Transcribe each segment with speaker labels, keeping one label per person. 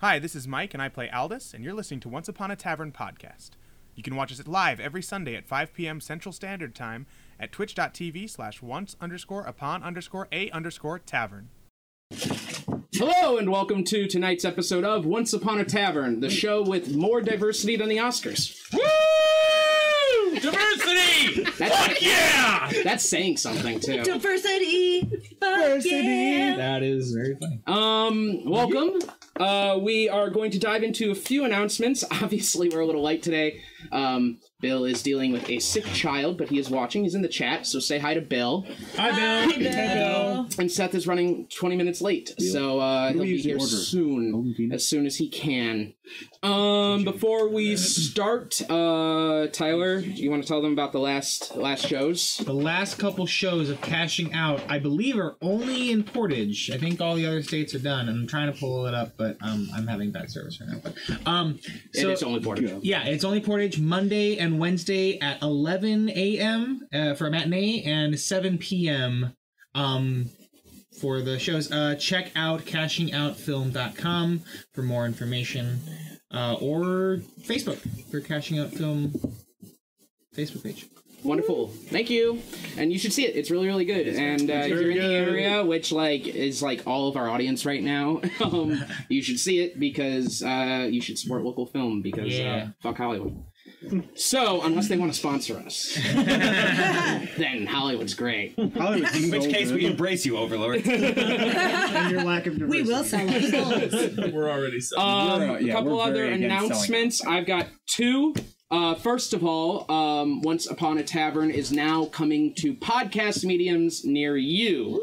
Speaker 1: Hi, this is Mike, and I play Aldous, and you're listening to Once Upon a Tavern podcast. You can watch us live every Sunday at 5 p.m. Central Standard Time at twitch.tv slash once underscore upon underscore a underscore tavern.
Speaker 2: Hello and welcome to tonight's episode of Once Upon a Tavern, the show with more diversity than the Oscars.
Speaker 3: Woo! Diversity!
Speaker 2: That's,
Speaker 3: yeah!
Speaker 2: that's saying something too.
Speaker 4: Diversity. Fuck yeah.
Speaker 5: That is very funny.
Speaker 2: Um, welcome. Uh, we are going to dive into a few announcements. Obviously, we're a little late today. Um, Bill is dealing with a sick child, but he is watching. He's in the chat, so say hi to Bill.
Speaker 5: Hi, Bill.
Speaker 4: Hi, Bill.
Speaker 2: And Seth is running 20 minutes late, so uh, he'll be
Speaker 5: usually
Speaker 2: here
Speaker 5: order
Speaker 2: soon,
Speaker 5: Golden Phoenix?
Speaker 2: as soon as he can. Um, before we start, uh, Tyler, you want to tell them about the last last shows?
Speaker 5: The last couple shows of cashing out, I believe, are only in Portage. I think all the other states are done. I'm trying to pull it up, but um, I'm having bad service right now. But um, so
Speaker 2: it is only Portage.
Speaker 5: yeah, it's only Portage Monday and Wednesday at 11 a.m. Uh, for a matinee and 7 p.m. Um, for the shows. Uh, check out cashingoutfilm.com for more information, uh, or Facebook for Cashing Out Film Facebook page.
Speaker 2: Wonderful. Thank you. And you should see it. It's really, really good. And uh, if you're in the area, which like is like all of our audience right now, um, you should see it because uh, you should support local film because
Speaker 5: Yeah.
Speaker 2: uh, fuck Hollywood. So unless they want to sponsor us, then Hollywood's great.
Speaker 3: In which case, we embrace you, Overlord.
Speaker 4: We will sell our souls.
Speaker 6: We're already set.
Speaker 2: Um,
Speaker 3: We're, uh,
Speaker 2: a
Speaker 3: yeah,
Speaker 2: couple
Speaker 3: we're
Speaker 2: other
Speaker 3: very against selling
Speaker 2: announcements. I've got two. Uh, first of all, um, Once Upon a Tavern is now coming to podcast mediums near you.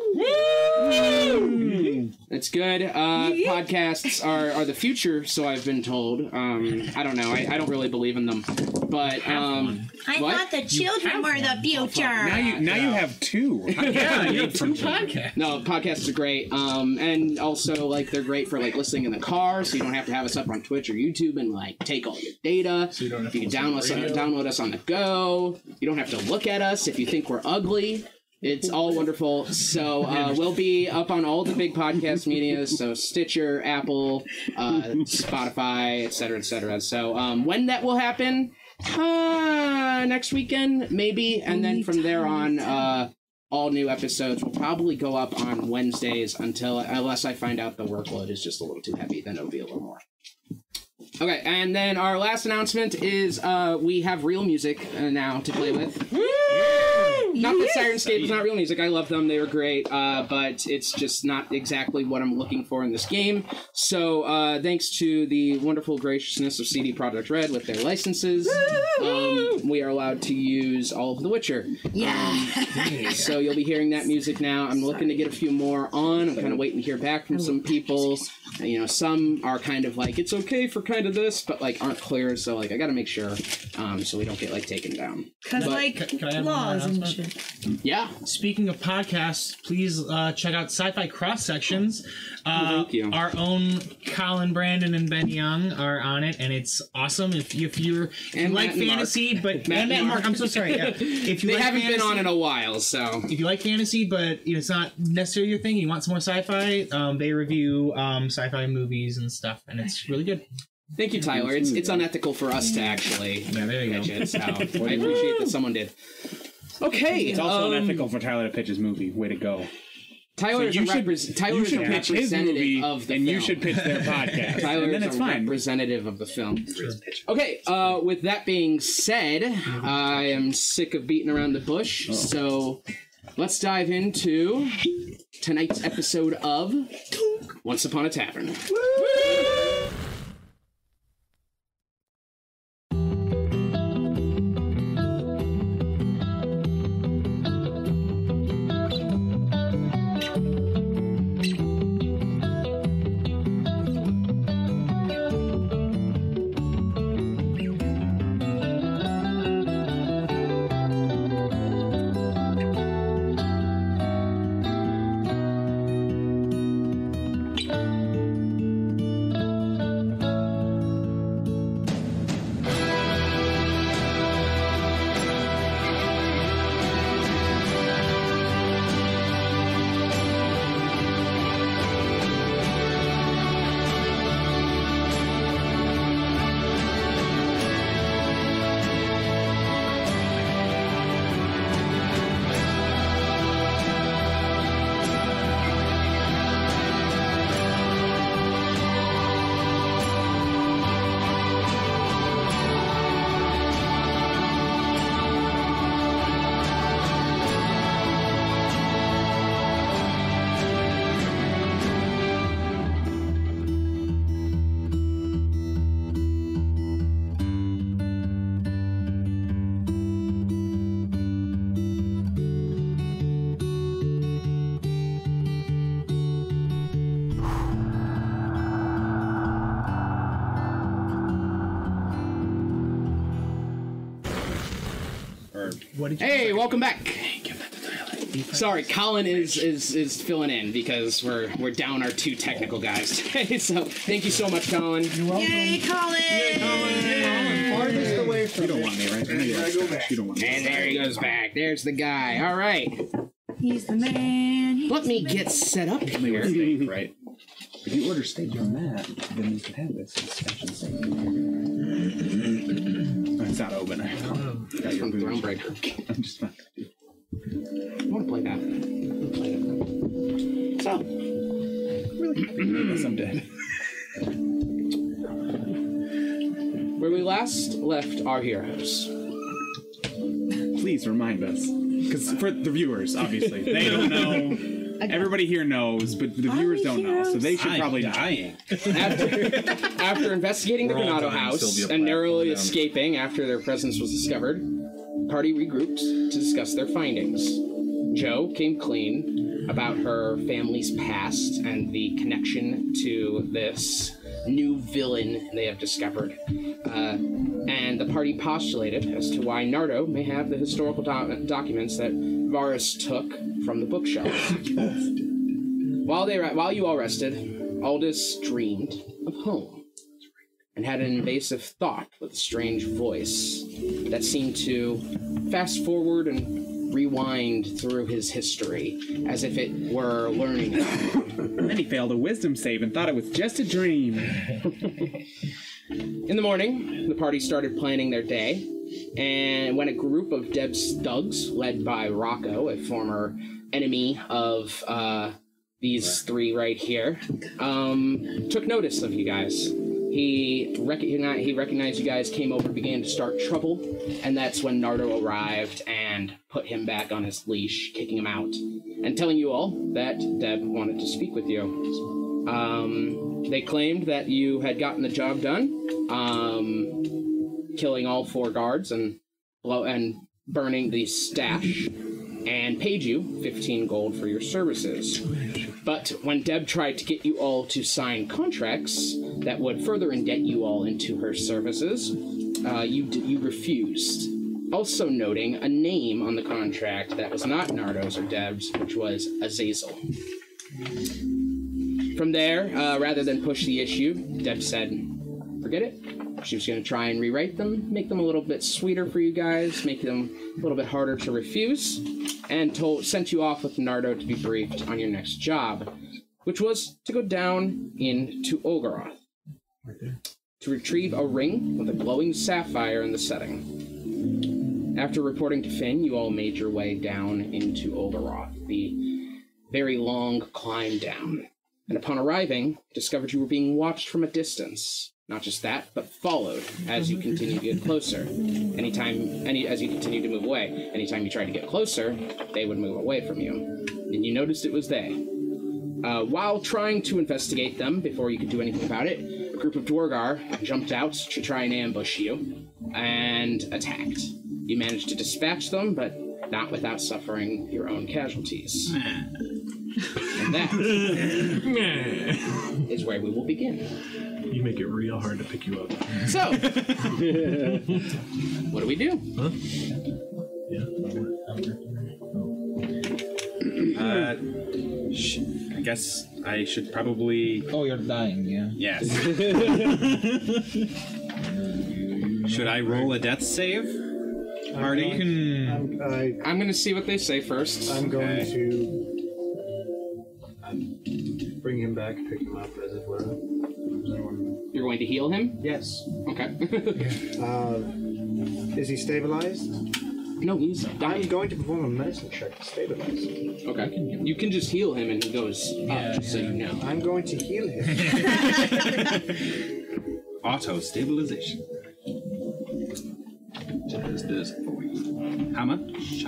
Speaker 2: That's good. Uh, podcasts are, are the future, so I've been told. Um, I don't know. I, I don't really believe in them, but um,
Speaker 4: I
Speaker 2: What?
Speaker 4: thought the children were the future.
Speaker 3: Now you, now you have two. yeah, you have two podcasts.
Speaker 2: No, podcasts are great. Um, and also like they're great for like listening in the car, so you don't have to have us up on Twitch or YouTube and like take all your data. So
Speaker 6: you don't have
Speaker 2: you
Speaker 6: to
Speaker 2: can
Speaker 6: listen
Speaker 2: download
Speaker 6: to
Speaker 2: us,
Speaker 6: radio.
Speaker 2: download us on the go. You don't have to look at us if you think we're ugly. It's all wonderful. So uh, we'll be up on all the big podcast media, so Stitcher, Apple, uh, Spotify, et cetera, et cetera. So um, when that will happen, uh, next weekend maybe, and then from there on, uh, all new episodes will probably go up on Wednesdays until unless I find out the workload is just a little too heavy, then it'll be a little more. Okay, and then our last announcement is uh, we have real music uh, now to play with. Not that Sirenscape is not real music. I love them; they were great. Uh, but it's just not exactly what I'm looking for in this game. So uh, thanks to the wonderful graciousness of CD Projekt Red with their licenses, um, we are allowed to use all of The Witcher.
Speaker 4: Yeah.
Speaker 2: So you'll be hearing that music now. I'm looking to get a few more on. I'm kind of waiting to hear back from some people. You know, some are kind of like it's okay for kind of this, but like aren't clear. So like I got to make sure, um, so we don't get like taken down.
Speaker 4: Because,
Speaker 2: But-
Speaker 4: like,
Speaker 5: Can- can I have
Speaker 4: laws
Speaker 5: one
Speaker 4: and
Speaker 5: last
Speaker 4: shit.
Speaker 2: Yeah.
Speaker 5: Speaking of podcasts, please uh, check out Sci-Fi Cross Sections. Uh,
Speaker 2: Thank you.
Speaker 5: Our own Colin Brandon and Ben Young are on it, and it's awesome. If, if you're if you
Speaker 2: And
Speaker 5: like
Speaker 2: Matt and Mark.
Speaker 5: fantasy,
Speaker 2: Matt
Speaker 5: but Matt
Speaker 2: and
Speaker 5: and Matt
Speaker 2: Mark.
Speaker 5: Mark, I'm so sorry. Yeah. If you
Speaker 2: They
Speaker 5: like
Speaker 2: haven't
Speaker 5: fantasy,
Speaker 2: been on in a while, so
Speaker 5: If you like fantasy, but you know, it's not necessarily your thing, and you want some more sci-fi, um, they review um, sci-fi movies and stuff, and it's really good.
Speaker 2: thank you, Tyler. It's it's unethical for us
Speaker 3: Mm.
Speaker 2: to actually
Speaker 5: Yeah, there you
Speaker 2: pitch
Speaker 5: go.
Speaker 2: it. So I appreciate that someone did. Okay,
Speaker 3: It's also
Speaker 2: um,
Speaker 3: unethical for Tyler to pitch his movie. Way to go.
Speaker 2: Tyler is a
Speaker 3: you should-
Speaker 2: repres- Tyler
Speaker 3: You
Speaker 2: is a
Speaker 3: should pitch his
Speaker 2: representative
Speaker 3: movie,
Speaker 2: of the
Speaker 3: and you
Speaker 2: film.
Speaker 3: should pitch their podcast.
Speaker 2: Tyler
Speaker 3: and then
Speaker 2: is
Speaker 3: it's
Speaker 2: a
Speaker 3: fine.
Speaker 2: representative of the film. Okay, uh, with that being said, I am sick of beating around the bush, so let's dive into tonight's episode of Once Upon a Tavern.
Speaker 5: What did you?
Speaker 2: Hey, welcome back. Sorry, Colin is, is is filling in because we're we're down our two technical guys today. So thank you so much, Colin.
Speaker 4: Yay, Colin!
Speaker 3: Farthest away from you don't want me, right? You, don't want me. you don't want me.
Speaker 2: And there he goes back. There's the guy. All right,
Speaker 4: He's the man. He's
Speaker 2: let me get set up here.
Speaker 3: Steak, right?
Speaker 6: If you order steak from that, then you can have this suspension steak.
Speaker 3: It's not open.
Speaker 2: Oh.
Speaker 3: I got your
Speaker 2: Throne
Speaker 3: booze.
Speaker 2: breaker.
Speaker 3: I'm just not.
Speaker 2: I want to play that. Play that. So
Speaker 3: Yes, I'm dead.
Speaker 2: where we last left our heroes.
Speaker 3: Please remind us, because for the viewers, obviously, they don't know. Everybody here knows, but the
Speaker 4: Are
Speaker 3: viewers
Speaker 4: we
Speaker 3: don't know, so
Speaker 4: heroes?
Speaker 3: they should probably know.
Speaker 6: dying.
Speaker 2: After, after investigating the
Speaker 6: We're all
Speaker 2: Granado
Speaker 6: dying,
Speaker 2: house
Speaker 6: Sylvia
Speaker 2: and narrowly
Speaker 6: Plath, um,
Speaker 2: escaping after their presence was discovered, party regrouped to discuss their findings. Joe came clean about her family's past and the connection to this new villain they have discovered. Uh, and the party postulated as to why Nardo may have the historical doc- documents that Varus took from the bookshelf. While they re- while you all rested, Aldous dreamed of home and had an invasive thought with a strange voice that seemed to fast forward and rewind through his history as if it were learning.
Speaker 3: Then he failed a wisdom save and thought it was just a dream.
Speaker 2: In the morning, the party started planning their day, and when a group of Deb's thugs, led by Rocco, a former enemy of uh, these three right here, um, took notice of you guys. He recognized, he recognized you guys, came over, began to start trouble, and that's when Nardo arrived and put him back on his leash, kicking him out, and telling you all that Deb wanted to speak with you. Um, they claimed that you had gotten the job done, um, killing all four guards and blow and burning the stash, and paid you 15 gold for your services. But when Deb tried to get you all to sign contracts that would further indent you all into her services, uh, you d- you refused. Also noting a name on the contract that was not Nardo's or Deb's, which was Azazel. From there, uh, rather than push the issue, Deb said, forget it. She was going to try and rewrite them, make them a little bit sweeter for you guys, make them a little bit harder to refuse, and told, sent you off with Nardo to be briefed on your next job, which was to go down into Olgaroth to retrieve a ring with a glowing sapphire in the setting. After reporting to Finn, you all made your way down into Olgaroth, the very long climb down and upon arriving, discovered you were being watched from a distance. Not just that, but followed as you continued to get closer. Anytime, any as you continued to move away, anytime you tried to get closer, they would move away from you, and you noticed it was they. Uh, while trying to investigate them before you could do anything about it, a group of Dwargar jumped out to try and ambush you and attacked. You managed to dispatch them, but not without suffering your own casualties. and that is where we will begin.
Speaker 7: You make it real hard to pick you up.
Speaker 2: So, what do we do?
Speaker 7: Yeah.
Speaker 6: Uh, sh- I guess I should probably.
Speaker 5: Oh, you're dying. Yeah.
Speaker 6: Yes. should I roll a death save?
Speaker 5: You
Speaker 6: Party?
Speaker 5: can.
Speaker 8: I'm, I,
Speaker 2: I'm gonna see what they say first.
Speaker 8: I'm going
Speaker 6: Okay.
Speaker 8: to bring him back, pick him up, as it were. Is anyone-
Speaker 2: You're going to heal him?
Speaker 8: Yes.
Speaker 2: Okay.
Speaker 8: Uh, is he stabilized?
Speaker 2: no, he's
Speaker 8: I'm
Speaker 2: dying.
Speaker 8: going to perform a medicine check to stabilize.
Speaker 2: okay. You can just heal him and he goes up, just so you know.
Speaker 8: I'm going to heal him.
Speaker 6: Auto stabilization. What is this for you? Hmm. How much?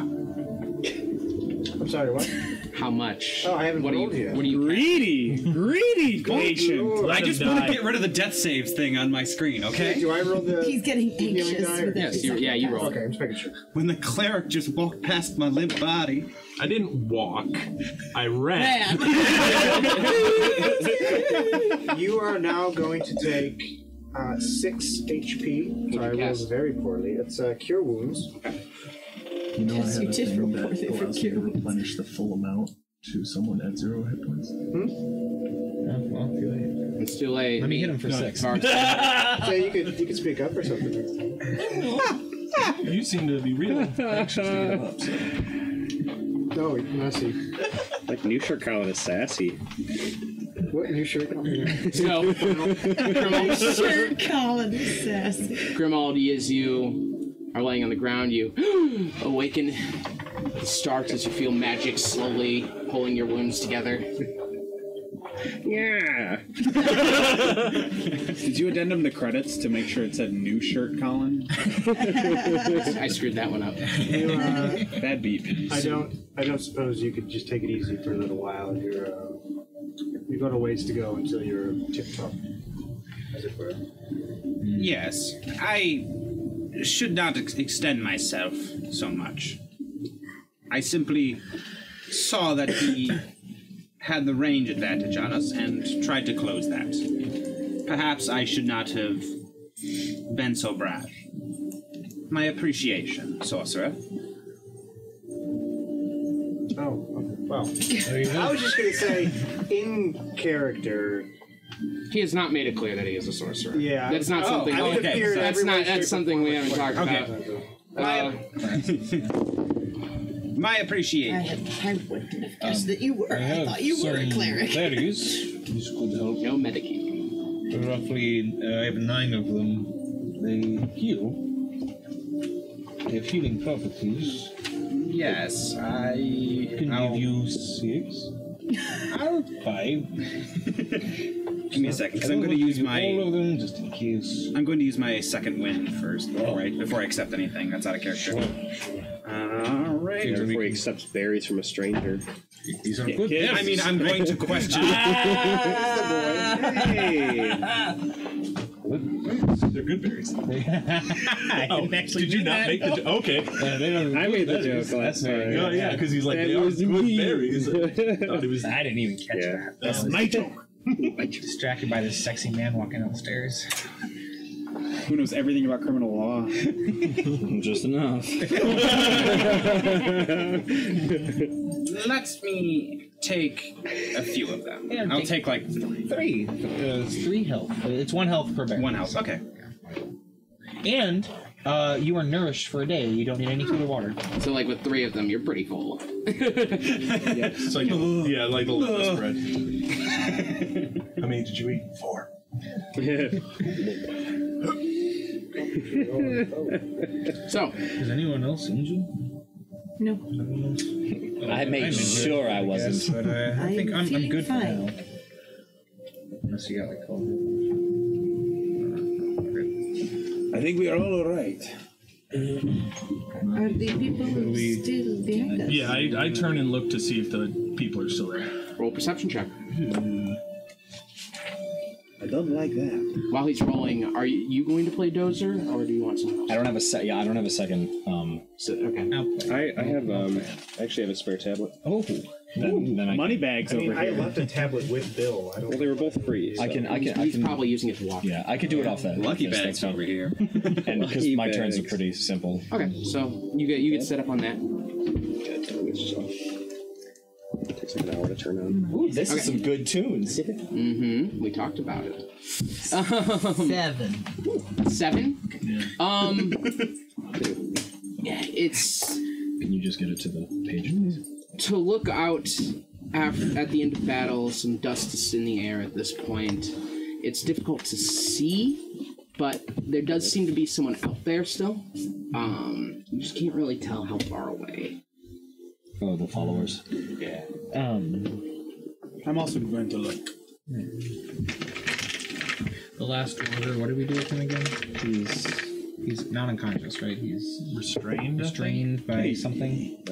Speaker 8: I'm sorry, what?
Speaker 2: How much?
Speaker 8: Oh, I haven't
Speaker 2: what do you,
Speaker 8: rolled yet.
Speaker 2: What do you
Speaker 3: Greedy, greedy patient.
Speaker 6: I just want
Speaker 7: die.
Speaker 6: to get rid of the death saves thing on my screen, okay?
Speaker 8: Do I roll the.
Speaker 4: He's getting
Speaker 8: healing
Speaker 4: anxious.
Speaker 8: die?
Speaker 4: With
Speaker 2: Yes,
Speaker 4: every
Speaker 2: you- yeah, you
Speaker 4: second
Speaker 2: roll.
Speaker 4: pass.
Speaker 8: Okay, I'm just making sure.
Speaker 6: When the cleric just walked past my limp body.
Speaker 7: I didn't walk. I ran.
Speaker 4: Man.
Speaker 8: You are now going to take uh, six HP. Sorry, I rolled
Speaker 2: cast?
Speaker 8: very poorly. It's uh, Cure Wounds.
Speaker 9: You know,
Speaker 4: Yes,
Speaker 9: I
Speaker 4: you
Speaker 9: had a
Speaker 4: did
Speaker 9: thing
Speaker 4: report
Speaker 9: that
Speaker 4: it for
Speaker 9: allows me to
Speaker 4: cubes.
Speaker 9: replenish the full amount to someone at zero hit points.
Speaker 5: Oh, well, too late.
Speaker 2: It's too late.
Speaker 5: Let me hit him for six.
Speaker 2: Bard-
Speaker 8: So you could you could speak up or something. next time.
Speaker 10: You seem to be real anxious to get up. So.
Speaker 8: No, messy.
Speaker 11: Like new shirt collar is sassy.
Speaker 8: What new shirt?
Speaker 2: So, Grimald,
Speaker 4: Sure, Colin says.
Speaker 2: Grimald, as you are laying on the ground, you awaken. It starts as you feel magic slowly pulling your wounds together.
Speaker 11: Yeah.
Speaker 12: Did you addendum the credits to make sure it said new shirt, Colin?
Speaker 2: I screwed that one up.
Speaker 8: You, uh,
Speaker 12: Bad beat.
Speaker 8: I don't. I don't suppose you could just take it easy for a little while. and You're uh, you've got a ways to go until you're tip top, as it were.
Speaker 13: Yes, I should not ex- extend myself so much. I simply saw that he had the range advantage on us and tried to close that. Perhaps I should not have been so brash. My appreciation, sorcerer.
Speaker 8: Oh, okay. well. I was just gonna say, in character.
Speaker 2: He has not made it clear that he is a sorcerer.
Speaker 8: Yeah.
Speaker 2: That's not
Speaker 8: Oh,
Speaker 2: something.
Speaker 8: I would
Speaker 13: okay,
Speaker 8: appear
Speaker 13: so
Speaker 8: in
Speaker 2: that's
Speaker 8: every
Speaker 2: not-
Speaker 8: way,
Speaker 2: that's
Speaker 8: shape, or
Speaker 2: something we
Speaker 8: form,
Speaker 2: haven't
Speaker 8: like-
Speaker 2: talked
Speaker 8: okay.
Speaker 2: Uh,
Speaker 4: I
Speaker 13: My appreciation.
Speaker 4: had I wouldn't have guessed that you were. I, thought you were a cleric.
Speaker 5: Clerics.
Speaker 6: This could help.
Speaker 2: no medicine.
Speaker 6: Roughly, uh, I have nine of them. They heal. They have healing properties.
Speaker 13: Yes, I.
Speaker 6: It can
Speaker 13: I'll-
Speaker 6: give you six,
Speaker 13: I'll-
Speaker 6: five.
Speaker 13: give me a second, because
Speaker 6: I
Speaker 13: I'm
Speaker 6: don't
Speaker 13: going to
Speaker 6: give
Speaker 13: use
Speaker 6: you
Speaker 13: my.
Speaker 6: all of them just in case.
Speaker 13: I'm going to use my second win first, before I, before I accept anything that's out of character. All right.
Speaker 6: Yeah, we
Speaker 11: Before he
Speaker 6: can-
Speaker 11: accepts berries from a stranger.
Speaker 6: These are good.
Speaker 13: I mean, I'm going to question.
Speaker 11: Hey.
Speaker 10: They're good berries.
Speaker 7: Oh,
Speaker 5: I didn't actually
Speaker 10: Did you
Speaker 5: do
Speaker 10: not
Speaker 5: that.
Speaker 10: make the joke? Okay.
Speaker 6: Uh, they don't
Speaker 11: I made the
Speaker 6: that
Speaker 11: joke
Speaker 6: is-
Speaker 11: last
Speaker 6: that's very
Speaker 11: time.
Speaker 10: No, yeah, because he's like,
Speaker 11: That
Speaker 10: they are
Speaker 11: was
Speaker 10: good
Speaker 11: me.
Speaker 10: berries. I thought it was
Speaker 5: I didn't even catch
Speaker 11: Yeah.
Speaker 5: that. That's
Speaker 10: my joke.
Speaker 5: distracted by this sexy man walking down the stairs.
Speaker 12: Who knows everything about criminal law?
Speaker 9: Just enough.
Speaker 13: Let me take a few of them.
Speaker 5: Yeah,
Speaker 13: I'll
Speaker 5: take-
Speaker 13: take like
Speaker 5: Three. Uh, it's three health. Uh, It's one health per bear.
Speaker 13: one house. Okay.
Speaker 5: And uh, you are nourished for a day. You don't need any food or water.
Speaker 2: So, like with three of them, you're pretty full.
Speaker 10: It's like, yeah, like the litmus bread. How many did you eat? Four.
Speaker 2: So,
Speaker 5: Is anyone else injured?
Speaker 4: No,
Speaker 9: I made sure I wasn't.
Speaker 5: But uh, I think I'm, I'm
Speaker 4: feeling
Speaker 5: good
Speaker 4: fine.
Speaker 5: for now. Unless you got like cold.
Speaker 6: I think we are all alright.
Speaker 4: Are the people still behind us?
Speaker 10: Yeah, I, I turn and look to see if the people are still there.
Speaker 2: roll perception check.
Speaker 8: Hmm.
Speaker 6: I don't like that.
Speaker 2: While he's rolling, are you, you going to play Dozer, or do you want someone
Speaker 9: I
Speaker 2: else?
Speaker 9: don't have a se- yeah, I don't have a second. Um,
Speaker 2: So- Okay.
Speaker 11: I, I have um I actually have a spare tablet.
Speaker 5: Oh,
Speaker 9: then, then I,
Speaker 12: Money bags
Speaker 8: I mean,
Speaker 12: over
Speaker 8: I
Speaker 12: here.
Speaker 8: left a tablet with Bill. I
Speaker 11: Well,
Speaker 8: don't.
Speaker 11: they were both free.
Speaker 9: I
Speaker 11: so-
Speaker 9: can I can I
Speaker 2: He's
Speaker 9: can
Speaker 2: probably using it to walk.
Speaker 9: yeah I can do it off that.
Speaker 13: Lucky
Speaker 9: because
Speaker 13: bags
Speaker 9: that's not-
Speaker 13: over here.
Speaker 9: And because
Speaker 11: Lucky
Speaker 9: my turns are
Speaker 11: bags.
Speaker 9: pretty simple.
Speaker 2: Okay, so you get you get set up on that.
Speaker 11: God damn it, it's just off. It takes like an hour to turn on.
Speaker 9: Ooh, this
Speaker 2: Okay.
Speaker 9: is some good tunes.
Speaker 2: Mm-hmm. We talked about it.
Speaker 5: seven.
Speaker 2: Seven. Um. yeah, it's
Speaker 9: Can you just get it to the page?
Speaker 2: to look out after, at the end of battle, some dust is in the air at this point. It's difficult to see, but there does seem to be someone out there still. Um, you just can't really tell how far away.
Speaker 9: Oh, the followers.
Speaker 5: Um,
Speaker 12: I'm also going to look.
Speaker 5: the last order. What did we do with him again? He's he's not unconscious, right? He's
Speaker 10: Restrained?
Speaker 5: restrained by something.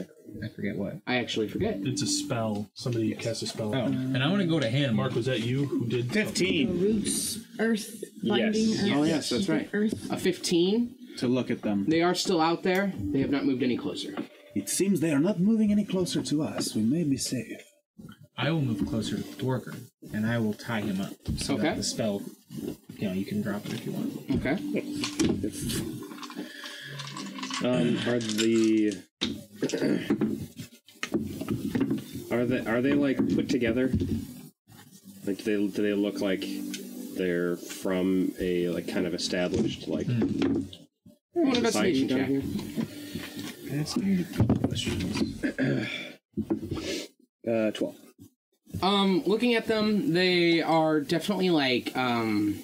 Speaker 5: I forget what.
Speaker 2: I actually forget.
Speaker 10: It's a spell. Somebody cast a spell.
Speaker 5: Oh, and I want to go to him.
Speaker 10: Mark, was that you who did?
Speaker 4: The
Speaker 12: 15
Speaker 4: roots, earth, binding
Speaker 11: Yes.
Speaker 4: earth.
Speaker 2: Oh yes, that's right.
Speaker 4: Earth.
Speaker 2: A fifteen.
Speaker 12: to look at them.
Speaker 2: They are still out there. They have not moved any closer.
Speaker 6: It seems they are not moving any closer to us. We may be safe.
Speaker 5: I will move closer to Dworker, and I will tie him up so
Speaker 2: Okay.
Speaker 5: that the spell, you know, you can drop it if you want.
Speaker 2: Okay.
Speaker 11: Um, are the
Speaker 14: Are they are they like put together? Like do they do they look like they're from a like kind of established like
Speaker 2: What about
Speaker 14: Society
Speaker 2: sneaking down
Speaker 14: check.
Speaker 2: here?
Speaker 6: Ask me a couple questions.
Speaker 14: uh twelve.
Speaker 2: Um, looking at them, they are definitely like um,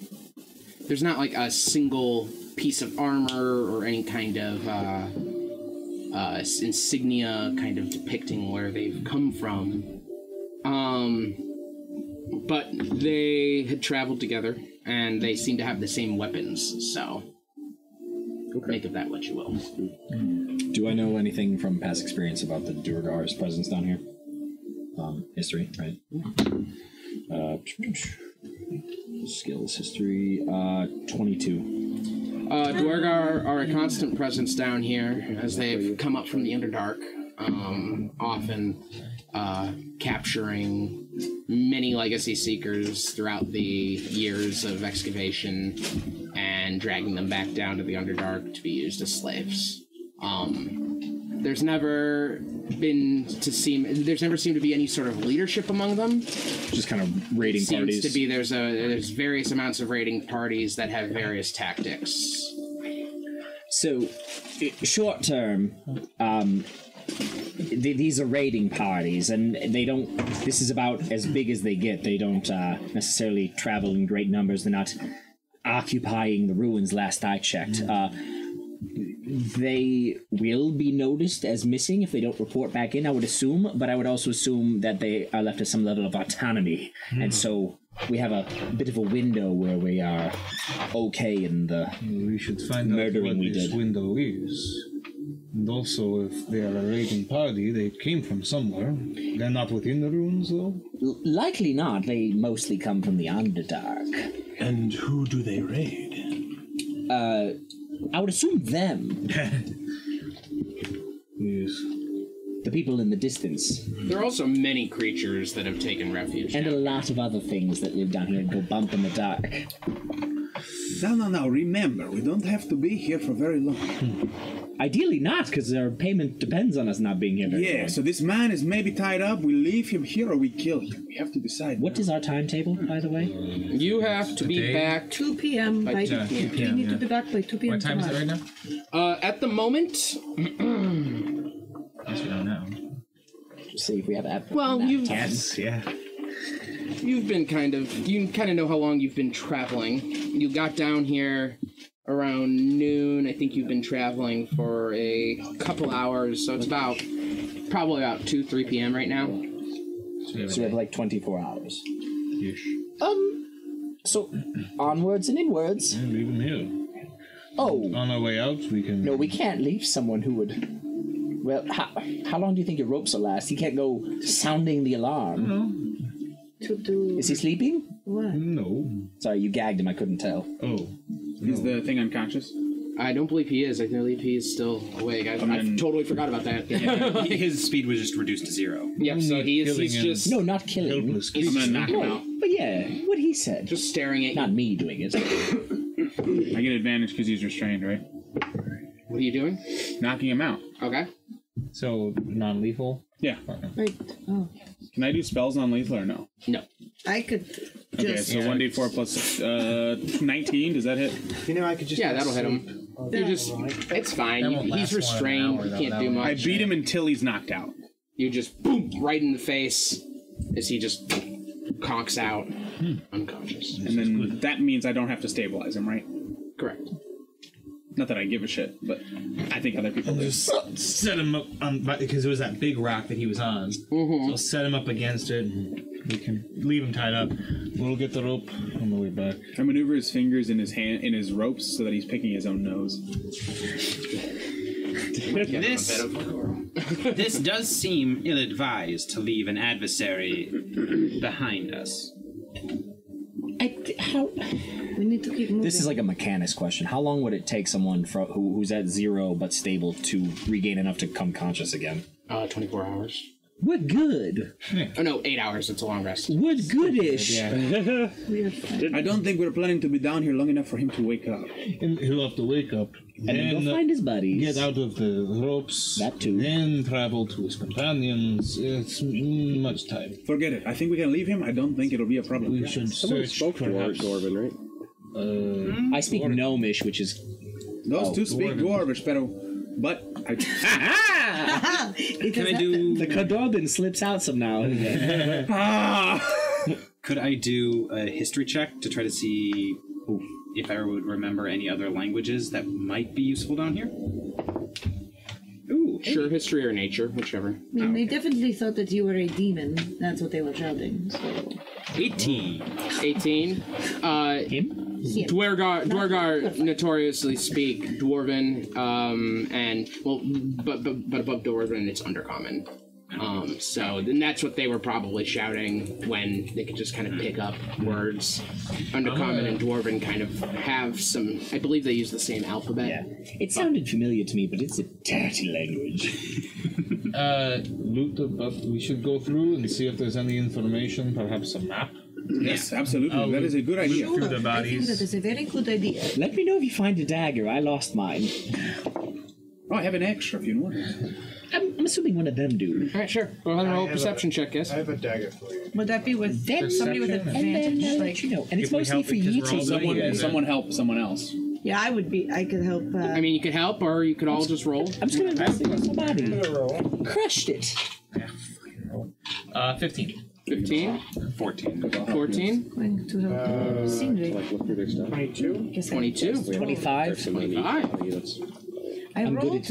Speaker 2: there's not like a single piece of armor or any kind of uh, uh, s- insignia kind of depicting where they've come from. Um, but they had traveled together, and they seem to have the same weapons. So make of that what you will.
Speaker 15: Do I know anything from past experience about the Durgar's presence down here? Um, history, right? Uh, skills, history, uh, 22.
Speaker 2: Uh, Dwargar are a constant presence down here as they've come up from the Underdark, um, often uh, capturing many legacy seekers throughout the years of excavation and dragging them back down to the Underdark to be used as slaves. Um, there's never been to seem there's never seemed to be any sort of leadership among them.
Speaker 15: Just kind of raiding
Speaker 2: seems
Speaker 15: parties.
Speaker 2: to be there's a there's various amounts of raiding parties that have various tactics.
Speaker 9: So, i- short term, um, th- these are raiding parties, and they don't. This is about as big as they get. They don't uh, necessarily travel in great numbers. They're not occupying the ruins. Last I checked, uh, they will be noticed as missing if they don't report back in. I would assume, but I would also assume that they are left at some level of autonomy,
Speaker 15: Mm.
Speaker 9: and so. We have a bit of a window where we are okay in the
Speaker 6: we should find
Speaker 9: murdering
Speaker 6: out what
Speaker 9: we
Speaker 6: this
Speaker 9: did.
Speaker 6: window is. And also, if they are a raiding party, they came from somewhere. They're not within the ruins, though.
Speaker 9: L- likely not. They mostly come from the Underdark.
Speaker 7: And who do they raid?
Speaker 9: Uh, I would assume them.
Speaker 6: yes.
Speaker 9: The people in the distance.
Speaker 2: There are also many creatures that have taken refuge.
Speaker 9: And a lot of other things that live down here and go bump in the dark.
Speaker 13: No, no, no. Remember, we don't have to be here for very long.
Speaker 9: Ideally, not, because our payment depends on us not being here. Very
Speaker 13: Yeah, so this man is maybe tied up. We leave him here or we kill him. We have to decide.
Speaker 9: What is our timetable, by the way?
Speaker 2: You have to be back
Speaker 4: 2 p.m.
Speaker 2: by
Speaker 4: by
Speaker 2: 2 p.m.
Speaker 4: We need to be back by 2 p.m.
Speaker 2: What time is it
Speaker 4: tomorrow.
Speaker 2: right Uh, at the moment,
Speaker 5: we don't know.
Speaker 9: see if we have app.
Speaker 2: Well, you-
Speaker 9: yes,
Speaker 6: yeah.
Speaker 2: you've been kind of you kind of know how long you've been traveling. You got down here around noon. I think you've been traveling for a couple hours, so it's about probably about two three p.m. right now.
Speaker 9: So we have like 24 hours. Um, so onwards and inwards.
Speaker 6: And leave them here.
Speaker 9: Oh.
Speaker 6: On our way out, we can.
Speaker 9: No, we can't leave someone who would. Well, how, how long do you think your ropes will last? He can't go sounding the alarm.
Speaker 4: Mm-hmm. To do.
Speaker 9: Is he sleeping?
Speaker 4: What?
Speaker 6: No.
Speaker 9: Sorry, you gagged him. I couldn't tell.
Speaker 6: Oh.
Speaker 3: Is the thing unconscious?
Speaker 2: I don't believe he is. I believe he is still awake. I, I totally forgot about that.
Speaker 16: Yeah, he- his speed was just reduced to zero.
Speaker 2: Yep, so he is, he's just
Speaker 9: no, not killing.
Speaker 16: helpless I'm gonna knock him out.
Speaker 9: But yeah, what he said. Just
Speaker 2: staring at
Speaker 9: not me doing it.
Speaker 3: I get advantage because he's restrained, right?
Speaker 2: What are you doing?
Speaker 3: Knocking him out.
Speaker 2: Okay.
Speaker 5: Oh,
Speaker 6: So non lethal?
Speaker 3: Yeah.
Speaker 4: Right. Oh.
Speaker 3: Can I do spells non lethal or no?
Speaker 2: No.
Speaker 4: I could
Speaker 3: Okay,
Speaker 4: just.
Speaker 3: so 1d4 plus uh, 19. Does that hit?
Speaker 8: You know, I could
Speaker 2: Yeah, that'll hit him.
Speaker 3: Oh,
Speaker 2: You just, it's fine. You- he's restrained. You can't do much.
Speaker 3: I beat him until he's knocked out.
Speaker 2: You just boom right in the face as he just conks out
Speaker 3: Hmm.
Speaker 2: unconscious.
Speaker 3: And then that means I don't have to stabilize him, right?
Speaker 2: Correct.
Speaker 3: Not that I give a shit, but I think other people do.
Speaker 5: Just set him up on because it was that big rock that he was on. So set him up against it, and we can leave him tied up.
Speaker 6: We'll get the rope on the way back.
Speaker 3: I maneuver his fingers in his hand in his ropes so that he's picking his own nose.
Speaker 16: This, this does seem ill advised to leave an adversary behind us.
Speaker 9: I, how?
Speaker 4: We need to keep moving.
Speaker 9: This is like a mechanics question. How long would it take someone from who, who's at zero but stable to regain enough to come conscious again?
Speaker 2: Uh, 24 hours.
Speaker 9: We're good.
Speaker 2: Oh no, eight hours. It's a long rest.
Speaker 3: Hmm.
Speaker 9: We're goodish.
Speaker 13: I don't think we're planning to be down here long enough for him to wake up.
Speaker 6: And he'll have to wake up.
Speaker 13: And then
Speaker 6: uh,
Speaker 13: go find
Speaker 9: his buddies.
Speaker 6: Get out of the ropes. That too. Then travel to his companions. It's mm, much time.
Speaker 13: Forget it. I think we can leave him. I don't think it'll be a problem.
Speaker 6: We should search. perhaps.
Speaker 13: right?
Speaker 6: Uh,
Speaker 9: I speak gnomish, which is
Speaker 13: Those
Speaker 9: Oh,
Speaker 13: two speak dwarvish, pero, but I.
Speaker 9: Can I do the Cadorbin slips out some now and again.
Speaker 16: Could I do a history check to try to see if I would remember any other languages that might be useful down here?
Speaker 2: Ooh, sure, history or nature, whichever.
Speaker 4: I mean, they definitely thought that you were a demon. That's what they were shouting. So.
Speaker 2: 18. 18. Uh, Him? Dwergar, Dwergar notoriously speak Dwarven, um, and, well, but, but, but above Dwarven, it's Undercommon. Um, so then that's what they were probably shouting when they could just kind of pick up words. Undercommon and Dwarven kind of have some, I believe they use the same alphabet.
Speaker 9: It sounded familiar to me, but it's a dirty language.
Speaker 6: uh, loot the buff. We should go through and see if there's any information, perhaps a map.
Speaker 13: Yes, absolutely.
Speaker 6: Uh,
Speaker 13: that is a good idea.
Speaker 6: Loot through the
Speaker 4: I think
Speaker 6: bodies.
Speaker 4: that is a very good idea.
Speaker 9: Let me know if you find a dagger. I lost mine.
Speaker 13: Oh, I have an extra if you want.
Speaker 9: I'm, I'm assuming one of them do.
Speaker 2: All right, sure. Go ahead and roll a perception check, yes? I
Speaker 8: have a dagger for you.
Speaker 4: Would that be with somebody with
Speaker 9: Perception.
Speaker 4: advantage?
Speaker 9: And then, uh,
Speaker 4: like,
Speaker 9: you know, and it's mostly for you two.
Speaker 13: Someone, someone help someone else.
Speaker 4: Yeah, I would be. I could help. Uh,
Speaker 2: I mean, you could help, or you could all just roll.
Speaker 9: I'm just gonna investigate somebody. Crushed it.
Speaker 5: Uh, 15.
Speaker 2: 15?
Speaker 16: 14.
Speaker 2: 14?
Speaker 4: going to help uh, scenery.
Speaker 14: Look through their stuff.
Speaker 8: 22?
Speaker 4: Guess I-
Speaker 2: 22?
Speaker 9: 25.
Speaker 4: I
Speaker 9: I'm good
Speaker 4: rolled
Speaker 9: at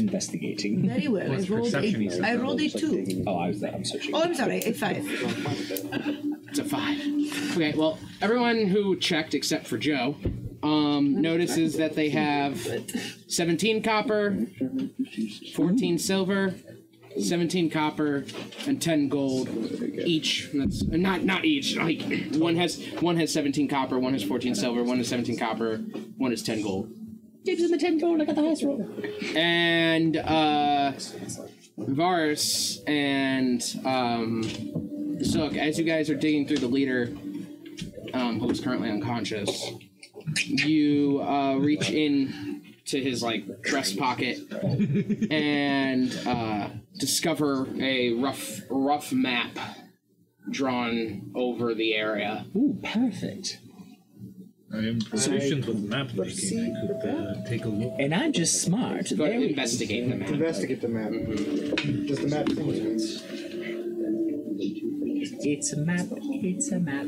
Speaker 9: investigating.
Speaker 4: very well. I rolled a, I rolled a two.
Speaker 9: Oh, I was there. I'm searching.
Speaker 4: Oh, I'm sorry, a five.
Speaker 2: It's a five. Okay, well, everyone who checked except for Joe um, notices that they have 17 copper, 14 silver, 17 copper, and 10 gold each. And That's uh, not not each. Like one has one has 17 copper, one has 14 silver, one has 17 copper, one has 10 gold.
Speaker 9: Gives him the 10 gold. I got the highest roll.
Speaker 2: and uh, Varus and um, Zook, as you guys are digging through the leader, um, who is currently unconscious, you uh, reach in to his like breast pocket and uh, discover a rough, rough map drawn over the area.
Speaker 9: Ooh, perfect.
Speaker 6: I am proficient with map making. I could uh, take a look.
Speaker 9: And I'm just smart.
Speaker 2: Go ahead
Speaker 9: There
Speaker 2: and
Speaker 9: we-
Speaker 2: investigate the map.
Speaker 8: Investigate the map.
Speaker 2: Mm-hmm.
Speaker 8: Does the map seem to
Speaker 9: It's a map. It's a map.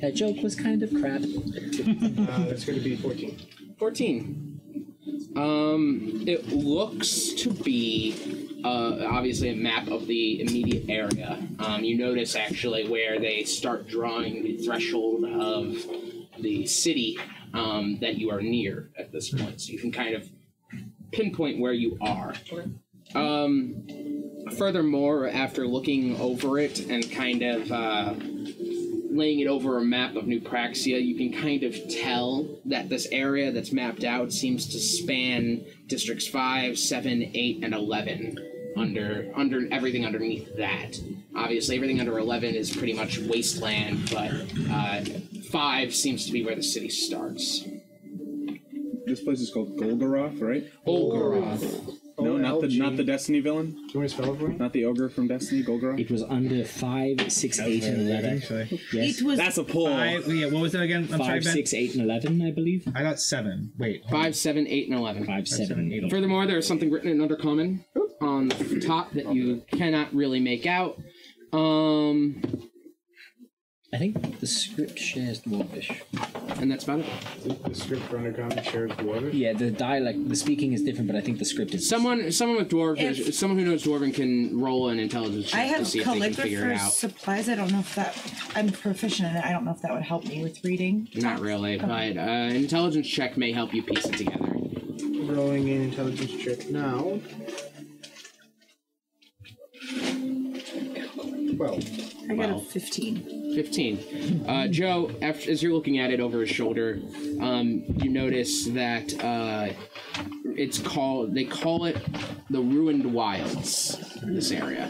Speaker 9: That joke was kind of crap.
Speaker 8: Uh, that's going to be 14.
Speaker 2: 14. Um, it looks to be uh, obviously a map of the immediate area. Um, you notice actually where they start drawing the threshold of the city um, that you are near at this point. So you can kind of pinpoint where you are. Um, furthermore, after looking over it and kind of uh, laying it over a map of New Praxia, you can kind of tell that this area that's mapped out seems to span districts 5, 7, 8, and 11 under under everything underneath that. Obviously, everything under 11 is pretty much wasteland, but uh, 5 seems to be where the city starts.
Speaker 13: This place is called Golgoroth, right?
Speaker 2: Golgoroth.
Speaker 8: Oh,
Speaker 13: No, not the not the Destiny villain. Do
Speaker 8: you want to spell it for me?
Speaker 13: Not the ogre from Destiny, Golgoroth.
Speaker 9: It was under five, six, eight, and eleven. Actually, yes.
Speaker 4: It was
Speaker 13: That's a pull.
Speaker 5: Five, yeah, what was that again? I'm sorry,
Speaker 9: Five,
Speaker 5: Ben.
Speaker 9: six, eight, and eleven, I believe.
Speaker 5: I got seven. Wait. hold on.
Speaker 2: 5, 7, 8, and 11.
Speaker 9: Five, seven, eight.
Speaker 2: Furthermore, there is something written in Undercommon on the top that you cannot really make out. Um,
Speaker 9: I think the script shares Dwarvish.
Speaker 2: and that's about it.
Speaker 8: The script for Undercommon shares dwarvish?
Speaker 9: Yeah, the dialect, the speaking is different, but I think the script is.
Speaker 2: Someone, someone with dwarvish, someone who knows dwarven can roll an intelligence check
Speaker 4: I have
Speaker 2: to see if they can
Speaker 4: collector
Speaker 2: figure
Speaker 4: for
Speaker 2: it out.
Speaker 4: supplies. I don't know if that I'm proficient in it. I don't know if that would help me with reading.
Speaker 2: Not really, but uh, an intelligence check may help you piece it together.
Speaker 8: Rolling an intelligence check now. Well,
Speaker 4: I got a fifteen.
Speaker 2: 15. Uh, Joe, after, as you're looking at it over his shoulder, um, you notice that uh, it's called, they call it the Ruined Wilds, this area.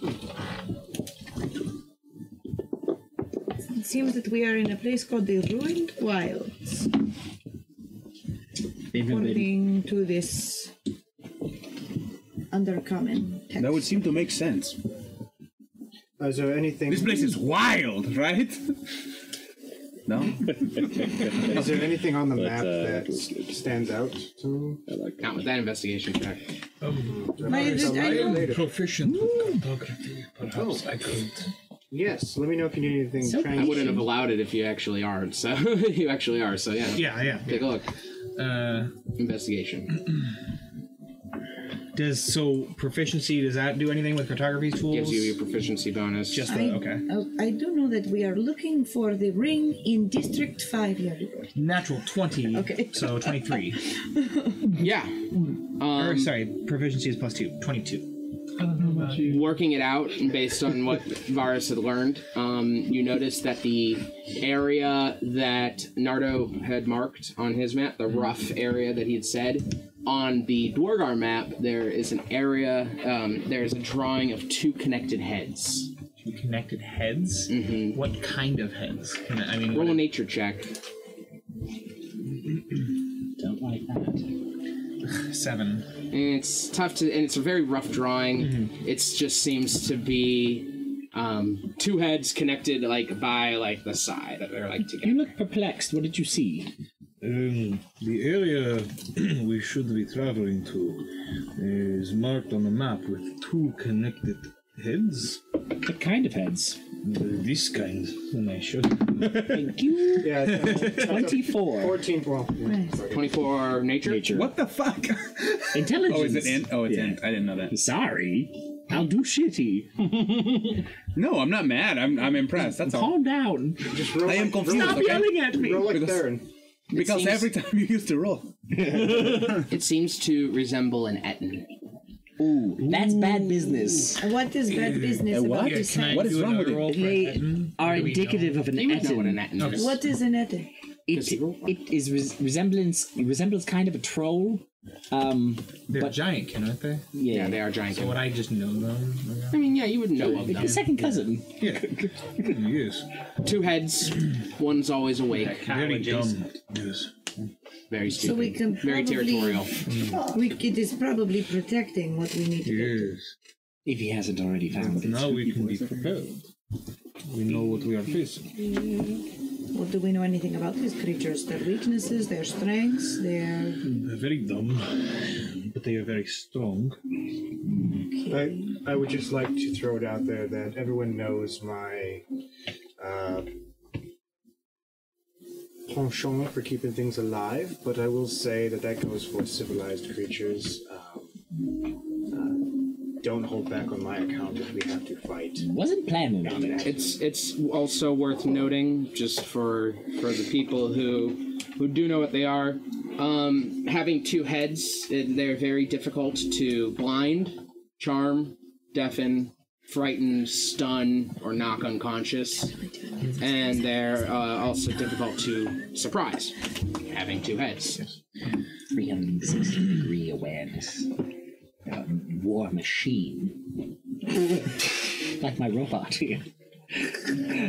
Speaker 4: It seems that we are in a place called the Ruined Wilds, according to this undercommon.
Speaker 13: That would seem to make sense.
Speaker 8: Uh, Is there anything?
Speaker 3: This place is wild, right?
Speaker 13: No.
Speaker 8: Is there anything on the
Speaker 13: But,
Speaker 8: map
Speaker 13: uh,
Speaker 8: that stands out to me?
Speaker 2: Not with that investigation check.
Speaker 8: I just- I am
Speaker 6: proficient with cartography. Perhaps I could.
Speaker 8: Yes. Let me know if you need anything.
Speaker 2: I wouldn't have allowed it if you actually aren't. So you actually are. So yeah.
Speaker 5: Yeah, yeah,
Speaker 2: Take a look.
Speaker 5: Uh,
Speaker 2: Investigation.
Speaker 5: Does so proficiency? Does that do anything with cartography tools?
Speaker 2: Gives you your proficiency bonus.
Speaker 5: Just
Speaker 4: I,
Speaker 5: the, okay.
Speaker 4: oh, I do know that we are looking for the ring in District 5 Yardigord.
Speaker 5: Natural twenty. Okay. So twenty three.
Speaker 2: yeah.
Speaker 5: or
Speaker 9: Um,
Speaker 5: sorry, proficiency is plus two. Twenty two.
Speaker 2: Working it out and based on what Varus had learned, um, you notice that the area that Nardo had marked on his map, the rough area that he had said, on the Dwargar map, there is an area, um, there is a drawing of two connected heads.
Speaker 5: Two connected heads. Mm-hmm. What kind of heads? Can I, I mean,
Speaker 2: roll a nature check.
Speaker 5: Don't like that. Seven.
Speaker 2: And it's tough to, and it's a very rough drawing.
Speaker 5: Mm-hmm.
Speaker 2: It's It just seems to be um, two heads connected like by like the side. They're like together.
Speaker 9: You look perplexed. What did you see?
Speaker 6: Um, the area we should be traveling to is marked on the map with two connected heads.
Speaker 9: What kind of heads?
Speaker 6: this kind. And I showed
Speaker 9: Thank you.
Speaker 8: Yeah.
Speaker 9: Twenty-four.
Speaker 8: Fourteen. Well,
Speaker 2: Twenty-four. Nature.
Speaker 3: What the fuck?
Speaker 9: Intelligence.
Speaker 3: Oh, is it int? Oh, it's int. I didn't know that.
Speaker 9: Sorry. I'll do shitty.
Speaker 3: No, I'm not mad. I'm I'm impressed. That's all.
Speaker 9: Calm down.
Speaker 8: Just roll
Speaker 3: I am
Speaker 8: like- roll-
Speaker 3: confused. okay?
Speaker 8: Roll like
Speaker 3: Because-
Speaker 8: Theron.
Speaker 3: Because
Speaker 2: seems-
Speaker 3: every time you used to roll.
Speaker 2: it seems to resemble an Etten.
Speaker 9: Ooh, that's bad business.
Speaker 4: What is bad business about this head?
Speaker 9: They are
Speaker 4: Do we
Speaker 9: indicative of an
Speaker 2: You would know what an
Speaker 9: etin.
Speaker 5: Oh,
Speaker 2: Etten is.
Speaker 4: What is an Etten?
Speaker 9: It, it is res- resemblance it resembles kind of a troll. Um,
Speaker 5: They're
Speaker 9: but
Speaker 5: giant, can aren't they?
Speaker 9: Yeah.
Speaker 2: they are giant.
Speaker 5: So would I just know them?
Speaker 2: I mean, yeah, you would know of them.
Speaker 9: Second cousin.
Speaker 6: Yeah. yes.
Speaker 2: Two heads. One's always awake.
Speaker 6: Very dumb. Yes.
Speaker 2: Very stupid.
Speaker 4: So we can
Speaker 2: Very
Speaker 4: probably-
Speaker 2: territorial.
Speaker 4: We, it is probably protecting what we need.
Speaker 6: Yes.
Speaker 9: If he hasn't already found it.
Speaker 6: Now we can be prepared. We know what we are facing.
Speaker 4: Well, do we know anything about these creatures? Their weaknesses, their strengths, their.
Speaker 6: They're very dumb, but they are very strong.
Speaker 8: I, I would just like to throw it out there that everyone knows my uh, penchant for keeping things alive, but I will say that that goes for civilized creatures. Um, uh, don't hold back on my account if we have to fight.
Speaker 9: Wasn't planning on it.
Speaker 2: It's it's also worth noting, just for for the people who who do know what they are. Um, having two heads, eh, they're very difficult to blind, charm, deafen, frighten, stun, or knock unconscious, and they're uh, also difficult to surprise. Having two heads.
Speaker 9: 360 degree awareness. Uh, war machine. like my robot here.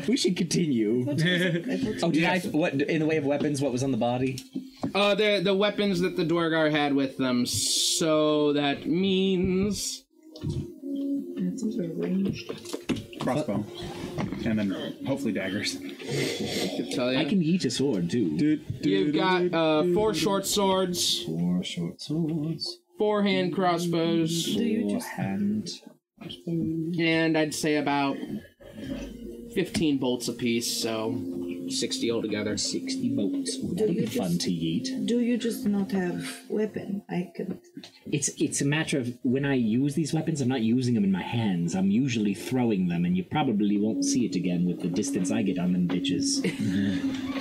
Speaker 9: we should continue. oh, did I? What in the way of weapons? What was on the body?
Speaker 2: Uh, the the weapons that the Dwargar had with them. So that means
Speaker 4: Some sort of ranged.
Speaker 3: Crossbow. And then hopefully daggers.
Speaker 2: tell
Speaker 9: I
Speaker 2: you.
Speaker 9: can eat a sword too.
Speaker 2: You've got uh, four short swords,
Speaker 9: Four short swords.
Speaker 2: four hand crossbows,
Speaker 9: Four hand.
Speaker 2: and I'd say about 15 bolts apiece, so 60 altogether.
Speaker 9: 60 bolts. That'd be fun to eat.
Speaker 4: Do you just not have weapon? I could.
Speaker 9: It's it's a matter of when I use these weapons, I'm not using them in my hands. I'm usually throwing them, and you probably won't see it again with the distance I get on them bitches.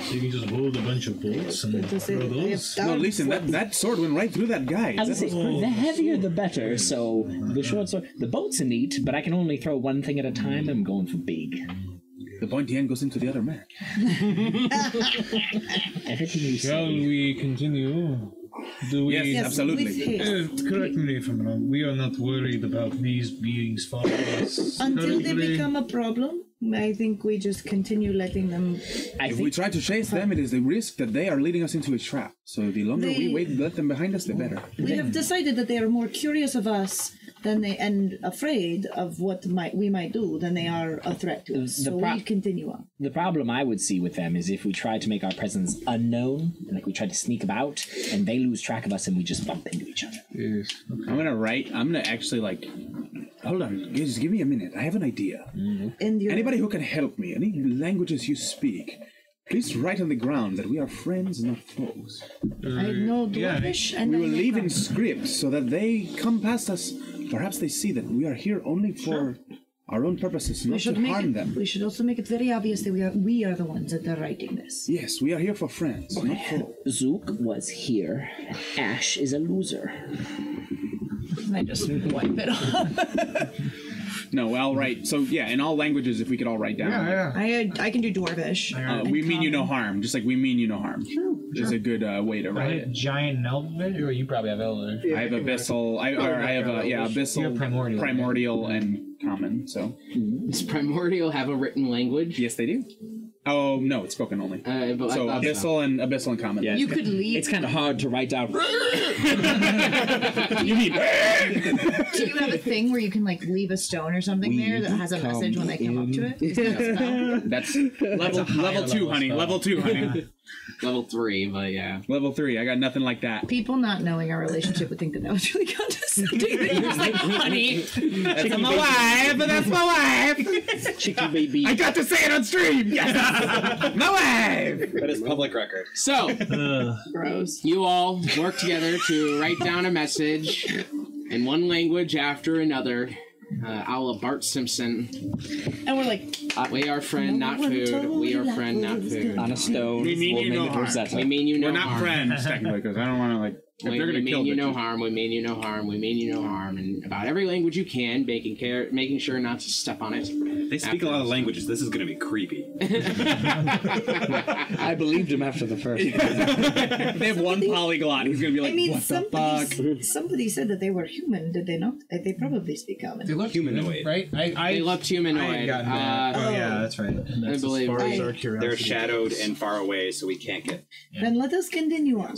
Speaker 6: So you can just hold a bunch of bolts and throw those.
Speaker 3: No, listen, that, that sword went right through that guy.
Speaker 9: As I
Speaker 3: That
Speaker 9: say,
Speaker 3: was cool.
Speaker 9: the heavier the better. So the short sword, the bolts are neat, but I can only throw one thing at a time. I'm going for big.
Speaker 3: The pointy end goes into the other man.
Speaker 9: Everything you
Speaker 6: Shall
Speaker 9: say.
Speaker 6: we continue? Do we,
Speaker 4: Yes, Yes, absolutely. with haste.
Speaker 6: Uh, correct me if I'm wrong. We are not worried about these beings following us.
Speaker 4: Until they
Speaker 6: currently.
Speaker 4: become a problem, I think we just continue letting them.
Speaker 13: if we try to chase them, it is the risk that they are leading us into a trap. So the longer we
Speaker 4: They-
Speaker 13: wait, let them behind us, the better.
Speaker 4: We have decided that they are more curious of us than they and afraid of what might we might do than they are a threat to us.
Speaker 9: The
Speaker 4: so
Speaker 9: pro-
Speaker 4: we continue on.
Speaker 9: The problem I would see with them is if we try to make our presence unknown, like we try to sneak about, and they lose track of us and we just bump into each other.
Speaker 6: Yes.
Speaker 13: I'm gonna write. I'm gonna actually like. Hold on, guys, just give me a minute. I have an idea.
Speaker 4: And you're-
Speaker 13: Anybody who can help me, any languages you speak, please write on the ground that we are friends, not foes.
Speaker 4: I know Dwarvish and
Speaker 13: we
Speaker 4: I
Speaker 13: will
Speaker 4: know
Speaker 13: leave in
Speaker 4: Gnoll.
Speaker 13: scripts so that they come past us. Perhaps they see that we are here only for our own purposes,
Speaker 4: We
Speaker 13: not
Speaker 4: should
Speaker 13: to
Speaker 4: make
Speaker 13: harm
Speaker 4: it,
Speaker 13: them.
Speaker 4: We should also make it very obvious that we are we are the ones that are writing this.
Speaker 13: Yes, we are here for friends,
Speaker 4: Oh,
Speaker 13: not foes.
Speaker 9: Zook was here. Ash is a loser.
Speaker 4: I just wipe it off.
Speaker 3: No, I'll write. So yeah, in all languages, if we could all write down.
Speaker 4: I I can do Dwarvish.
Speaker 3: Uh, we mean you no harm, just like we mean you no harm. Is a good uh, way to write it.
Speaker 5: Giant elevator? Or you probably have elevator.
Speaker 3: I have abyssal. I, or I have a yeah abyssal, primordial, and common. So
Speaker 2: Does Primordial have a written language?
Speaker 3: Yes, they do. Oh no, it's spoken only.
Speaker 2: Uh, but I
Speaker 3: so
Speaker 2: thought
Speaker 3: abyssal and abyssal and common.
Speaker 2: You could leave-
Speaker 9: It's kind of hard to write down.
Speaker 3: you mean
Speaker 17: Do you have a thing where you can like leave a stone or something there that has a message when they come up to it? Is that a spell?
Speaker 3: that's level
Speaker 17: high
Speaker 3: level two,
Speaker 17: level
Speaker 3: honey.
Speaker 17: spell.
Speaker 3: Level two, honey.
Speaker 2: level three, but yeah.
Speaker 3: Level three. I got nothing like that.
Speaker 17: People not knowing our relationship would think that that was really condescending. They're just like, honey,
Speaker 3: That's my wife. That's my wife.
Speaker 9: Chicken baby.
Speaker 3: I got to say it on stream. Yes. my wife.
Speaker 7: That is public record.
Speaker 2: So, gross. You all work together to write down a message in one language after another. Uh, a la Bart Simpson.
Speaker 4: And we're like,
Speaker 2: we are friend, not food. We are friend, not food.
Speaker 9: On a stone.
Speaker 3: We mean you no harm.
Speaker 2: We mean you no
Speaker 3: We're not
Speaker 2: harm.
Speaker 3: friends technically because I don't want to like. If
Speaker 2: We,
Speaker 3: they're
Speaker 2: we
Speaker 3: gonna
Speaker 2: mean
Speaker 3: kill
Speaker 2: you
Speaker 3: bitches-
Speaker 2: no harm. We mean you no harm. We mean you no harm. And about every language you can, making care, making sure not to step on it.
Speaker 16: They speak a lot of languages. This is going to be creepy.
Speaker 15: I believed him after the first.
Speaker 3: they have one polyglot who's gonna be like,
Speaker 4: I mean,
Speaker 3: what the
Speaker 4: somebody,
Speaker 3: fuck?
Speaker 4: s- somebody said that they were human, did they not? Uh, They probably speak common.
Speaker 5: They look humanoid, right? I, I,
Speaker 2: They looked humanoid.
Speaker 5: I had gotten that.
Speaker 2: Uh,
Speaker 5: oh, yeah, that's right.
Speaker 2: I believe
Speaker 16: They're shadowed and far away, so we can't get.
Speaker 4: Then let us continue on.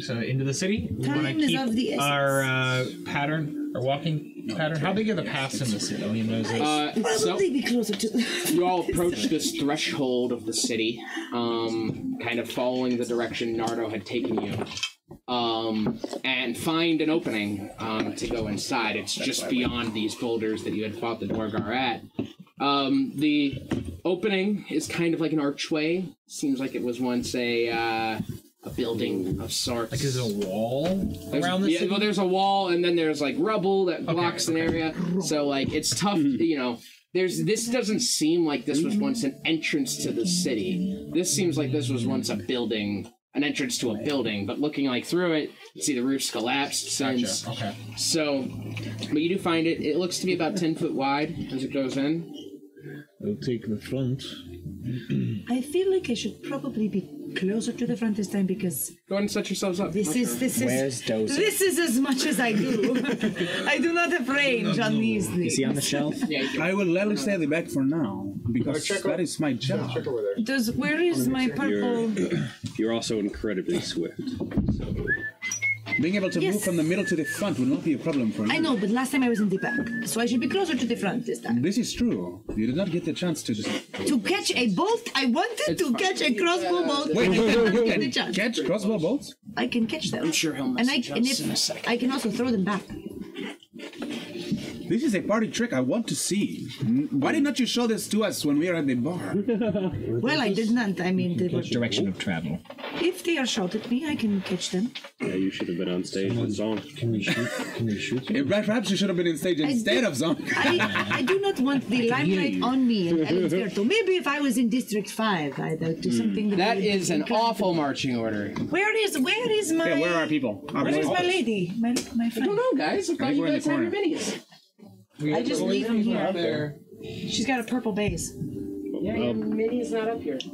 Speaker 5: So into the city. We
Speaker 4: Time
Speaker 5: wanna
Speaker 4: is
Speaker 5: keep
Speaker 4: of the essence.
Speaker 5: Our uh, pattern, our walking pattern. How big are the paths in the city? Oh, you know this.
Speaker 2: Uh, so-
Speaker 4: probably be closer to.
Speaker 2: you all approach this threshold of the city, um, kind of following the direction Nardo had taken you, um, and find an opening um, to go inside. It's just beyond these boulders that you had fought the Dwargar at. Um, the opening is kind of like an archway. Seems like it was once a uh, a building of sorts. Like
Speaker 5: is it a wall
Speaker 2: there's,
Speaker 5: around the
Speaker 2: yeah,
Speaker 5: city?
Speaker 2: well, there's a wall, and then there's like rubble that blocks an area. So like it's tough, you know. There's this doesn't seem like this was once an entrance to the city. This seems like this was once a building, an entrance to a building. But looking like through it, you see the roof's collapsed since.
Speaker 5: Okay.
Speaker 2: So, but you do find it. It looks to be about ten foot wide as it goes in.
Speaker 6: I'll take the front.
Speaker 4: I feel like I should probably be closer to the front this time because.
Speaker 2: Go ahead and set yourselves up.
Speaker 4: This is this is
Speaker 9: Where's Dozer?
Speaker 4: this is as much as I do. I do not have range on these things.
Speaker 13: Is he on the shelf?
Speaker 2: yeah,
Speaker 13: I will let stay at the back for now because
Speaker 4: check
Speaker 13: that is my job.
Speaker 4: Does where is my purple?
Speaker 14: You're also incredibly swift.
Speaker 13: Being able to move from the middle to the front will not be a problem for you.
Speaker 4: I know, but last time I was in the back, so I should be closer to the front this time.
Speaker 13: This is true. You did not get the chance to just.
Speaker 4: To catch a bolt, I wanted to catch a crossbow bolt.
Speaker 13: Wait,
Speaker 4: but I
Speaker 13: wait,
Speaker 4: did not
Speaker 13: wait, wait,
Speaker 4: get the
Speaker 13: wait.
Speaker 4: chance.
Speaker 13: Catch crossbow bolts?
Speaker 4: I can catch them.
Speaker 2: I'm sure he'll
Speaker 4: And I
Speaker 2: message
Speaker 4: and
Speaker 2: us
Speaker 4: if-
Speaker 2: in a second.
Speaker 4: I can also throw them back.
Speaker 13: This is a party trick I want to see. N- Why did not you show this to us when we were at the bar?
Speaker 4: Well, I did not. I mean, they were,
Speaker 15: Direction of travel.
Speaker 4: if they are shot at me, I can catch them.
Speaker 14: Yeah, you should have been on stage with Zong.
Speaker 6: Can we shoot? Can we shoot?
Speaker 13: Eh, Perhaps you should have been in stage instead of Zon.
Speaker 4: I, I do not want the limelight on me in Elizberto. Maybe if I was in District Five, I'd uh, do something. That,
Speaker 2: That is an awful marching order.
Speaker 4: Where is where is my
Speaker 3: Yeah, where are people? Our
Speaker 4: where is
Speaker 3: boys.
Speaker 4: my lady? My my friend. I
Speaker 2: don't know, guys. I
Speaker 3: thought you we're in the guys had your corner.
Speaker 4: minis. I just leave them here. She's got a purple base.
Speaker 2: Yeah, your mini's not up here.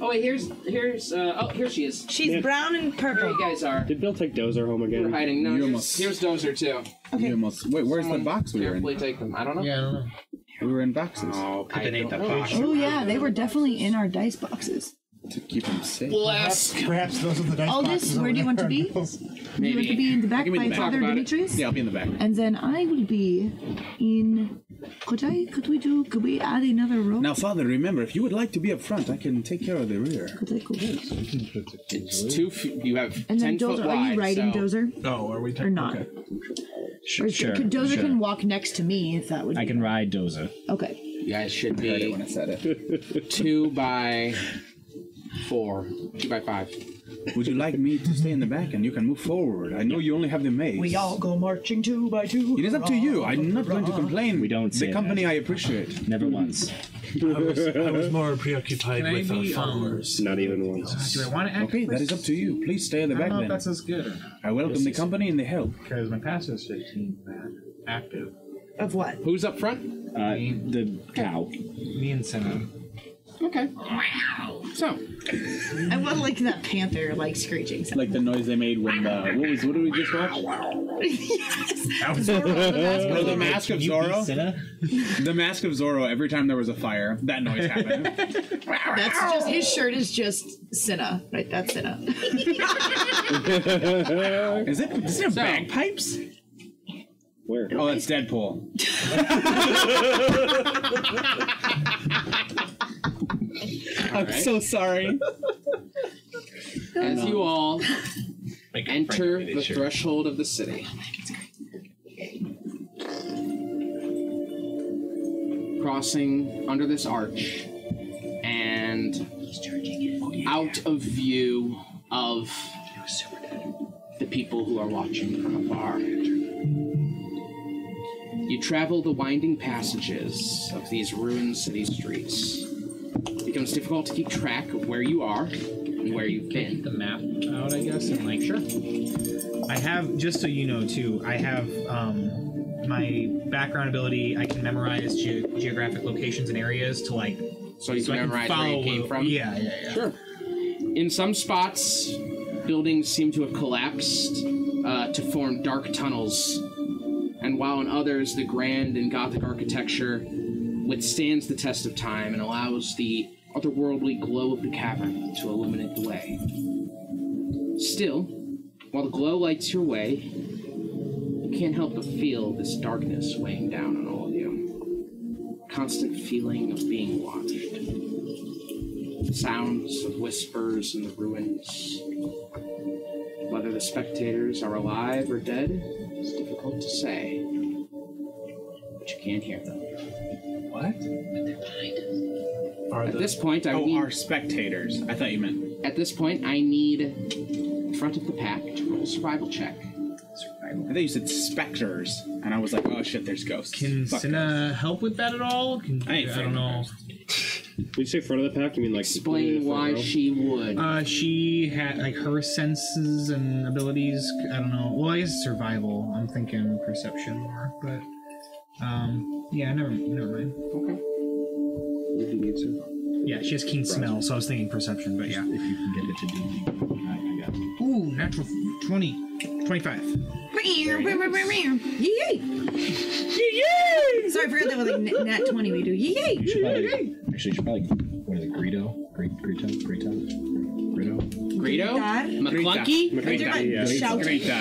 Speaker 2: Oh wait, here's here's uh, oh here she is.
Speaker 18: She's
Speaker 6: Yeah.
Speaker 18: brown and purple.
Speaker 2: There you guys are.
Speaker 6: Did Bill take Dozer home again?
Speaker 2: We're hiding. No, here's, here's Dozer too.
Speaker 13: You almost, wait, where's the box we were in?
Speaker 2: Carefully take them. I don't know.
Speaker 5: Yeah, I don't know.
Speaker 13: We were in boxes.
Speaker 19: Oh,
Speaker 13: Pippin ate
Speaker 19: that
Speaker 13: box.
Speaker 4: Oh yeah, they were definitely in our dice boxes.
Speaker 13: To keep him safe.
Speaker 2: Bless.
Speaker 8: Perhaps, perhaps those are the dice
Speaker 4: Aldous,
Speaker 8: boxes
Speaker 4: where
Speaker 8: over
Speaker 4: do you want to
Speaker 8: there.
Speaker 4: be? You want to be in the back
Speaker 13: Give me
Speaker 4: by
Speaker 13: the back.
Speaker 4: Father
Speaker 13: Talk about it.
Speaker 4: Demetrius?
Speaker 13: Yeah, I'll be in the back.
Speaker 4: And then I will be in. Could I? Could we do? Could we add another row?
Speaker 20: Now, Father, remember, if you would like to be up front, I can take care of the rear.
Speaker 2: It's two. F- you have
Speaker 4: And
Speaker 2: ten
Speaker 4: then
Speaker 2: foot
Speaker 4: Dozer,
Speaker 2: wide.
Speaker 4: are you riding
Speaker 2: so-
Speaker 4: Dozer?
Speaker 8: Oh, are we?
Speaker 4: Or not? Or
Speaker 21: Sure,
Speaker 4: could- Dozer
Speaker 21: sure.
Speaker 4: can walk next to me if that would.
Speaker 21: I
Speaker 4: be-
Speaker 21: can ride Doza.
Speaker 4: Okay.
Speaker 2: You guys should be two by four, two by five.
Speaker 20: Would you like me to stay in the back and you can move forward? I know you only have the maze.
Speaker 22: We all go marching two by two.
Speaker 20: It is up to you. I'm not going to
Speaker 22: Hurrah.
Speaker 20: complain. We don't.
Speaker 9: say
Speaker 20: The company I appreciate.
Speaker 4: Mm-hmm.
Speaker 9: Never once.
Speaker 8: I was, I was more preoccupied
Speaker 5: Can I
Speaker 8: with our
Speaker 5: be,
Speaker 4: uh,
Speaker 5: um,
Speaker 8: followers.
Speaker 6: Not even once.
Speaker 5: Do I want to act
Speaker 20: Okay, that
Speaker 5: first?
Speaker 20: is up to you. Please stay in the
Speaker 5: I
Speaker 20: back
Speaker 5: don't know if
Speaker 20: then.
Speaker 5: that's as good or not.
Speaker 20: I welcome the company and the help.
Speaker 5: Because my passive is 15, man. Active.
Speaker 18: Of what?
Speaker 2: Who's up front?
Speaker 21: Uh, the cow.
Speaker 5: Me and Senna.
Speaker 2: Okay. So.
Speaker 4: I would like that panther like screeching. sound.
Speaker 13: Like the noise they made when the what was what did we just watch?
Speaker 4: yes.
Speaker 13: Or the Mask of
Speaker 9: Can you be
Speaker 13: Zorro. The Mask of Zorro. Every time there was a fire, that noise happened.
Speaker 4: That's just his shirt is just Cinna. Right, that's Cinna.
Speaker 13: is it? Is there bagpipes? Where? Oh, that's Deadpool. I'm so sorry.
Speaker 2: As you all
Speaker 8: um, Make it
Speaker 2: enter the
Speaker 8: Frank Finish here.
Speaker 2: threshold of the city. Crossing under this arch and out of view of the people who are watching from afar. You travel the winding passages of these ruined city streets. It becomes difficult to keep track of where you are and where you've been.
Speaker 5: the map out, I guess, and like sure. I have just so you know too. I have um, my background ability. I can memorize ge- geographic locations and areas to like.
Speaker 2: So you can
Speaker 5: I
Speaker 2: memorize where you came from?
Speaker 5: Yeah, yeah, yeah.
Speaker 2: Sure. In some spots, buildings seem to have collapsed uh, to form dark tunnels, and while in others, the grand and Gothic architecture withstands the test of time and allows the otherworldly glow of the cavern to illuminate the way. Still, while the glow lights your way, you can't help but feel this darkness weighing down on all of you. Constant feeling of being watched sounds of whispers in the ruins. Whether the spectators are alive or dead is difficult to say, but you can't hear them.
Speaker 13: What?
Speaker 2: At this point, I
Speaker 13: oh,
Speaker 2: need-
Speaker 13: are spectators. I thought you meant.
Speaker 2: At this point, I need front of the pack to roll a survival check.
Speaker 13: I thought you said specters, and I was like, oh shit, there's ghosts.
Speaker 5: Can
Speaker 13: Fuck
Speaker 5: Cinna help with that at all? Can,
Speaker 13: I ain't
Speaker 5: don't know.
Speaker 6: Did you say front of the pack? You mean like
Speaker 2: Explain why she would.
Speaker 5: Uh, she had like her senses and abilities. I don't know. Well, I guess survival. I'm thinking perception more, but um, yeah, never, never mind.
Speaker 2: Okay.
Speaker 5: Yeah, she has keen smell, so I was thinking perception, but yeah. If you can get it to do. Ooh, natural f- 20. 25.
Speaker 4: Yay! Sorry, I forgot that was like nat- nat 20 we do. Yay!
Speaker 9: You should probably, actually, you should probably, what is it, Greedo? Gre- Greedo? Greedo? Greedo?
Speaker 2: Greedo?
Speaker 18: Grita.
Speaker 2: McClunky?
Speaker 18: Grita. Shout.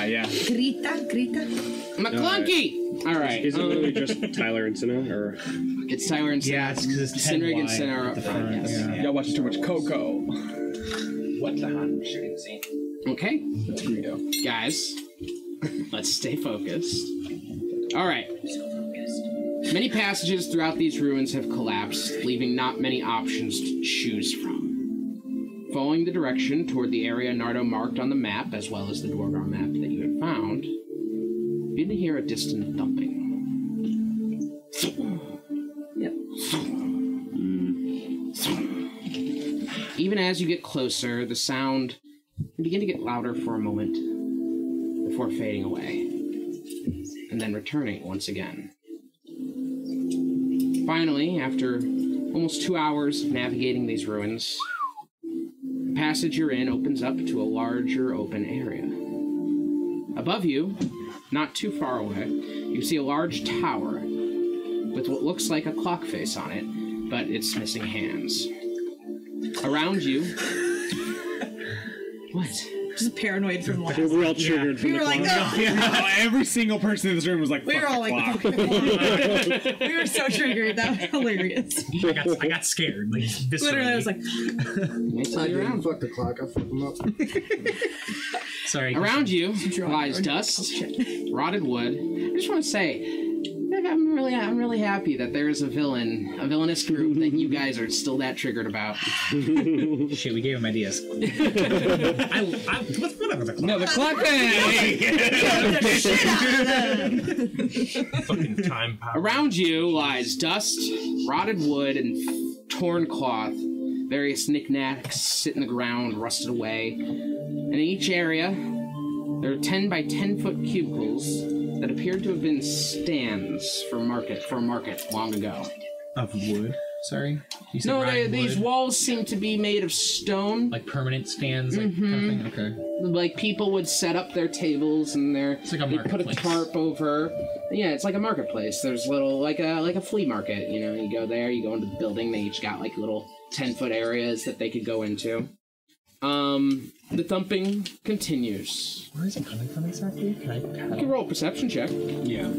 Speaker 13: yeah.
Speaker 18: Grita. Grita.
Speaker 2: McClunky! Alright.
Speaker 6: Is it
Speaker 2: um,
Speaker 6: literally just Tyler and Cinna, or
Speaker 2: It's Tyler and Sinner.
Speaker 5: Yeah, it's 'cause it's 10
Speaker 2: Sinrig and
Speaker 5: wide
Speaker 2: Sinner are
Speaker 5: at
Speaker 2: up
Speaker 5: the
Speaker 2: front.
Speaker 5: front,
Speaker 2: yes.
Speaker 5: yeah.
Speaker 13: Y'all watch too much Coco. What the hell? Shooting scene.
Speaker 2: Okay.
Speaker 13: That's Greedo.
Speaker 2: guys let's stay focused all right many passages throughout these ruins have collapsed leaving not many options to choose from following the direction toward the area nardo marked on the map as well as the dwargar map that you had found you begin to hear a distant thumping
Speaker 18: Yep.
Speaker 2: even as you get closer the sound will begin to get louder for a moment before fading away and then returning once again. Finally, after almost two hours of navigating these ruins, passage you're in opens up to a larger open area. Above you, not too far away, you see a large tower with what looks like a clock face on it, but it's missing hands. Around you, what?
Speaker 4: Just paranoid from last.
Speaker 14: We're all triggered
Speaker 4: We were like, "Ugh."
Speaker 3: Every single person in this room was like,
Speaker 4: We
Speaker 3: fuck
Speaker 4: were all
Speaker 3: the
Speaker 4: like,
Speaker 3: clock.
Speaker 4: we were so triggered. That was hilarious.
Speaker 5: I got, I got scared. Like, this
Speaker 4: Literally, I was like,
Speaker 2: I didn't
Speaker 8: fuck the clock. I fucked them up.
Speaker 5: Sorry.
Speaker 2: Around you lies dust, rotted wood. I just want to say, I'm really, I'm really happy that there is a villain, a villainous group that you guys are still that triggered about.
Speaker 5: Shit, we gave him ideas. I, I, what- whatever the clock.
Speaker 2: No, the clock
Speaker 7: Fucking time power.
Speaker 2: Around you lies dust, rotted wood, and torn cloth. Various knickknacks sit in the ground, rusted away. And in each area, there are 10 by 10 foot cubicles that appear to have been stands for market for a market long ago.
Speaker 5: Of wood. Sorry. You said
Speaker 2: No,
Speaker 5: rotted
Speaker 2: they, these
Speaker 5: wood?
Speaker 2: walls seem to be made of stone.
Speaker 5: Like permanent stands, like
Speaker 2: Mm-hmm.
Speaker 5: kind of thing. Okay.
Speaker 2: Like people would set up their tables and their it's
Speaker 5: like a
Speaker 2: they put a tarp over. Yeah, it's like a marketplace. There's little like a like a flea market. You know, you go there, you go into the building. They each got like little ten foot areas that they could go into. Um, the thumping continues.
Speaker 5: Where is it coming from exactly? Can I? Can
Speaker 2: You can roll a perception check.
Speaker 16: Yeah.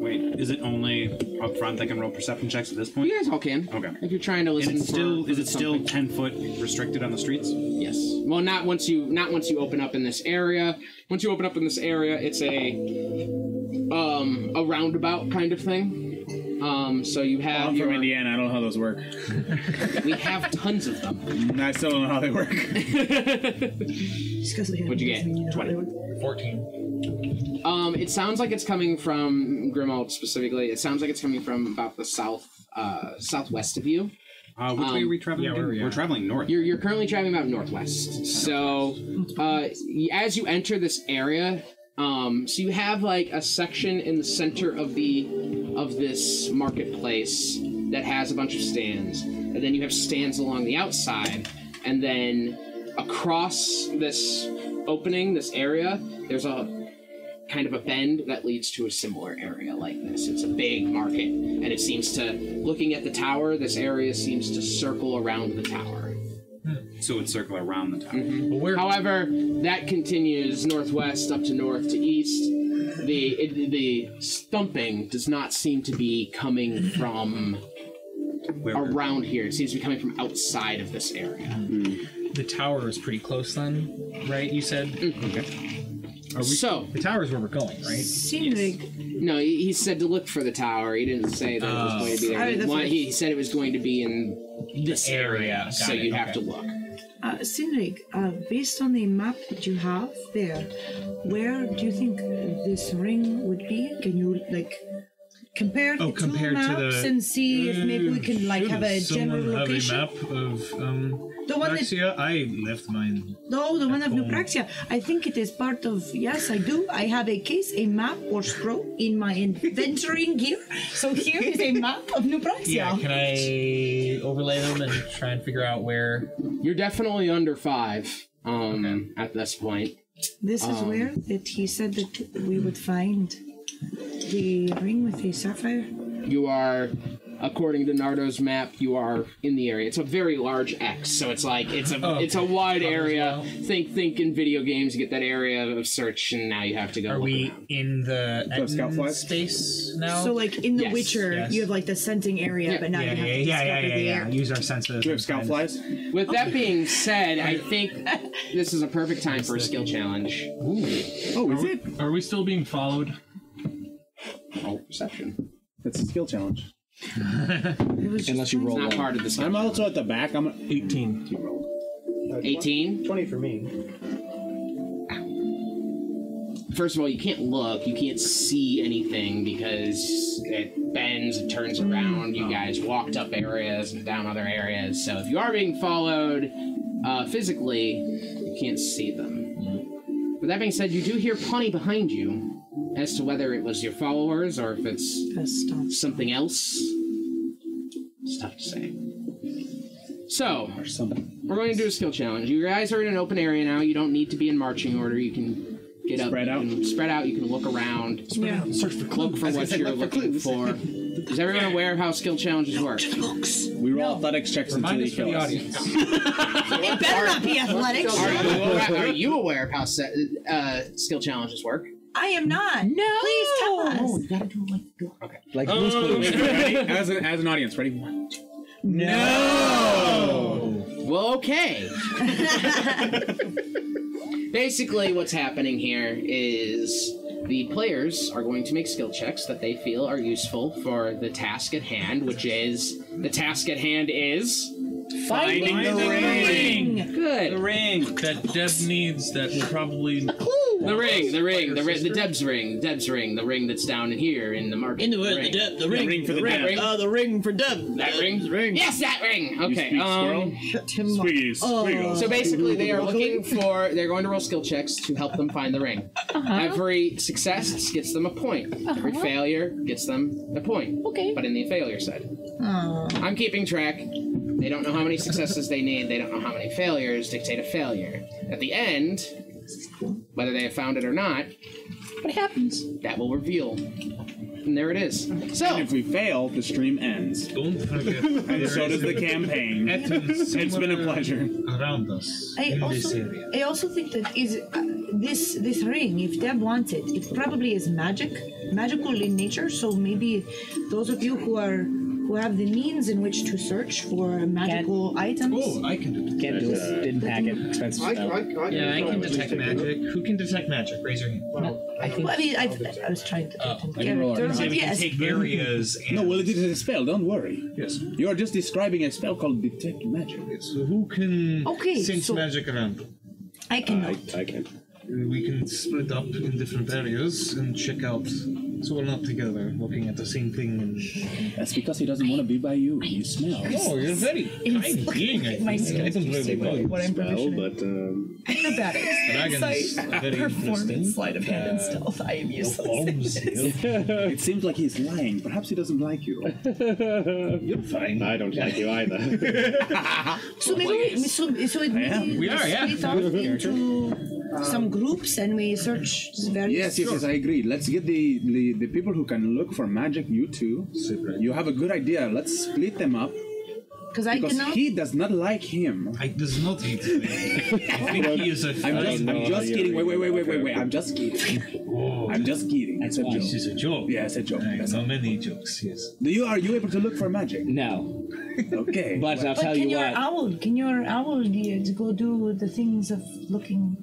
Speaker 16: Wait, is it only up front that can roll perception checks at this point?
Speaker 2: You guys all can.
Speaker 16: Okay.
Speaker 2: If you're trying to
Speaker 16: Is
Speaker 2: listen,
Speaker 16: it still
Speaker 2: for, for
Speaker 16: is it still
Speaker 2: thumping.
Speaker 16: ten foot restricted on the streets?
Speaker 2: Yes. Well, not once you not once you open up in this area. Once you open up in this area, it's a um a roundabout kind of thing. Um, so you have
Speaker 3: I'm
Speaker 2: your,
Speaker 3: from Indiana. I don't know how those work.
Speaker 2: we have tons of them.
Speaker 3: I still don't know how they work.
Speaker 2: What'd you get? Twenty.
Speaker 5: 14.
Speaker 2: Um, it sounds like it's coming from Grimald specifically. It sounds like it's coming from about the south uh, southwest of you.
Speaker 16: Uh, which way are we traveling?
Speaker 2: yeah,
Speaker 16: to?
Speaker 2: where are we
Speaker 16: we're
Speaker 2: at?
Speaker 16: traveling north.
Speaker 2: You're, you're currently traveling about northwest. So, uh, y- as you enter this area, um, so you have like a section in the center of the of this marketplace that has a bunch of stands, and then you have stands along the outside, and then across this opening, this area, there's a kind of a bend that leads to a similar area like this. It's a big market, and it seems to, looking at the tower, this area seems to circle around the tower.
Speaker 16: So it would circle around the tower.
Speaker 2: However, that continues northwest up to north to east. The it, the thumping does not seem to be coming from around here. It seems to be coming from outside of this area.
Speaker 5: The tower is pretty close then, right? You said.
Speaker 4: Mm.
Speaker 5: Okay. Are we,
Speaker 2: So-
Speaker 5: the tower is where we're going, right?
Speaker 2: Seems No, he he said to look for the tower. He didn't say that it
Speaker 5: Oh.
Speaker 2: was going to be
Speaker 5: I mean,
Speaker 2: there. He,
Speaker 5: that's
Speaker 2: wa-
Speaker 5: what-
Speaker 2: he said it was going to be in this area,
Speaker 5: got
Speaker 2: so
Speaker 5: it,
Speaker 2: you'd have
Speaker 5: okay.
Speaker 2: to look.
Speaker 4: Uh, Sinrig, uh, based on the map that you have there, where do you think this ring would be? Can you like compare
Speaker 5: Oh,
Speaker 4: the two
Speaker 5: compared to the- Mm,
Speaker 4: maps and see if maybe we can like have a
Speaker 6: Someone
Speaker 4: general
Speaker 6: have
Speaker 4: location?
Speaker 6: a map of um,
Speaker 4: The one that-
Speaker 6: Axia? I left mine.
Speaker 4: No, the one of
Speaker 6: home.
Speaker 4: Neupraxia. I think it is part of. Yes, I do. I have a case, a map, or scroll in my inventorying gear. So here is a map of Neupraxia.
Speaker 5: Yeah. Can I overlay them and try and figure out where?
Speaker 2: You're definitely under five um, at this point.
Speaker 4: This is
Speaker 2: Um,
Speaker 4: where that he said that we would find the ring with the sapphire.
Speaker 2: You are, according to Nardo's map, you are in the area. It's a very large X, so it's like it's a
Speaker 5: Oh,
Speaker 2: it's a wide area. Think think in video games, you get that area of search, and now you have to go.
Speaker 5: Are
Speaker 2: look
Speaker 5: we
Speaker 2: around.
Speaker 5: in the
Speaker 2: Go scout
Speaker 5: Edmund
Speaker 2: flies?
Speaker 5: space now?
Speaker 4: So like in The
Speaker 5: Yes,
Speaker 4: Witcher,
Speaker 5: yes.
Speaker 4: you have like the sensing area, but now
Speaker 5: yeah,
Speaker 4: you have
Speaker 5: yeah,
Speaker 4: to
Speaker 5: yeah,
Speaker 4: discover
Speaker 5: yeah, yeah,
Speaker 4: the
Speaker 5: yeah.
Speaker 4: area.
Speaker 5: Use our senses. Do we have scout
Speaker 3: flies?
Speaker 2: With that being said, I think this is a perfect time for a skill challenge.
Speaker 3: Oh, is
Speaker 7: Are we-
Speaker 3: it?
Speaker 7: Are we still being followed?
Speaker 2: Oh, perception.
Speaker 3: That's a skill challenge.
Speaker 15: Unless you roll
Speaker 2: not part of this.
Speaker 3: I'm also at the back. I'm 18.
Speaker 2: 18?
Speaker 8: 20 for me.
Speaker 2: First of all, you can't look, you can't see anything because it bends, it turns around. You guys walked up areas and down other areas, so if you are being followed uh, physically, you can't see them. With that being said, you do hear punny behind you as to whether it was your followers or if it's something else. It's tough to say. So, We're going to do a skill challenge. You guys are in an open area now. You don't need to be in marching order. You can get up. Spread out. You can spread out. You can look around.
Speaker 4: Spread Yeah. out.
Speaker 2: Search for clues. Look for
Speaker 4: I
Speaker 2: what
Speaker 4: was gonna say,
Speaker 2: you're
Speaker 4: look for
Speaker 2: looking for. Is everyone aware how skill challenges work?
Speaker 13: We roll athletics checks
Speaker 2: Remind
Speaker 13: until
Speaker 2: us for
Speaker 13: they kill
Speaker 2: the
Speaker 13: us.
Speaker 23: it better not be athletics.
Speaker 2: Are you aware, are you aware of how se- uh, skill challenges work?
Speaker 23: I am not. No. Please tell us. Oh, you gotta do like
Speaker 13: Like
Speaker 2: Blue's Clues.
Speaker 13: as, an, as an audience, ready? One, two.
Speaker 2: No. Well, okay. Basically, what's happening here is the players are going to make skill checks that they feel are useful for the task at hand, which is the task at hand is
Speaker 24: Finding the ring.
Speaker 2: Good.
Speaker 24: The ring that Deb needs that will probably
Speaker 2: The ring, the ring, the ring, the Deb's ring, Deb's ring, the ring that's down in here in the market.
Speaker 24: In the wood, the Deb- the ring. The ring. Uh,
Speaker 2: the ring for Deb. That ring, ring. Yes, that ring. Okay.
Speaker 24: speak
Speaker 2: um,
Speaker 24: Squiggy,
Speaker 4: Oh.
Speaker 24: squiggle.
Speaker 2: So basically, they are
Speaker 24: Squiggle.
Speaker 2: looking for. They're going to roll skill checks to help them find the ring. Every success gets them a point. Every
Speaker 23: Uh-huh.
Speaker 2: failure gets them a point.
Speaker 23: Okay.
Speaker 2: But in the failure side,
Speaker 23: Oh.
Speaker 2: I'm keeping track. They don't know how many successes they need. They don't know how many failures dictate a failure. At the end, whether they have found it or not,
Speaker 23: what happens?
Speaker 2: That will reveal. And there it is. So
Speaker 13: and if we fail, the stream ends. and so does the campaign. it's been a pleasure.
Speaker 6: Around us.
Speaker 4: I also, I also think that is uh, this this ring. If Deb wants it, it probably is magic, magical in nature. So maybe those of you who are who have the means in which to search for magical items.
Speaker 5: Oh, I can do
Speaker 4: Can't do it. Didn't hack it.
Speaker 5: Expensive.
Speaker 4: I- I- I-
Speaker 5: yeah, I can
Speaker 4: I-
Speaker 5: detect magic. Who can detect magic? Raise your hand.
Speaker 4: I, well, I mean, I, I was trying to.
Speaker 25: Oh,
Speaker 5: we can
Speaker 4: yes.
Speaker 5: take areas. And
Speaker 13: No, well, it is a spell. Don't worry. Yes. You are just describing a spell called detect magic.
Speaker 6: So who can
Speaker 4: Okay,
Speaker 6: sense
Speaker 4: so-
Speaker 6: magic around?
Speaker 4: I cannot.
Speaker 6: I can. We can split up in different areas and check out. So we're not together looking at the same thing. And...
Speaker 13: That's because he doesn't want to be by you. He smells.
Speaker 6: Oh, you're very kind being. I
Speaker 23: my
Speaker 6: think. I don't really know.
Speaker 23: What I'm proficient in.
Speaker 25: but um,
Speaker 23: Acrobatics,
Speaker 6: Dragons are
Speaker 23: insight,
Speaker 6: very
Speaker 23: performance,
Speaker 6: interesting.
Speaker 23: sleight of hand, and
Speaker 6: Uh,
Speaker 23: stealth. I am useless.
Speaker 13: it seems like he's lying. Perhaps he doesn't like you.
Speaker 6: You're fine.
Speaker 25: I don't like you either.
Speaker 4: So maybe we, so, so it
Speaker 25: I am.
Speaker 4: maybe
Speaker 25: We are, yeah.
Speaker 4: split off into some groups and we search various.
Speaker 13: Yes, yes, yes, I agree. Let's get the, the, the people who can look for magic, you two. You have a good idea. Let's split them up.
Speaker 4: Because I
Speaker 13: because
Speaker 4: cannot.
Speaker 13: he does not like him.
Speaker 6: I does not hate me. I
Speaker 13: think
Speaker 6: he is a.
Speaker 13: I'm just, I'm just kidding. Wait, wait, wait, wait, wait, wait. I'm just kidding. I'm just kidding. It's a joke.
Speaker 6: Oh, This is a joke.
Speaker 13: Yeah, it's a joke.
Speaker 6: I
Speaker 13: That's
Speaker 6: know
Speaker 13: all.
Speaker 6: many jokes. Yes.
Speaker 13: Do you are you able to look for magic? No. Okay.
Speaker 9: But I'll
Speaker 4: But
Speaker 9: tell
Speaker 4: can
Speaker 9: you
Speaker 4: your
Speaker 9: what.
Speaker 4: owl? Can your owl do- go do the things of looking?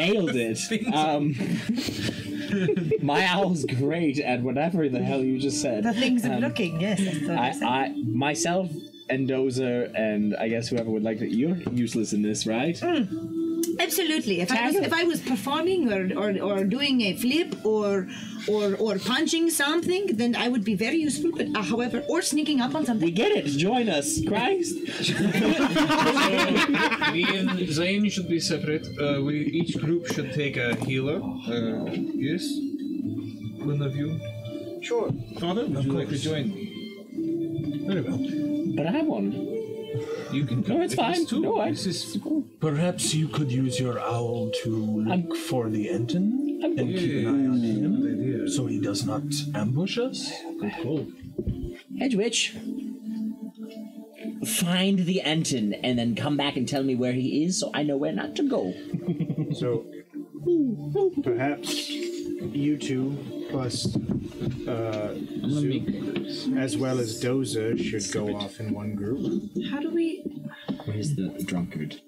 Speaker 9: Nailed it. Um, my owl's great at whatever the hell you just said.
Speaker 4: The things of
Speaker 9: Um,
Speaker 4: looking. Yes. That's what
Speaker 9: I, I myself and Dozer and I guess whoever would like to you're useless in this, right?
Speaker 4: Absolutely. If I was,
Speaker 9: Tackle.
Speaker 4: if I was performing or, or, or doing a flip or or or punching something, then I would be very useful. But uh, however, or sneaking up on something. We
Speaker 9: get it. Join us, Christ.
Speaker 24: Me and Zane should be separate. Uh, we each group should take a healer. Uh, yes, one of you.
Speaker 8: Sure.
Speaker 24: Father, would you like to join me? Very well.
Speaker 9: But I have one.
Speaker 24: You can go.
Speaker 9: No, it's
Speaker 24: with us
Speaker 9: fine.
Speaker 24: Too.
Speaker 9: No, I-
Speaker 24: This is- Perhaps you could use your owl to look for the Enton and keep an eye on him so he does not ambush us.
Speaker 9: Hedge witch. Find the Anton and then come back and tell me where he is so I know where not to go.
Speaker 8: So perhaps you two plus uh, Zook, as well as Dozer should go off in one group.
Speaker 4: How do we?
Speaker 9: Where's the drunkard?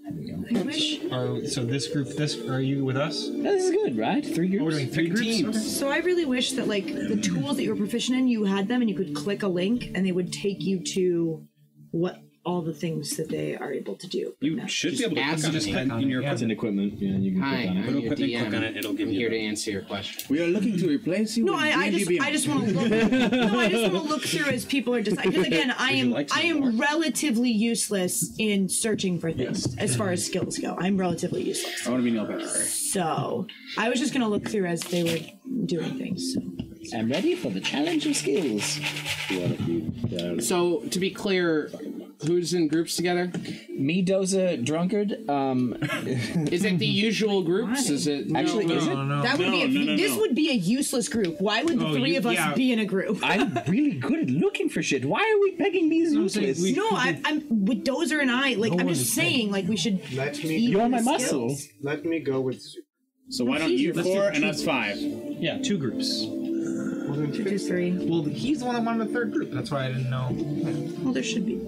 Speaker 4: I wish.
Speaker 24: Are, so this group, this are you with us?
Speaker 9: this is good, right? Three groups.
Speaker 24: We're doing three teams.
Speaker 4: So I really wish that like the tools that you were proficient in, you had them and you could click a link and they would take you to what all the things that they are able to do.
Speaker 25: you should be able to
Speaker 2: ask
Speaker 25: click on
Speaker 2: just
Speaker 25: it
Speaker 2: click
Speaker 25: in your
Speaker 9: It's an equipment. Yeah, you can
Speaker 2: Hi,
Speaker 9: click on it.
Speaker 2: I'm your
Speaker 25: equipment, click
Speaker 2: DM.
Speaker 25: on it, it'll give
Speaker 2: I'm
Speaker 25: you
Speaker 2: here to answer your question.
Speaker 13: We are looking to replace you.
Speaker 4: No,
Speaker 13: with
Speaker 4: I, I just
Speaker 13: D&D
Speaker 4: I just want to look. No, I just want to look through as people are deciding. Because again, I
Speaker 13: Would you
Speaker 4: am
Speaker 13: like some
Speaker 4: I am relatively useless in searching for things as far as skills go. I'm relatively useless.
Speaker 13: I want to be Neil Patrick.
Speaker 4: So I was just gonna look through as they were doing things. So.
Speaker 9: I'm ready for the challenge of skills.
Speaker 2: So to be clear, Who's in groups together?
Speaker 9: Me, Doza, drunkard. Um,
Speaker 2: is it the usual groups? Is it
Speaker 9: actually? is it?
Speaker 4: that would be a, this would be a useless group. Why would the
Speaker 9: Oh,
Speaker 4: three
Speaker 9: you-
Speaker 4: of us
Speaker 9: yeah.
Speaker 4: be in a group?
Speaker 9: I'm really good at looking for shit. Why are we begging these useless?
Speaker 4: no, I, I'm with Dozer and I. Like
Speaker 9: No
Speaker 4: I'm
Speaker 9: one
Speaker 4: just
Speaker 9: is
Speaker 4: saying, like we should.
Speaker 8: Let me.
Speaker 4: feed the skills.
Speaker 8: Let me go with. Zuko.
Speaker 6: So why don't you four and us five? Yeah, two groups.
Speaker 5: Two, two, three. Well, he's the one that wanted the third group. That's why I didn't know.
Speaker 4: Well, there should be.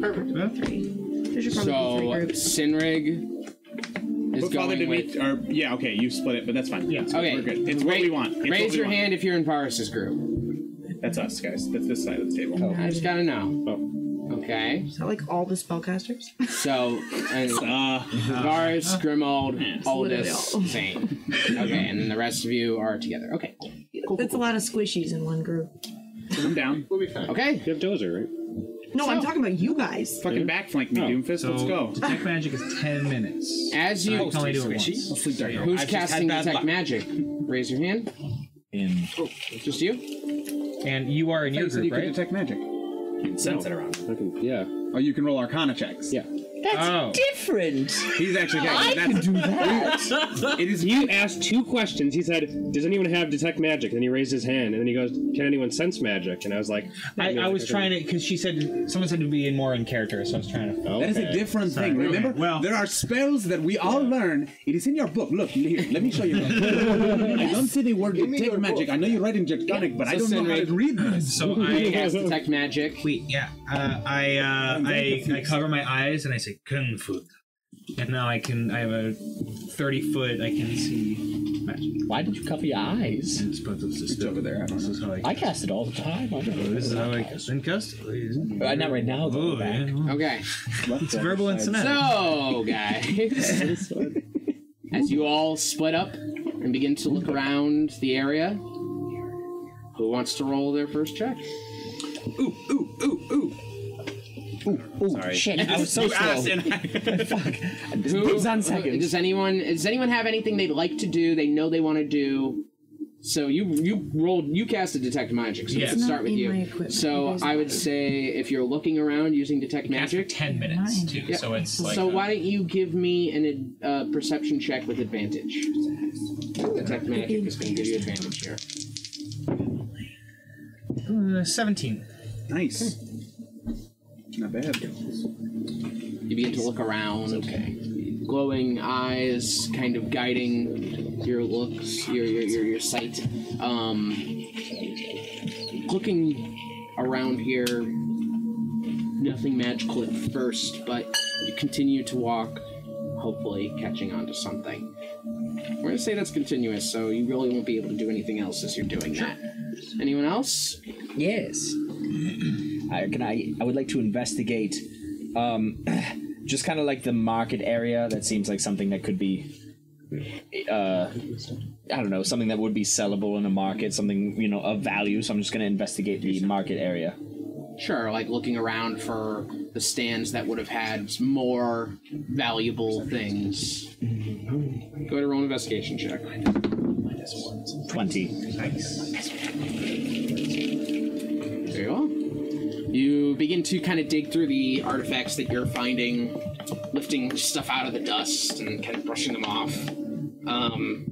Speaker 5: Perfect.
Speaker 4: There should probably
Speaker 2: So
Speaker 9: uh,
Speaker 4: be three groups.
Speaker 2: Sinrig is
Speaker 6: What father
Speaker 2: going
Speaker 6: did
Speaker 2: with.
Speaker 6: we? Or yeah, okay, you split it, but that's fine. Yeah,
Speaker 2: Okay,
Speaker 6: we're good. It's what we want. It's what
Speaker 2: Raise
Speaker 6: we
Speaker 2: your
Speaker 6: want.
Speaker 2: hand if you're in Paris's group.
Speaker 6: That's us, guys. That's this side of the table.
Speaker 26: Oh.
Speaker 2: I just gotta know.
Speaker 6: Oh.
Speaker 2: Okay,
Speaker 4: Is that like all the spellcasters?
Speaker 2: so and,
Speaker 6: Uh,
Speaker 2: Varus, Grimald, Aldous,
Speaker 4: literally all-
Speaker 2: Zane. Okay, and then the rest of you are together. Okay,
Speaker 4: That's a lot of squishies in one group.
Speaker 6: I'm down. We'll be fine.
Speaker 2: Okay.
Speaker 6: You have Dozer, right?
Speaker 4: No, I'm talking about you guys.
Speaker 6: Fucking backflank
Speaker 2: Oh,
Speaker 6: me, Doomfist. Let's go.
Speaker 5: Detect magic is ten minutes.
Speaker 2: As you-
Speaker 5: I can only do it once.
Speaker 2: Squishy? who's casting detect magic? Raise your hand.
Speaker 9: In
Speaker 2: just you.
Speaker 5: And you are in your
Speaker 13: said
Speaker 5: group,
Speaker 13: you could
Speaker 5: right?
Speaker 13: detect magic.
Speaker 6: Sense it around. yeah.
Speaker 13: Oh, you can roll Arcana checks. Yeah.
Speaker 9: That's
Speaker 5: Oh.
Speaker 9: different.
Speaker 13: He's actually
Speaker 9: I
Speaker 13: that's-
Speaker 9: could do that.
Speaker 6: it is you asked two questions. He said, "Does anyone have detect magic?" And he raised his hand, and then he goes, "Can anyone sense magic?" And I was like,
Speaker 5: I, I was trying to because she said someone said to be in more in character, so I was trying to.
Speaker 6: That
Speaker 13: That is a different thing. Remember, well, there are spells that we all learn. It is in your book. Look, here, let me show you. I don't see the word detect magic. I know you write in Draconic, but I don't know how to read this.
Speaker 5: So I
Speaker 2: Cast detect magic.
Speaker 5: Wait, yeah. Uh, I uh, I I cover my eyes and I say kung fu, and now I can I have a thirty foot I can see magic.
Speaker 9: Why did you cover your eyes?
Speaker 27: It's part of the over there. I don't this is how I,
Speaker 9: I cast it all the time. I don't know.
Speaker 27: this is how I cast in cast.
Speaker 9: Uh, not right now. Though,
Speaker 27: Oh, yeah.
Speaker 2: Okay.
Speaker 27: It's verbal and
Speaker 2: So, guys, as you all split up and begin to look around the area, who wants to roll their first check?
Speaker 9: Oh shit! I was so
Speaker 2: You
Speaker 9: slow.
Speaker 2: asked and
Speaker 9: Who- Dibs on seconds.
Speaker 2: Does anyone does anyone have anything they'd like to do? They know they want to do. So you you rolled you cast a detect magic. So
Speaker 5: Yeah.
Speaker 2: let's
Speaker 5: It's
Speaker 2: start
Speaker 5: not
Speaker 2: with
Speaker 5: in
Speaker 2: you.
Speaker 5: my equipment. It
Speaker 2: So
Speaker 5: is
Speaker 2: I would say if you're looking around using detect magic,
Speaker 5: ten minutes too,
Speaker 2: Yeah.
Speaker 5: so it's like.
Speaker 2: so
Speaker 5: uh,
Speaker 2: why don't you give me an ad- uh, perception check with advantage? Detect magic is going to give you advantage here.
Speaker 5: uh, Seventeen.
Speaker 13: Nice. Not bad.
Speaker 2: You begin to look around. Okay. Glowing eyes, kind of guiding your looks, your your your, your sight. Um, looking around here, nothing magical at first, but you continue to walk, hopefully catching on to something. We're gonna say that's continuous, so you really won't be able to do anything else as you're doing that. Anyone else?
Speaker 9: Yes. I, can I? I would like to investigate, um, just kind of like the market area. That seems like something that could be, uh, I don't know, something that would be sellable in a market, something you know of value. So I'm just gonna investigate the market area.
Speaker 2: Sure, like looking around for the stands that would have had more valuable things. Go to roll an investigation check.
Speaker 9: Twenty.
Speaker 2: There you are. You begin to kind of dig through the artifacts that you're finding, lifting stuff out of the dust and kind of brushing them off. Um,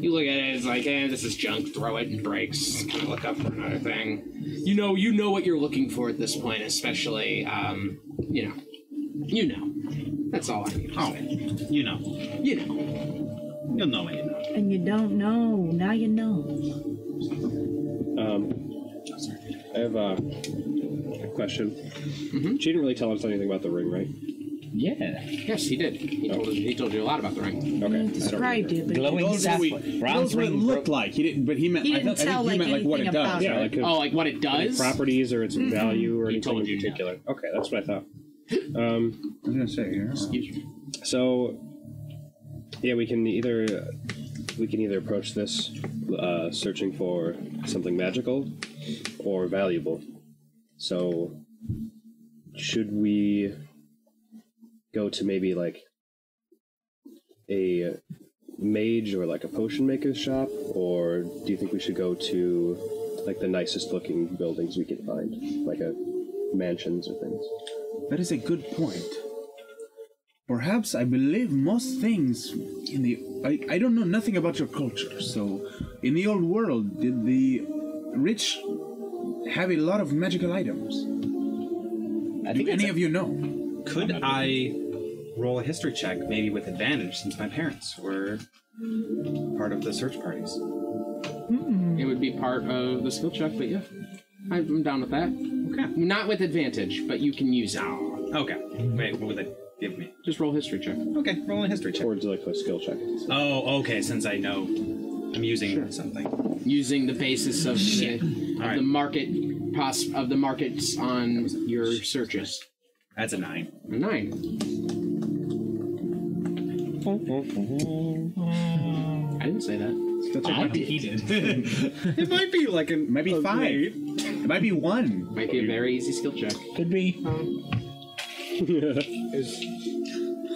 Speaker 2: you look at it, it's like, eh, this is junk. Throw it and breaks. Kind of look up for another thing. You know, you know what you're looking for at this point, especially, um, you know, you know. That's all I need to say. You know,
Speaker 6: Oh.
Speaker 2: you know, you'll know it.
Speaker 26: And you don't know. Now you know.
Speaker 6: Um, I have uh, a question. She didn't really tell us anything about the ring, right?
Speaker 9: Yeah.
Speaker 2: Yes, he did. He told, us, he told you a lot about the ring.
Speaker 6: Okay.
Speaker 26: Described it, but
Speaker 9: Glowing
Speaker 13: Those are
Speaker 9: sapphire.
Speaker 13: we-
Speaker 9: Bronze
Speaker 13: those what it
Speaker 9: ring.
Speaker 13: looked like. He didn't, but he meant.
Speaker 26: He
Speaker 13: I
Speaker 26: didn't
Speaker 13: thought- I
Speaker 26: tell,
Speaker 13: think
Speaker 26: like,
Speaker 13: he meant like what it
Speaker 26: anything
Speaker 13: does.
Speaker 26: about
Speaker 6: Yeah, like
Speaker 2: Oh, like what it
Speaker 6: any
Speaker 2: does? Mm-hmm.
Speaker 6: properties or its value or anything
Speaker 2: told
Speaker 6: in
Speaker 2: you no.
Speaker 6: particular. Okay, that's what I thought. Um,
Speaker 13: I'm gonna say here.
Speaker 2: Excuse me.
Speaker 6: so yeah, we can either we can either approach this uh, searching for something magical or valuable. So should we go to maybe like a mage or like a potion maker's shop or do you think we should go to like the nicest looking buildings we can find like a
Speaker 14: mansions or things.
Speaker 13: That is a good point. Perhaps I believe most things in the. I, I don't know nothing about your culture, so in the old world, did the rich have a lot of magical items? Do any of you know?
Speaker 28: Could I roll a history check, maybe with advantage, since my parents were part of the search parties?
Speaker 2: It would be part of the skill check, but yeah, I'm down with that. Okay. Not with advantage, but you can use it.
Speaker 28: Okay. Wait, what would that give me?
Speaker 2: Just roll history check.
Speaker 28: Okay, roll a history check.
Speaker 14: Or like a skill check.
Speaker 28: Oh, okay, since I know I'm using something.
Speaker 2: Using the basis of, the,
Speaker 28: Shit.
Speaker 2: of
Speaker 28: All right.
Speaker 2: the market pos- of the markets on your searches.
Speaker 28: That's a nine.
Speaker 2: A nine. I didn't say that.
Speaker 28: I think he did.
Speaker 2: it
Speaker 28: might be like a
Speaker 2: maybe
Speaker 28: five.
Speaker 2: It might be one. Might be a very easy skill check.
Speaker 9: Could be.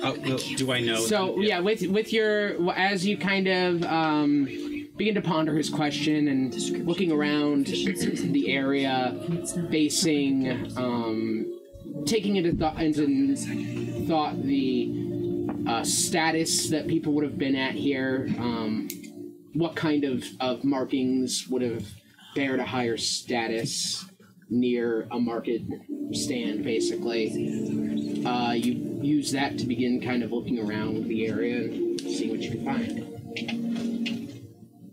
Speaker 28: Oh, well, do I know?
Speaker 2: So yeah, with with your as you kind of um, begin to ponder his question and looking around the area, facing, um, taking into thought into thought the uh, status that people would have been at here, um, what kind of of markings would have bared a higher status near a market stand, basically. Uh, you use that to begin kind of looking around the area and seeing what you can find.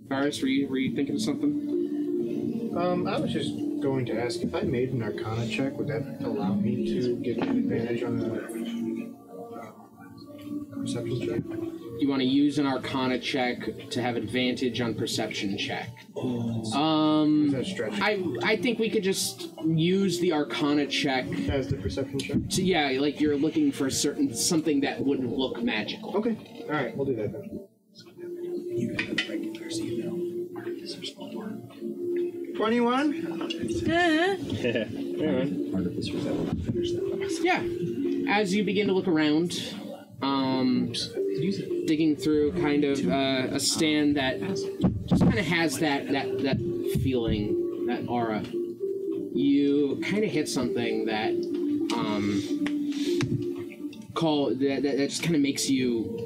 Speaker 2: Varus, were you, were you thinking of something?
Speaker 8: Um, I was just going to ask if I made an Arcana check, would that allow me to get an advantage on the perception check?
Speaker 2: You want to use an Arcana check to have advantage on perception check. Um, I I think we could just use the Arcana check
Speaker 8: as the perception check.
Speaker 2: To, yeah, like you're looking for a certain something that would look magical.
Speaker 8: Okay, all right, we'll do that then. Twenty-one.
Speaker 2: Yeah. As you begin to look around, um, digging through kind of uh, a stand that just kind of has that, that, that feeling, that aura, you kind of hit something that um, call that, that, that just kind of makes you.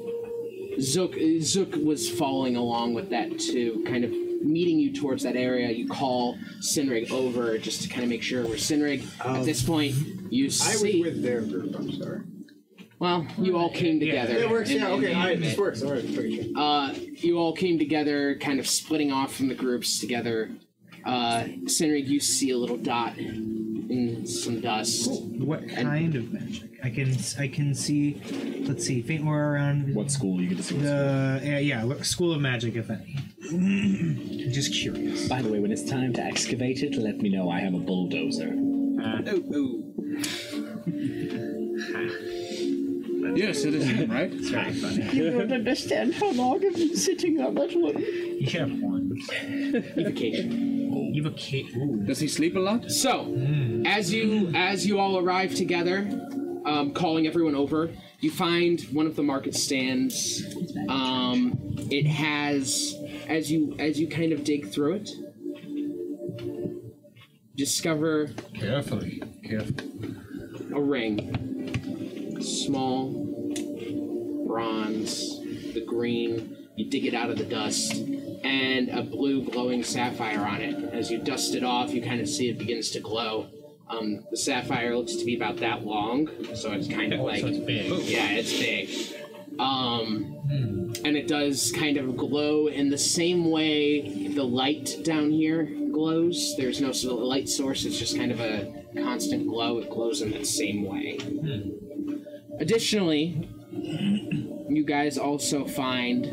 Speaker 2: Zook, Zook was following along with that too, kind of meeting you towards that area. You call Sinrig over just to kind of make sure we're Sinrig. At
Speaker 8: Um,
Speaker 2: this point, you
Speaker 8: I was
Speaker 2: see.
Speaker 8: with their group. I'm sorry.
Speaker 2: Well, you all came together.
Speaker 8: It works.
Speaker 2: and-
Speaker 8: Yeah.
Speaker 2: and-
Speaker 8: Okay. All right. This works. All right. pretty sure.
Speaker 2: Uh, you all came together, kind of splitting off from the groups together. Uh, Sinrig, you see a little dot in some dust.
Speaker 5: What kind of magic? I can I can see. Let's see, faint aura around. What
Speaker 15: school you get to see?
Speaker 5: The yeah, yeah, look, school of magic, if any.
Speaker 15: Just curious. By the way, when it's time to excavate it, let me know. I have a bulldozer.
Speaker 28: oh, oh.
Speaker 13: Yes, it is him, right? It's
Speaker 5: very
Speaker 29: You don't understand how long I've been sitting on that one.
Speaker 5: You should have one.
Speaker 2: Evocation.
Speaker 5: Evocation.
Speaker 13: Does he sleep a lot?
Speaker 2: So, as you as you all arrive together, um, calling everyone over, you find one of the market stands. Um, it has as you as you kind of dig through it, discover
Speaker 6: Carefully. Carefully.
Speaker 2: a ring. Small, bronze, the green. You dig it out of the dust, and a blue glowing sapphire on it. As you dust it off, you kind of see it begins to glow. Um, the sapphire looks to be about that long, so it's kind of like
Speaker 13: oh.
Speaker 2: yeah, it's big. Um, and it does kind of glow in the same way the light down here glows. There's no s- light source, it's just kind of a constant glow. It glows in that same way. Additionally, you guys also find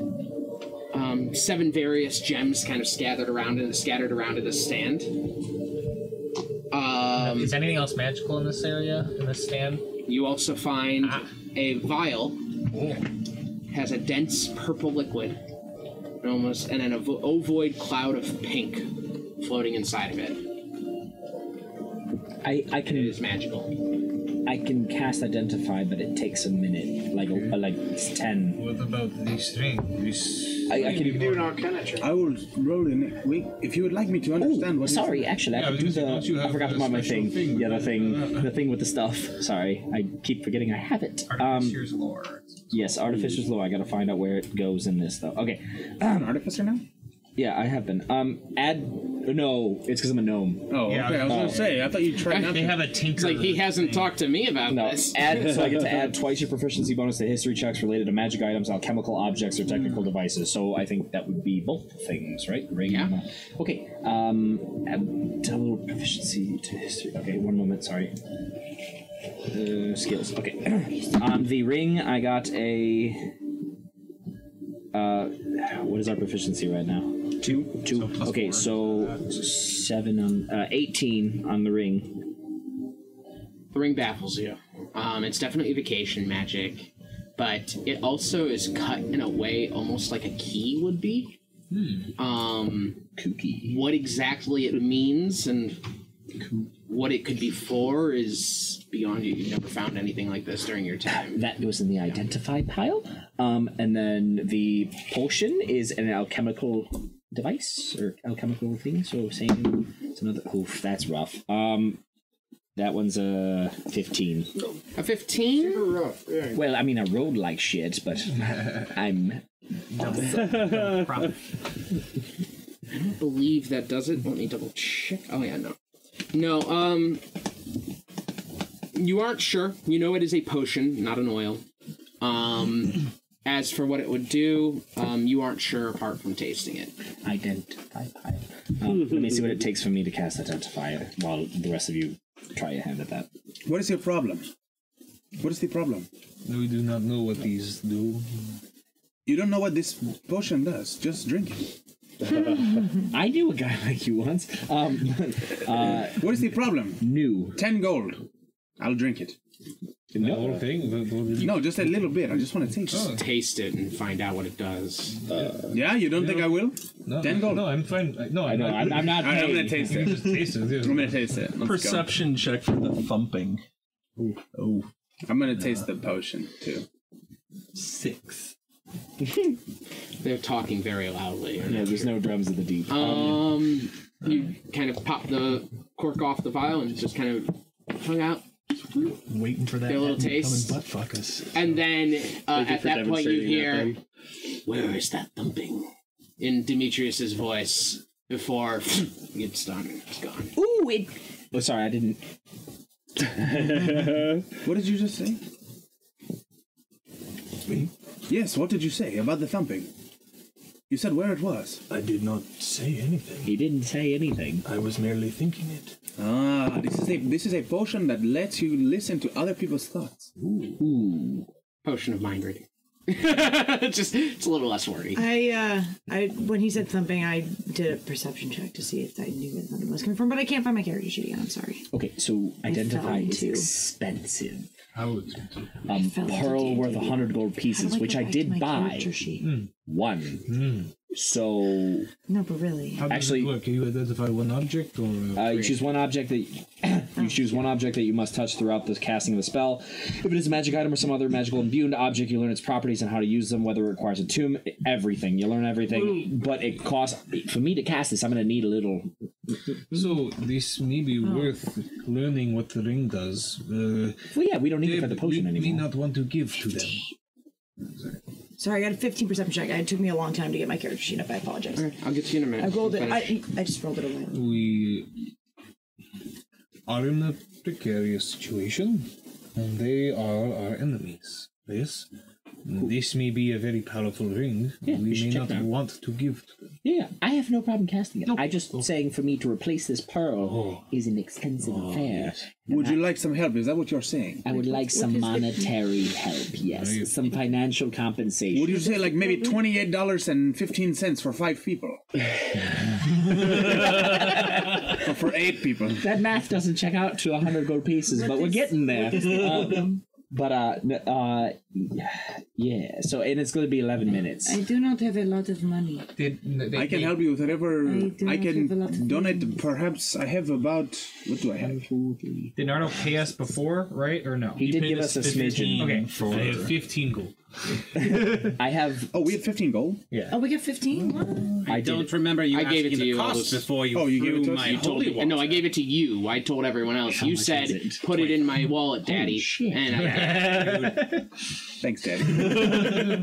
Speaker 2: um, seven various gems kind of scattered around and scattered around in the stand. Um,
Speaker 5: Is anything else magical in this area? In this stand?
Speaker 2: you also find a vial has a dense purple liquid, and almost, and an ovo- ovoid cloud of pink floating inside of it.
Speaker 15: I, I can. It
Speaker 2: is magical.
Speaker 9: I can cast identify, but it takes a minute, like a, like it's ten.
Speaker 6: What about this ring? This.
Speaker 9: I, I can
Speaker 13: I will roll in. Wait, if you would like me to understand what.
Speaker 9: Sorry, actually, I could do the. I forgot about my thing. yeah, the uh, thing, the thing with the stuff. Sorry, I keep forgetting I have it. Artificer's
Speaker 5: um, lore.
Speaker 9: Yes, artificer's lore. I gotta find out where it goes in this though. Okay. Um,
Speaker 13: artificer now.
Speaker 9: Yeah, I have been. Um, add. No, it's because I'm a gnome.
Speaker 13: Oh, Yeah. okay, I was gonna say, I thought you tried not They to- have a tinker
Speaker 2: Like he hasn't talked to me about
Speaker 9: No,
Speaker 2: this.
Speaker 9: add, so I get to add twice your proficiency bonus to history checks related to magic items, alchemical objects, or technical devices. So I think that would be both things, right? Ring. Yeah. Okay. Um, add double proficiency to history. Okay, one moment. Sorry. Uh, skills. Okay. On the ring, I got a. Uh, what is our proficiency right now? Two. Two. okay, so seven on uh, eighteen on the ring.
Speaker 2: The ring baffles you. Um, it's definitely vacation magic, but it also is cut in a way almost like a key would be. Um,
Speaker 9: Kooky.
Speaker 2: What exactly it means and what it could be for is beyond you. You've never found anything like this during your time.
Speaker 9: That goes in the identify pile. Um, and then the potion is an alchemical device or alchemical thing. So same. It's another. Oof, that's rough. Um, that one's a fifteen.
Speaker 2: A fifteen? Super rough. Yeah.
Speaker 9: Well, I mean, I rolled like shit, but I'm.
Speaker 2: I don't believe that does it. Let me double check. Oh yeah, no, no. Um, you aren't sure. You know it is a potion, not an oil. Um, as for what it would do, um, you aren't sure apart from tasting it.
Speaker 9: Identify pile. Um, let me see what it takes for me to cast identify while the rest of you try your hand at that.
Speaker 13: What is your problem? What is the problem?
Speaker 6: We do not know what these do.
Speaker 13: You don't know what this potion does. Just drink it.
Speaker 9: I knew a guy like you once. Um, uh,
Speaker 13: what is the problem?
Speaker 9: New.
Speaker 13: Ten gold. I'll drink it.
Speaker 6: No. The whole thing?
Speaker 13: No, just a little bit. I just want to taste
Speaker 2: Just
Speaker 6: Oh.
Speaker 13: it.
Speaker 2: taste it and find out what it does.
Speaker 13: Yeah, you don't think I will?
Speaker 6: No,
Speaker 13: Ten gold.
Speaker 6: No, I'm fine. I- No, I
Speaker 13: know, I'm- I'm not
Speaker 6: All
Speaker 13: paying. You can just taste
Speaker 6: it.
Speaker 13: I'm gonna taste it. Let's
Speaker 30: Perception check for the thumping. Oh.
Speaker 13: I'm gonna taste the potion too.
Speaker 30: Six.
Speaker 2: They're talking very loudly.
Speaker 9: Yeah, there's no drums in the deep.
Speaker 2: Um, you kind of pop the cork off the vial and just kind of hung out.
Speaker 30: Waiting for that
Speaker 2: Get a little
Speaker 30: Latin to come
Speaker 2: taste.
Speaker 30: and butt fuck us.
Speaker 2: And then uh,
Speaker 30: Thank you
Speaker 2: at
Speaker 30: for
Speaker 2: that point, you
Speaker 30: demonstrating
Speaker 2: hear,
Speaker 30: that
Speaker 2: "Where is that thumping?" in Demetrius's voice before it's done. It's gone.
Speaker 9: Ooh, it. Oh, sorry, I didn't.
Speaker 13: what did you just say? Me? Yes, what did you say about the thumping? You said where it was.
Speaker 30: I did not say anything.
Speaker 9: He didn't say anything.
Speaker 30: I was merely thinking it.
Speaker 13: Ah, this is a this is a potion that lets you listen to other people's thoughts.
Speaker 9: Ooh.
Speaker 2: Potion of mind reading. just it's a little less wordy.
Speaker 4: I, uh, I when he said thumping, I did a perception check to see if I knew where the thumping was coming from, but I can't find my character sheet again. I'm sorry.
Speaker 9: Okay, so
Speaker 4: I fell
Speaker 9: identify is
Speaker 4: into-
Speaker 9: expensive.
Speaker 6: How
Speaker 9: um, pearl worth a hundred gold
Speaker 4: How do
Speaker 9: pieces,
Speaker 4: I
Speaker 9: which
Speaker 4: go
Speaker 9: I
Speaker 4: back to
Speaker 9: did
Speaker 4: my
Speaker 9: buy
Speaker 4: character sheet?
Speaker 5: Hmm.
Speaker 9: one.
Speaker 6: Hmm.
Speaker 9: So
Speaker 4: No, but really,
Speaker 6: How does
Speaker 9: Actually-
Speaker 6: it work? Can you identify one object or? Uh,
Speaker 9: Uh, you choose one object that you choose one object that you must touch throughout the casting of the spell. If it is a magic item or some other magical imbued object, you learn its properties and how to use them, whether it requires a tomb, everything. You learn everything,
Speaker 6: Hmm.
Speaker 9: but it costs for me to cast this. I'm going to need a little.
Speaker 6: So this may be
Speaker 2: Oh.
Speaker 6: worth learning what the ring does. Uh,
Speaker 9: well, yeah, we don't need
Speaker 6: it for the potion we anymore. may not want to give to them.
Speaker 4: sorry, I got a 15 perception check. It took me a long time to get my character sheet up. I apologize.
Speaker 2: I'll get you in a minute.
Speaker 4: I rolled it.
Speaker 6: Finish.
Speaker 4: I, I just rolled it away.
Speaker 6: We are in a precarious situation, and they are our enemies. Yes, this may be a very powerful ring. we may not want to give to them.
Speaker 9: Yeah, I have no problem casting it. I just saying for me to replace this
Speaker 2: Oh.
Speaker 9: pearl is an expensive affair.
Speaker 13: Would you like some help? Is that what you're saying?
Speaker 9: I would like some monetary help. Yes, some financial compensation.
Speaker 13: Would you say like maybe twenty-eight dollars and fifteen cents for five people? Or for eight people.
Speaker 9: That math doesn't check out to 100 gold pieces, but we're getting there.
Speaker 13: what is the
Speaker 9: Um, But uh, n- uh, yeah. So and it's going to be eleven minutes.
Speaker 4: I do not have a lot of money.
Speaker 13: I can help you with whatever
Speaker 4: I do
Speaker 13: I,
Speaker 4: not have a lot
Speaker 13: can donate. Perhaps I have about what do I have?
Speaker 5: Did Nardo pay us before, right? Or no?
Speaker 13: He did
Speaker 5: paid
Speaker 13: give us a
Speaker 5: 15
Speaker 13: smidgen
Speaker 5: Okay.
Speaker 13: for-
Speaker 5: I have 15 gold.
Speaker 9: I have.
Speaker 13: Oh, we have fifteen gold.
Speaker 9: Yeah.
Speaker 4: Oh, we get 15?
Speaker 9: Mm-hmm.
Speaker 4: What?
Speaker 28: I, don't remember you
Speaker 2: I
Speaker 28: asking
Speaker 2: gave it to
Speaker 28: the
Speaker 2: you,
Speaker 28: cost
Speaker 2: Aldous.
Speaker 28: before you
Speaker 2: Oh,
Speaker 28: threw
Speaker 2: you gave it to us?
Speaker 28: my
Speaker 2: You told
Speaker 28: holy
Speaker 2: me-
Speaker 28: water.
Speaker 2: No, I gave it to you. I told everyone else. you said, "Put it in my wallet, Daddy." And I,
Speaker 13: Thanks, Daddy.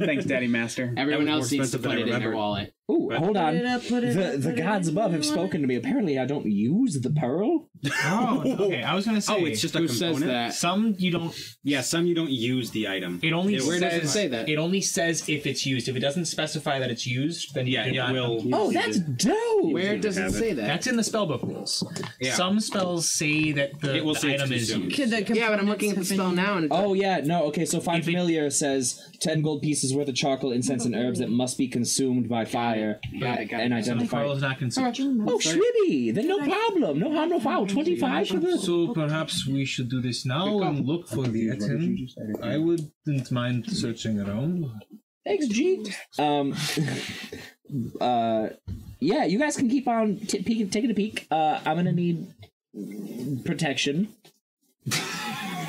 Speaker 13: Thanks, Daddy Master.
Speaker 2: everyone else needs to put it in their wallet.
Speaker 9: Ooh, hold on.
Speaker 2: Put it up, put it
Speaker 9: the
Speaker 2: up,
Speaker 9: the
Speaker 2: put it
Speaker 9: gods above have spoken to me. Apparently, I don't use the pearl.
Speaker 5: Oh, okay. I was gonna say.
Speaker 28: Oh, it's just a component.
Speaker 5: Some you don't.
Speaker 28: Yeah, some you don't use the item.
Speaker 5: It only
Speaker 28: where
Speaker 5: says,
Speaker 28: does it say that?
Speaker 5: It only says if it's used. If it doesn't specify that it's used, then yeah,
Speaker 28: it will-
Speaker 9: Oh, that's dope.
Speaker 5: Where
Speaker 28: does it have it. say that?
Speaker 5: That's in the spellbook rules.
Speaker 28: Yeah.
Speaker 5: Some spells say that the,
Speaker 9: It will
Speaker 5: the
Speaker 9: say it's
Speaker 5: item is
Speaker 9: consumed.
Speaker 5: used.
Speaker 2: yeah, but I'm looking at the spell now, and
Speaker 9: Oh yeah, no, okay. So find familiar says ten gold pieces worth of chocolate, incense, and herbs that must be consumed by fire
Speaker 5: Got it, got it.
Speaker 9: and
Speaker 5: So the
Speaker 9: identified.
Speaker 5: pearl is not consumed.
Speaker 9: Oh, Schwibby! Then no problem, no harm, no foul. Twenty-five for the.
Speaker 6: So perhaps we should do this now and look for the item. I wouldn't mind searching around.
Speaker 9: Thanks, G. Um, uh, yeah, you guys can keep on t- peek, taking a peek. Uh, I'm gonna need protection.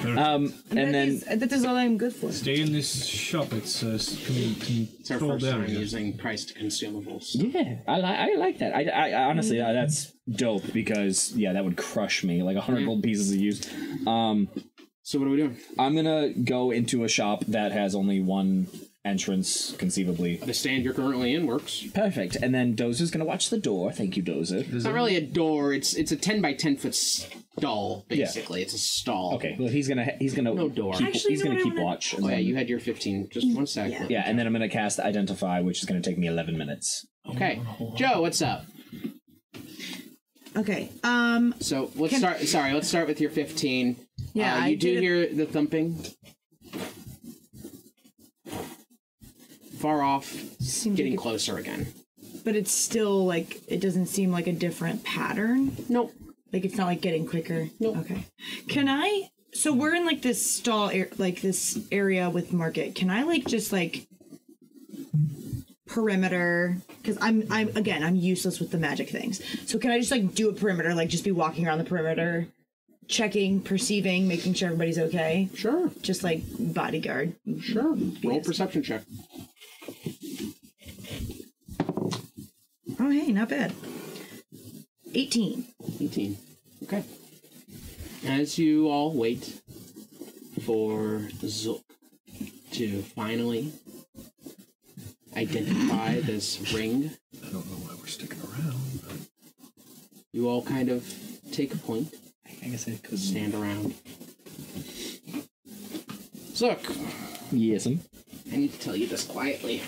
Speaker 9: um, and then
Speaker 4: that is all I'm good for.
Speaker 6: Stay in this shop. It's uh, s- con-
Speaker 2: It's our
Speaker 6: controlled
Speaker 2: first time
Speaker 6: area.
Speaker 2: using priced consumables.
Speaker 9: yeah, I, li- I like that. I, I, I honestly, uh, that's dope because yeah, that would crush me like hundred gold pieces of use. Um,
Speaker 2: so what are we doing?
Speaker 9: I'm gonna go into a shop that has only one entrance, conceivably.
Speaker 2: The stand you're currently in works.
Speaker 9: Perfect. And then Dozer's gonna watch the door. Thank you, Dozer.
Speaker 2: It's not really a door. It's it's a ten by ten foot stall,
Speaker 9: Yeah.
Speaker 2: basically. It's a stall.
Speaker 9: Okay. Well, he's gonna he's gonna
Speaker 2: no door.
Speaker 9: keep- Actually, he's you know gonna what I keep wanna- watch, and
Speaker 2: Oh yeah,
Speaker 9: then-
Speaker 2: you had your fifteen. Just one sec.
Speaker 9: Yeah, and then I'm gonna cast Identify, which is gonna take me 11 minutes.
Speaker 2: Okay, Joe, what's up?
Speaker 4: Okay. Um.
Speaker 2: So let's
Speaker 4: Can-
Speaker 2: start. Sorry, let's start with your fifteen.
Speaker 4: Yeah,
Speaker 2: Uh, you
Speaker 4: I
Speaker 2: do
Speaker 4: did a-
Speaker 2: hear the thumping. Far off, getting
Speaker 4: like it-
Speaker 2: closer again.
Speaker 4: But it's still like it doesn't seem like a different pattern.
Speaker 2: Nope.
Speaker 4: Like it's not like getting quicker. Nope. Okay. Can I? So we're in like this stall, ar- like this area with market. Can I like just like perimeter? Because I'm I'm again I'm useless with the magic things. So can I just like do a perimeter? Like just be walking around the perimeter, checking, perceiving, making sure everybody's okay.
Speaker 2: Sure.
Speaker 4: Just like bodyguard.
Speaker 2: Sure. Roll perception check.
Speaker 4: Oh hey, not bad. Eighteen.
Speaker 2: Eighteen. Okay. As you all wait for Zook to finally identify this ring,
Speaker 30: I don't know why we're sticking around.
Speaker 2: you all kind of take a point. I guess I could stand around. Zook,
Speaker 9: Yes. um,
Speaker 2: I need to tell you this quietly.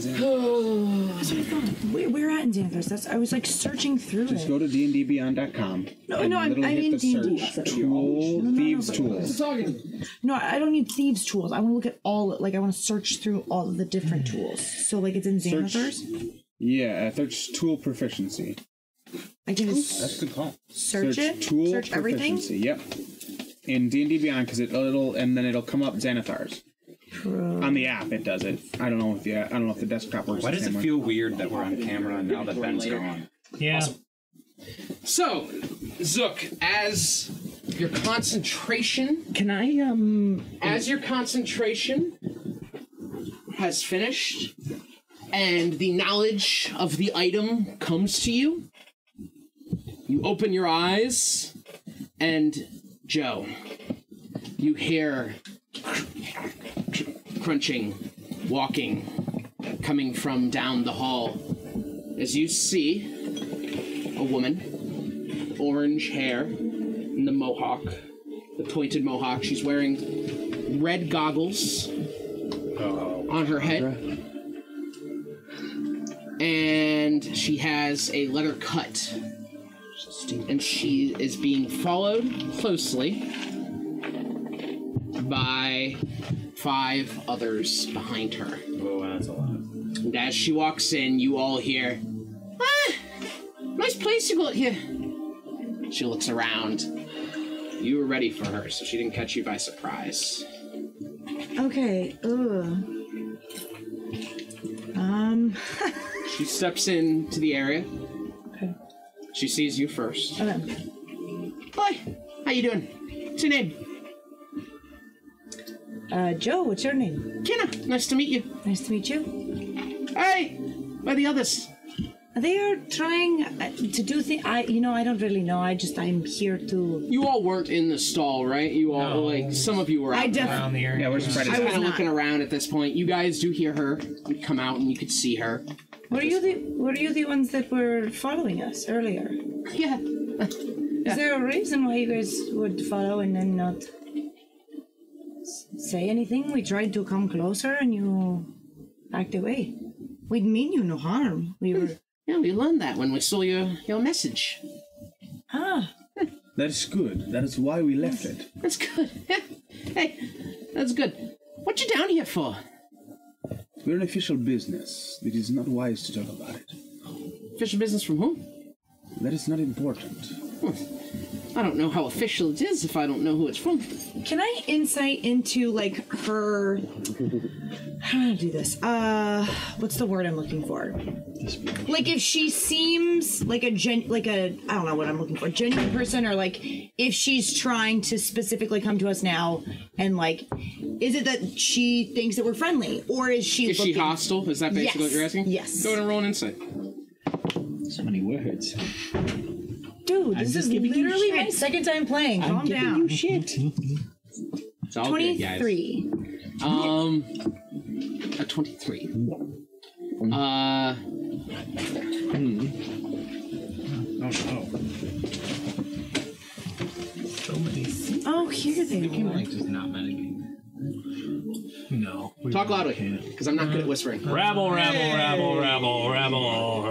Speaker 4: That's what I thought. Where, where at in Xanthos? That's I was like searching through
Speaker 13: Just
Speaker 4: it.
Speaker 13: go to dndbeyond.com.
Speaker 4: No,
Speaker 13: and
Speaker 4: no, I'm-
Speaker 13: literally
Speaker 4: I
Speaker 13: hit
Speaker 4: mean
Speaker 13: the
Speaker 4: D&D.
Speaker 13: search
Speaker 4: That's
Speaker 13: Tool, thieves tools.
Speaker 2: talking.
Speaker 4: No, I don't need thieves tools. I want to look at all. Like I want to search through all of the different tools. So like it's in
Speaker 13: Mm. Search-
Speaker 4: Xanthos.
Speaker 13: Yeah, uh, search tool proficiency.
Speaker 4: I can just
Speaker 13: That's good call.
Speaker 4: Search it?
Speaker 13: Tool
Speaker 4: Search everything?
Speaker 13: proficiency. Yep. In D and D Beyond, because it, it'll and then it'll come up Xanathars. On the app, it does it. I don't know if the I don't know if the desktop works.
Speaker 28: Why
Speaker 13: the
Speaker 28: does
Speaker 13: same
Speaker 28: it
Speaker 13: way.
Speaker 28: feel weird that we're on camera now that Ben's gone?
Speaker 5: Yeah.
Speaker 2: So, Zook, as your concentration.
Speaker 9: Can I, um.
Speaker 2: As your concentration has finished and the knowledge of the item comes to you, you open your eyes and, Joe, you hear crunching, walking, coming from down the hall. As you see a woman, orange hair, and the mohawk, the pointed mohawk. She's wearing red goggles on her head. And she has a leather cut. And she is being followed closely by five others behind her. Oh, that's a lot. And as she walks in, you all hear, Ah! Nice place you got here. She looks around. You were ready for her, so she didn't catch you by surprise.
Speaker 4: Okay. Ugh. Um.
Speaker 2: She steps into the area. She sees you first.
Speaker 4: okay.
Speaker 2: Boy, how you doing? What's your name?
Speaker 4: Uh, Joe, what's your name?
Speaker 2: Kenna. Nice to meet you.
Speaker 4: Nice to meet you.
Speaker 2: Hey, where are the others?
Speaker 4: They are trying uh, to do things. I, you know, I don't really know. I just, I'm here to.
Speaker 2: You all weren't in the stall, right? You all like some of you were.
Speaker 4: I
Speaker 2: out
Speaker 4: def-
Speaker 5: Um,
Speaker 4: Around the area.
Speaker 2: Yeah, we're spread.
Speaker 4: I
Speaker 2: I was
Speaker 4: was
Speaker 2: kind of
Speaker 4: not.
Speaker 2: looking around at this point. You guys do hear her come out, and you could see her.
Speaker 4: Were you the Were you the ones that were following us earlier?
Speaker 2: Yeah.
Speaker 4: Is there a reason why you guys would follow and then not s- say anything? We tried to come closer and you backed away. We'd mean you no harm. We were.
Speaker 2: Yeah, we learned that when we saw your your message.
Speaker 4: Ah,
Speaker 13: That is good. That is why we left it.
Speaker 2: That's good. hey, that's good. What you down here for?
Speaker 13: We're an official business. It is not wise to talk about it.
Speaker 2: Official business from whom?
Speaker 13: That is not important.
Speaker 2: Hmm. I don't know how official it is if I don't know who it's from.
Speaker 4: Can I insight into like her? How do I do this? Uh, what's the word I'm looking for? Like if she seems like a gen, like a I don't know what I'm looking for, genuine person, or like if she's trying to specifically come to us now, and like, is it that she thinks that we're friendly, or is she?
Speaker 2: Is she
Speaker 4: looking-
Speaker 2: hostile? Is that basically what
Speaker 4: Yes.
Speaker 2: you're asking?
Speaker 4: Yes.
Speaker 2: Go ahead and roll an insight.
Speaker 15: So many words.
Speaker 4: Dude,
Speaker 15: I'm
Speaker 4: this
Speaker 15: just
Speaker 4: is
Speaker 15: giving you
Speaker 4: literally
Speaker 15: shit.
Speaker 4: my second time playing.
Speaker 15: I'm
Speaker 4: Calm
Speaker 15: giving
Speaker 4: down.
Speaker 15: you shit.
Speaker 2: It's all good, guys.
Speaker 4: Twenty-three.
Speaker 2: Um, a twenty-three. Uh. Oh no.
Speaker 5: So many.
Speaker 4: Oh, here they are.
Speaker 5: is not metagame. No.
Speaker 2: Talk louder, because I'm not good at whispering.
Speaker 31: Rabble, rabble, rabble, rabble, rabble.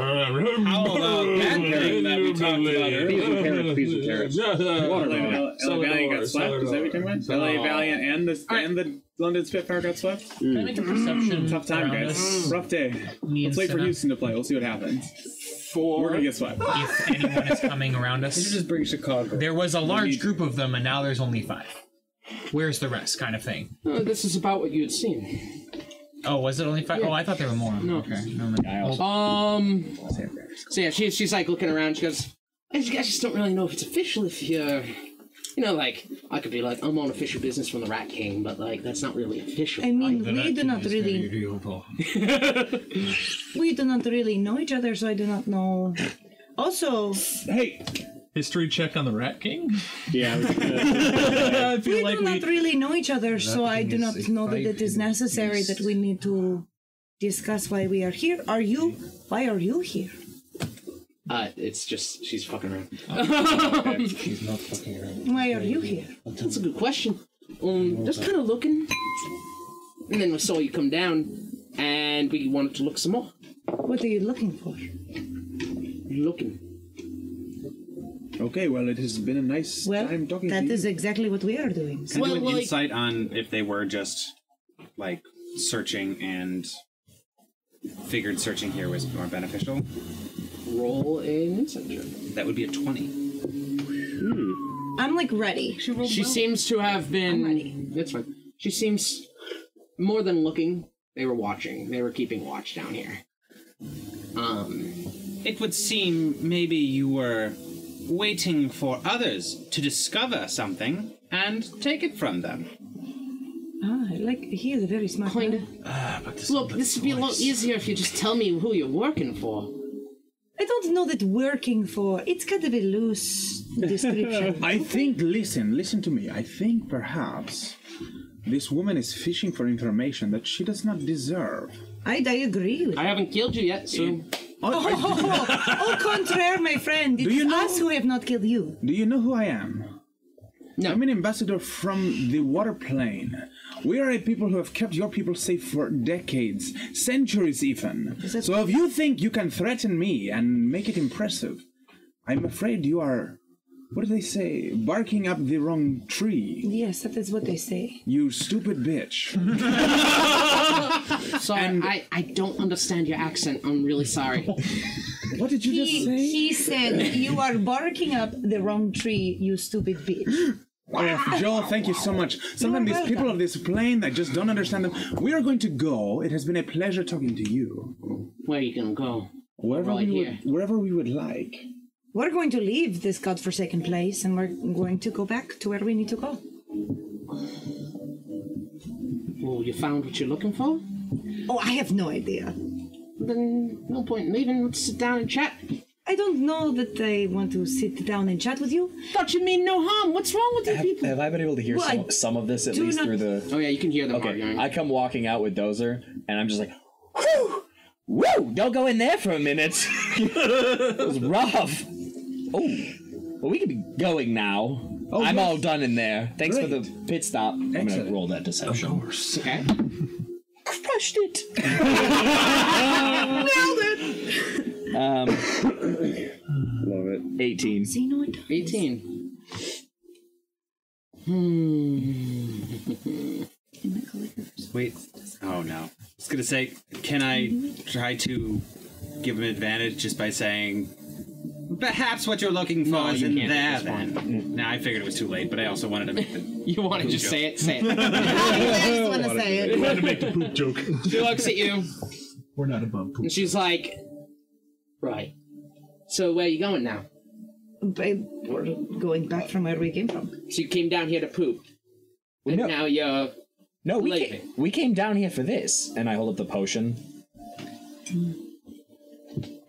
Speaker 31: How
Speaker 2: about that thing that we talked about earlier? These are carrots, these are carrots.
Speaker 31: Watermelon.
Speaker 13: L- L-
Speaker 31: Cellar
Speaker 13: Valiant
Speaker 31: door, cellar
Speaker 13: got slapped. Is that
Speaker 31: door.
Speaker 13: what you're talking
Speaker 31: Cellar
Speaker 13: about? LA
Speaker 31: door.
Speaker 13: Valiant and the and the London Spitfire got slapped.
Speaker 5: Can I make a perception
Speaker 13: Tough time,
Speaker 5: around
Speaker 13: guys.
Speaker 5: this?
Speaker 13: Rough day.
Speaker 5: Me and
Speaker 13: Let's wait for
Speaker 5: Senna.
Speaker 13: Houston to play. We'll see what happens.
Speaker 2: Four.
Speaker 13: We're gonna get swept.
Speaker 5: If anyone is coming around us, just
Speaker 13: bring Chicago.
Speaker 5: There was a large group of them, and now there's only five. Where's the rest, kind of thing.
Speaker 2: Uh, this is about what you had seen.
Speaker 5: Oh, was it only five? Oh, I thought there were more. No. Okay. Never mind.
Speaker 2: Um. So yeah, she's she's like looking around. She goes, I just, I just don't really know if it's official. If you're, you know, like I could be like I'm on official business from the Rat King, but like that's not really official.
Speaker 4: I mean, we do not really We do not really know each other, so I do not know. Also,
Speaker 31: Hey. History check on the Rat King? Yeah. I feel
Speaker 4: we
Speaker 31: like
Speaker 4: do not
Speaker 31: we.
Speaker 4: really know each other, so I do
Speaker 31: is
Speaker 4: not
Speaker 31: a
Speaker 4: know that it is necessary that we need to discuss why we are here. Are you? Why are you here?
Speaker 2: Uh, it's just she's fucking around.
Speaker 6: She's not fucking around.
Speaker 4: Why are you here?
Speaker 2: That's a good question. Um, just kind of looking, and then we saw you come down, and we wanted to look some more.
Speaker 4: What are you looking for?
Speaker 2: Looking.
Speaker 13: Okay, well, it has been a nice time talking
Speaker 4: That
Speaker 13: to you.
Speaker 4: is exactly what we are doing.
Speaker 28: Can I do an insight on if they were just like searching and figured searching here was more beneficial?
Speaker 2: Roll an insight check.
Speaker 28: That would be a twenty.
Speaker 4: I'm like ready. She,
Speaker 2: She seems to have been. That's fine. She seems more than looking. They were watching. They were keeping watch down here. Um,
Speaker 28: It would seem maybe you were waiting for others to discover something and take it from them.
Speaker 4: Ah, I like he is a very smart man.
Speaker 2: Look, this would be a lot easier if you just tell me who you're working for.
Speaker 4: I don't know that working for. It's kind of a loose description.
Speaker 13: I think, listen, listen to me. I think perhaps this woman is fishing for information that she does not deserve.
Speaker 4: I, I agree with
Speaker 2: I haven't killed you yet, so.
Speaker 4: Oh, au contraire, my friend. It is us who have not killed you.
Speaker 13: Do you know who I am? No. I'm an ambassador from the water plane. We are a people who have kept your people safe for decades, centuries even. So if you think you can threaten me and make it impressive, I'm afraid you are, what do they say, barking up the wrong tree.
Speaker 4: Yes, that is what they say.
Speaker 13: You stupid bitch.
Speaker 2: Sorry, I, I don't understand your accent. I'm really sorry.
Speaker 13: what did
Speaker 4: he, He said, You are barking up the wrong tree, you stupid bitch.
Speaker 13: Jeff, Joel, Oh, thank you so much. Sometimes these people of this plane, I just don't understand them. We are going to go. It has been a pleasure talking to you.
Speaker 2: Where are you going to go?
Speaker 13: Wherever
Speaker 2: Right
Speaker 13: we
Speaker 2: here.
Speaker 13: would, wherever we would like.
Speaker 4: We're going to leave this godforsaken place and we're going to go back to where we need to go.
Speaker 2: Well, you found what you're looking for?
Speaker 4: Oh, I have no idea.
Speaker 2: Then no point in leaving. Let's sit down and chat.
Speaker 4: I don't know that I want to sit down and chat with you.
Speaker 2: Thought you mean no harm. What's wrong with you
Speaker 9: Uh,
Speaker 15: Have, have I been able to hear
Speaker 4: Well, I
Speaker 15: some, some of this at
Speaker 4: do
Speaker 15: least
Speaker 4: not-
Speaker 15: through the?
Speaker 2: Oh yeah, you can hear them.
Speaker 15: Okay, I come walking out with Dozer, and I'm just like, whoo, woo! Don't go in there for a minute. it was rough. Oh, well, we could be going now.
Speaker 29: Oh,
Speaker 15: I'm all done in there. Thanks for the pit stop. I'm gonna roll that deception. Of course.
Speaker 2: Okay.
Speaker 15: Crushed it.
Speaker 29: Nailed it.
Speaker 15: Um, love it. 18.
Speaker 2: See, no, it 18. Hmm.
Speaker 28: Wait. Oh no. I was gonna say, can I try to give him advantage just by saying, perhaps what you're looking for is
Speaker 2: you
Speaker 28: in
Speaker 2: can't
Speaker 28: there
Speaker 2: at
Speaker 28: then? Nah, I figured it was too late, but I also wanted to make the.
Speaker 2: you want to just say it? Say it.
Speaker 4: Ah,
Speaker 28: I
Speaker 2: wanna say it.
Speaker 28: wanted to make the poop joke.
Speaker 2: She looks at you
Speaker 30: We're not above
Speaker 2: and she's like, "Right. So where are you going now?
Speaker 4: Babe, we're going back from where we came from.
Speaker 2: So you came down here to poop, and now you're
Speaker 15: No, we
Speaker 2: leaving.
Speaker 15: came, we came down here for this, and I hold up the potion.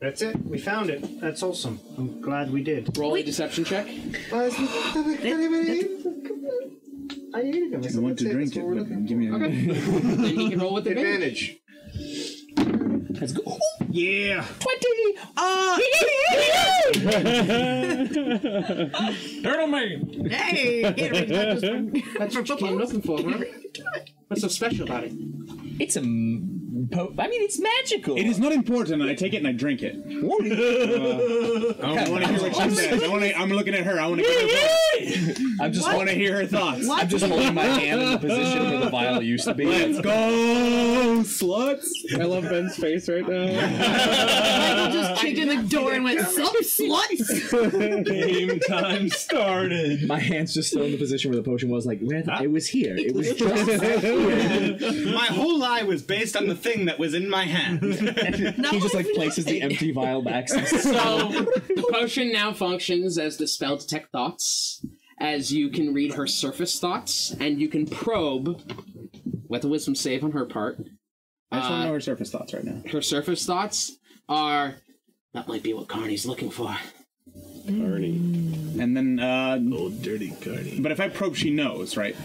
Speaker 8: That's it. We found it. That's awesome. I'm glad we did.
Speaker 2: Roll a deception check.
Speaker 8: I hated him. I
Speaker 13: I want to drink it, but give me a
Speaker 2: then he can roll with
Speaker 8: advantage.
Speaker 15: Let's go.
Speaker 8: Yeah.
Speaker 15: 20!
Speaker 29: Uh,
Speaker 31: Turtle man!
Speaker 29: Hey, here we go. Just
Speaker 2: That's what you came looking for, huh? What's so special about it?
Speaker 15: It's a. m- Po- I mean, it's magical.
Speaker 13: It is not important, and I take it and I drink it. Uh, I want to hear what she says. I want to. I'm looking at her. I want to.
Speaker 15: I'm
Speaker 13: just
Speaker 15: What?
Speaker 13: want to hear her thoughts.
Speaker 15: I'm just holding my hand in the position where the vial used to be.
Speaker 13: Let's go, sluts.
Speaker 14: I love Ben's face right now.
Speaker 29: Michael just kicked in the door and went, "Sup, sluts."
Speaker 15: Game time started. My hand's just still in the position where the potion was. Like, where the, it was here. It was just here.
Speaker 28: My whole lie was based on the thing that was in my hand.
Speaker 15: he just like places the empty vial back.
Speaker 2: so the potion now functions as the spell detect thoughts, as you can read her surface thoughts, and you can probe with a wisdom save on her part.
Speaker 13: I just want
Speaker 2: Uh,
Speaker 13: to know her surface thoughts right now.
Speaker 2: her surface thoughts are that might be what Carney's looking for.
Speaker 13: Carney. And then, uh. Old dirty Carney. But if I probe, she knows, right?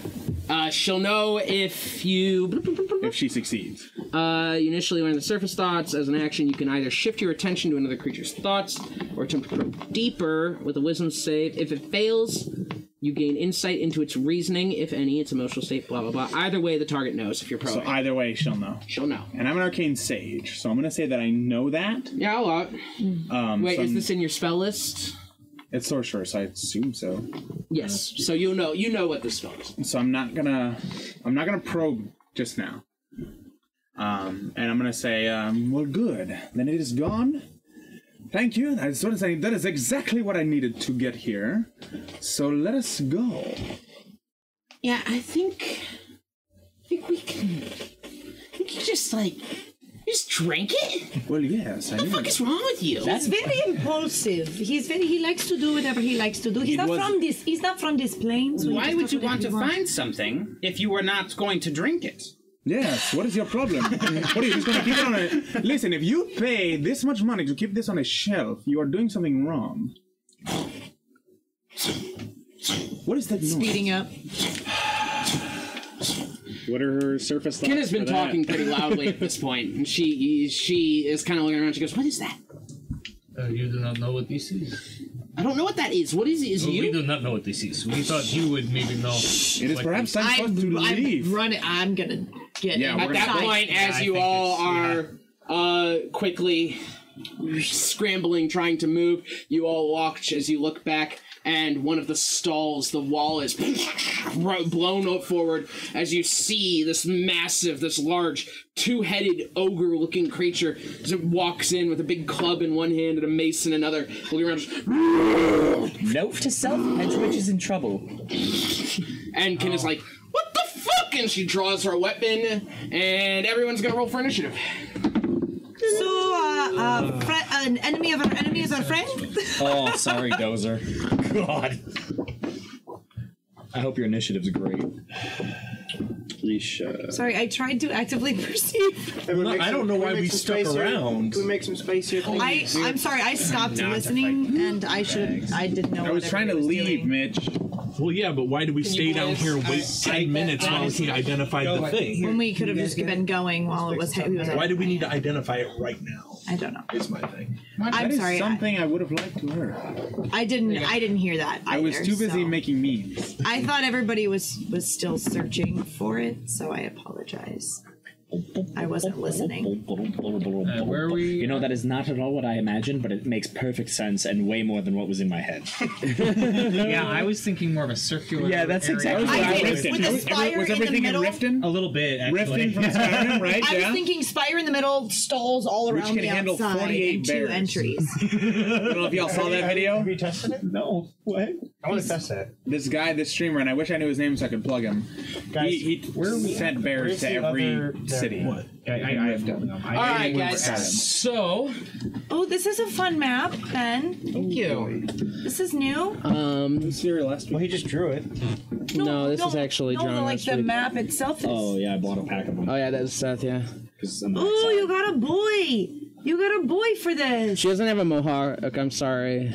Speaker 2: Uh, she'll know if you. If
Speaker 13: she succeeds.
Speaker 2: Uh, you initially learn the surface thoughts. As an action, you can either shift your attention to another creature's thoughts or attempt to probe deeper with a wisdom save. If it fails, you gain insight into its reasoning, if any, its emotional state, blah, blah, blah. Either way, the target knows if you're
Speaker 13: So
Speaker 2: probing.
Speaker 13: either way, she'll know.
Speaker 2: She'll know.
Speaker 13: And I'm an arcane sage, so I'm gonna say that I know that.
Speaker 2: Yeah, a lot.
Speaker 13: Um,
Speaker 2: Wait,
Speaker 13: so
Speaker 2: is
Speaker 13: I'm-
Speaker 2: this in your spell list?
Speaker 13: It's sorcerer, so I assume so.
Speaker 2: Yes. So you'll know. You know what this spell is.
Speaker 13: So I'm not gonna. I'm not gonna probe just now. Um, and I'm gonna say, um, well, good. Then it is gone. Thank you. That is, what is- that is exactly what I needed to get here. So let us go.
Speaker 2: Yeah, I think. I think we can. I think you just like. You just drank it?
Speaker 13: Well, yes. I
Speaker 2: What the
Speaker 13: knew
Speaker 2: fuck
Speaker 13: it.
Speaker 2: is wrong with you?
Speaker 4: He's very impulsive. He's very. He likes to do whatever he likes to do. He's
Speaker 28: It
Speaker 4: not
Speaker 28: was-
Speaker 4: from this. He's not from this plane. So he
Speaker 28: Why
Speaker 4: just
Speaker 28: would
Speaker 4: does
Speaker 28: you
Speaker 4: whatever
Speaker 28: want
Speaker 4: he
Speaker 28: to
Speaker 4: wants.
Speaker 28: find something if you were not going to drink it?
Speaker 13: Yes, what is your problem? what are you just gonna keep it on a listen, if you pay this much money to keep this on a shelf, you are doing something wrong. What is that noise?
Speaker 17: Speeding up.
Speaker 14: What are her surface thoughts?
Speaker 2: Ken has been
Speaker 13: uh,
Speaker 14: for that?
Speaker 2: talking pretty loudly at this point, and she she is kind of looking around. She goes, "What is that?
Speaker 32: Uh, you do not know what this is.
Speaker 2: I don't know what that is. What is it? Is it
Speaker 32: Well, We
Speaker 2: you?"
Speaker 32: do not know what this is. We thought you would maybe know. It
Speaker 13: is perhaps
Speaker 17: I, I'm running. I'm gonna get.
Speaker 2: At that point, as you all are uh, quickly scrambling, trying to move. You all watch as you look back, and one of the stalls, the wall is blown up forward as you see this massive, this large, two headed ogre looking creature as it walks in with a big club in one hand and a mace in another. Looking around, just,
Speaker 15: Note to self, Edgewitch is in trouble.
Speaker 2: and Ken is like, What the fuck? And she draws her weapon, and everyone's gonna roll for initiative.
Speaker 4: So, uh, uh, fri an enemy of our enemy is our friend?
Speaker 15: Oh, sorry, Dozer. God. I hope your initiative's great.
Speaker 14: Leisha.
Speaker 4: Sorry, I tried to actively perceive.
Speaker 31: No, I don't know why we stuck around.
Speaker 8: we make some space here?
Speaker 4: I, I'm sorry, I stopped
Speaker 31: Not to
Speaker 4: listening, and I should I didn't know.
Speaker 31: I was
Speaker 4: what
Speaker 31: trying to
Speaker 4: everybody was
Speaker 31: leave,
Speaker 4: doing.
Speaker 13: Mitch.
Speaker 31: Well, yeah, but why do we
Speaker 4: Can
Speaker 31: stay
Speaker 4: you
Speaker 31: down
Speaker 4: guys-
Speaker 31: here and wait
Speaker 4: I- I-
Speaker 31: ten minutes while
Speaker 4: honestly,
Speaker 31: he identified the thing?
Speaker 4: When we could have just been going while it was. he was
Speaker 31: Why do we need to identify it right now?
Speaker 4: I don't know.
Speaker 31: Is my thing.
Speaker 4: I'm sorry. I,
Speaker 13: something I, would have liked to hear.
Speaker 4: I didn't. I didn't hear that.
Speaker 13: I was
Speaker 4: either,
Speaker 13: too busy
Speaker 4: so-
Speaker 13: making memes.
Speaker 4: I thought everybody was was still searching for it, so I apologize. I wasn't listening.
Speaker 15: where are we? You know, that is not at all what I imagined, but it makes perfect sense and way more than what was in my head.
Speaker 5: yeah, I was thinking more of a circular.
Speaker 15: Yeah, that's exactly what I was thinking.
Speaker 4: With the spire in the middle?
Speaker 13: Riften?
Speaker 5: A little bit, actually.
Speaker 13: Riften from Skyrim, right?
Speaker 4: I
Speaker 13: Yeah.
Speaker 4: was thinking spire in the middle, stalls all
Speaker 13: Which
Speaker 4: around
Speaker 13: can
Speaker 4: the
Speaker 13: handle
Speaker 4: outside,
Speaker 13: 48
Speaker 4: and two
Speaker 13: bears.
Speaker 4: entries.
Speaker 13: I don't know if y'all saw that video. Have
Speaker 8: you tested it?
Speaker 13: No. What?
Speaker 8: I want to test that.
Speaker 13: This guy, this streamer, and I wish I knew his name so I could plug him.
Speaker 8: Guys,
Speaker 13: he he
Speaker 8: where are we
Speaker 13: sent
Speaker 8: at?
Speaker 13: bears
Speaker 8: Where's
Speaker 13: to
Speaker 8: the
Speaker 13: every
Speaker 8: other- there-
Speaker 13: city.
Speaker 8: What?
Speaker 13: I, I, I have done. All
Speaker 4: right, guys.
Speaker 5: So,
Speaker 4: Oh, this is a fun map, Ben. Thank you. This is new.
Speaker 2: Um,
Speaker 13: this here last week.
Speaker 2: Well, he just drew it. No, this is actually
Speaker 4: no,
Speaker 2: drawn.
Speaker 4: like
Speaker 2: last
Speaker 4: the
Speaker 2: week.
Speaker 4: map itself is. Oh,
Speaker 15: yeah, I bought a pack of them.
Speaker 2: Oh yeah, that's Seth. Yeah.
Speaker 4: Ooh, you got a boy. You got a boy for this.
Speaker 2: She doesn't have a mohawk. Okay, I'm sorry.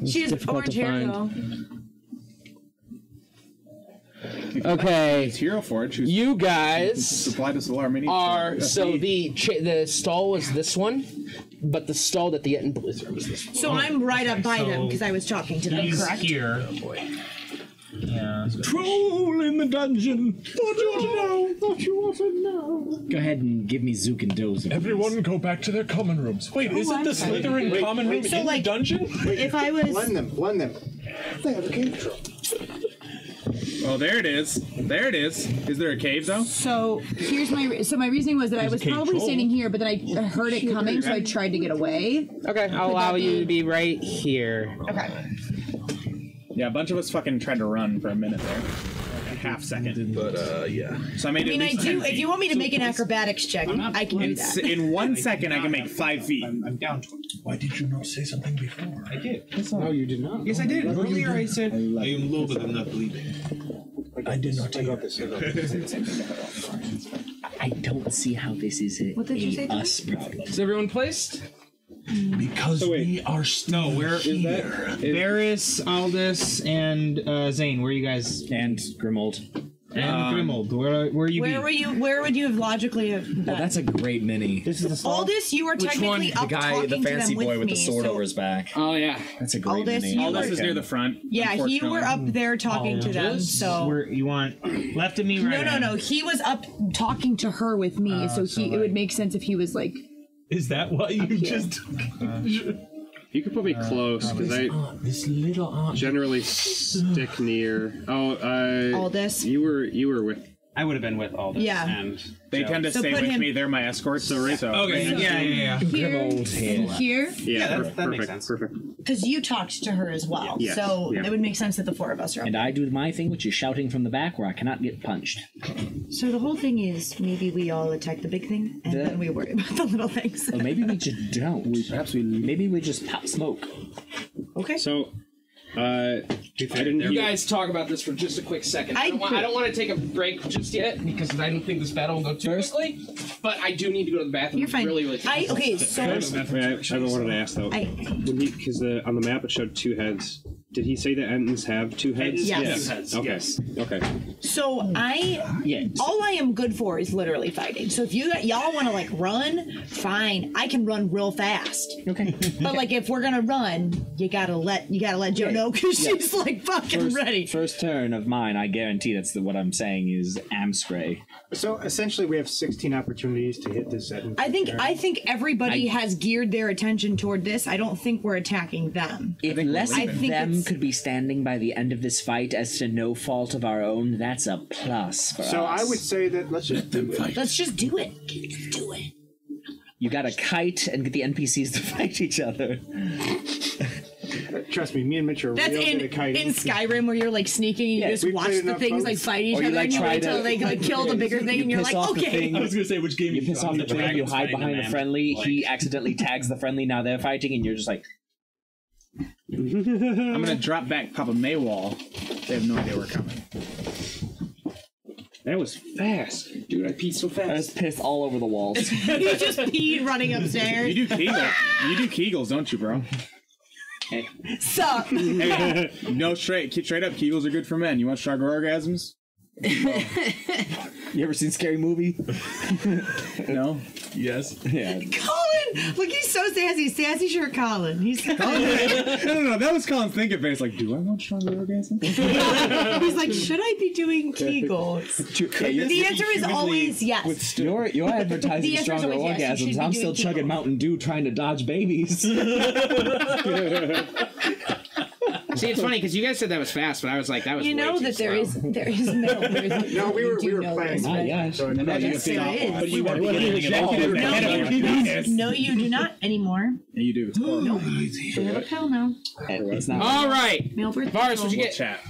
Speaker 2: It's
Speaker 4: She has
Speaker 2: difficult
Speaker 4: orange
Speaker 2: to
Speaker 4: hair
Speaker 2: find.
Speaker 4: though.
Speaker 2: Okay.
Speaker 13: Hero Forge.
Speaker 2: You guys
Speaker 13: supplied us with our mini.
Speaker 2: Are so the cha- the stall was this one, but the stall that the Yetin blew through was this. one.
Speaker 4: So I'm right up by them because I was talking to them.
Speaker 5: He's
Speaker 4: Correct.
Speaker 5: here. Oh boy. Yeah.
Speaker 15: Troll in the dungeon. Thought you ought to know.
Speaker 29: Thought you ought to know.
Speaker 15: Go ahead and give me Zook and Dozer.
Speaker 7: Everyone go back to their common rooms. Wait,
Speaker 29: Oh,
Speaker 7: isn't
Speaker 29: I'm
Speaker 7: the
Speaker 29: sorry.
Speaker 7: Slytherin
Speaker 29: Wait,
Speaker 7: common
Speaker 29: wait,
Speaker 7: room
Speaker 29: so,
Speaker 7: in
Speaker 29: like,
Speaker 7: the dungeon?
Speaker 4: If I was
Speaker 8: blend them, blend them. They have a cave troll.
Speaker 13: Oh, there it is. There it is. Is there a cave though?
Speaker 17: So here's my re- so my reasoning was that I
Speaker 13: There's
Speaker 17: was
Speaker 13: a cave
Speaker 17: probably
Speaker 13: troll.
Speaker 17: standing here, but then I heard it coming, so I tried to get away.
Speaker 2: Okay,
Speaker 17: Could
Speaker 2: I'll allow
Speaker 17: that
Speaker 2: you to
Speaker 17: be-
Speaker 2: be right here.
Speaker 17: Okay.
Speaker 13: Yeah, a bunch of us fucking tried to run for a minute there. Like a half second. But uh, yeah. So I
Speaker 4: I
Speaker 13: made.
Speaker 4: mean, I do. If you want me to make an acrobatics check, I can do
Speaker 13: in,
Speaker 4: that.
Speaker 13: s- in one second, I can make five feet. I'm, down to it.
Speaker 30: Why did you not say something before? I
Speaker 13: did.
Speaker 30: No, you did not.
Speaker 13: Yes, I did. Earlier I
Speaker 30: said I am in love with him, not bleeding. I did not take up this.
Speaker 15: I don't see how this is a,
Speaker 30: What did you
Speaker 15: a
Speaker 30: say, Doug?
Speaker 15: us problem.
Speaker 30: Is everyone placed? Because we are still no, where
Speaker 5: Is that, is Varys, Aldous, and uh, Zane, where are you guys?
Speaker 15: And Grimold.
Speaker 5: And
Speaker 15: Um,
Speaker 5: Grimold, where, where are you
Speaker 4: Where
Speaker 5: be?
Speaker 4: were you? Where would you have logically have? Been?
Speaker 15: Well, that's a great mini. This is the
Speaker 4: Aldous, you were technically up talking
Speaker 15: the
Speaker 4: to them
Speaker 15: fancy boy with
Speaker 4: me,
Speaker 15: the sword
Speaker 4: so-
Speaker 15: over his back.
Speaker 13: Oh yeah,
Speaker 15: that's a great
Speaker 4: Aldous,
Speaker 15: mini.
Speaker 4: you Aldous were- is near the
Speaker 13: front.
Speaker 4: Yeah, he were up there talking to them. So
Speaker 5: where Oh, you want left of me, right?
Speaker 4: no, no,
Speaker 5: hand?
Speaker 4: no. He was up talking to her with me.
Speaker 17: so he it would make sense if he was like
Speaker 31: Is that why you just?
Speaker 14: You could put me close because I
Speaker 31: this little aunt.
Speaker 14: generally stick near. Oh, uh,
Speaker 4: Aldous.
Speaker 14: You were you were with.
Speaker 16: I would have been with Aldous.
Speaker 4: Yeah.
Speaker 16: And
Speaker 13: They tend to
Speaker 4: So
Speaker 13: stay
Speaker 4: put
Speaker 13: with
Speaker 4: him-
Speaker 13: me. They're my escorts. So right. So
Speaker 16: Okay,
Speaker 13: right.
Speaker 16: yeah, yeah, yeah.
Speaker 4: Here, and here?
Speaker 14: Yeah,
Speaker 4: Yeah, that-
Speaker 14: perfect,
Speaker 4: that makes
Speaker 14: perfect, perfect.
Speaker 4: because you talked to her as well.
Speaker 15: Yeah.
Speaker 4: So
Speaker 15: Yeah.
Speaker 4: it would make sense that the four of us are. Up.
Speaker 15: And I do my thing, which is shouting from the back where I cannot get punched.
Speaker 4: So the whole thing is maybe we all attack the big thing and then we worry about the little things.
Speaker 15: Or maybe we just don't. perhaps we maybe we just pop smoke.
Speaker 4: Okay.
Speaker 14: So, uh, I didn't.
Speaker 2: You guys talk about this for just a quick second. I,
Speaker 14: I
Speaker 2: don't, want,
Speaker 14: could-
Speaker 2: I don't want to take a break just yet because I don't think this battle will go too quickly. But I do need to go to the bathroom. You're fine. Really, really.
Speaker 4: I- okay, so-
Speaker 14: Wait, I, I wanted to ask though.
Speaker 4: I-
Speaker 14: Because the on the map it showed two heads.
Speaker 33: Did he say that Entons have two heads?
Speaker 4: Entons Yes. have heads,
Speaker 33: Okay.
Speaker 4: yes.
Speaker 33: Okay.
Speaker 4: So I, all I am good for is literally fighting. So if you y'all want to like run, fine, I can run real fast.
Speaker 9: Okay.
Speaker 4: But like if we're gonna run, you gotta let you gotta let Joe know because
Speaker 9: Yeah.
Speaker 4: she's like fucking
Speaker 9: first,
Speaker 4: ready.
Speaker 9: First turn of mine, I guarantee that's the, what I'm saying is Amspray.
Speaker 8: So essentially, we have 16 opportunities to hit this. At
Speaker 4: I think I think everybody
Speaker 9: I-
Speaker 4: has geared their attention toward this. I don't think we're attacking them.
Speaker 9: If less
Speaker 4: I
Speaker 9: of
Speaker 4: think
Speaker 9: them could be standing by the end of this fight as to no fault of our own, that's a plus for
Speaker 8: So
Speaker 9: us.
Speaker 8: I would say that let's just do it.
Speaker 4: Let's just do it. Do it.
Speaker 9: You got to kite and get the NPCs to fight each other.
Speaker 8: Trust me, me and Mitch are
Speaker 4: That's
Speaker 8: real
Speaker 4: in
Speaker 8: good at kiting.
Speaker 4: in Skyrim where you're like sneaking, you
Speaker 8: Yeah,
Speaker 4: just
Speaker 8: we
Speaker 4: watch
Speaker 8: played
Speaker 4: the
Speaker 8: enough
Speaker 4: things like
Speaker 8: boats.
Speaker 4: fight each
Speaker 9: Or Oh, you,
Speaker 4: other
Speaker 9: like,
Speaker 4: and you
Speaker 9: try
Speaker 4: wait
Speaker 9: to-
Speaker 4: till they like kill the bigger thing, and you're like, okay.
Speaker 9: say which game you piss off the thing. You
Speaker 34: Dragon's
Speaker 9: hide
Speaker 34: fighting
Speaker 9: behind
Speaker 34: the
Speaker 9: a
Speaker 34: man.
Speaker 9: friendly. he accidentally tags the friendly. Now they're fighting, and you're just like,
Speaker 13: I'm gonna drop back, pop a Maywall. They have no idea we're coming.
Speaker 33: That was fast, dude. I peed so fast.
Speaker 9: I was pissed all over the walls.
Speaker 4: you just peed running upstairs.
Speaker 13: You do Kegels. you do Kegels, don't you, bro? Hey.
Speaker 4: Suck.
Speaker 13: Hey, no, straight, ke- straight up. Kegels are good for men. You want stronger orgasms?
Speaker 9: you ever seen Scary Movie?
Speaker 13: no.
Speaker 9: Yes. Yeah.
Speaker 4: Colin, look, he's so sassy. Sassy shirt, Colin. He's
Speaker 13: no, no, no. That was Colin's thinking face. Like, do I want stronger orgasms?
Speaker 4: he's like, should I be doing Kegels? the answer is always yes.
Speaker 9: You're, you're
Speaker 4: The
Speaker 9: advertising
Speaker 4: answer is
Speaker 9: stronger
Speaker 4: always yes, you should
Speaker 9: orgasms.
Speaker 4: be
Speaker 9: I'm
Speaker 4: doing
Speaker 9: still
Speaker 4: Kegels.
Speaker 9: chugging Mountain Dew trying to dodge babies.
Speaker 2: See, it's funny because you guys said that was fast, but I was like, that was.
Speaker 4: You know that there is there is no. there is-
Speaker 8: No, we
Speaker 4: you
Speaker 8: were-
Speaker 4: do
Speaker 8: we were
Speaker 4: know
Speaker 8: playing.
Speaker 4: this,
Speaker 8: My
Speaker 4: right?
Speaker 8: gosh. So imagine
Speaker 4: Yes,
Speaker 8: if they-
Speaker 4: there is.
Speaker 8: But you weren't getting
Speaker 4: No,
Speaker 8: injected in the head of your
Speaker 4: you-
Speaker 8: penis.
Speaker 4: No, you do not anymore.
Speaker 13: And you do. It's horrible.
Speaker 4: You have a pill now.
Speaker 13: It's
Speaker 2: All right,
Speaker 4: Male birth
Speaker 2: Varus, what'd
Speaker 4: control.
Speaker 2: you get?
Speaker 13: Chat.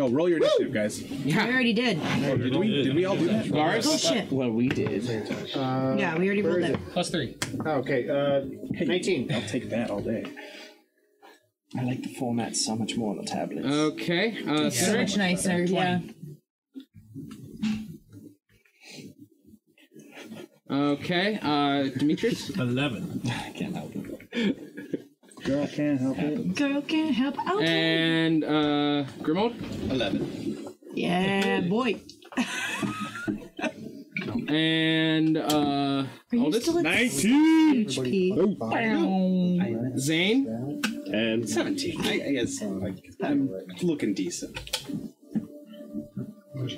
Speaker 13: Oh, roll your initiative, guys.
Speaker 4: Yeah. We already did.
Speaker 13: did, we, did we all Oh, do that?
Speaker 4: Varus? Bullshit.
Speaker 9: Well, we did.
Speaker 8: Uh,
Speaker 4: Yeah, we already
Speaker 8: where
Speaker 4: rolled
Speaker 8: is
Speaker 4: it.
Speaker 8: Plus three. okay, uh, 19. I'll take that all day.
Speaker 9: I like the format so much more on the tablet.
Speaker 2: Okay. Uh,
Speaker 4: So much nicer. Yeah.
Speaker 2: Okay. Uh, Demetrius.
Speaker 35: Eleven.
Speaker 9: I can't help
Speaker 2: it.
Speaker 13: Girl can't help it.
Speaker 4: Girl can't help out.
Speaker 2: And uh, Grimold. Eleven.
Speaker 4: Yeah, boy.
Speaker 2: And uh, Aldous.
Speaker 4: still at the HP?
Speaker 2: Bow. Zane.
Speaker 33: And
Speaker 36: seventeen. I, I
Speaker 2: uh,
Speaker 36: guess like I'm looking decent.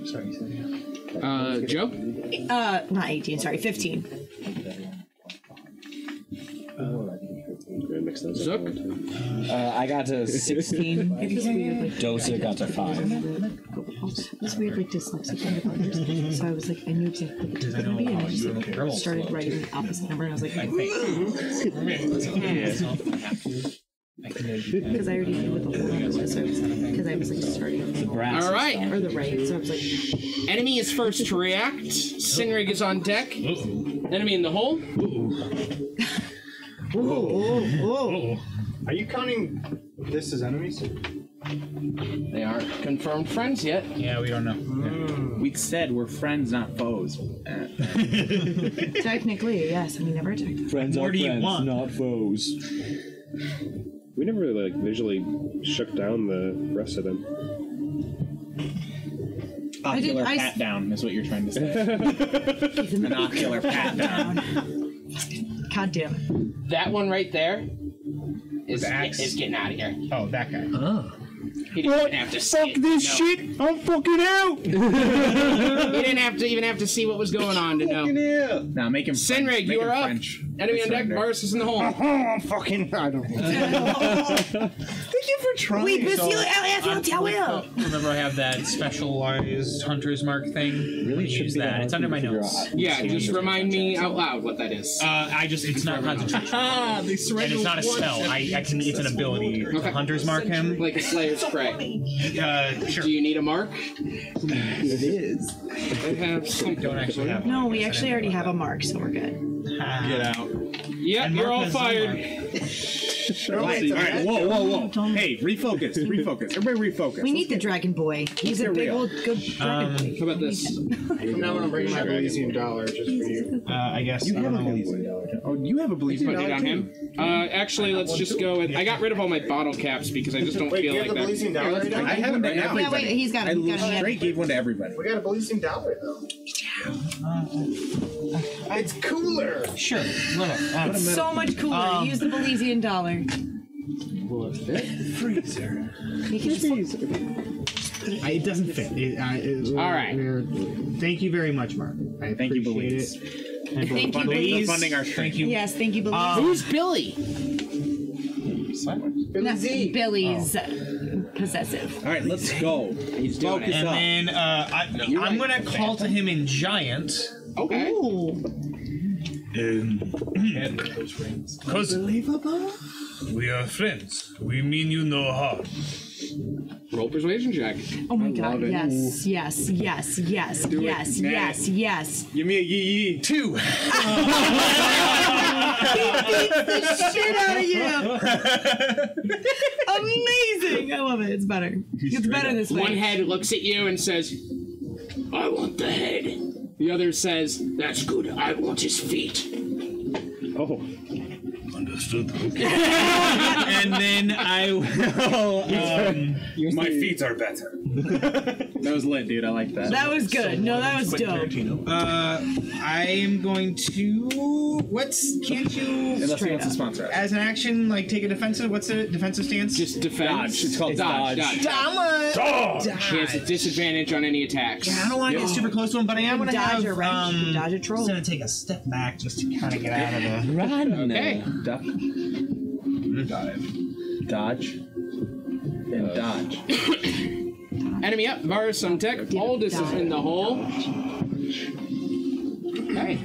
Speaker 35: Sorry, you said yeah.
Speaker 2: Uh, Joe.
Speaker 4: Uh, not 18, sorry, 15.
Speaker 9: Zook? Uh, I got to 16. Dozer got to 5.
Speaker 6: This weird, like dyslexic thing about yours. So I was like, I knew exactly what it was going to be, and I just like, started writing the opposite number, and I was like, because I already knew what the whole number was, so because I was like starting with the
Speaker 2: brass All right.
Speaker 6: or the right. So I was like,
Speaker 2: Enemy is first to react. Sinrig is on deck. Enemy in the hole.
Speaker 8: Are you counting this as enemies?
Speaker 2: They aren't confirmed friends yet.
Speaker 13: Yeah, we don't know. We said we're friends, not foes.
Speaker 6: technically, yes, and we never attacked.
Speaker 9: Friends
Speaker 33: What
Speaker 9: are
Speaker 33: do you
Speaker 9: friends,
Speaker 33: want?
Speaker 9: not foes.
Speaker 33: We never really like visually shook down the rest of them.
Speaker 13: Ocular
Speaker 4: I s-
Speaker 13: pat down is what you're trying to say. An ocular pat down.
Speaker 4: God damn it.
Speaker 2: That one right there is,
Speaker 36: the axe?
Speaker 2: is getting out of here.
Speaker 36: Oh, that guy.
Speaker 2: He didn't even have to see it. No.
Speaker 36: shit. I'm fucking out.
Speaker 2: you didn't have to even have to see what was going on to know.
Speaker 13: Now make him.
Speaker 2: Senrig, you are up. Enemy on deck. Varus is in the hole.
Speaker 8: I'm Oh, fucking. I don't.
Speaker 2: Thank you for trying.
Speaker 4: Wait, but you- if you
Speaker 5: I'm-
Speaker 4: tell
Speaker 5: oh, Remember, I have that specialized hunter's mark thing. Really, use that. It's under my notes.
Speaker 2: Yeah, just remind me out loud what that is.
Speaker 5: Uh, I just, it's not concentration.
Speaker 2: Ah, they
Speaker 5: and it's not a spell. I, I can, it's an ability. to Hunter's mark him.
Speaker 2: Like a Slayer's Prey.
Speaker 5: Uh, sure.
Speaker 2: Do you need a mark? It is. I have some. Don't actually have
Speaker 4: No, we actually already have a mark, so we're good.
Speaker 2: Get out. Yep, you're all fired.
Speaker 13: All right, all right, whoa, whoa, whoa. Hey, refocus, refocus. Everybody refocus.
Speaker 4: We need the dragon boy. He's a
Speaker 13: There we
Speaker 4: big
Speaker 13: go.
Speaker 4: old good dragon
Speaker 9: Um,
Speaker 4: boy.
Speaker 2: How about this?
Speaker 4: From
Speaker 2: now on, I'll bring my Belizean
Speaker 8: dollar just for you.
Speaker 2: Uh, I guess.
Speaker 13: You have a Belizean dollar. Oh, you have a Belizean
Speaker 2: Put
Speaker 13: dollar.
Speaker 2: it on him.
Speaker 13: too.
Speaker 2: Uh, actually, let's just go with. I got rid of all my bottle caps because I just don't
Speaker 8: Wait,
Speaker 2: feel
Speaker 8: do you
Speaker 2: like
Speaker 8: have
Speaker 2: that.
Speaker 8: the Belizean dollar
Speaker 2: Here, let's
Speaker 8: right
Speaker 2: drink
Speaker 8: now?
Speaker 2: it.
Speaker 8: I have it right now.
Speaker 4: Yeah, wait, he's got
Speaker 13: I
Speaker 4: it. He's got it.
Speaker 13: straight gave one to everybody.
Speaker 8: We got a Belizean dollar though. It's cooler.
Speaker 5: Sure. Look, um,
Speaker 4: So much cooler.
Speaker 5: Um,
Speaker 4: Use the Belizean dollar.
Speaker 5: freezer.
Speaker 37: I, it doesn't fit. It, I, it, All right. Thank you very much, Mark. I thank you, Belize. It. And for
Speaker 4: Thank you,
Speaker 37: funding-
Speaker 4: Belize.
Speaker 37: funding our stream.
Speaker 4: Yes, thank you, Belize.
Speaker 37: Uh,
Speaker 2: Um,
Speaker 4: Who's Billy?
Speaker 8: Billy
Speaker 4: Z. Billy's possessive.
Speaker 13: All right, let's go. He's doing
Speaker 5: And then uh, I, I'm gonna call to him in giant.
Speaker 8: Okay.
Speaker 6: hmm. Cousin. We are friends. We mean you no harm.
Speaker 2: Roll persuasion check.
Speaker 4: Oh my god, yes, yes, yes, yes,
Speaker 2: Do it.
Speaker 4: yes,
Speaker 2: Nah.
Speaker 4: yes, yes.
Speaker 13: Give me a yee yee. Two.
Speaker 4: Beats the shit out of you. Amazing. I love it. It's better. It's better this way.
Speaker 2: One head looks at you and says, I want the head. The other says, That's good. I want his feet.
Speaker 6: Oh. Understood.
Speaker 5: and then I will. Um,
Speaker 13: My feet are better. that was lit, dude. I like that.
Speaker 4: That was good. No, that was dope.
Speaker 5: Uh, I am going to. What's can't you?
Speaker 13: Unless he
Speaker 5: Straight
Speaker 13: wants to
Speaker 5: up.
Speaker 13: sponsor us.
Speaker 5: As an action, like take a defensive. What's the defensive stance? Just
Speaker 2: defense. Dodge. It's called Dodge, dodge.
Speaker 5: Dama.
Speaker 2: He has a disadvantage on any attacks.
Speaker 5: Yeah, I don't want to get super close to him, but I am
Speaker 2: You
Speaker 5: going to
Speaker 2: dodge
Speaker 5: have.
Speaker 2: a wrench,
Speaker 5: um,
Speaker 2: you dodge
Speaker 5: a troll. I'm going to take a step back just to kind of get out of the.
Speaker 38: Run.
Speaker 2: Okay.
Speaker 13: Duck. Dive. Dodge. And dodge.
Speaker 2: Uh, Enemy up. Varus Suntech. Aldous is in the hole. Okay.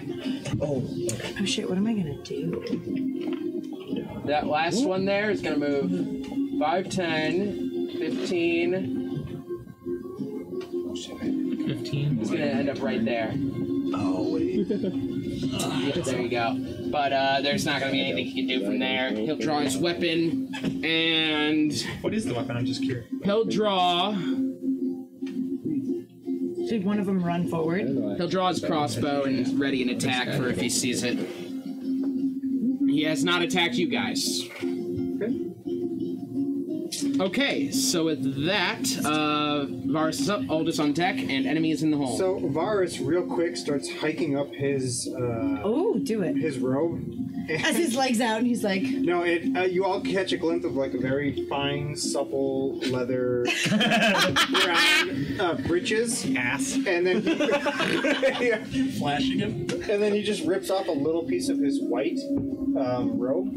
Speaker 4: Oh shit, what am I gonna do?
Speaker 2: That last one there is going to move 5, 10, 15. Oh, shit.
Speaker 5: 15.
Speaker 2: It's going to end up right there.
Speaker 39: Oh, wait.
Speaker 2: Yeah, there you go. But uh, there's not going to be anything he can do from there. He'll draw his weapon, and
Speaker 5: what is the weapon? I'm just curious.
Speaker 2: He'll draw.
Speaker 4: Did one of them run forward?
Speaker 2: He'll draw his crossbow and ready an attack for if he sees it. He has not attacked you guys. Okay, so with that, uh, Varus is up, Aldous on deck, and enemy is in the hole.
Speaker 8: So Varus, real quick, starts hiking up his. Uh,
Speaker 4: oh, do it.
Speaker 8: His robe.
Speaker 4: As his legs out, and he's like,
Speaker 8: No, it. Uh, you all catch a glimpse of like a very fine, supple leather brown uh, breeches, ass, and then yeah. flashing him, and then he just rips off a little piece of his white um, robe.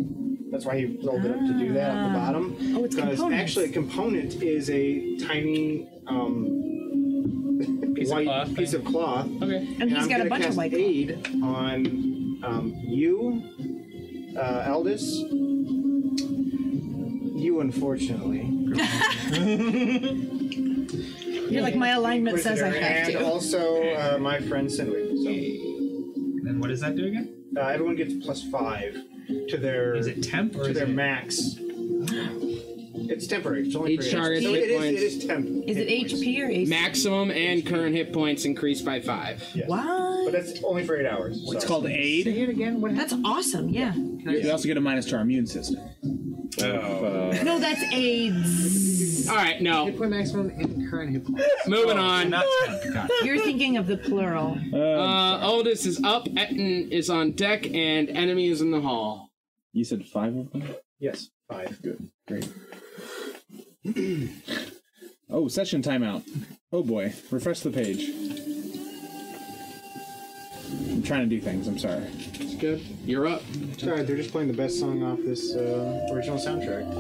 Speaker 8: That's why he rolled it up to do that at the bottom.
Speaker 4: Oh, it's
Speaker 8: component. Actually, a component is a tiny um, piece white of piece of cloth. Okay,
Speaker 4: and,
Speaker 8: he's
Speaker 4: he's got a bunch of like.
Speaker 8: aid on um, you, uh, Eldis. You, unfortunately.
Speaker 4: You're like my alignment says I have
Speaker 8: and
Speaker 4: to.
Speaker 8: also uh, my friend Sinwig.
Speaker 5: And what does that do again?
Speaker 8: So uh, everyone gets plus five to their is it
Speaker 5: temp
Speaker 8: to their max. It's temporary. It's only
Speaker 2: Each
Speaker 8: three
Speaker 2: target
Speaker 8: so
Speaker 2: hit
Speaker 8: it is,
Speaker 2: points.
Speaker 8: it is temp.
Speaker 4: Is it HP or AC?
Speaker 2: Maximum and current hit points increased by five.
Speaker 4: Wow.
Speaker 8: But that's only for eight hours.
Speaker 13: It's called aid.
Speaker 4: Say it again. What That's awesome. Yeah.
Speaker 13: We also get a minus to our immune system.
Speaker 4: No, that's AIDS.
Speaker 2: All right, no.
Speaker 4: Hit point maximum and current hit point.
Speaker 2: Moving
Speaker 13: Oh,
Speaker 2: on.
Speaker 4: You're thinking of the plural.
Speaker 2: Uh, Aldous is up, Etten is on deck, and enemy is in the hall.
Speaker 13: You said five of them?
Speaker 8: Yes, five.
Speaker 13: Good. Great. oh, session timeout. Oh boy. Refresh the page. I'm trying to do things. I'm sorry.
Speaker 2: It's good. You're up.
Speaker 8: Sorry, they're just playing the best song off this uh, original soundtrack.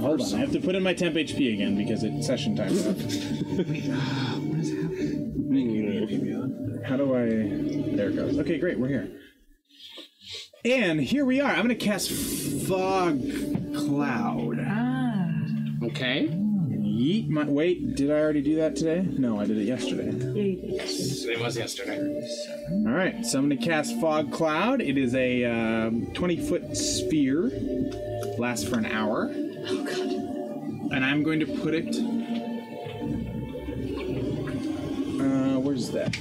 Speaker 13: Hold on. I have to put in my temp HP again because it's session timeout. How do I? There it goes. Okay, great. We're here. And here we are. I'm gonna cast fog cloud.
Speaker 2: Okay.
Speaker 13: yeet my. Wait, did I already do that today? No, I did it yesterday.
Speaker 2: It was yesterday.
Speaker 13: All right, so I'm going to cast Fog Cloud. It is a um, 20 foot sphere, lasts for an hour. Oh, God. And I'm going to put it. Uh, where's that?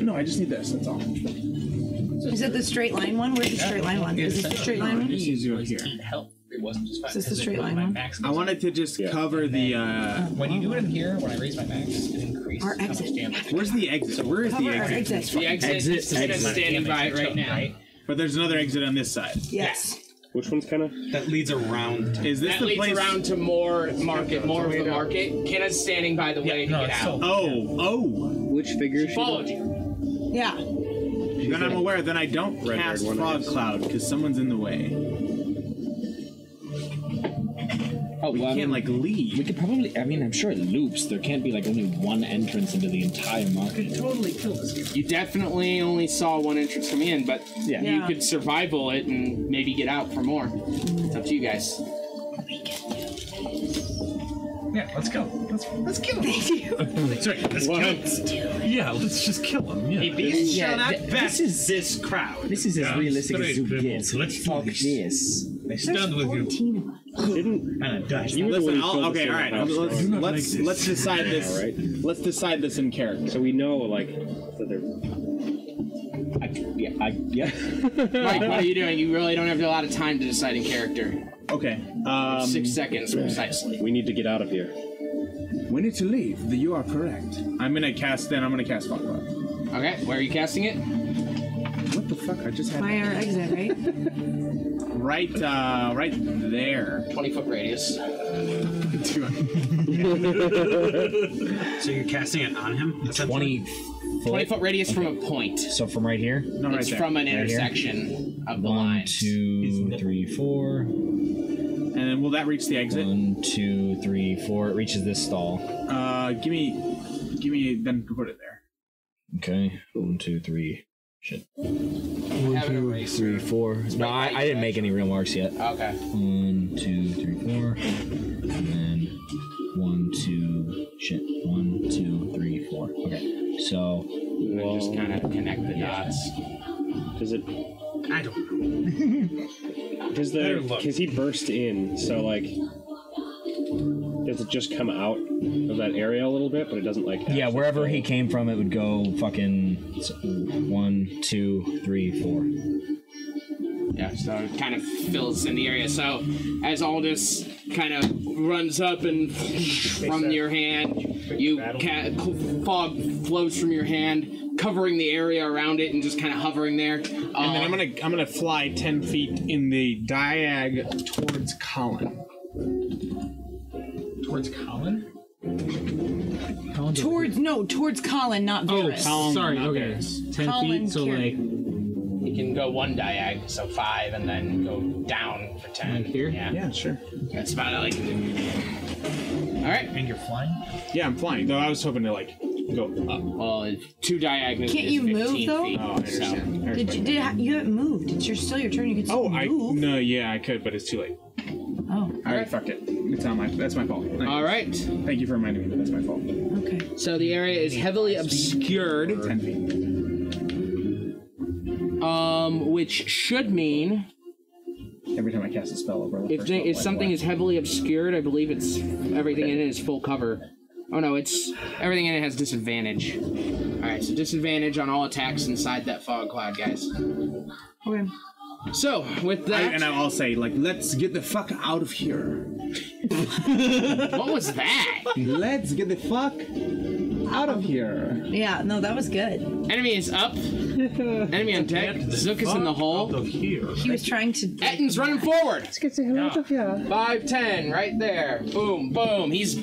Speaker 13: No, I just need this, that's all.
Speaker 4: Is it the straight line one? Where's the straight line one? Is this the straight line one?
Speaker 5: help. It wasn't just
Speaker 4: Is this the straight line one?
Speaker 13: I wanted to just cover the. Uh,
Speaker 5: When you do it in here, when I raise my max, it increases
Speaker 4: Our
Speaker 5: how much
Speaker 4: exit.
Speaker 5: damage.
Speaker 13: Where's the exit? Where is the
Speaker 5: Cover our
Speaker 13: exit?
Speaker 5: exit. The exit Exit, is just exit. standing by it right now.
Speaker 13: But there's another exit on this side.
Speaker 4: Yes.
Speaker 13: Which one's kind of that leads around? Is this
Speaker 2: that
Speaker 13: the
Speaker 2: leads
Speaker 13: place?
Speaker 2: around to more market, more of the market. Kenna's standing by the way to get out.
Speaker 13: oh, oh. Which figure?
Speaker 2: She followed you.
Speaker 4: Yeah.
Speaker 13: Then I'm aware. Then I don't
Speaker 2: Red-haired
Speaker 13: cast
Speaker 2: one, I
Speaker 13: fog
Speaker 2: guess.
Speaker 13: cloud because someone's in the way.
Speaker 9: Oh, we can't
Speaker 13: like leave.
Speaker 9: We could probably. I mean, I'm sure it loops. There can't be like only one entrance into the entire market.
Speaker 5: Totally kill this game.
Speaker 2: You definitely only saw one entrance come in, but
Speaker 9: Yeah.
Speaker 2: you
Speaker 9: Yeah.
Speaker 2: could survival it and maybe get out for more. It's up to you guys.
Speaker 32: Yeah, let's go. Let's let's kill him. Sorry, let's
Speaker 2: What?
Speaker 32: kill him. Yeah, let's just kill him. Yeah.
Speaker 9: Hey, these Yeah, shall not th- pass this
Speaker 32: is this crowd.
Speaker 9: This is as realistic as you get.
Speaker 32: Let's fuck this. I stand with you.
Speaker 13: Didn't
Speaker 32: and I die.
Speaker 13: Listen, I'll, okay, all right. Let's
Speaker 14: You're not
Speaker 13: let's,
Speaker 14: like this.
Speaker 13: let's decide this.
Speaker 14: Yeah, right?
Speaker 13: Let's decide this in character. So
Speaker 14: we know, like, that they're.
Speaker 2: I,
Speaker 9: yeah, I, yeah.
Speaker 2: Mike, what are you doing? You really don't have a lot of time to decide in character.
Speaker 13: Okay. Um,
Speaker 2: Six seconds precisely.
Speaker 13: We need to get out of here. We need to leave. The, you are correct. I'm gonna cast. Then I'm gonna cast fog cloud.
Speaker 2: Okay, where are you casting it?
Speaker 13: What the fuck? I just had.
Speaker 4: By our exit, right?
Speaker 13: Right, uh, right there.
Speaker 2: 20 foot radius.
Speaker 16: So you're casting it on him?
Speaker 9: 20
Speaker 2: 20 foot radius from a point.
Speaker 9: So from right here? No,
Speaker 2: it's from an intersection of the
Speaker 9: One,
Speaker 2: lines.
Speaker 9: two, three, four. And
Speaker 13: then will that reach the exit?
Speaker 9: One, two, three, four. It reaches this stall.
Speaker 13: Uh, give me, give me. Then put it there.
Speaker 9: Okay. One, two, three. Shit. One, two, three, four. No, I, I didn't make any real marks yet.
Speaker 2: Okay.
Speaker 9: One, two, three, four. And then one, two, shit. One, two, three, four. Okay. So.
Speaker 2: And then just kind of connect the dots.
Speaker 14: Does it?
Speaker 16: I don't
Speaker 14: Because
Speaker 16: Better
Speaker 14: the
Speaker 16: look.
Speaker 14: because he burst in, so like, does it just come out of that area a little bit, but it doesn't like.
Speaker 9: Yeah, wherever he came from, it would go fucking s- one, two, three, four.
Speaker 2: Yeah, so it kind of fills in the area. So as Aldous kind of runs up and from your hand, you ca- cl- fog flows from your hand, covering the area around it and just kind of hovering there. Um,
Speaker 13: And then I'm gonna I'm gonna fly ten feet in the diag towards Colin.
Speaker 5: Towards Colin?
Speaker 29: Towards no, towards Colin, not
Speaker 5: Oh,
Speaker 29: Varus.
Speaker 5: sorry. Okay. Ten
Speaker 29: Colin
Speaker 5: feet. So
Speaker 29: Carey.
Speaker 5: like
Speaker 2: You can go one diag, so five, and then go down for ten. here? Yeah.
Speaker 13: Yeah, sure.
Speaker 2: That's about all I can do. All right.
Speaker 5: And you're flying?
Speaker 13: Yeah, I'm flying. Though I was hoping to like go
Speaker 2: Uh,
Speaker 13: up.
Speaker 2: Well, two diagonals.
Speaker 4: Can't you move though?
Speaker 13: Oh, I understand. I
Speaker 4: Did you,
Speaker 13: understand.
Speaker 4: did ha- you haven't moved? It's your still your turn. You can still
Speaker 13: Oh, I
Speaker 4: move.
Speaker 13: no, yeah, I could, but it's too late.
Speaker 4: Oh,
Speaker 13: I already fucked it. It's not my. That's my fault. All
Speaker 2: right.
Speaker 13: Thank you for reminding me. But that's my fault.
Speaker 2: So the area is heavily obscured.
Speaker 13: Ten feet.
Speaker 2: Um, which should mean
Speaker 13: Every time I cast a spell over.
Speaker 2: if, they, if something is heavily obscured, I believe it's everything in it is full cover. Oh no, it's everything in it has disadvantage. All right, so disadvantage on all attacks inside that fog cloud, guys.
Speaker 4: Okay.
Speaker 2: So with that,
Speaker 13: and I'll say like, let's get the fuck out of here.
Speaker 2: what was that?
Speaker 13: Let's get the fuck out of here.
Speaker 4: Yeah, no, that was good.
Speaker 2: Enemy is up. Enemy on deck. Zook is in the hole.
Speaker 4: He was trying to.
Speaker 2: Etten's running forward. Let's
Speaker 4: get the hell out of here.
Speaker 2: Five ten, right there. Boom, boom. He's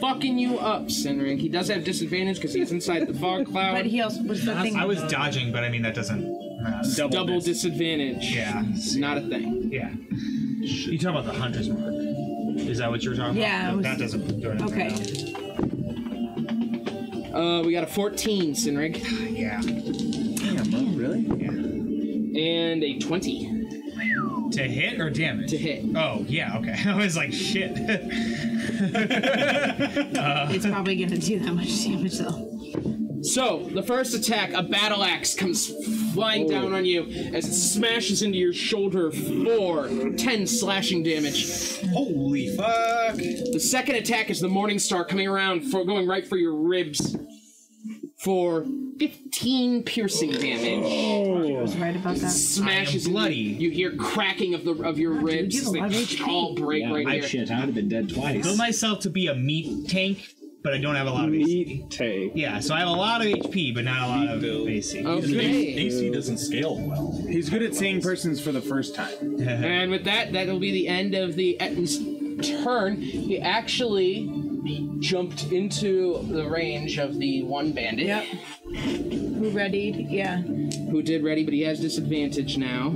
Speaker 2: fucking you up, Sinrig. He does have disadvantage because he's inside the fog cloud.
Speaker 4: But he also was the thing.
Speaker 31: I was dodging, but I mean that doesn't. matter.
Speaker 2: double, disadvantage.
Speaker 31: Yeah.
Speaker 2: It's not a thing.
Speaker 31: Yeah. You talking about the hunter's mark? Is that what you're talking about?
Speaker 2: Yeah, it was-
Speaker 31: that doesn't. do anything
Speaker 2: Okay.
Speaker 31: right now.
Speaker 2: Uh, we got a 14, Sinrig. Yeah.
Speaker 13: Damn, really?
Speaker 2: And a 20.
Speaker 5: To hit or damage? To hit. Oh, yeah, okay. I was like, shit.
Speaker 4: it's probably gonna do that much damage though.
Speaker 2: So, the first attack, a battle axe comes flying
Speaker 5: Oh.
Speaker 2: down on you as it smashes into your shoulder for 10 slashing damage. Holy fuck! The second attack is the Morning Star coming around for going right for your ribs for 15 piercing damage.
Speaker 4: I was right about that.
Speaker 2: Smashes bloody. You hear cracking of the of your ribs. as they all break right
Speaker 9: I
Speaker 2: here.
Speaker 9: shit, I'd have been dead twice.
Speaker 5: Build myself to be a meat tank, but I don't have a lot of AC. Meat
Speaker 13: tank.
Speaker 5: Yeah, so I have a lot of HP, but not a lot of AC.
Speaker 40: AC doesn't scale well.
Speaker 41: He's good at seeing persons for the first time.
Speaker 2: And with that, that'll be the end of the Etten's turn. He actually jumped into the range of the one bandit. Yep.
Speaker 4: Who readied? Yeah.
Speaker 2: Who did ready, but he has disadvantage now.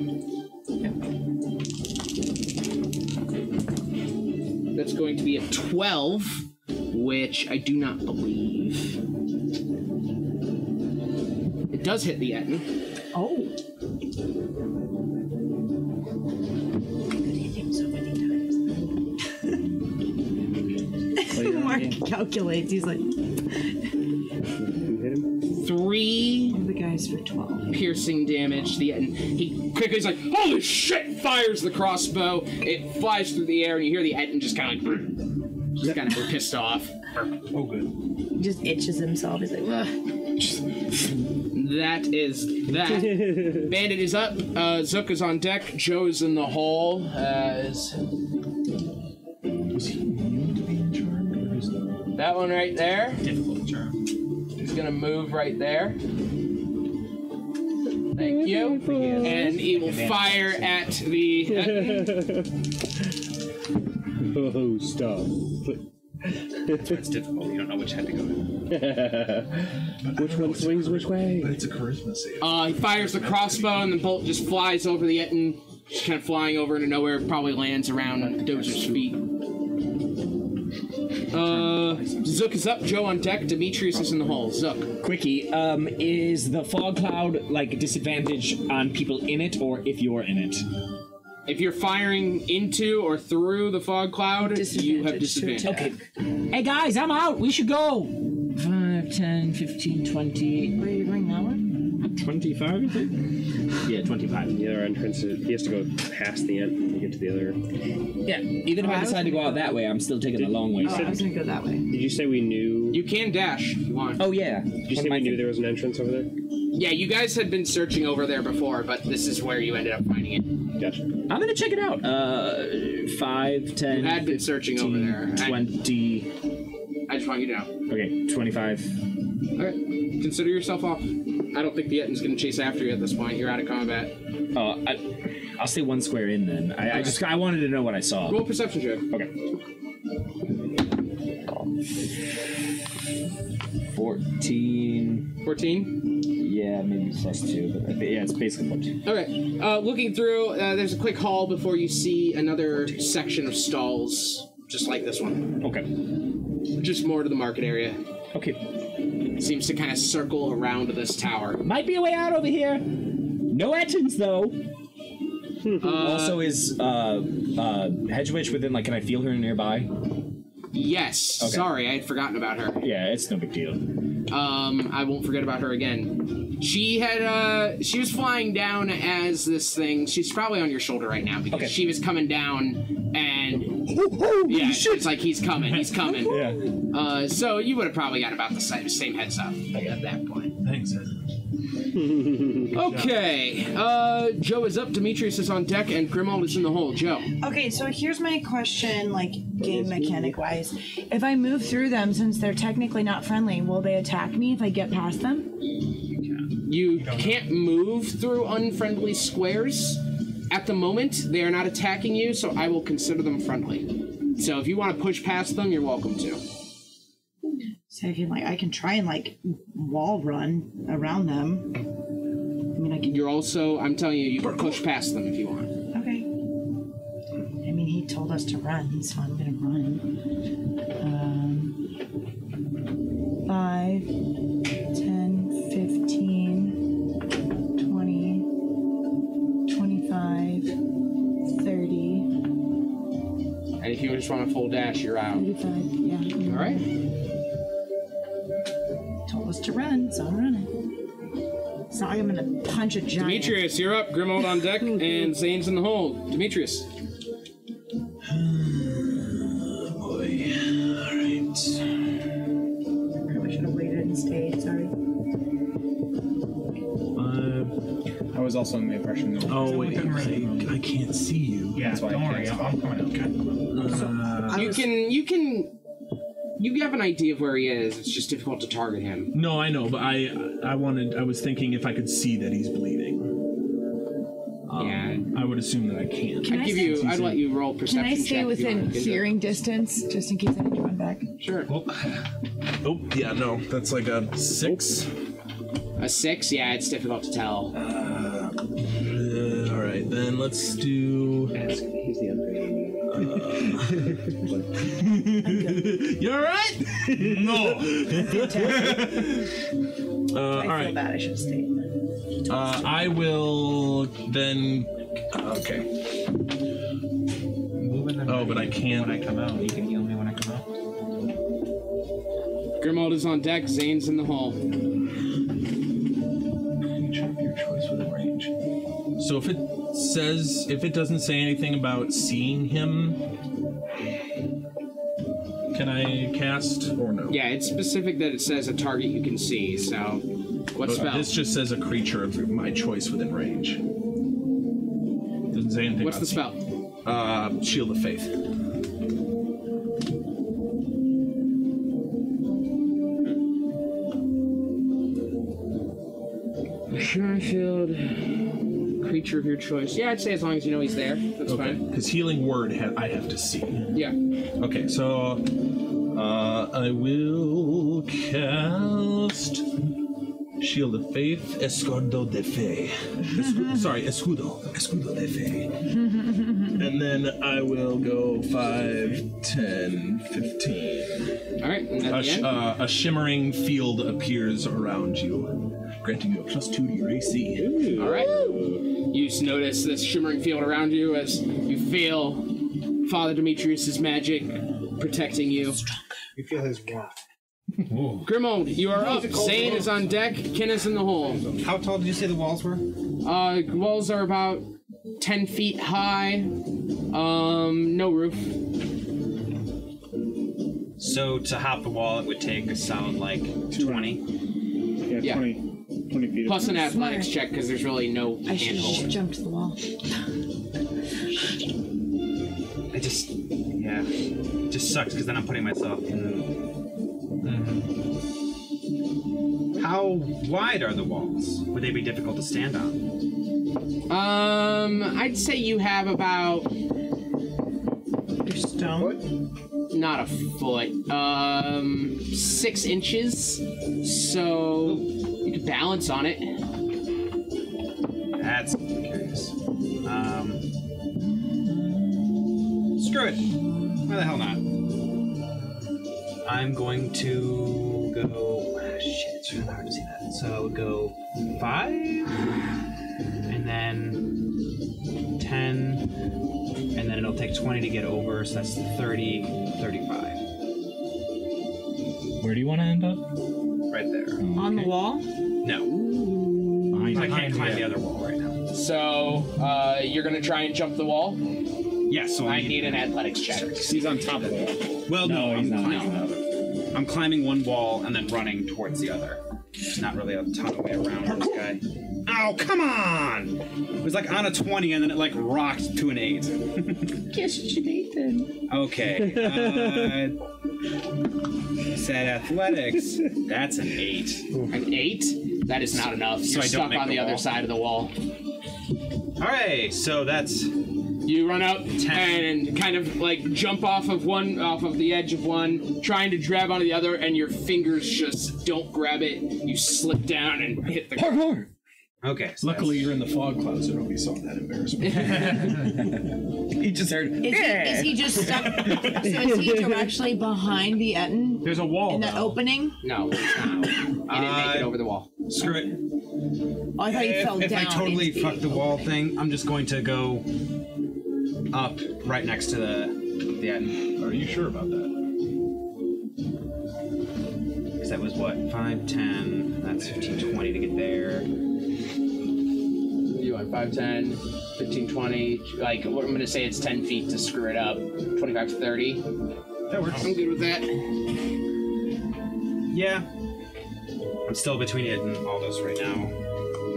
Speaker 2: That's going to be a 12, which I do not believe. It does hit the Etten.
Speaker 4: Oh. Mark calculates. He's like
Speaker 2: three.
Speaker 4: the guys for twelve.
Speaker 2: piercing damage. The and he quickly is like, "Holy shit!" Fires the crossbow. It flies through the air, and you hear the Etten just kind of like, just kind of pissed off. Oh, good.
Speaker 4: Just itches himself. He's like, Ugh.
Speaker 2: That is that. Bandit is up. Uh, Zook is on deck. Joe is in the hall. Uh, As
Speaker 42: Was he immune to being charmed, or is that?
Speaker 2: that one right there. Difficult charm. He's gonna move right there. Thank you. And he will fire at the Etten.
Speaker 13: Oh, stop.
Speaker 6: That's difficult. You don't know which head to go in.
Speaker 13: which one swings which way?
Speaker 6: But it's a charisma save.
Speaker 2: Uh, he fires the crossbow, and the bolt just flies over the Etten, just kind of flying over into nowhere. Probably lands around Dozer's feet. Uh, Zook is up. Joe on deck. Demetrius is in the hall. Zook.
Speaker 9: Quickie, um, is the fog cloud like a disadvantage on people in it or if you're in it?
Speaker 2: If you're firing into or through the fog cloud, you have disadvantage.
Speaker 9: Okay. Hey guys, I'm out. We should go. 5, 10, 15, 20. Where are you going now? 25, I think? Yeah, 25.
Speaker 13: The other entrance, he has to go past the end to get to the other.
Speaker 9: Yeah, even if I decide to go out that way, I'm still taking the long way.
Speaker 13: you said- Oh, I was
Speaker 4: gonna go that way.
Speaker 13: Did you say we knew?
Speaker 2: You can dash if you want.
Speaker 9: Oh, yeah.
Speaker 13: Did you say we knew there was an entrance over there?
Speaker 2: Yeah, you guys had been searching over there before, but this is where you ended up finding it.
Speaker 13: Gotcha.
Speaker 9: I'm gonna check it out. Uh, 5, 10.
Speaker 2: You had been searching over there. I-
Speaker 9: 20.
Speaker 2: I just want you to know.
Speaker 9: Okay, 25.
Speaker 2: Okay, consider yourself off. I don't think the Etten's going to chase after you at this point. You're out of combat.
Speaker 9: Oh, I, I'll stay one square in then. I, I just I wanted to know what I saw.
Speaker 2: Roll a perception check.
Speaker 9: Okay. 14.
Speaker 2: 14?
Speaker 9: Yeah, maybe plus 2, but I thi- yeah, it's basically 14.
Speaker 2: Okay. Uh, looking through, uh, there's a quick hall before you see another section of stalls, just like this one.
Speaker 9: Okay.
Speaker 2: Just more to the market area.
Speaker 9: Okay.
Speaker 2: Seems to kind of circle around this tower.
Speaker 9: Might be a way out over here. No Ettins, though. also, is uh, uh, Hedge Witch within, like, can I feel her nearby?
Speaker 2: Yes.
Speaker 9: Okay.
Speaker 2: Sorry, I had forgotten about her.
Speaker 9: Yeah, it's no big deal.
Speaker 2: Um, I won't forget about her again. She had uh, she was flying down as this thing. She's probably on your shoulder right now because she was coming down and yeah, it's like he's coming, he's coming. yeah. Uh, so you would have probably got about the same, same heads up at that point.
Speaker 42: Thanks,
Speaker 2: Okay. Uh, Joe is up. Demetrius is on deck, and Grimald is in the hole. Joe.
Speaker 4: Okay, so here's my question, like game mechanic wise. If I move through them, since they're technically not friendly, will they attack me if I get past them?
Speaker 2: You can't move through unfriendly squares. At the moment, they are not attacking you, so I will consider them friendly. So if you want to push past them, you're welcome to.
Speaker 4: So I can like I can try and like wall run around them. I mean, I can.
Speaker 2: You're also, I'm telling you, you can push past them if you want.
Speaker 4: Okay. I mean, he told us to run, so I'm gonna run. Um, 5, 10, 15, 20, 25,
Speaker 2: you just want a full dash, you're out.
Speaker 4: Thirty-five. Yeah.
Speaker 2: All right.
Speaker 4: Told us to run, so I'm running. It's not like I'm gonna punch a giant.
Speaker 2: Demetrius, you're up. Grimold on deck, and Zane's in the hold. Demetrius.
Speaker 4: Boy. All right. Probably should have waited and stayed. Sorry.
Speaker 13: I was also in the impression. That
Speaker 6: Oh wait, I, I can't see you. Yeah, That's why
Speaker 13: don't
Speaker 6: I can't worry, I'm coming. Uh,
Speaker 2: you can you can you have an idea of where he is. It's just difficult to target him.
Speaker 6: no, I know, but I I wanted I was thinking if I could see that he's bleeding. Um, yeah, I would assume that I can.
Speaker 2: I'd give you. I'd let you roll perception.
Speaker 43: Can I stay
Speaker 2: check if you
Speaker 43: within
Speaker 2: want.
Speaker 43: hearing distance just in case I need to run back?
Speaker 2: Sure.
Speaker 6: Oh yeah, no, that's like a six.
Speaker 2: A six? Yeah, it's difficult to tell.
Speaker 6: Uh, all right, then let's do. uh, Here's the upgrade. you all right? no. uh, all
Speaker 4: I feel
Speaker 6: right.
Speaker 4: bad. I should have stayed.
Speaker 6: Uh, I will then. Okay. Oh, but I can. When I come out, you can heal me when I come out.
Speaker 2: Grimold is on deck. Zane's in the hall.
Speaker 6: So if it says, if it doesn't say anything about seeing him, can I cast or no?
Speaker 2: Yeah, it's specific that it says a target you can see. So, what
Speaker 6: But
Speaker 2: spell?
Speaker 6: This just says a creature of my choice within range. Doesn't say anything.
Speaker 2: What's
Speaker 6: about
Speaker 2: the
Speaker 6: seeing. Uh, Shield of Faith.
Speaker 2: Shirefield, creature of your choice. Yeah, I'd say as long as you know he's there, that's fine.
Speaker 6: Because healing word ha- I have to see.
Speaker 2: Yeah.
Speaker 6: Okay, so uh, I will cast Shield of Faith, Escudo de Fe. Escu- sorry, Escudo, Escudo de Fe. And then I will go 5, 10, 15.
Speaker 2: All right,
Speaker 6: a, sh- uh, a shimmering field appears around you, granting you a plus 2 to your AC.
Speaker 2: All right. You just notice this shimmering field around you as you feel Father Demetrius' magic protecting you.
Speaker 8: You feel his warmth.
Speaker 2: Grimold, you are
Speaker 8: No,
Speaker 2: up.
Speaker 8: it's a cold
Speaker 2: Zane
Speaker 8: world.
Speaker 2: is on deck. Ken is in the hole. How tall did you say the walls were? Uh, walls are about ten feet high. Um, no roof.
Speaker 9: So to hop the wall, it would take a solid like twenty. Yeah,
Speaker 2: Yeah.
Speaker 9: 20, 20 feet.
Speaker 2: Plus an athletics check because there's really no
Speaker 4: I should have
Speaker 2: handhold.
Speaker 4: jumped the wall.
Speaker 9: I just, yeah, it just sucks because then I'm putting myself in
Speaker 6: Mm-hmm.
Speaker 9: the. How wide are the walls? Would they be difficult to stand on?
Speaker 2: Um, I'd say you have about. Your
Speaker 8: stone?
Speaker 2: Not a foot. Um, six inches. So you could balance on it.
Speaker 9: That's curious. Um, screw it. Why the hell not? I'm going to go. ah, Shit, it's really hard to see that. So I would go five, and then ten, and then it'll take twenty to get over. So that's 30, 35.
Speaker 44: Where do you want to end up? Oh.
Speaker 9: Right there.
Speaker 4: On the wall?
Speaker 9: No. I can't climb the other wall right now.
Speaker 2: So uh, you're gonna try and jump the wall.
Speaker 9: Yeah, so
Speaker 2: I need an athletics check.
Speaker 9: He's on top of the wall. Well, no, I'm climbing. I'm climbing one wall and then running towards the other. There's not really a ton of way around this guy. Oh, come on! It was like on a 20 and then it like rocked to an 8.
Speaker 4: Guess you should eat them.
Speaker 9: okay. Uh, said athletics. That's an 8.
Speaker 2: An eight? That is not enough. You're
Speaker 9: So I don't
Speaker 2: stuck
Speaker 9: make
Speaker 2: on
Speaker 9: the
Speaker 2: the, other
Speaker 9: wall.
Speaker 2: side of the wall.
Speaker 9: Alright, so that's.
Speaker 2: You run up and kind of like jump off of one, off of the edge of one, trying to grab onto the other, and your fingers just don't grab it. You slip down and hit the
Speaker 44: parkour.
Speaker 9: Okay.
Speaker 6: Luckily, you're in the fog cloud, so nobody saw that embarrassment.
Speaker 44: he just heard.
Speaker 43: Is, is he just stuck? so is he directly behind the Etten?
Speaker 9: There's a wall.
Speaker 43: In that opening?
Speaker 2: No, it's not. You didn't
Speaker 9: Uh,
Speaker 2: make it over the wall.
Speaker 9: Screw it.
Speaker 43: Oh, I thought he
Speaker 9: if,
Speaker 43: fell
Speaker 9: if
Speaker 43: down.
Speaker 9: I totally
Speaker 43: into
Speaker 9: fuck the wall thing, I'm just going to go up right next to the Yeah. Are you sure about that? Because that was what, 5, 10, that's 15, 20 to get there.
Speaker 2: You want 5, 10, 15, 20. Like, what I'm going to say it's 10 feet to screw it up. 25 to 30.
Speaker 9: That works.
Speaker 2: I'm good with that.
Speaker 9: Yeah. I'm still between it and Aldous right now.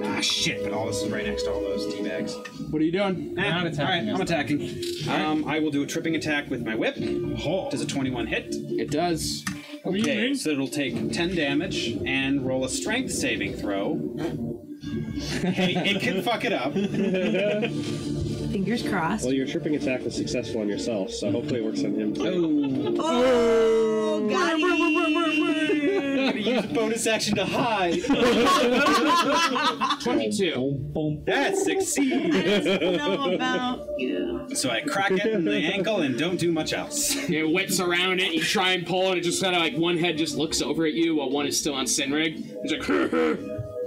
Speaker 9: Ah, shit, but Aldous is right next to all those teabags.
Speaker 2: What are you doing?
Speaker 9: Nah, Alright, I'm attacking. Um, I will do a tripping attack with my whip. Does a 21 hit?
Speaker 2: It does.
Speaker 9: Okay, so it'll take 10 damage and roll a strength saving throw. hey, it can fuck it up.
Speaker 4: Fingers crossed.
Speaker 8: Well, your tripping attack was successful on yourself, so hopefully it works on him too.
Speaker 4: Oh, got
Speaker 9: I'm gonna use bonus action to hide. 22. That succeeds. So I crack it in the ankle and don't do much else.
Speaker 2: It whips around it, you try and pull, and it just kind of like one head just looks over at you while one is still on Sinrig. It's like,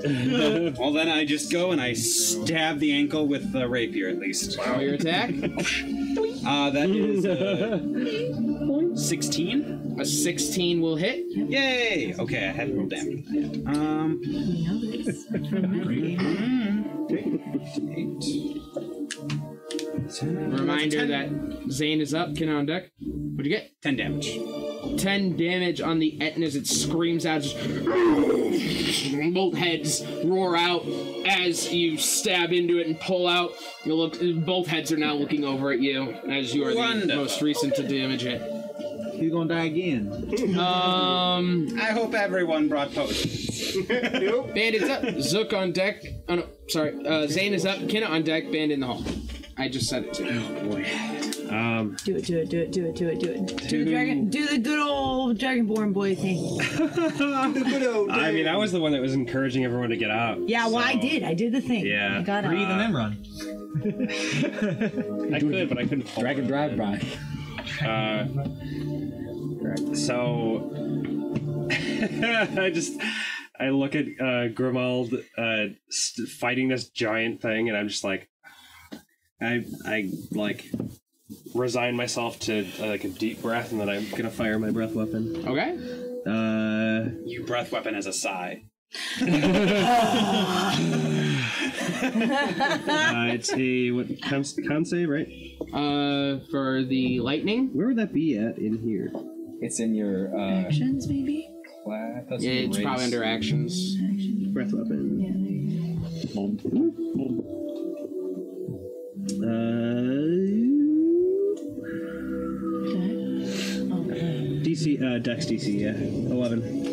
Speaker 9: well, then I just go and I stab the ankle with the rapier at least. Wow,
Speaker 2: your attack?
Speaker 9: Uh, that is uh, 16.
Speaker 2: A 16 will hit.
Speaker 9: Yay! Okay, I had roll damage. Um,
Speaker 2: Reminder that Zane is up, Ken on deck. What'd you get?
Speaker 9: 10 damage.
Speaker 2: 10 damage on the Etna as it screams out. Just both heads roar out as you stab into it and pull out. You look. Both heads are now looking over at you as you are the
Speaker 9: Wonderful.
Speaker 2: most recent to damage it.
Speaker 9: You're gonna die again.
Speaker 2: Um,
Speaker 9: I hope everyone brought potions.
Speaker 2: nope. Bandit's up. Zook on deck. Oh no, sorry. Uh, Zane is up. Kenna on deck. Bandit in the hall. I just said it to you.
Speaker 8: Um,
Speaker 4: do it, do it, do it, do it, do it, do it. Do the dragon, do the good old dragonborn boy thing.
Speaker 8: I mean, I was the one that was encouraging everyone to get out.
Speaker 4: Yeah, well, I did. I did the thing.
Speaker 8: Yeah.
Speaker 4: I got uh,
Speaker 8: Breathe
Speaker 4: it.
Speaker 8: and then
Speaker 5: run.
Speaker 8: I could, but I couldn't. Dragon drive by. Uh, right, so I just I look at uh, Grimald uh, st- fighting this giant thing, and I'm just like, I I like resign myself to uh, like a deep breath, and then I'm gonna fire my breath weapon.
Speaker 2: Okay.
Speaker 8: Uh,
Speaker 9: you breath weapon as a sigh.
Speaker 8: uh, it's a what con, con save, right?
Speaker 2: Uh, for the lightning.
Speaker 8: Where would that be at in here?
Speaker 45: It's in your uh,
Speaker 4: Actions, maybe?
Speaker 45: class.
Speaker 2: Yeah, it's probably under actions.
Speaker 8: Breath weapon.
Speaker 4: Yeah, there you
Speaker 8: Uh, DC, uh, Dex DC, yeah. 11.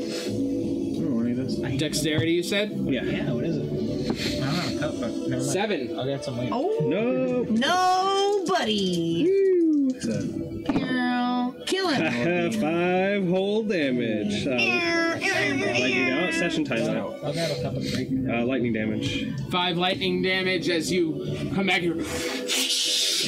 Speaker 2: Dexterity, you said?
Speaker 8: Yeah.
Speaker 5: Yeah, what is it? I don't know. Never mind.
Speaker 2: Seven.
Speaker 5: I'll get some later.
Speaker 4: Oh.
Speaker 8: No.
Speaker 4: No, buddy. Girl. Kill him.
Speaker 8: Five whole damage. Uh, lightning out. Session time's out.
Speaker 5: I'll grab a cup of drink.
Speaker 8: Uh, lightning damage.
Speaker 2: Five lightning damage as you come back here.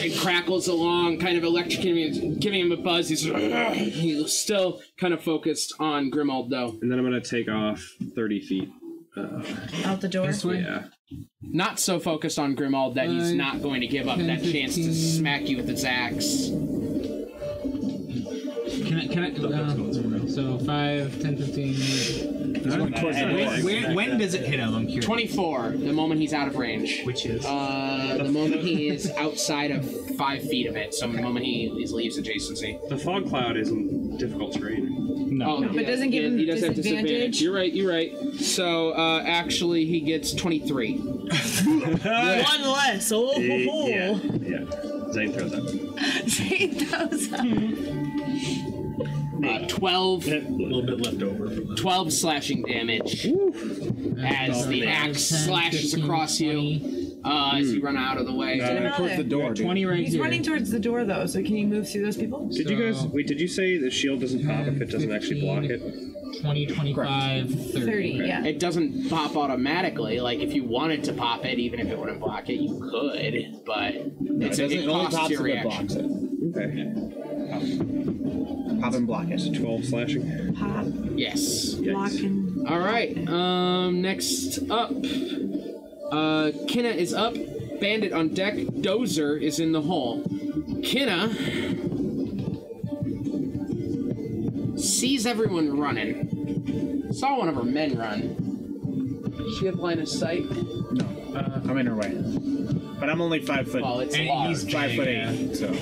Speaker 2: It crackles along, kind of electric, giving him a buzz. He's, he's still kind of focused on Grimald, though.
Speaker 8: And then I'm going to take off 30 feet. Uh,
Speaker 4: Out the door.
Speaker 8: Yeah.
Speaker 2: Not so focused on Grimald that he's not going to give up that chance to smack you with his axe.
Speaker 5: Can I? Can I? Uh, so 5, 10, 15. When, when, when does it hit him? I'm curious.
Speaker 2: 24, the moment he's out of range. Which is? Uh, the moment he is outside of five feet of it, so the moment he leaves adjacency.
Speaker 8: The fog cloud isn't difficult terrain.
Speaker 2: No,
Speaker 8: No.
Speaker 4: But doesn't give him
Speaker 2: he does have
Speaker 4: disadvantage?
Speaker 2: disadvantage. You're right. You're right. So uh, actually, he gets Uh, 23.
Speaker 4: One less. Oh, ho,
Speaker 8: yeah.
Speaker 4: ho.
Speaker 8: Yeah. Zane throws up.
Speaker 4: Save those up.
Speaker 2: Uh, 12. A
Speaker 8: little
Speaker 2: bit left over. 12 slashing damage as the axe slashes across you uh, as
Speaker 4: Hmm.
Speaker 2: you run out of the way.
Speaker 4: He's running towards the door, though, so can you move through those people?
Speaker 8: Did you guys wait? Did you say the shield doesn't pop if it doesn't actually block it?
Speaker 5: 20, 25, 30.
Speaker 4: 30, yeah.
Speaker 2: It doesn't pop automatically. Like if you wanted to pop it, even if it wouldn't block it, you could. But it's, it, costs your reaction.
Speaker 8: Okay. Pop and block it. Twelve slashing.
Speaker 4: Pop.
Speaker 2: Yes. All right. Um. Next up, uh, Kinna is up. Bandit on deck. Dozer is in the hole. Kinna sees everyone running. Saw one of her men run. Does she have line of sight?
Speaker 13: Uh, I'm in her way. But I'm only five foot.
Speaker 2: Well, it's
Speaker 13: and
Speaker 2: large.
Speaker 13: he's five foot eight. So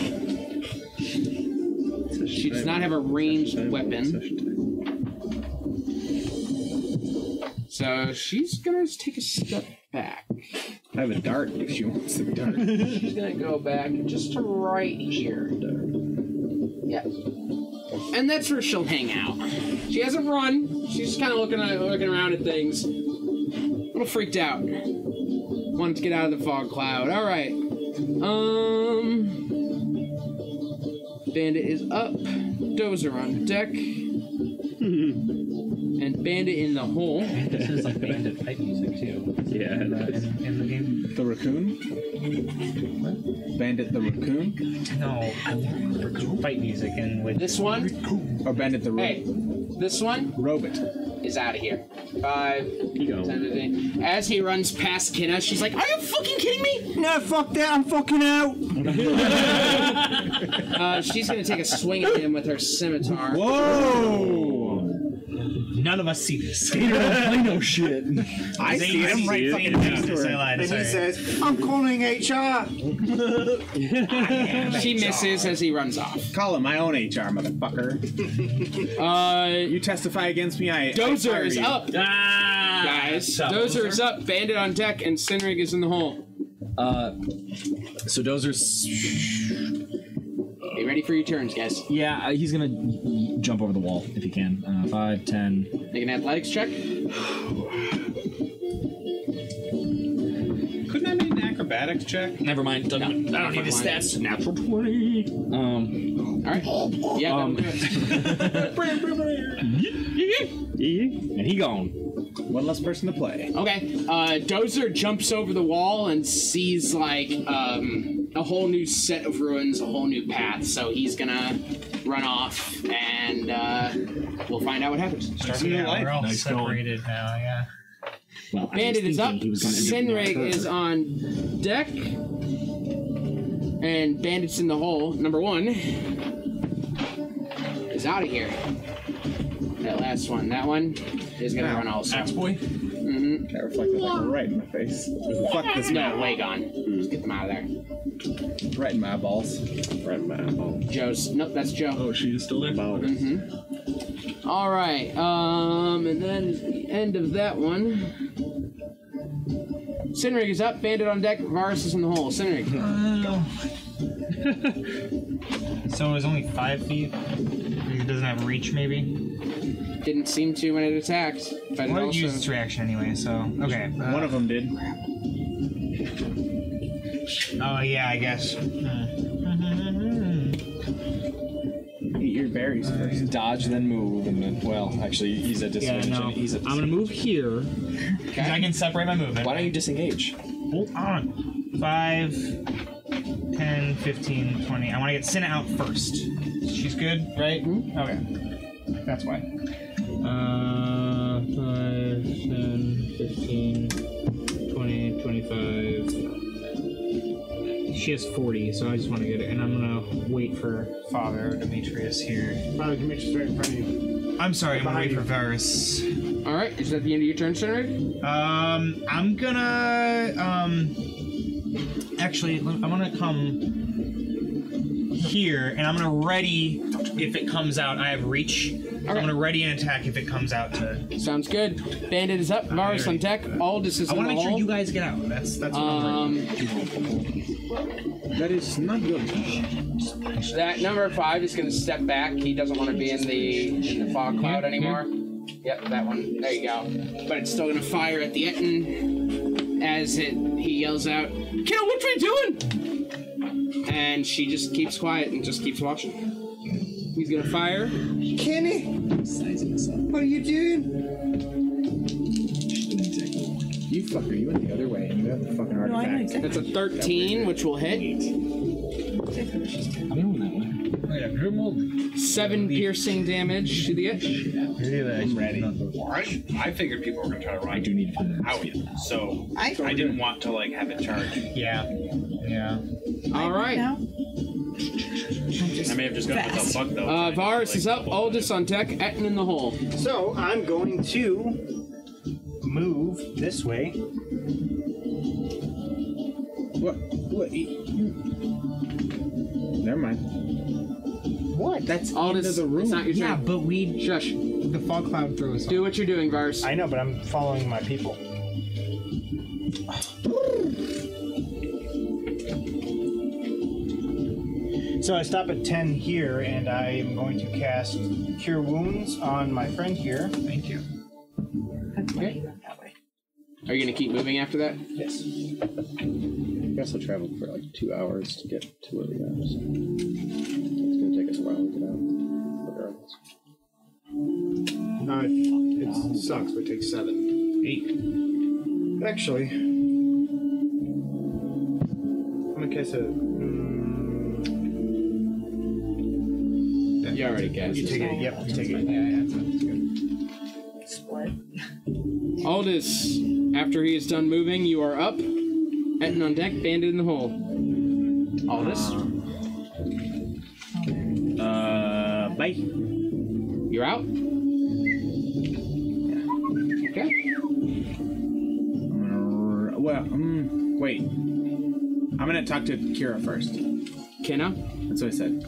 Speaker 2: She does not have a ranged weapon. So she's gonna take a step back.
Speaker 13: I have a dart if she wants a dart.
Speaker 2: She's gonna go back just to right here. Yeah. And that's where she'll hang out. She hasn't run. She's just kind of looking at, looking around at things. A little freaked out. Wanted to get out of the fog cloud. All right. Um. Bandit is up. Dozer on deck. and Bandit in the hole. This is like Bandit fight music too.
Speaker 46: Yeah. In
Speaker 2: the,
Speaker 13: game. The raccoon. Bandit the raccoon.
Speaker 5: No, I want raccoon fight music and with
Speaker 2: this one.
Speaker 13: Or Bandit the
Speaker 2: Hey, this one.
Speaker 13: Robot.
Speaker 2: Is out of here. Five. ten, fifteen. As he runs past Kinna, she's like, "Are you fucking kidding me? No, fuck that. I'm fucking out." uh, she's gonna take a swing at him with her scimitar.
Speaker 5: Whoa! None of us see this.
Speaker 2: Gator don't play
Speaker 5: no shit.
Speaker 8: I see him right fucking next to her. And he says, I'm calling HR.
Speaker 2: she misses as he runs off.
Speaker 13: Call him. I own HR, motherfucker.
Speaker 2: uh,
Speaker 13: you testify against me. I I
Speaker 2: Dozer
Speaker 13: fire
Speaker 2: is
Speaker 13: you.
Speaker 2: up. Guys,
Speaker 13: Stop,
Speaker 2: Dozer is up. Bandit on deck, and Sinrig is in the hole.
Speaker 9: Uh, so Dozer's.
Speaker 2: Be ready for your turns, guys.
Speaker 9: Yeah, uh, he's gonna y- y- jump over the wall if he can. Uh, five, ten.
Speaker 2: Make an athletics check.
Speaker 9: Couldn't I make an acrobatics check? Never mind. Doesn't, I don't need his
Speaker 2: Never mind.
Speaker 9: stats. Natural twenty. Um.
Speaker 2: All right. Yeah.
Speaker 9: Um, and he gone.
Speaker 13: One less person to play.
Speaker 2: Okay. Uh, Dozer jumps over the wall and sees like um, a whole new set of ruins, a whole new path. So he's gonna run off, and uh, we'll find out what happens.
Speaker 5: yeah, We're all separated now. Yeah.
Speaker 9: Well,
Speaker 2: Bandit is up. Sinrig is on deck. And Bandit's in the hole. Number one is out of here. That last one. That one is gonna
Speaker 13: Now,
Speaker 2: run also.
Speaker 13: Axe
Speaker 2: boy. Mm-hmm.
Speaker 13: That reflected like right in my face. Fuck this
Speaker 2: No,
Speaker 13: map.
Speaker 2: way gone. Let's get them out of there.
Speaker 13: Right in my eyeballs.
Speaker 46: Right in my eyeballs.
Speaker 2: Joe's. Nope, that's Joe.
Speaker 46: Oh, she is still there.
Speaker 2: Mm-hmm. All right. Um, and then the end of that one. Sinrig is up. Bandit on deck. Varus is in the hole. Sinrig.
Speaker 5: So it was only five feet. It doesn't have reach, maybe.
Speaker 2: Didn't seem to when it attacked, but
Speaker 5: well,
Speaker 2: it
Speaker 5: it
Speaker 2: also.
Speaker 5: used its reaction anyway. So okay.
Speaker 13: One of them did.
Speaker 5: Oh yeah, I guess. Mm.
Speaker 9: Eat your berries first. Uh, Dodge, then move, and then well, actually, he's at
Speaker 5: Yeah,
Speaker 9: disadvantage.
Speaker 5: no.
Speaker 9: and He's at
Speaker 5: I'm gonna move here. Because I can separate my movement. Why
Speaker 9: don't you disengage?
Speaker 5: Hold on. 5, 10, 15, 20. I want to get Cinna out first. She's good, right?
Speaker 9: Hmm?
Speaker 5: Okay. That's why. Uh, 5, 10, 15, 20, 25. She has 40, so I just want to get it. And I'm going to wait for Father Demetrius here.
Speaker 2: Father Demetrius right in front of you.
Speaker 5: I'm sorry, I'm gonna wait for Varus.
Speaker 2: All right, is that the end of your turn, Sinrig?
Speaker 5: Um, I'm gonna um. Actually, lem- I'm gonna come here, and I'm gonna ready if it comes out. I have reach. So I'm gonna ready an attack if it comes out to.
Speaker 2: Sounds good. Bandit is up. Varus on deck. Aldous is
Speaker 5: I
Speaker 2: in
Speaker 5: want
Speaker 2: the
Speaker 5: to make sure
Speaker 2: hole.
Speaker 5: you guys get out. That's that's what I'm
Speaker 2: Um,
Speaker 5: worried about.
Speaker 13: That is not good.
Speaker 2: That number five is going to step back. He doesn't want to be in the, in the
Speaker 5: Mm-hmm.
Speaker 2: fog cloud anymore. Yep, that one. There you go. But it's still going to fire at the Etten as it he yells out, "Kiddo, what are you doing?" And she just keeps quiet and just keeps watching. He's going to fire.
Speaker 8: Kenny, what are you doing?
Speaker 13: You fucker, you went the other way and you have the fucking
Speaker 8: I know
Speaker 13: artifact.
Speaker 8: exactly.
Speaker 2: That's a 13, which will hit. Seven piercing damage to the Etten.
Speaker 4: I'm ready. I, I figured people were gonna try to run. I do
Speaker 9: need
Speaker 4: out, so I, didn't want to like have it charge.
Speaker 5: Yeah. Yeah.
Speaker 2: All right.
Speaker 47: I may have just gotten myself fucked though.
Speaker 2: Uh, Varus is up. Aldous on deck. Etten in the hole.
Speaker 8: So I'm going to move this way.
Speaker 48: What? What? Never mind.
Speaker 8: What?
Speaker 2: That's Aldous.
Speaker 8: the room.
Speaker 2: It's not your
Speaker 8: Yeah,
Speaker 2: turn.
Speaker 8: but
Speaker 2: we shush.
Speaker 49: The fog cloud throws.
Speaker 2: Do what you're doing, Varus.
Speaker 8: I know, but I'm following my people. So I stop at 10 here, and I am going to cast Cure Wounds on my friend here. Thank you.
Speaker 2: Okay. Are you gonna keep moving after that?
Speaker 8: Yes.
Speaker 50: I guess I traveled for like two hours to get to where we are. So it's gonna take us a while to get out. Regardless.
Speaker 8: Uh, it sucks, but it takes seven. Eight. Actually, I'm gonna cast a.
Speaker 2: You already guessed.
Speaker 8: mm, You take it. Yep, you take it. Yeah, yeah, that's good.
Speaker 4: Split.
Speaker 2: Aldous, after he is done moving, you are up. Etten on deck. Bandit in the hole. Aldous.
Speaker 9: Uh, bye.
Speaker 2: You're out. Okay.
Speaker 13: Well, mm, wait. I'm gonna talk to Kira first.
Speaker 2: Kenna?
Speaker 13: That's what I said.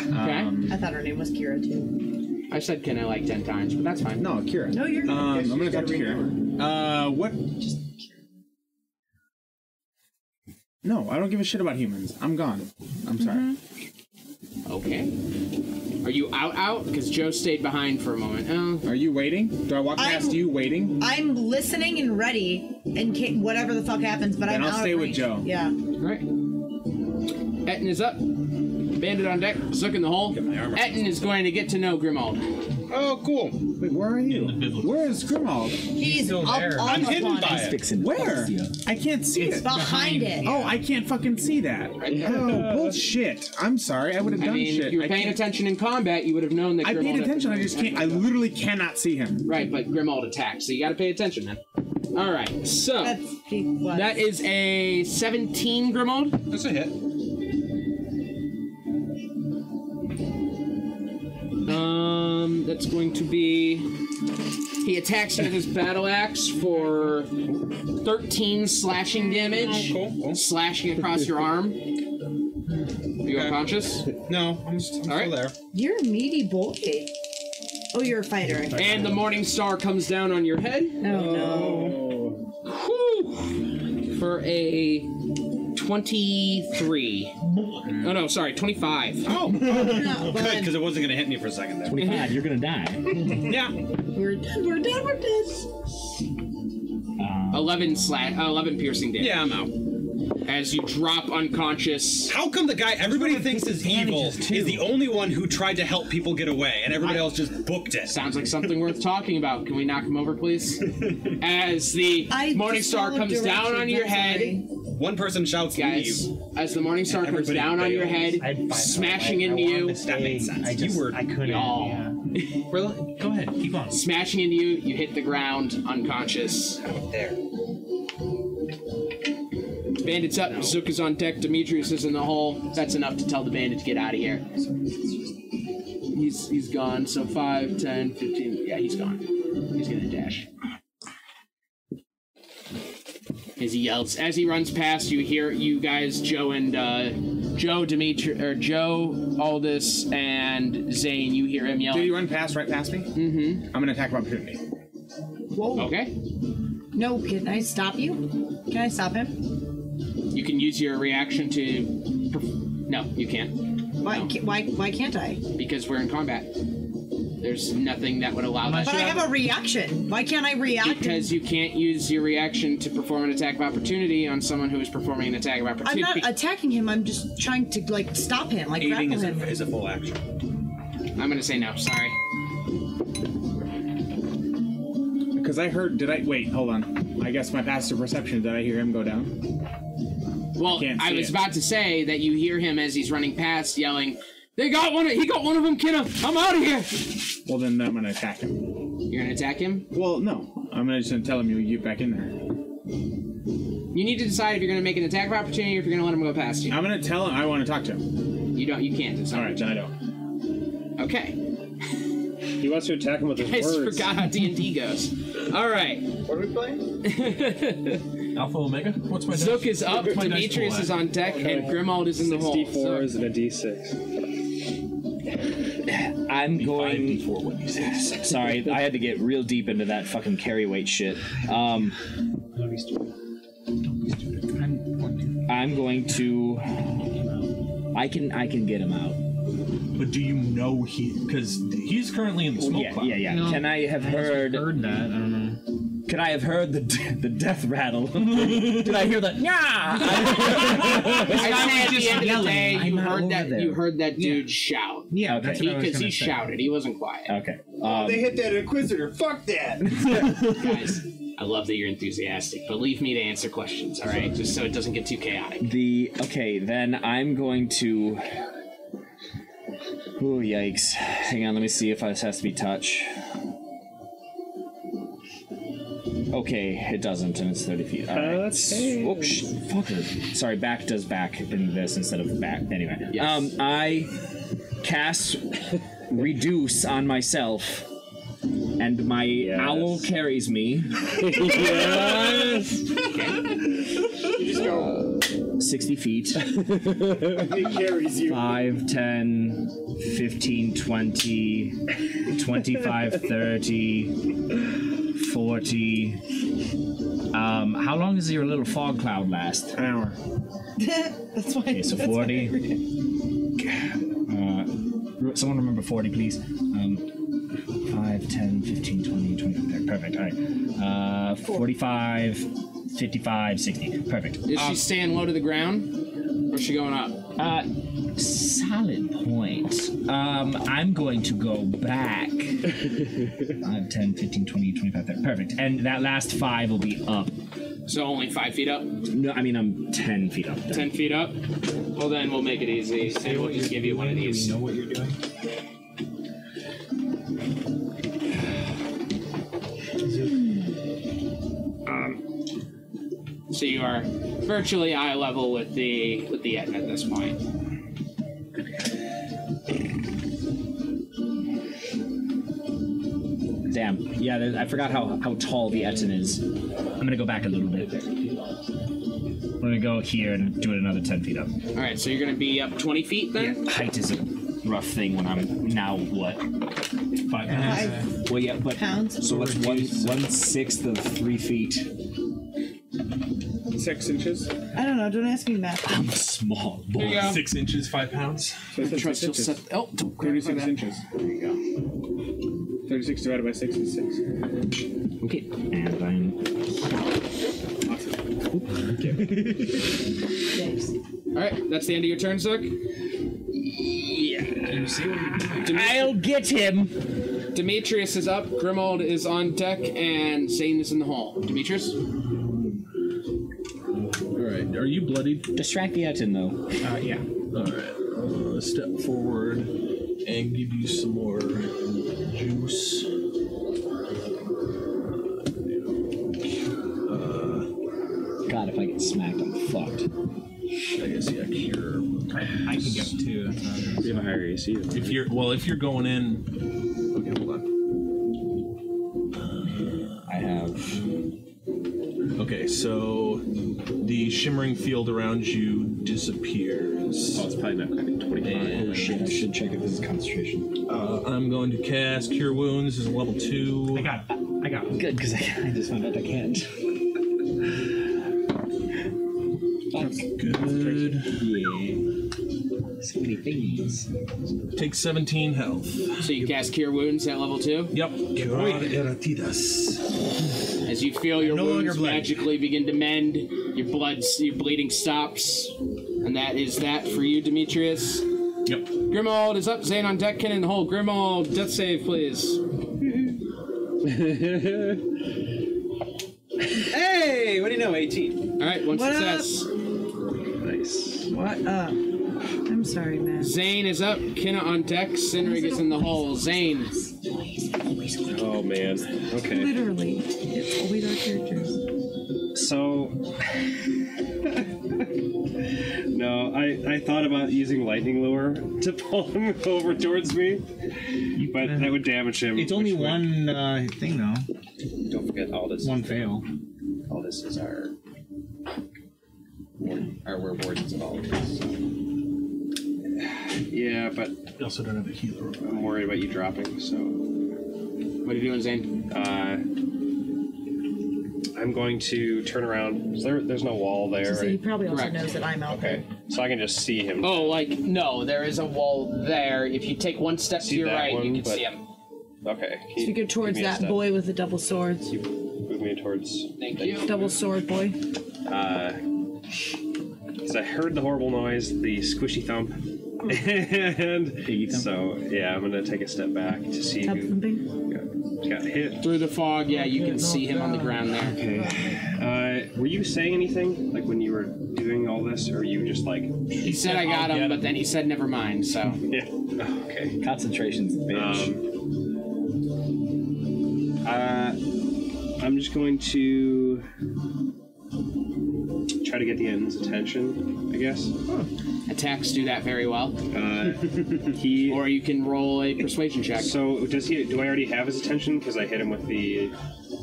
Speaker 2: Okay.
Speaker 4: I thought her name was Kira too.
Speaker 2: I said Kenna like ten times, but that's fine.
Speaker 13: No, Kira.
Speaker 4: No, you're not.
Speaker 13: Um,
Speaker 4: Yes,
Speaker 13: I'm
Speaker 4: you
Speaker 13: gonna talk to
Speaker 4: gotta
Speaker 13: Kira. Uh, what? Just No, I don't give a shit about humans. I'm gone. I'm sorry.
Speaker 2: Mm-hmm. Okay. Are you out? Out? Because Joe stayed behind for a moment. Oh,
Speaker 13: Are you waiting? Do I walk
Speaker 4: past
Speaker 13: you waiting?
Speaker 4: I'm listening and ready in case whatever the fuck happens, but
Speaker 2: Then
Speaker 4: I'm
Speaker 2: I'll
Speaker 4: out
Speaker 2: stay
Speaker 4: of
Speaker 2: with
Speaker 4: range.
Speaker 2: Joe.
Speaker 4: Yeah.
Speaker 2: Right. Etten is up. Bandit on deck. Zook in the hole. Etten is going to get to know Grimald.
Speaker 13: Oh, cool. Wait, where are you? Where is Grimald?
Speaker 4: He's Still up there. on
Speaker 13: I'm
Speaker 4: the
Speaker 13: hidden
Speaker 4: planet.
Speaker 13: by
Speaker 4: He's
Speaker 13: it.
Speaker 4: fixing to
Speaker 13: Where?
Speaker 4: bust you.
Speaker 13: I can't see
Speaker 4: It's
Speaker 13: it.
Speaker 4: behind it.
Speaker 13: Oh, I can't fucking see that. Oh, bullshit. I'm sorry. I would have
Speaker 2: I
Speaker 13: done
Speaker 2: mean,
Speaker 13: shit.
Speaker 2: if you were
Speaker 13: I
Speaker 2: paying
Speaker 13: can't-
Speaker 2: attention in combat, you would have known that.
Speaker 13: I
Speaker 2: Grimald
Speaker 13: paid attention. I just can't. I literally cannot see him.
Speaker 2: Right, but Grimald attacked, so you got to pay attention then. All right, so that is a 17 Grimald. That's a hit. Um, that's going to be. He attacks you with his battle axe for 13 slashing damage, slashing across your arm. Are you unconscious? No, I'm, just, I'm still there.
Speaker 4: You're a meaty boy. Oh, you're a fighter. I
Speaker 2: And the morning star comes down on your head.
Speaker 4: Oh
Speaker 2: no. For a 23. Oh no, sorry, 25. Oh.
Speaker 9: Good, because it wasn't going to hit me for a second there.
Speaker 2: 25,
Speaker 9: you're going to die.
Speaker 2: yeah.
Speaker 4: We're dead, we're dead, we're dead.
Speaker 2: 11 slat, uh, 11 piercing damage.
Speaker 9: Yeah, I'm out.
Speaker 2: As you drop unconscious.
Speaker 9: How come the guy everybody thinks is evil is the only one who tried to help people get away, and everybody else just booked it?
Speaker 2: Sounds like something worth talking about. Can we knock him over, please? As the morning star
Speaker 9: followed
Speaker 2: comes down
Speaker 9: directions,
Speaker 2: on your
Speaker 9: I'm
Speaker 2: head.
Speaker 9: One person shouts,
Speaker 2: Guys,
Speaker 9: "Leave!"
Speaker 2: as the morning star comes
Speaker 9: everybody
Speaker 2: down on your
Speaker 9: bails.
Speaker 2: head,
Speaker 9: I'd find
Speaker 2: smashing into you. That makes sense.
Speaker 9: I just-
Speaker 2: I couldn't.
Speaker 5: Go ahead, keep on.
Speaker 2: Smashing into you, you hit the ground, unconscious. There. Bandit's up, Zook is on deck, Demetrius is in the hole. That's enough to tell the bandit to get out of here. He's he's gone, so 5, 10, 15. Yeah, he's gone. He's gonna dash. As he yells, as he runs past, you hear you guys, Joe and uh, Joe, Demetri or Joe, Aldous, and Zane. You hear him yelling.
Speaker 13: Did you run past right past me?
Speaker 2: Mm-hmm.
Speaker 13: I'm gonna attack of opportunity.
Speaker 4: Whoa.
Speaker 2: Okay.
Speaker 4: No, can I stop you? Can I stop him?
Speaker 2: You can use your reaction to. perf- No, you can't.
Speaker 4: Why? ca- Why? Why can't I?
Speaker 2: Because we're in combat. There's nothing that would allow that.
Speaker 4: But I have a reaction. Why can't I react?
Speaker 2: Because you can't use your reaction to perform an attack of opportunity on someone who is performing an attack of
Speaker 4: I'm
Speaker 2: opportunity.
Speaker 4: not attacking him. I'm just trying to like stop him, like grapple him.
Speaker 2: is a full action. I'm gonna say no. Sorry.
Speaker 13: Because I heard. Did I? Wait, hold on. I guess my passive perception. Did I hear him go down?
Speaker 2: Well,
Speaker 13: can't
Speaker 2: I
Speaker 13: see
Speaker 2: was
Speaker 13: it.
Speaker 2: about to say that you hear him as he's running past, yelling, "They got one! Of, he got one of them, Kenna! I'm out of here!"
Speaker 13: Well, then I'm gonna attack him.
Speaker 2: You're gonna attack him?
Speaker 13: Well, no. I'm gonna just gonna tell him you get back in there.
Speaker 2: You need to decide if you're gonna make an attack of opportunity or if you're gonna let him go past you.
Speaker 13: I'm gonna tell him I want to talk to him.
Speaker 2: You don't. You can't do something. All right,
Speaker 51: then I don't.
Speaker 2: Okay.
Speaker 51: He wants to attack him with his
Speaker 2: I just
Speaker 51: words.
Speaker 2: forgot how D and D goes. All right. What are we playing?
Speaker 5: Alpha Omega. What's my?
Speaker 2: Zook is up.
Speaker 5: What's my dice
Speaker 2: Demetrius
Speaker 5: roll
Speaker 2: is
Speaker 5: at?
Speaker 2: on deck,
Speaker 5: Okay.
Speaker 2: and Grimald is in the hole.
Speaker 51: Six
Speaker 2: So-
Speaker 51: D4s and a D6.
Speaker 9: I'm going. Sorry, I had to get real deep into that fucking carry weight shit. Um, I'm going to. I can I can get him out.
Speaker 6: But do you know he? Because he's currently in the
Speaker 5: Oh,
Speaker 6: smoke
Speaker 9: yeah,
Speaker 6: cloud.
Speaker 9: Yeah, yeah. Can I have heard? Heard that? I don't know. Can I have heard the the death rattle? Did I hear that?
Speaker 2: I
Speaker 9: Nah.
Speaker 2: said at
Speaker 9: just
Speaker 2: the end of the
Speaker 9: yelling.
Speaker 2: day,
Speaker 9: I'm
Speaker 2: you
Speaker 9: not
Speaker 2: heard
Speaker 9: over
Speaker 2: that.
Speaker 9: there.
Speaker 2: You heard that dude shout.
Speaker 9: Yeah, Okay. that's what I was
Speaker 2: because he
Speaker 9: gonna say.
Speaker 2: shouted. He wasn't quiet.
Speaker 9: Okay. Um,
Speaker 13: they hit that Inquisitor. Fuck that.
Speaker 2: Guys, I love that you're enthusiastic, but leave me to answer questions. All right, just so it doesn't get too chaotic.
Speaker 9: The okay, then I'm going to. Ooh, yikes! Hang on, let me see if this has to be touch. Okay, it doesn't, and it's thirty feet. All right. Whoops, sh- fucker. Sorry, back does back in this instead of back. Anyway, um, I cast reduce on myself, and my owl carries me.
Speaker 13: You just go.
Speaker 9: 60 feet. it
Speaker 13: carries you.
Speaker 9: 5, 10, 15, 20, 25, 30, 40. Um, how long does your little fog cloud last? An hour.
Speaker 4: that's why.
Speaker 9: Okay, so 40. Uh, re- someone remember 40, please. Um, 5, 10, 15, 20, 25. Perfect. All right. Uh, 45, 55, 60. Perfect.
Speaker 2: Is
Speaker 9: Um,
Speaker 2: she staying low to the ground, or is she going up?
Speaker 9: Uh, solid point. Um, I'm going to go back. 5, 10, 15, 20, 25, 30. Perfect. And that last five will be up.
Speaker 2: So only five feet up.
Speaker 9: No, I mean, I'm 10 feet up.
Speaker 2: Ten feet up. Well, then we'll make it easy, and we'll just give you one of these. know
Speaker 6: what you're doing?
Speaker 2: Um, so you are virtually eye level with the with the Etna at this point.
Speaker 9: Damn. Yeah, th- I forgot how, how tall the Etin is. I'm going to go back a little bit. I'm going to go here and do it another 10 feet up.
Speaker 2: All right, so you're gonna be up twenty feet then.
Speaker 9: Height is a rough thing when I'm now what? Five
Speaker 4: pounds.
Speaker 9: Well, yeah, but
Speaker 4: Pounds?
Speaker 9: so what's one one sixth of three feet?
Speaker 13: Six inches.
Speaker 4: I don't know. Don't ask me math.
Speaker 9: I'm small
Speaker 5: Boy,
Speaker 4: There you go.
Speaker 5: Six inches, five pounds.
Speaker 13: So it's
Speaker 2: Trust you'll
Speaker 13: 36
Speaker 2: set.
Speaker 13: inches.
Speaker 2: Oh, don't grab my
Speaker 13: 36
Speaker 2: back.
Speaker 13: inches. There you go. 36 divided by 6 is 6.
Speaker 9: Okay. And I'm.
Speaker 2: All right, that's the end of your turn, Zook. Yeah. I'll
Speaker 9: get him.
Speaker 2: Demetrius is up. Grimald is on deck, and Zane is in the hall. Demetrius.
Speaker 6: Alright, are you bloodied?
Speaker 9: Distract the Etin, though.
Speaker 6: Uh, yeah. Alright, uh, step forward and give you some more juice. Uh,
Speaker 9: God, if I get smacked, I'm fucked.
Speaker 6: I guess, yeah, cure. I can get two. You have a higher AC. If you're, well, if you're going in. Okay, hold on.
Speaker 9: I have.
Speaker 6: Okay, so the shimmering field around you disappears. Oh, it's probably not going to be 25.
Speaker 9: Oh shit! I should check if this is concentration.
Speaker 6: Uh, I'm going to cast Cure Wounds. This is level two. I
Speaker 9: got it. I got it. Good, because I, I just found out I can't.
Speaker 6: That's good. Yeah.
Speaker 9: So many things.
Speaker 6: Take 17 health.
Speaker 2: So you cast Cure Wounds at level two.
Speaker 6: Yep.
Speaker 2: Curar As you feel your
Speaker 6: No longer
Speaker 2: wounds
Speaker 6: bloody.
Speaker 2: magically begin to mend, your blood, your bleeding stops, and that is that for you, Demetrius.
Speaker 6: Yep.
Speaker 2: Grimald is up. Zane on deck. Ken in the hole. Grimald, death save, please.
Speaker 13: Hey, what do you know? 18.
Speaker 2: All right, one
Speaker 4: What up?
Speaker 2: success.
Speaker 13: Nice.
Speaker 4: What up? I'm sorry, man.
Speaker 2: Zane is up. Kenna on deck. Sinrig is in the hole. Zane.
Speaker 51: Oh man. Okay.
Speaker 4: Literally, it's always our characters.
Speaker 52: So
Speaker 9: No, I, I thought about using lightning lure to pull him over towards me, but that would damage him.
Speaker 5: It's only one uh, thing though.
Speaker 9: Don't forget all this.
Speaker 5: One fail.
Speaker 9: All this is our. Warden, our we're wardens of all of this. Yeah, but
Speaker 6: I also don't have a healer.
Speaker 9: I'm worried about you dropping. So, what are you doing, Zane? Uh, I'm going to turn around. Is There, there's no wall there.
Speaker 53: So he
Speaker 9: right?
Speaker 53: probably also knows that I'm out
Speaker 9: Okay, so I can just see him.
Speaker 2: Oh, like no, there is a wall there. If you take one step
Speaker 9: See
Speaker 2: to your
Speaker 9: that
Speaker 2: right,
Speaker 9: one,
Speaker 2: you can
Speaker 9: but-
Speaker 2: see him.
Speaker 9: Okay. can
Speaker 4: So you go
Speaker 9: move
Speaker 4: towards
Speaker 9: me a
Speaker 4: that
Speaker 9: step?
Speaker 4: boy with the double swords.
Speaker 9: You move me towards. Thank
Speaker 4: Double sword boy.
Speaker 9: Uh, so I heard the horrible noise, the squishy thump,
Speaker 4: Hmm.
Speaker 9: and so yeah, I'm gonna take a step back to see
Speaker 4: Tap
Speaker 9: who
Speaker 4: thumping.
Speaker 9: got hit through the fog. Yeah, you can see him on the ground there. Okay. Uh, were you saying anything like when you were doing all this, or you just like?
Speaker 2: He said I got him, but then he said never mind. So
Speaker 9: yeah, oh, okay.
Speaker 54: Concentration's a bitch.
Speaker 9: Uh, I'm just going to try to get the end's attention, I guess.
Speaker 2: attacks do that very well.
Speaker 9: Uh, he
Speaker 2: or you can roll a persuasion check.
Speaker 9: So does he? Do I already have his attention? Because I hit him with the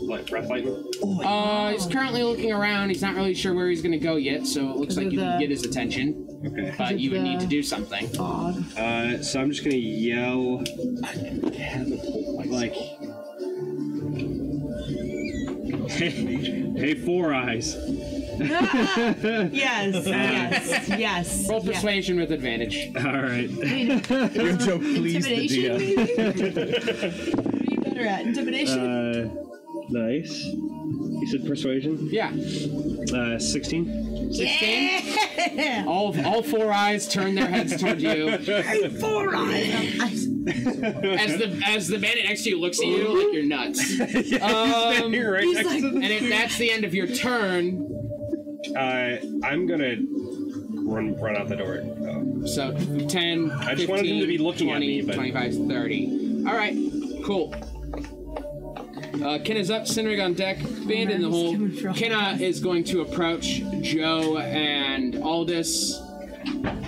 Speaker 9: like breath lightning.
Speaker 2: Uh, he's currently looking around. He's not really sure where he's going to go yet, so it looks like you can get his attention.
Speaker 9: Okay.
Speaker 2: But you would need to do something.
Speaker 9: Uh, so I'm just gonna yell. Like. hey, four eyes.
Speaker 4: yes, yes, yes.
Speaker 2: Roll
Speaker 4: yes.
Speaker 2: persuasion with advantage.
Speaker 9: All right.
Speaker 4: You're so pleased the Intimidation, DM. Better at intimidation.
Speaker 9: Uh, nice. You said persuasion.
Speaker 2: Yeah.
Speaker 9: Uh, sixteen.
Speaker 2: 16? All, all four eyes turn their heads toward you.
Speaker 4: four eyes.
Speaker 2: As the as the bandit next to you looks at you like you're nuts. Um,
Speaker 9: He's next like- to the
Speaker 2: and if that's the end of your turn,
Speaker 9: Uh, I'm gonna run run out the door. though.
Speaker 2: so 10,
Speaker 9: I just wanted him to be looking
Speaker 2: 20,
Speaker 9: at me, but
Speaker 2: 25, 30. All right, cool. Uh, Ken is up, Cinderig on deck, band in the hole. Kenna is going to approach Joe and Aldous.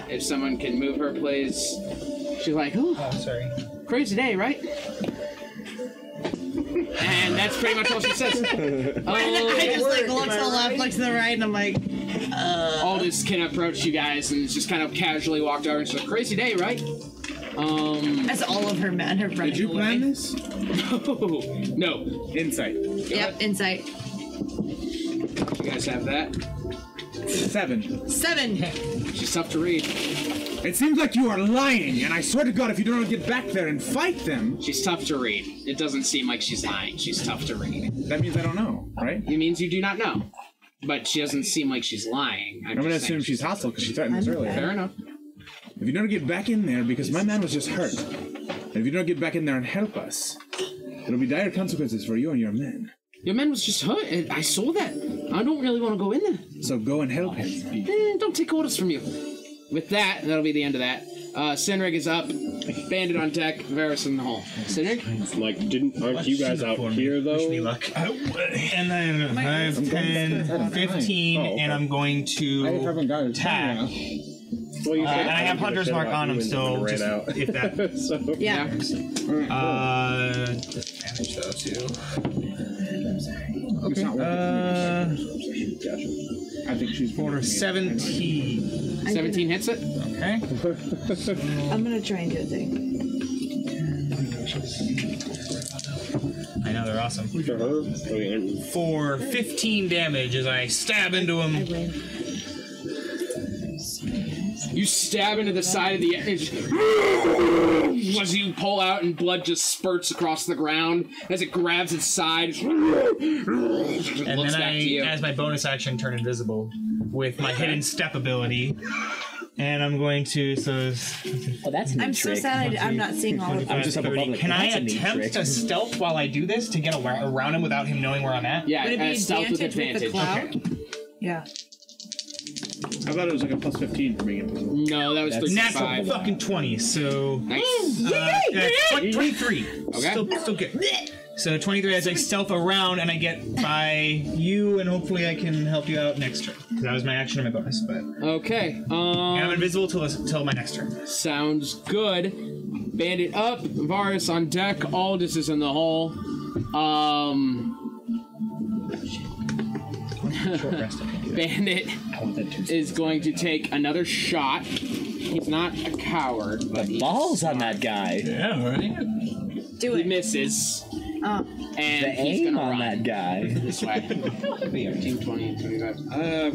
Speaker 2: If someone can move her, please. She's like, "Ooh,
Speaker 5: sorry,
Speaker 2: crazy day, right?" and that's pretty much all she says. Oh,
Speaker 4: I just like look to the left, look to the right, and I'm like,
Speaker 2: Aldous can approach you guys and just kind of casually walked over and said, "Crazy day, right?" Um,
Speaker 4: That's all of her men have running
Speaker 2: Did you
Speaker 4: away.
Speaker 2: plan this? No, no. Insight.
Speaker 53: Yep, insight.
Speaker 2: You guys have that. Seven.
Speaker 53: Seven.
Speaker 2: She's tough to read.
Speaker 13: It seems like you are lying, and I swear to God, if you don't get back there and fight them,
Speaker 2: She's tough to read. It doesn't seem like she's lying. She's tough to read.
Speaker 13: that means I don't know, right?
Speaker 2: It means you do not know. But she doesn't seem like she's lying.
Speaker 13: I'm, gonna assume she's hostile because she threatened us
Speaker 2: I'm
Speaker 13: earlier.
Speaker 2: Fair enough.
Speaker 13: If you don't get back in there, because my man was just hurt, and if you don't get back in there and help us, it'll be dire consequences for you and your men.
Speaker 2: Your man was just hurt. and I saw that. I don't really want to go in there.
Speaker 13: So go and help him.
Speaker 2: Eh, don't take orders from you. With that, that'll be the end of that. Uh, Senrig is up. Bandit on deck. Varus in the hole. Senrig?
Speaker 9: Like, didn't aren't you guys out here though?
Speaker 5: And then I have 10,
Speaker 8: Oh,
Speaker 5: 15, and I'm going to tag.
Speaker 9: Well,
Speaker 5: Uh, and I have Hunter's Mark on him, so
Speaker 9: ran
Speaker 5: just
Speaker 9: out.
Speaker 5: if that.
Speaker 4: Yeah.
Speaker 5: Uh, disadvantage though too. Okay. Uh,
Speaker 13: I think she's
Speaker 5: border seventeen.
Speaker 2: Seventeen hits it.
Speaker 5: Okay.
Speaker 4: I'm gonna try and do a thing.
Speaker 5: I know they're awesome. For fifteen damage, as I stab into him.
Speaker 2: You stab into the side of the edge as you pull out, and blood just spurts across the ground as it grabs its side. It
Speaker 5: And
Speaker 2: looks back
Speaker 5: then
Speaker 2: to
Speaker 5: I,
Speaker 2: you.
Speaker 5: as my bonus action, turn invisible with my hidden step ability. And I'm going to so. Well,
Speaker 54: that's
Speaker 4: I'm so sad I, I'm not seeing all of them.
Speaker 5: Can I attempt to stealth while I do this to get aware, around him without him knowing where I'm at?
Speaker 2: Yeah, Would it be uh, stealth with advantage with the advantage.
Speaker 5: Okay.
Speaker 4: Yeah.
Speaker 13: I thought it was like a plus 15 for me.
Speaker 2: No, that was
Speaker 5: That's
Speaker 2: 35.
Speaker 5: natural fucking twenty. So
Speaker 2: nice.
Speaker 5: Uh, that's twenty-three.
Speaker 2: Okay.
Speaker 5: Still, still good. So 23 as I stealth around and I get by you, and hopefully I can help you out next turn. 'Cause That was my action and my bonus, but.
Speaker 2: Okay. Um,
Speaker 5: I'm invisible till, till my next turn.
Speaker 2: Sounds good. Bandit up. Varus on deck. Aldous is in the hole. Um. Bandit is going to take another shot. He's not a coward, but the balls on that guy.
Speaker 32: Yeah, right.
Speaker 2: Do it. He misses. And
Speaker 15: The
Speaker 2: he's
Speaker 15: aim
Speaker 2: gonna
Speaker 15: on
Speaker 2: run.
Speaker 15: that guy.
Speaker 2: This way. 15, 20, 25. Uh,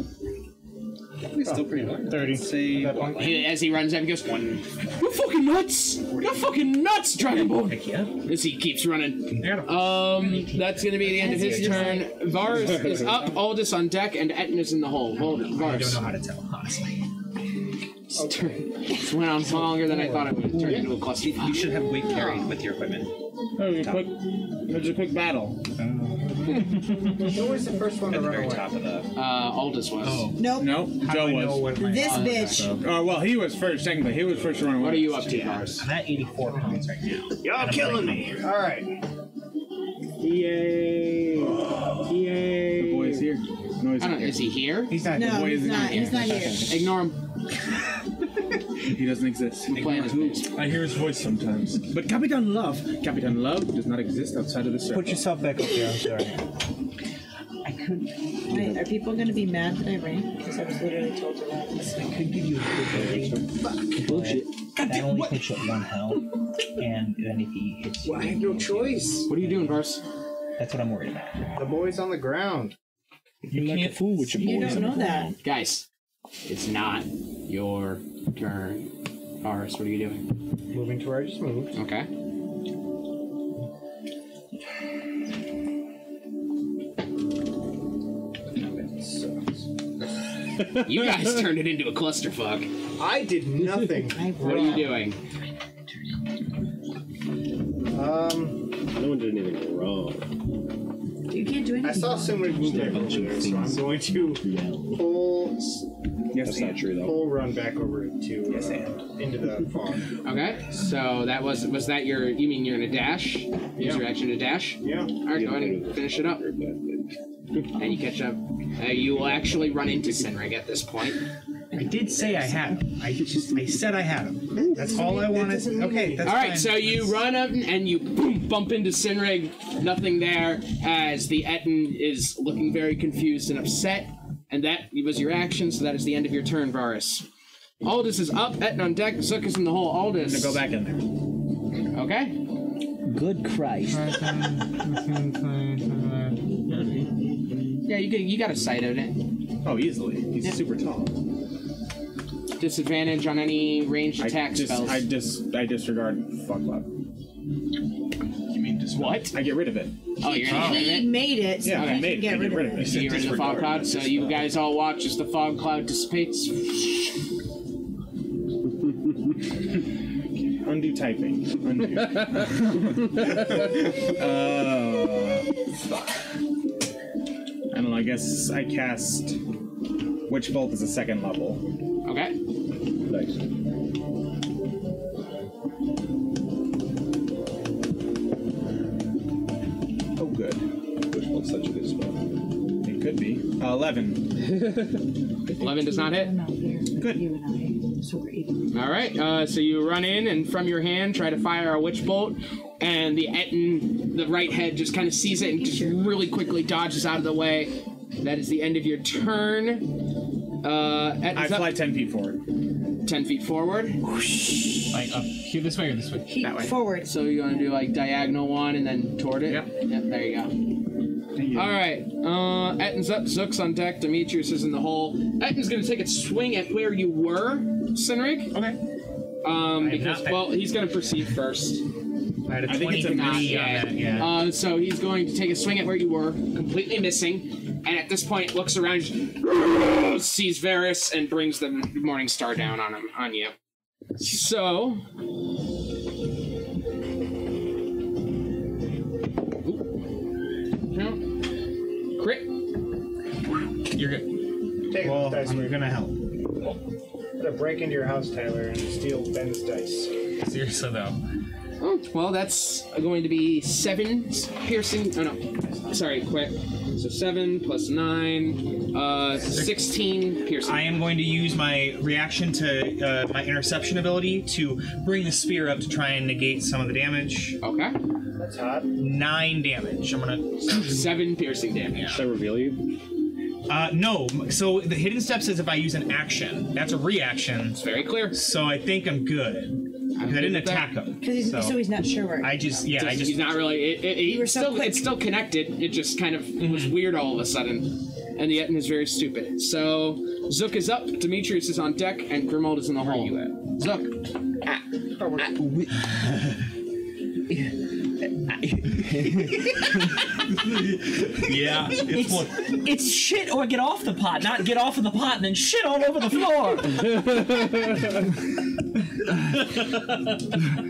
Speaker 28: He's still pretty hard. 30. Say,
Speaker 2: He, as he runs up, he goes, You're fucking nuts! You're fucking nuts, Dragonborn! As he keeps running. Um, that's gonna be the end of his turn. Varus is up, Aldous on deck, and Etna's in the hole. Hold it,
Speaker 5: I
Speaker 2: Varus.
Speaker 5: don't know how to tell, honestly.
Speaker 2: It's turn- it's went on longer than I thought it would. It Turned into a cluster. You
Speaker 16: should have weight carried with your equipment.
Speaker 2: There's a quick, there's a quick battle.
Speaker 8: Who was the first one to run away?
Speaker 16: Top of the.
Speaker 2: Uh, Aldous was.
Speaker 5: Oh.
Speaker 29: Nope.
Speaker 13: Nope. Joe was.
Speaker 29: This bitch.
Speaker 13: Oh well, he was first. Technically, he was first to run away.
Speaker 2: What are you up to,
Speaker 13: Varus?
Speaker 5: I'm at 84 pounds right now.
Speaker 13: Y'all
Speaker 16: killing
Speaker 13: me.
Speaker 8: All right.
Speaker 2: Yay! Yay! The boy is here. No,
Speaker 13: he's
Speaker 2: I
Speaker 13: not
Speaker 2: don't,
Speaker 13: here.
Speaker 2: Is he here? He's
Speaker 13: not No, here. The boy he's isn't not- here. he's not here.
Speaker 2: Ignore him.
Speaker 13: He doesn't exist.
Speaker 7: I hear his voice sometimes.
Speaker 13: But Capitan Love, Capitan Love does not exist outside of the circle.
Speaker 29: Put yourself back up there, I'm
Speaker 13: sorry.
Speaker 29: Wait, are people going to be mad that I ran? Because I was literally told to run. I could give you
Speaker 31: Ah,
Speaker 29: a
Speaker 2: Bullshit.
Speaker 31: That only puts you at one health, and then if he hits you,
Speaker 8: I have no choice.
Speaker 2: What are you doing, Varus?
Speaker 31: that's what I'm worried about.
Speaker 8: The boy's on the ground.
Speaker 15: You like a fool with your
Speaker 29: You
Speaker 15: boys
Speaker 29: don't
Speaker 15: in the
Speaker 29: know that.
Speaker 15: ground.
Speaker 2: Guys, it's not your turn. Varus, what are you doing?
Speaker 8: Moving to where I just moved.
Speaker 2: Okay. you guys turned it into a clusterfuck.
Speaker 8: I did nothing.
Speaker 2: What are you doing?
Speaker 8: Um,
Speaker 14: No one did anything wrong.
Speaker 29: You can't do anything.
Speaker 8: I saw somebody move back over there, so I'm going to pull.
Speaker 14: Yes, That's not true, though.
Speaker 8: Pull run back over to uh, into the fog.
Speaker 2: Okay, so that was was that your? You mean you're in a dash? Use
Speaker 8: Yeah.
Speaker 2: your action to dash.
Speaker 8: Yeah.
Speaker 2: All right, go ahead and finish it up. And you catch up. Uh, you will actually run into Sinrig at this point.
Speaker 31: I did say I had him. I just I said I had him. That's all I wanted. Okay, that's
Speaker 2: All right,
Speaker 31: fine.
Speaker 2: so you run up and you boom, bump into Sinrig. Nothing there, as the Etten is looking very confused and upset. And that was your action, so that is the end of your turn, Varus. Aldous is up, Etten on deck, Zook is in the hole. Aldous.
Speaker 13: go back in there.
Speaker 2: Okay.
Speaker 15: Good Christ.
Speaker 2: Yeah, you, can, you got a sight on it.
Speaker 13: Oh, easily. He's super tall.
Speaker 2: Disadvantage on any ranged attack
Speaker 13: I dis-
Speaker 2: spells.
Speaker 13: I dis- I disregard fuck love. You mean disregard?
Speaker 2: What?
Speaker 13: I get rid of it.
Speaker 2: Oh, you're gonna get rid
Speaker 29: He
Speaker 2: of it?
Speaker 29: made it. So
Speaker 13: Yeah,
Speaker 29: he
Speaker 13: I
Speaker 29: can
Speaker 13: made it.
Speaker 29: Get
Speaker 13: I
Speaker 29: rid
Speaker 13: get
Speaker 29: of
Speaker 13: rid of
Speaker 29: it.
Speaker 13: it.
Speaker 2: You get rid of the fog cloud, so you guys all watch as the fog cloud dissipates.
Speaker 13: Undo typing. Undo. uh, fuck. I don't know. I guess I cast Witch Bolt as a second level.
Speaker 2: Okay.
Speaker 13: Nice. Oh, good. Witch Bolt's such a good spell. It could be. Uh, Eleven.
Speaker 2: Eleven does not hit.
Speaker 13: Good.
Speaker 29: You and I. So we're even.
Speaker 2: All right, uh, so you run in and from your hand try to fire a witch bolt, and the Etten, the right head, just kind of sees it and just really quickly dodges out of the way. That is the end of your turn. Uh,
Speaker 13: I
Speaker 2: Etten's
Speaker 13: fly
Speaker 2: up
Speaker 13: ten feet forward.
Speaker 2: ten feet forward. Like up here this way or this way? that way. Forward. So you want to do like diagonal one and then toward it? Yep. Yep. There you go. All right. Uh, Etten's up. Zook's on deck. Demetrius is in the hole. Etten's gonna take a swing at where you were, Sinrig. Okay. Um, because well, he's gonna proceed first. I,
Speaker 31: had a 20 miss on that, yeah.
Speaker 2: Uh, so he's going to take a swing at where you were, completely missing, and at this point looks around, sees Varus, and brings the Morning Star down on him on you. So. Oop. No. Crit.
Speaker 8: You're good. Take well, dice. We're gonna help. I'm gonna break into your house, Tyler, and steal Ben's dice.
Speaker 31: Seriously though.
Speaker 2: Oh, well, that's going to be seven s- piercing. Oh no, sorry, quick. So seven plus nine, uh, sixteen piercing.
Speaker 8: I am going to use my reaction to uh, my interception ability to bring the spear up to try and negate some of the damage.
Speaker 2: Okay.
Speaker 8: That's hot. Nine damage. I'm gonna
Speaker 2: seven piercing damage.
Speaker 55: Should I reveal you?
Speaker 8: Uh, no. So the hidden step says if I use an action, that's a reaction. It's
Speaker 2: very clear.
Speaker 8: So I think I'm good. Because I didn't attack him.
Speaker 56: Because he's, so. he's not sure where.
Speaker 8: I just yeah. I just
Speaker 2: he's not really. It, it, it- it's still it's still connected. It just kind of was
Speaker 13: Mm-hmm.
Speaker 2: weird all of a sudden, and the Etin is very stupid. So Zook is up, Demetrius is on deck, and Grimald is in the hall. Zook.
Speaker 6: yeah,
Speaker 5: it's,
Speaker 6: it's one.
Speaker 5: it's shit or get off the pot, not get off of the pot and then shit all over the floor.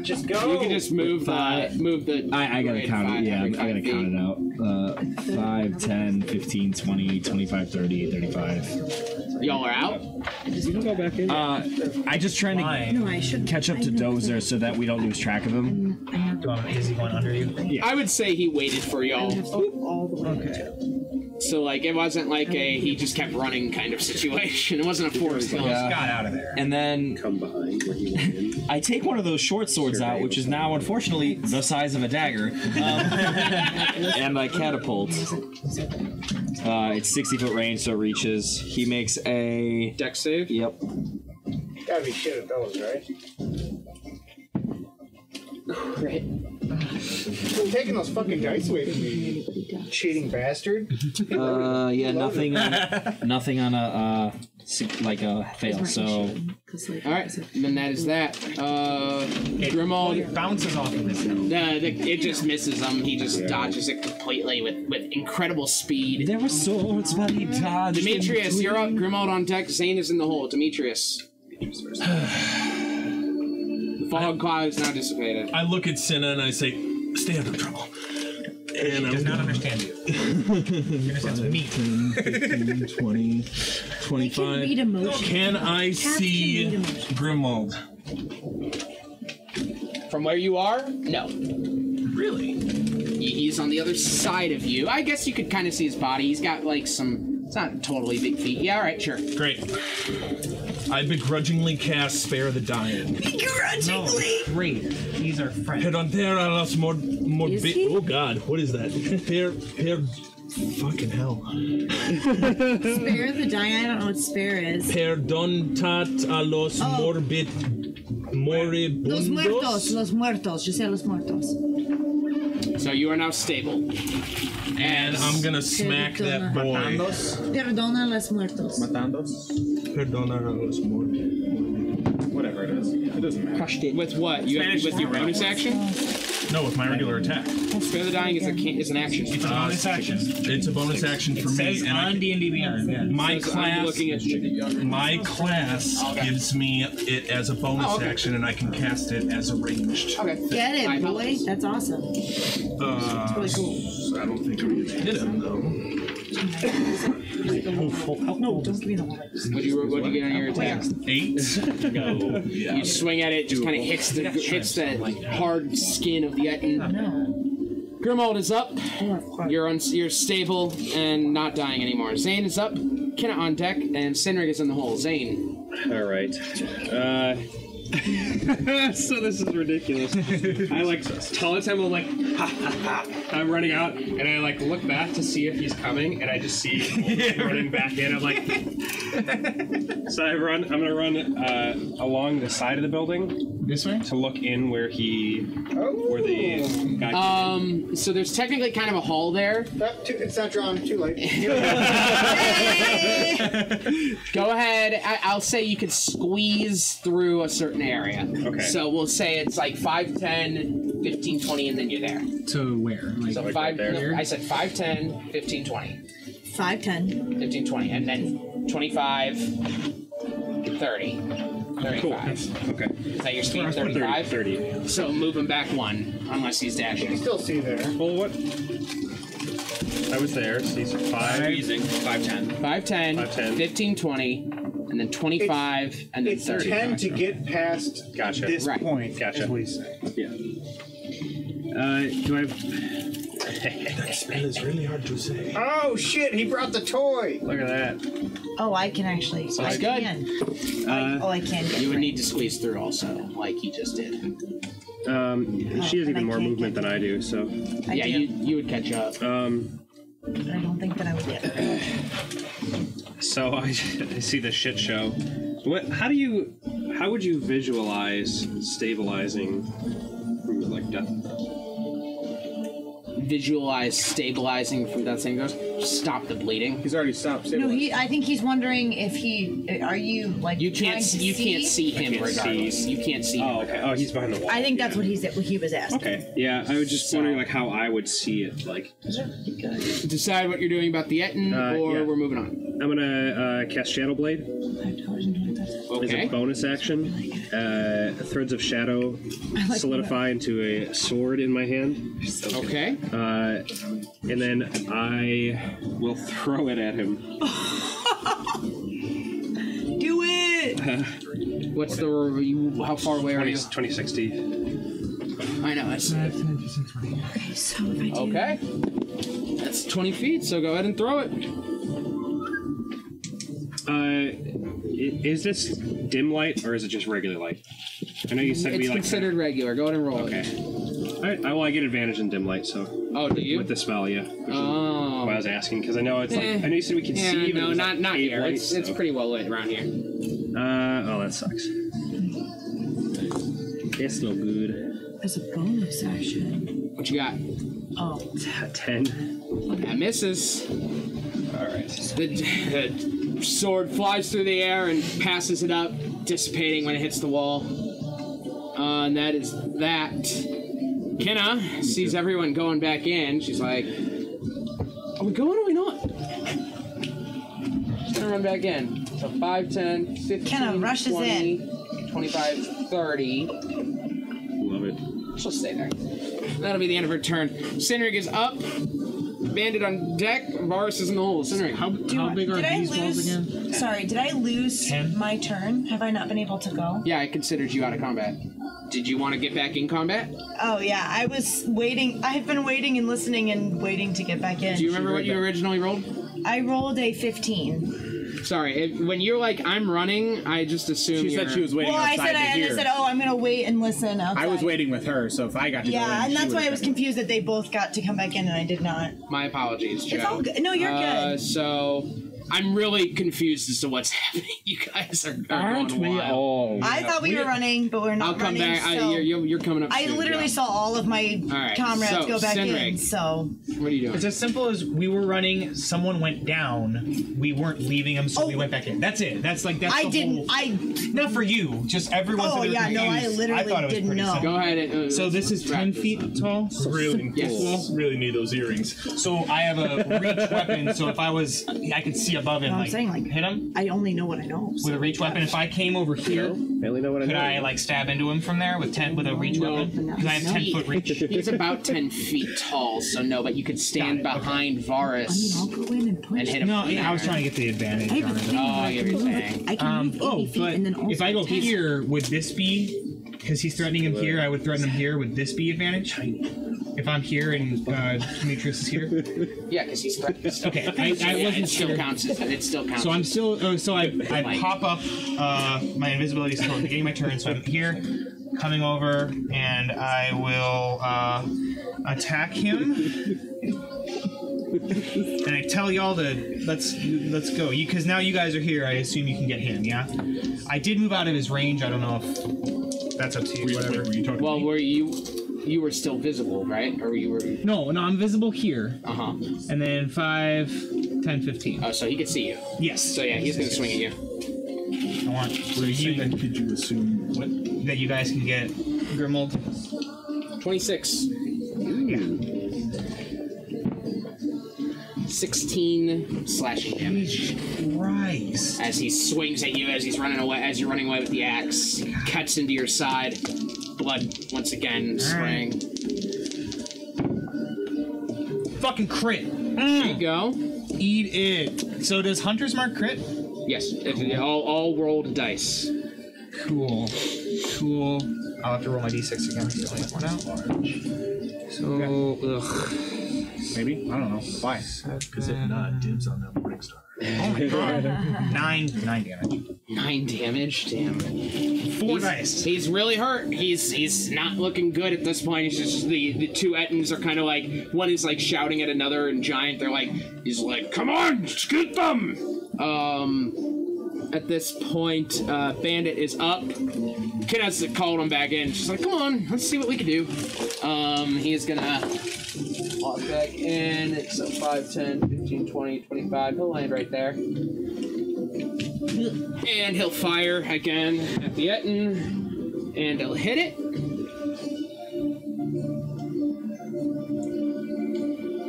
Speaker 2: Just go. You can just move uh, move the.
Speaker 13: Oh. I, I gotta
Speaker 2: grade
Speaker 13: count
Speaker 2: five
Speaker 13: it. Yeah, I
Speaker 2: every five
Speaker 13: gotta
Speaker 2: feet.
Speaker 13: count it out. Uh, 5, 10, 15, 20, 25, 30, 35.
Speaker 2: Y'all are out?
Speaker 13: You can go back in. Uh, I just trying to
Speaker 4: No, I should
Speaker 13: catch up to Dozer so that we don't lose track of him.
Speaker 8: Is he going under you?
Speaker 2: I would say he waited for y'all. So like it wasn't like a he just kept running kind of situation. It wasn't a forced
Speaker 13: Yeah. And then come behind where he went in.
Speaker 5: I take one of those short swords out, which is now unfortunately the size of a dagger, um,
Speaker 13: and I catapult. Uh, it's 60 foot range, so it reaches. He makes a.
Speaker 2: Deck save?
Speaker 13: Yep.
Speaker 57: Gotta be shit at those, right?
Speaker 2: Crit.
Speaker 57: You're taking those fucking dice away from me, you cheating bastard.
Speaker 13: Uh, yeah,
Speaker 57: Loaded.
Speaker 13: nothing on, nothing on a, uh, si- like a fail, so.
Speaker 2: All right, then that is that. Uh, Grimald
Speaker 8: bounces off of this.
Speaker 2: it just misses him. He just dodges it completely with, with incredible speed.
Speaker 5: There were swords, but he dodged. them
Speaker 2: Demetrius,
Speaker 5: too.
Speaker 2: you're up. Grimald on deck. Zane is in the hole. Demetrius. the fog cloud is now dissipated.
Speaker 6: I look at Senna and I say, "Stay out of trouble." And I does not
Speaker 8: understand you.
Speaker 4: read emotions.
Speaker 6: Can I
Speaker 4: Cats can
Speaker 6: see
Speaker 4: read
Speaker 6: Grimald?
Speaker 2: From where you are? No.
Speaker 6: Really?
Speaker 2: He's on the other side of you. I guess you could kind of see his body. He's got like some. It's not totally big feet. Yeah, all right, sure.
Speaker 6: Great. I begrudgingly cast Spare the Dying.
Speaker 8: Begrudgingly. Great. These are friends.
Speaker 6: Hedantera los mor- morbi- Oh god, what is that? Per- per- fucking hell.
Speaker 4: spare the dying. I don't know what spare is.
Speaker 6: Perdontat a los
Speaker 4: Oh.
Speaker 6: morbid
Speaker 4: Los muertos,
Speaker 6: moribundos.
Speaker 4: los muertos. You say los muertos.
Speaker 2: So you are now stable.
Speaker 6: And I'm gonna smack that boy.
Speaker 4: Perdona los muertos.
Speaker 6: Matandos? Perdona a los morbi- Whatever it is. It doesn't matter.
Speaker 2: Crushed it. With what? You have, with your bonus action?
Speaker 6: No, with my regular attack.
Speaker 2: Spare the dying is, a, can- is an action.
Speaker 6: It's a bonus action. It's a bonus action for
Speaker 8: It
Speaker 6: me.
Speaker 8: says
Speaker 6: and I-
Speaker 8: on D&D Beyond. yeah.
Speaker 6: My
Speaker 8: Says I'm
Speaker 6: class,
Speaker 8: looking at
Speaker 6: my class
Speaker 8: Okay.
Speaker 6: gives me it as a bonus
Speaker 4: Oh, okay.
Speaker 6: action, and I can cast it as a ranged.
Speaker 2: Okay.
Speaker 4: Get it, boy. That's awesome.
Speaker 6: Uh,
Speaker 4: It's really cool.
Speaker 6: I don't think I'm gonna hit him though.
Speaker 4: No, don't give me the whole.
Speaker 2: What'd you, what'd you get on your attack?
Speaker 6: Eight. Go.
Speaker 2: You swing at it, it just kind of hits the hits that hard skin of the Etin. Grimald is up. You're un- you're stable and not dying anymore. Zane is up. Kenna on deck, and Sinrig is in the hole. Zane.
Speaker 55: All right. Uh, so this is ridiculous.
Speaker 9: I like tell him I'm like, ha ha ha. I'm running out and I like look back to see if he's coming and I just see him running back in. I'm like,
Speaker 55: so I run. I'm gonna run uh, along the side of the building.
Speaker 8: This way
Speaker 55: to look in where he, where the guy.
Speaker 2: Um, so there's technically kind of a hole there.
Speaker 57: it's not drawn too late.
Speaker 2: Go ahead. I- I'll say you could squeeze through a certain area.
Speaker 9: Okay.
Speaker 2: So we'll say it's like 5, 10, 15, 20, and then you're there.
Speaker 9: to where? Like,
Speaker 2: So 5, no, I said 5, 10, 15, 20.
Speaker 4: 5, 10.
Speaker 2: 15, 20, and then 25, 30. 35.
Speaker 55: Okay.
Speaker 2: Is that your speed? 35? 30. So move him back one, unless he's dashing. You
Speaker 57: still see there.
Speaker 55: Well, what? I was there. So he's five.
Speaker 2: Five, 10. 5, 10. 15, 20.
Speaker 58: and then 25, and then
Speaker 59: it's
Speaker 58: 30.
Speaker 59: 10 to get past
Speaker 58: Gotcha.
Speaker 59: this
Speaker 58: Right.
Speaker 59: point.
Speaker 58: Gotcha.
Speaker 59: Is what he's saying.
Speaker 9: Yeah. Uh, do I
Speaker 60: that spell is really hard to say.
Speaker 59: Oh shit! He brought the toy.
Speaker 9: Look at that.
Speaker 4: Oh, I can actually.
Speaker 2: Sounds
Speaker 4: I
Speaker 2: good. Uh,
Speaker 4: Can. I, oh, I can. Get
Speaker 2: You would
Speaker 4: free.
Speaker 2: need to squeeze through also, like he just did.
Speaker 9: Um, she has even more movement than I do, so.
Speaker 2: I Yeah, do. you-
Speaker 9: would catch up. Um,
Speaker 4: I don't think that I would get. it.
Speaker 9: so I, I see the shit show. What? How do you? How would you visualize stabilizing from like death?
Speaker 2: Visualize stabilizing from Death Saving Throws. Stop the bleeding.
Speaker 59: He's already stopped.
Speaker 4: No, he. I think he's wondering if he. Are you like?
Speaker 2: You can't.
Speaker 4: trying to
Speaker 2: you
Speaker 4: see?
Speaker 2: can't see him regardless. You can't see him.
Speaker 9: Okay. Oh, he's behind the wall.
Speaker 4: I think that's what he's what he was asking.
Speaker 9: Okay. Yeah, I was just wondering like how I would see it. Like,
Speaker 2: Decide what you're doing about the Etten,
Speaker 9: Uh,
Speaker 2: or
Speaker 9: yeah.
Speaker 2: we're moving on.
Speaker 9: I'm gonna uh, cast Shadow Blade. As a bonus action, uh, threads of shadow
Speaker 2: I like
Speaker 9: solidify into a sword in my hand.
Speaker 2: Okay.
Speaker 9: Uh, and then I will throw it at him.
Speaker 4: Do it.
Speaker 2: What's the? You, how far away are you?
Speaker 9: 2060.
Speaker 2: I know. It's,
Speaker 4: Okay, so if I do
Speaker 2: okay. That's 20 feet. So go ahead and throw it.
Speaker 9: Uh, i- is this dim light or is it just regular light? I know you said
Speaker 2: It's
Speaker 9: we like.
Speaker 2: considered regular. Go ahead and roll
Speaker 9: Okay. All right. I, well, I get advantage in dim light, so.
Speaker 2: Oh, do you?
Speaker 9: With the spell, yeah. Which is
Speaker 2: Oh.
Speaker 9: Why I was asking because I know it's like
Speaker 2: Eh.
Speaker 9: I know you said we can
Speaker 2: Yeah,
Speaker 9: see. but
Speaker 2: no,
Speaker 9: it was,
Speaker 2: not-
Speaker 9: like,
Speaker 2: not
Speaker 9: eight
Speaker 2: here.
Speaker 9: lights,
Speaker 2: It's- it's
Speaker 9: so-
Speaker 2: pretty well lit around here.
Speaker 9: Uh, oh, that sucks. It's no good.
Speaker 4: As a bonus action.
Speaker 2: What you got?
Speaker 4: Oh.
Speaker 9: Ten.
Speaker 2: That misses. All right. The, the sword flies through the air and passes it up, dissipating when it hits the wall. Uh, and that is that. Kenna sees everyone going back in. She's like, "Are we going? Or are we not?" She's gonna run back in. So 5, 10, 15,
Speaker 4: Kenna rushes
Speaker 2: 20, 25, 30.
Speaker 9: Love it.
Speaker 2: She'll stay there. That'll be the end of her turn. Cindric is up. Bandit on deck. Varus is in the hole. Cindric, how,
Speaker 4: I- did I lose, Sorry, did I lose my turn? Have I not been able to go?
Speaker 2: Yeah, I considered you out of combat. Did you want to get back in combat?
Speaker 4: Oh yeah, I was waiting. I've been waiting and listening and waiting to get back in.
Speaker 2: Do you remember what you originally rolled?
Speaker 4: I rolled a 15.
Speaker 2: Sorry, if, when you're like, I'm running, I just assumed
Speaker 13: She said
Speaker 2: you're-
Speaker 13: she was waiting
Speaker 4: well, I said I, and I said, oh, I'm gonna wait and listen. Outside.
Speaker 13: I was waiting with her, so if I got to go in,
Speaker 4: Yeah, and
Speaker 13: she
Speaker 4: that's
Speaker 13: would've
Speaker 4: why I
Speaker 13: been-
Speaker 4: was confused that they both got to come back in and I did not.
Speaker 2: My apologies, Joe.
Speaker 4: It's all good. No, you're
Speaker 2: Uh, so, I'm really confused as to what's happening. You guys are, are
Speaker 58: Aren't we all?
Speaker 4: I thought we were running, but we're not
Speaker 2: I'll come
Speaker 4: running.
Speaker 2: back. I,
Speaker 4: so-
Speaker 2: you're, you're, you're coming up.
Speaker 4: I
Speaker 2: soon,
Speaker 4: literally
Speaker 2: Joe.
Speaker 4: saw all of my
Speaker 2: All right,
Speaker 4: comrades
Speaker 2: so,
Speaker 4: go back in,
Speaker 2: Cindric.
Speaker 4: so.
Speaker 2: What are you doing?
Speaker 8: It's as simple as we were running. Someone went down. We weren't leaving him, so we went back in. That's it. That's like that's.
Speaker 4: I
Speaker 8: the
Speaker 4: didn't-
Speaker 8: Whole,
Speaker 4: I
Speaker 8: not for you. Just everyone.
Speaker 4: Oh,
Speaker 8: that was
Speaker 4: yeah, no, I
Speaker 8: confused.
Speaker 4: literally
Speaker 8: thought it was
Speaker 4: didn't
Speaker 8: pretty
Speaker 4: know.
Speaker 8: simple.
Speaker 4: Go ahead, uh,
Speaker 8: so
Speaker 4: let's-
Speaker 8: this is
Speaker 4: let's
Speaker 8: ten
Speaker 4: wrap
Speaker 8: feet tall.
Speaker 61: Really,
Speaker 8: Yes.
Speaker 61: really need those earrings.
Speaker 8: So I have a reach weapon. So if I was, I could see above him,
Speaker 4: No, I'm
Speaker 8: like,
Speaker 4: saying, like,
Speaker 8: hit him
Speaker 4: I only know what I know.
Speaker 8: with a reach weapon. If I came over here, could I, like stab into him from there with ten with a reach weapon? Because I have
Speaker 2: No,
Speaker 8: ten
Speaker 2: he-
Speaker 8: foot reach.
Speaker 2: He's about ten feet tall, so no, but you could stand behind Varus and hit him.
Speaker 8: No,
Speaker 2: from
Speaker 8: yeah, I was
Speaker 2: there.
Speaker 8: trying to get the advantage.
Speaker 2: I have a
Speaker 8: on it.
Speaker 2: thing Oh, where I I can get what you're move- saying. I can
Speaker 8: Um,
Speaker 2: move 80
Speaker 8: oh,
Speaker 2: feet
Speaker 8: but
Speaker 2: and then also
Speaker 8: if I go
Speaker 2: attack.
Speaker 8: here, would this be? Because he's threatening him here, I would threaten him here. Would this be advantage? If I'm here and uh, Demetrius is here,
Speaker 2: Yeah, because he's practiced.
Speaker 8: Okay, I- I
Speaker 2: yeah,
Speaker 8: wasn't
Speaker 2: it still
Speaker 8: sure.
Speaker 2: counts. As, it still counts.
Speaker 8: so I'm still. Oh, so I, I
Speaker 2: Like-
Speaker 8: pop up. Uh, my invisibility is still at the beginning of my turn, so I'm here, coming over, and I will uh, attack him. And I tell y'all to let's let's go. You because now you guys are here. I assume you can get him. Yeah. I did move out of his range. I don't know if that's up to you. whatever.
Speaker 2: well, were you? You were still visible, right? Or you were?
Speaker 8: No, no, I'm visible here.
Speaker 2: Uh huh.
Speaker 8: And then 5, 10, 15.
Speaker 2: Oh, so he could see you.
Speaker 8: Yes.
Speaker 2: So yeah, he's gonna swing at you.
Speaker 8: I want. So you can, could you assume what, that you guys can get Grimold?
Speaker 2: Twenty-six. Sixteen slashing damage.
Speaker 8: Christ.
Speaker 2: As he swings at you, as he's running away, as you're running away with the axe, cuts into your side. Blood once again spraying.
Speaker 8: Fucking crit.
Speaker 2: There you go.
Speaker 8: Eat it. So does Hunter's Mark crit?
Speaker 2: Yes, it's all all rolled dice.
Speaker 8: Cool. Cool. I'll have to roll my d6 again. to only have one out. So, ugh.
Speaker 13: Maybe? I don't know. Why?
Speaker 8: Because
Speaker 13: if not, dibs on that morning star.
Speaker 8: Oh my god. nine, nine damage.
Speaker 2: Nine damage. Damn.
Speaker 8: Four
Speaker 2: he's,
Speaker 8: dice.
Speaker 2: He's really hurt. He's he's not looking good at this point. He's just the the two Ettins are kind of like one is like shouting at another, and Giant they're like he's like come on scoot them. Um, at this point, uh, Bandit is up. Kenneth's called him back in. She's like come on, let's see what we can do. Um, he is gonna walk back in. It's a 5, 10, 15, 20, 25. He'll land right there. And he'll fire again at the Etten. And he'll hit it.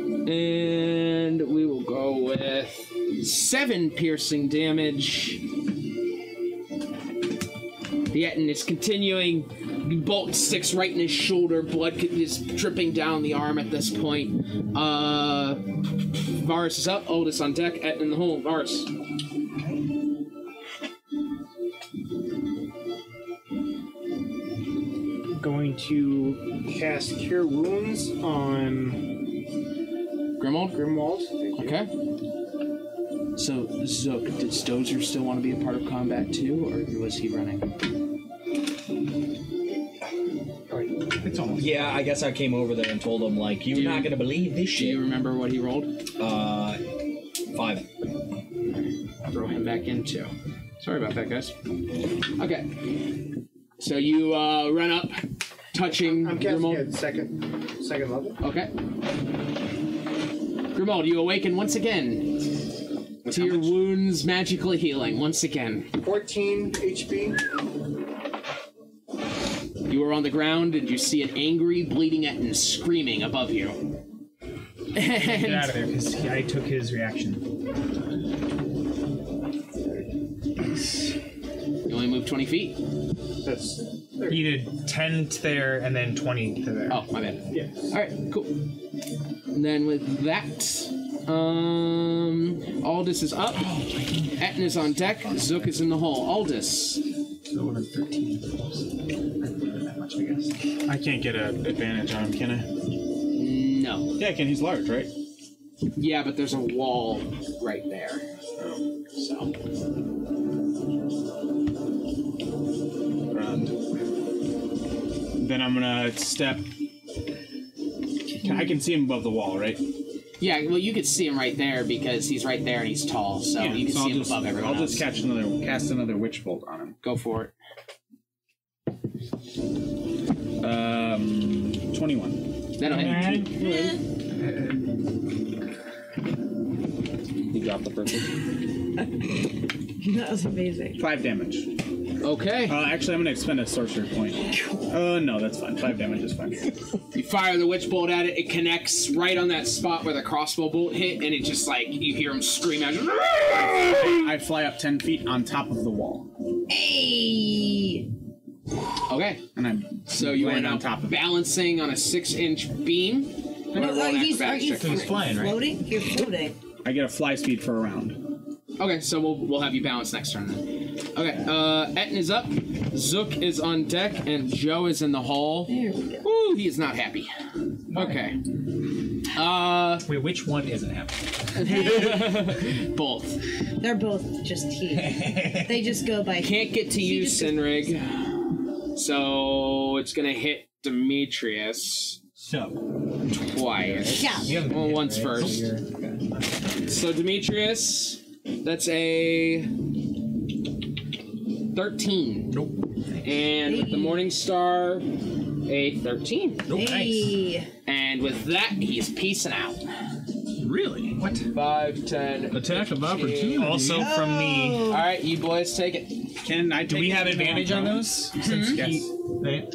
Speaker 2: And we will go with seven piercing damage. The Etten is continuing. Bolt sticks right in his shoulder. Blood is dripping down the arm at this point. Uh, Varus is up. Oldest on deck. Etten in the hole. Varus.
Speaker 62: Going to cast Cure Wounds on
Speaker 2: Grimwald.
Speaker 62: Grimwald. Thank you.
Speaker 2: Okay. So, Zook, did Stozer still want to be a part of combat too, or was he running?
Speaker 63: It's almost. Yeah, I guess I came over there and told him like, "You're not gonna believe this shit." Do
Speaker 2: you remember what he rolled?
Speaker 63: Uh, five.
Speaker 2: Throw him back in too. Sorry about that, guys. Okay. So you uh, run up, touching
Speaker 62: I'm casting
Speaker 2: Grimald.
Speaker 62: at second, second level.
Speaker 2: Okay. Grimald, you awaken once again to your wounds magically healing once again.
Speaker 62: 14 HP.
Speaker 2: You were on the ground and you see an angry, bleeding Etten screaming above you.
Speaker 8: Get out of there, because I took his reaction.
Speaker 2: You only moved 20 feet.
Speaker 62: That's.
Speaker 8: He did 10 to there and then 20 to there.
Speaker 2: Oh, my bad. Yeah. Alright, cool. And then with that, um, Aldous is up. Etten is on deck. Zook is in the hole. Aldous.
Speaker 13: So what are 13 that much, I guess. I can't get an advantage on him, can I?
Speaker 2: No.
Speaker 13: Yeah, I can. He's large, right?
Speaker 2: Yeah, but there's a wall right there. So.
Speaker 13: Then I'm gonna step. I can see him above the wall, right?
Speaker 2: Yeah, well, you could see him right there because he's right there and he's tall, so
Speaker 13: Yeah,
Speaker 2: you can
Speaker 13: so
Speaker 2: see
Speaker 13: I'll
Speaker 2: him
Speaker 13: just-
Speaker 2: above everyone
Speaker 13: I'll just
Speaker 2: else.
Speaker 13: catch another
Speaker 64: Cast another witch bolt on him.
Speaker 2: Go for it.
Speaker 13: Um,
Speaker 2: 21. That'll hit.
Speaker 65: You dropped the purple.
Speaker 4: that was amazing.
Speaker 13: Five damage.
Speaker 2: Okay.
Speaker 13: Uh, actually, I'm gonna expend a sorcerer point. Uh, no, that's fine. Five damage is fine.
Speaker 2: You fire the witch bolt at it, it connects right on that spot where the crossbow bolt hit, and it just like you hear him scream out.
Speaker 64: I fly up 10 feet on top of the wall.
Speaker 4: Hey!
Speaker 2: Okay.
Speaker 64: And I'm.
Speaker 2: So you are
Speaker 64: Land
Speaker 2: now
Speaker 64: on top of it.
Speaker 2: balancing on a six inch beam. I'm gonna roll an acrobatics check.
Speaker 4: floating? You're floating.
Speaker 13: I get a fly speed for a round.
Speaker 2: Okay, so we'll, we'll have you balance next turn then. Okay, uh, Etten is up, Zook is on deck, and Joe is in the hall. Ooh, he is not happy. Okay. Uh,
Speaker 8: Wait, which one isn't
Speaker 2: happy? Both.
Speaker 4: They're both just huge. they just go by.
Speaker 2: Can't get to you, Sinrig. So it's gonna hit Demetrius. So twice.
Speaker 4: Yeah. You haven't
Speaker 2: Well, once first. So Demetrius, that's a thirteen. Nope. And with the Morning Star, a thirteen.
Speaker 4: Hey.
Speaker 2: And with that, he's peacing out.
Speaker 8: Really?
Speaker 2: What? 5, 10.
Speaker 8: Attack of opportunity. Also from me.
Speaker 2: All right, you boys take it.
Speaker 9: Can I?
Speaker 8: Do we have advantage on those? Mm-hmm. Since
Speaker 9: yes.
Speaker 8: we have
Speaker 9: oh,
Speaker 8: advantage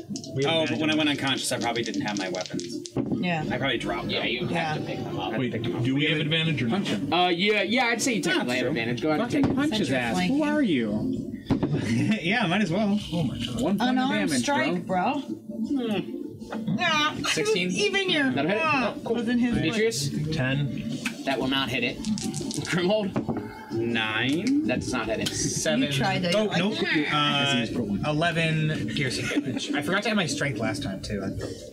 Speaker 9: but when I went unconscious, I probably didn't have my weapons.
Speaker 4: Yeah.
Speaker 9: I probably dropped.
Speaker 2: Yeah, you have to pick them up.
Speaker 9: Wait,
Speaker 8: do we have advantage or punch
Speaker 2: Uh, yeah, yeah, I'd say you technically have advantage. Go ahead and take
Speaker 64: punch his ass. Who are you?
Speaker 8: yeah, might as well.
Speaker 64: Oh my god. One point
Speaker 4: Unarmed
Speaker 64: of damage,
Speaker 4: strike, bro. Nah,
Speaker 2: 16?
Speaker 4: Even your.
Speaker 2: That'll hit it.
Speaker 4: Ah, Within his.
Speaker 2: Demetrius? 10. That will not hit it. Grimhold?
Speaker 66: Nine.
Speaker 2: That's not it.
Speaker 8: Seven.
Speaker 66: You tried that,
Speaker 8: Oh,
Speaker 66: you're like,
Speaker 8: nope.
Speaker 66: "Nah."
Speaker 8: Uh, 11 piercing damage. I forgot to add my strength last time, too.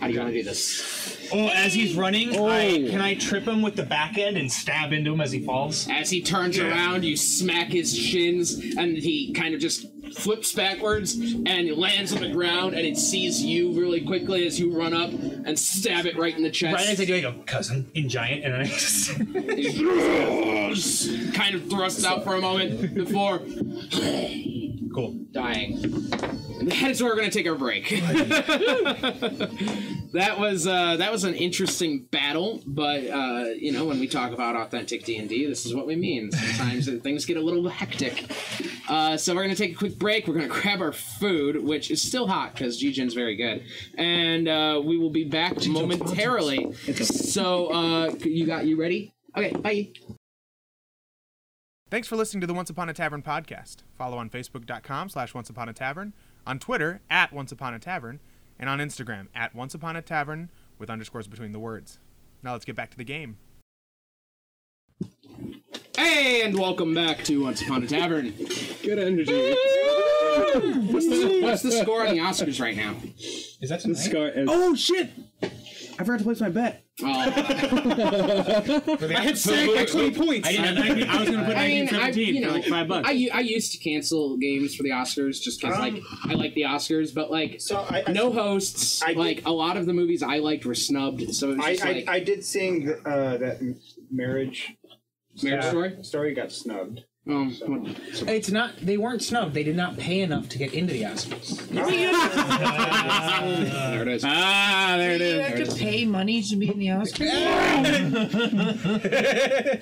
Speaker 8: How
Speaker 2: do you want to do this?
Speaker 8: Oh, as he's running,
Speaker 67: Oh.
Speaker 8: I, can I trip him with the back end and stab into him as he falls?
Speaker 2: As he turns around, you smack his shins, and he kind of just flips backwards and lands on the ground, and it sees you really quickly as you run up and stab it right in the chest.
Speaker 8: Right as I do, I go, cousin, in giant, and then I just.
Speaker 2: kind of thrusts out for a moment before cool dying. And that is where we're gonna take our break. that was uh, that was an interesting battle, but uh, you know when we talk about authentic D and D, this is what we mean. Sometimes things get a little hectic, uh, so we're gonna take a quick break. We're gonna grab our food, which is still hot because G-Gen's very good, and uh, we will be back momentarily. So uh, you got you ready? Okay, bye.
Speaker 1: Thanks for listening to the Once Upon a Tavern podcast. Follow on Facebook.com slash Once Upon a Tavern, on Twitter at Once Upon a Tavern, and on Instagram at Once Upon a Tavern with underscores between the words. Now let's get back to the game.
Speaker 2: Hey, and welcome back to Once Upon a Tavern. Good energy. what's, the, what's the score on the Oscars right now?
Speaker 8: Is that
Speaker 2: tonight?
Speaker 13: oh shit! I forgot to place my bet.
Speaker 2: Oh, I had
Speaker 13: saved
Speaker 2: saved
Speaker 13: like
Speaker 2: like 20 points.
Speaker 13: points.
Speaker 2: I mean, I- you know, I,
Speaker 13: I,
Speaker 2: u- I used to cancel games for the Oscars just because,
Speaker 13: Um,
Speaker 2: like, I like the Oscars, but like, no hosts. like, a lot of the movies I liked were snubbed, so it was
Speaker 68: I,
Speaker 2: just
Speaker 68: I,
Speaker 2: like
Speaker 68: I did sing uh, that m- marriage
Speaker 2: Marriage Story?
Speaker 68: Story got snubbed.
Speaker 2: Um,
Speaker 8: It's not. They weren't snubbed. They did not pay enough to get into the Oscars.
Speaker 2: there it is. Ah, there it
Speaker 4: You have to pay money to be in the Oscars.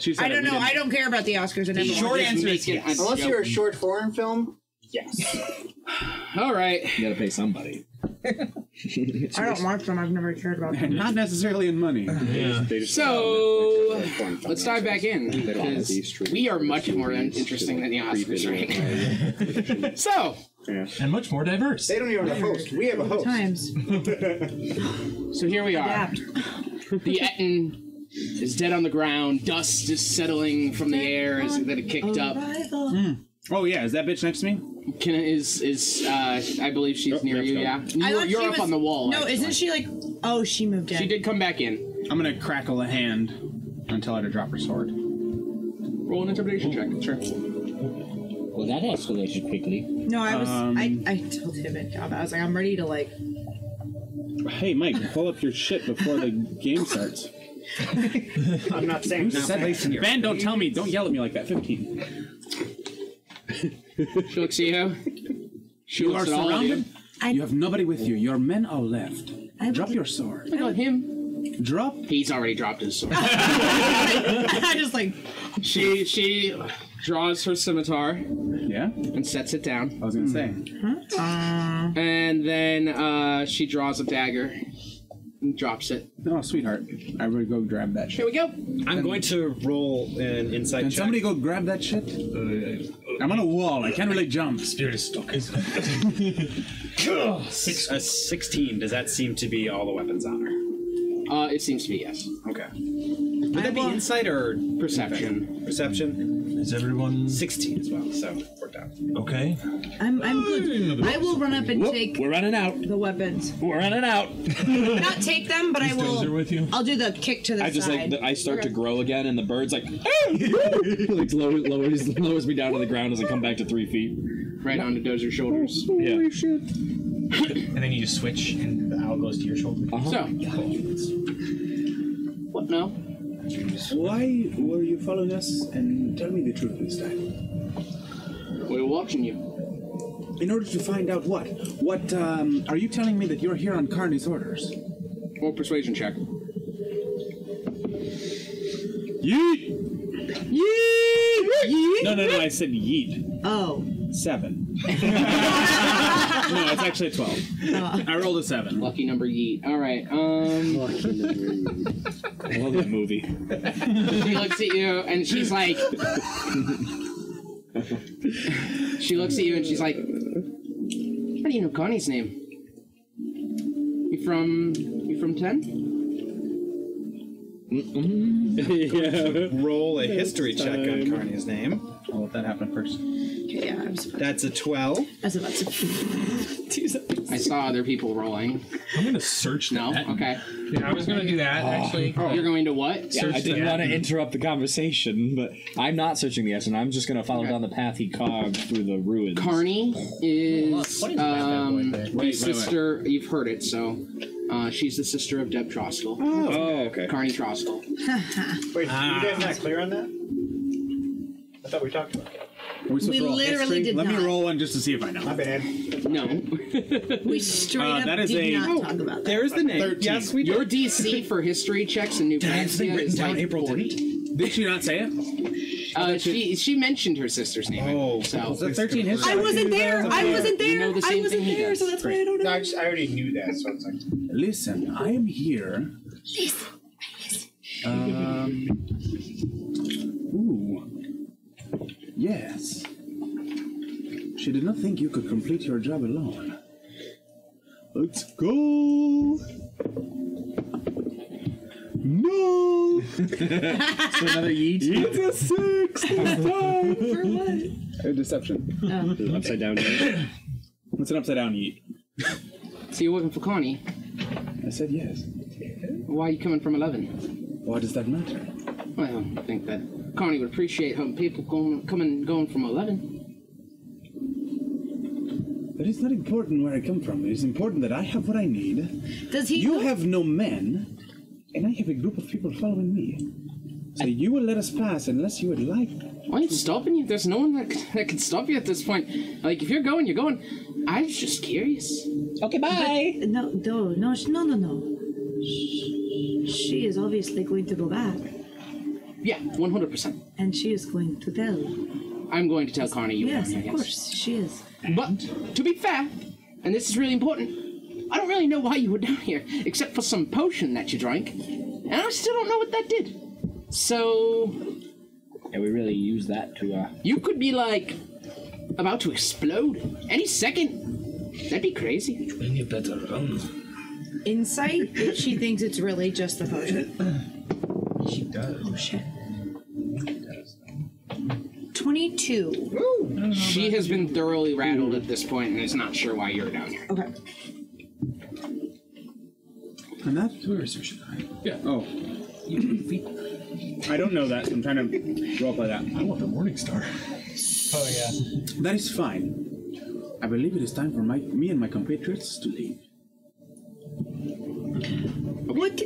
Speaker 68: She said
Speaker 4: I
Speaker 68: it,
Speaker 4: don't
Speaker 68: we
Speaker 4: know.
Speaker 68: didn't.
Speaker 4: I don't care about the Oscars. I never watch it.
Speaker 68: Unless you're a short foreign film, yes.
Speaker 2: All right.
Speaker 69: You gotta pay somebody.
Speaker 4: I don't watch them. I've never cared about them.
Speaker 13: Not necessarily in money.
Speaker 2: So Um, let's dive back in because we are much more interesting than the Oscars right now. So
Speaker 5: And much more diverse.
Speaker 68: They don't even have a host. We have a host.
Speaker 4: Times.
Speaker 2: So here we are. The Etten is dead on the ground. Dust is settling from the air as that it kicked up.
Speaker 13: Oh yeah, is that bitch next to me?
Speaker 2: Can is is uh, I believe she's near you. Yeah,
Speaker 4: I
Speaker 2: you're,
Speaker 4: thought
Speaker 2: you're
Speaker 4: she
Speaker 2: up
Speaker 4: was-
Speaker 2: on the wall.
Speaker 4: No,
Speaker 2: actually.
Speaker 4: isn't she like? Oh, she moved in.
Speaker 2: She did come back in.
Speaker 13: I'm gonna crackle a hand and tell her to drop her sword.
Speaker 2: Roll an intimidation check. Sure.
Speaker 69: Well, that escalated quickly.
Speaker 4: No, I was.
Speaker 13: Um,
Speaker 4: I, I told him it. I was like, I'm ready to like.
Speaker 13: Hey Mike, pull up your shit before the game starts.
Speaker 68: I'm not saying
Speaker 13: Who said that? Ben, don't tell me. Don't yell at me like that. Fifteen.
Speaker 2: she looks at you. She
Speaker 13: you
Speaker 2: looks
Speaker 13: are
Speaker 2: at all of you.
Speaker 13: surrounded. You have nobody with you. Your men are left. Drop your sword.
Speaker 2: Look at him.
Speaker 13: Drop.
Speaker 2: He's already dropped his sword.
Speaker 4: I just like.
Speaker 2: She she draws her scimitar.
Speaker 13: Yeah.
Speaker 2: And sets it down.
Speaker 13: I was gonna say.
Speaker 2: And then uh, she draws a dagger and drops it.
Speaker 13: No, sweetheart. I would go grab that shit.
Speaker 2: Here we go.
Speaker 13: I'm going
Speaker 9: to roll an insight
Speaker 13: Can somebody go grab that shit? I'm on a wall. I can't really jump. Spirit is stuck.
Speaker 9: Six, a 16. Does that seem to be all the weapons on her?
Speaker 2: Uh, it seems to be yes.
Speaker 9: Okay. Would that be insight or perception? Perception. Is everyone 16 as well? So worked out.
Speaker 5: Okay.
Speaker 4: I'm. I'm good. I will run up and
Speaker 9: Whoop,
Speaker 4: take.
Speaker 9: we're running out.
Speaker 4: The weapons.
Speaker 9: We're running out.
Speaker 4: Not take them, but I will. I'll do the kick to the
Speaker 6: I just like
Speaker 4: side.
Speaker 6: th- I start to
Speaker 4: Okay.
Speaker 6: grow again, and the bird's like, like lowers, lowers lowers me down to the ground as I come back to three feet.
Speaker 2: Right onto Dozer's shoulders.
Speaker 6: yeah.
Speaker 8: and then you just switch, and the owl goes to your shoulder.
Speaker 67: Uh-huh.
Speaker 2: So. What now?
Speaker 13: Why were you following us? And tell me the truth this time.
Speaker 2: We were watching you.
Speaker 13: In order to find out what? What, um, are you telling me that you're here on Carney's orders?
Speaker 2: Or persuasion check.
Speaker 13: Yeet! Yeet! No, no, no, I said yeet.
Speaker 4: Oh.
Speaker 13: Seven. no, it's actually a 12. I rolled a seven.
Speaker 2: Lucky number yeet. All right. Um. Lucky number
Speaker 6: I love that movie.
Speaker 2: she looks at you and she's like. she looks at you and she's like, "How do you know Connie's name? You from? You from ten?
Speaker 9: Roll a history check on Carney's name.
Speaker 70: I'll let that happen first.
Speaker 4: Okay, yeah, I was,
Speaker 70: That's a 12.
Speaker 4: I was about to do something.
Speaker 2: I saw other people rolling.
Speaker 70: I'm gonna search
Speaker 2: No, okay.
Speaker 71: Yeah, I was gonna do
Speaker 5: Oh.
Speaker 71: that actually.
Speaker 2: You're going to what?
Speaker 9: Yeah, I didn't want to interrupt the conversation, but I'm not searching the essence. I'm just going to follow down the path he carved through the ruins.
Speaker 2: Carney is
Speaker 9: What is that bad boy
Speaker 2: um,
Speaker 9: thing?
Speaker 2: the
Speaker 9: Wait, wait,
Speaker 2: sister. You've heard it, so uh, she's the sister of Deb Troskel.
Speaker 70: Oh. Oh, okay.
Speaker 2: Carney Troskel.
Speaker 8: Wait,
Speaker 2: Ah.
Speaker 8: you guys not clear on that? I thought we talked about that.
Speaker 13: Are we supposed
Speaker 8: We
Speaker 13: to roll
Speaker 8: literally
Speaker 13: history?
Speaker 8: did
Speaker 13: Let
Speaker 8: not.
Speaker 13: me roll one just to see if I know. My
Speaker 2: bad. No.
Speaker 4: we straight
Speaker 13: Uh,
Speaker 4: up
Speaker 13: that is
Speaker 4: did
Speaker 13: a-
Speaker 4: not
Speaker 13: Oh,
Speaker 4: talk about that.
Speaker 70: There is the name. Yes, we
Speaker 2: Your DC for history checks in New Praxia is like April 40. Did she not say it? Uh, she she mentioned her sister's name. Oh, so
Speaker 8: Was that 13 history? I wasn't there. I wasn't
Speaker 2: You know
Speaker 8: there.
Speaker 2: the
Speaker 8: I
Speaker 2: same
Speaker 8: wasn't
Speaker 2: thing he
Speaker 8: there,
Speaker 2: does.
Speaker 8: so that's
Speaker 2: Great.
Speaker 8: I don't know. I, just, I already knew that, so it's like.
Speaker 13: Listen, I am here. Um, ooh. Yes. She did not think you could complete your job alone. Let's go. No.
Speaker 70: So
Speaker 13: another yeet. It's a six this time. For what? A deception.
Speaker 70: Upside down.
Speaker 13: What's an upside down yeet?
Speaker 2: So you're looking for Connie?
Speaker 13: I said yes.
Speaker 2: Why are you coming from eleven?
Speaker 13: Why does that matter?
Speaker 2: Well, I think that Connie would appreciate how people going, coming going from eleven.
Speaker 13: But it's not important where I come from. It is important that I have what I need. Does he? You have no men, and I have a group of people following me. So you will let us pass unless you would like.
Speaker 2: Why ain't stopping you? There's no one that, c- that can stop you at this point. Like if you're going, you're going. I was just curious.
Speaker 9: Okay,
Speaker 4: bye. no, no, no, sh- no, no, no. Sh- She is obviously going to go back,
Speaker 2: Yeah, one hundred percent.
Speaker 4: and she is going to tell.
Speaker 2: I'm going to tell Connie you
Speaker 4: yes,
Speaker 2: are.
Speaker 4: of course, she is.
Speaker 2: But to be fair, and this is really important, I don't really know why you were down here, except for some potion that you drank, and I still don't know what that did. So
Speaker 9: And we really use that to, uh,
Speaker 2: you could be like about to explode any second. That'd be crazy.
Speaker 72: You better run.
Speaker 4: Insight if she thinks it's really just the potion.
Speaker 72: She does.
Speaker 4: Oh shit. Twenty-two.
Speaker 2: She has been thoroughly rattled at this point and is not sure why you're down here.
Speaker 4: Okay.
Speaker 13: And that?
Speaker 70: Where is her I?
Speaker 13: Yeah. Oh. I don't know that. I'm trying to roll by that. I want the Morning Star.
Speaker 70: Oh, yeah.
Speaker 13: That is fine. I believe it is time for my, me and my compatriots to leave.
Speaker 4: What?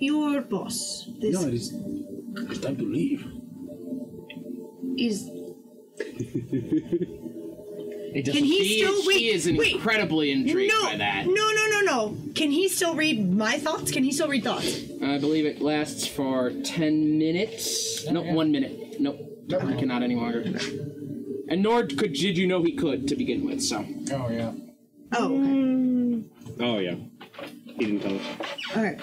Speaker 4: Your boss. This
Speaker 13: No, it is. It's time to leave.
Speaker 4: is.
Speaker 2: It
Speaker 4: Can he
Speaker 2: she
Speaker 4: still-
Speaker 2: is, She
Speaker 4: wait,
Speaker 2: is
Speaker 4: wait.
Speaker 2: incredibly intrigued
Speaker 4: no,
Speaker 2: by that.
Speaker 4: no, no, no, no. Can he still read my thoughts? Can he still read thoughts?
Speaker 2: I believe it lasts for 10 minutes. nope, one minute. Nope. I cannot any longer. And nor could did you know he could to begin with, so.
Speaker 70: Oh, yeah.
Speaker 4: Oh, okay.
Speaker 73: Oh, yeah. He didn't tell us.
Speaker 4: Okay.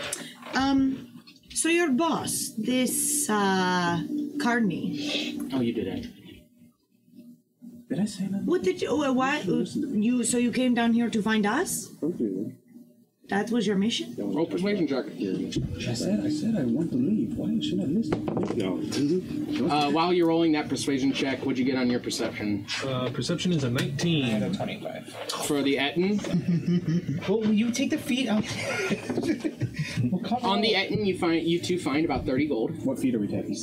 Speaker 4: Um, so your boss, this, uh, Carney,
Speaker 2: Oh, you did it.
Speaker 13: Did I say that?
Speaker 4: what did you, oh, why, you, so you came down here to find us? That was your mission?
Speaker 2: Roll Oh, persuasion check.
Speaker 13: I said, I said I want to leave. Why did she not listen? No.
Speaker 2: Uh, while you're rolling that persuasion check, what'd you get on your perception?
Speaker 70: Uh, perception is a 19. And a 25.
Speaker 2: For the Etten?
Speaker 71: Well, will you take the feet out?
Speaker 2: on the Etten, you find you two find about thirty gold.
Speaker 13: What feet are we taking?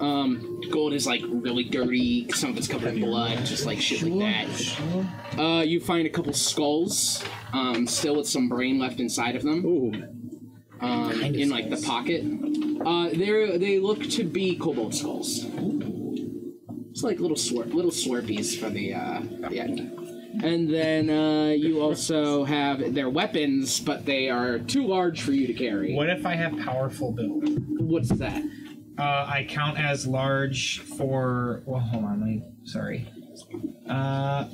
Speaker 2: Um, gold is like really dirty. Some of it's covered in blood, just like shit like that. Uh, you find a couple skulls, um, still with some brain left inside of them. Um, in like the pocket. Uh, they they look to be kobold skulls. It's like little swir- little swirpies for the uh, the Etten. And then uh, you also have their weapons, but they are too large for you to carry.
Speaker 5: What if I have powerful build?
Speaker 2: What's that?
Speaker 5: Uh, I count as large for. Well, hold on. Let me. Sorry. Uh,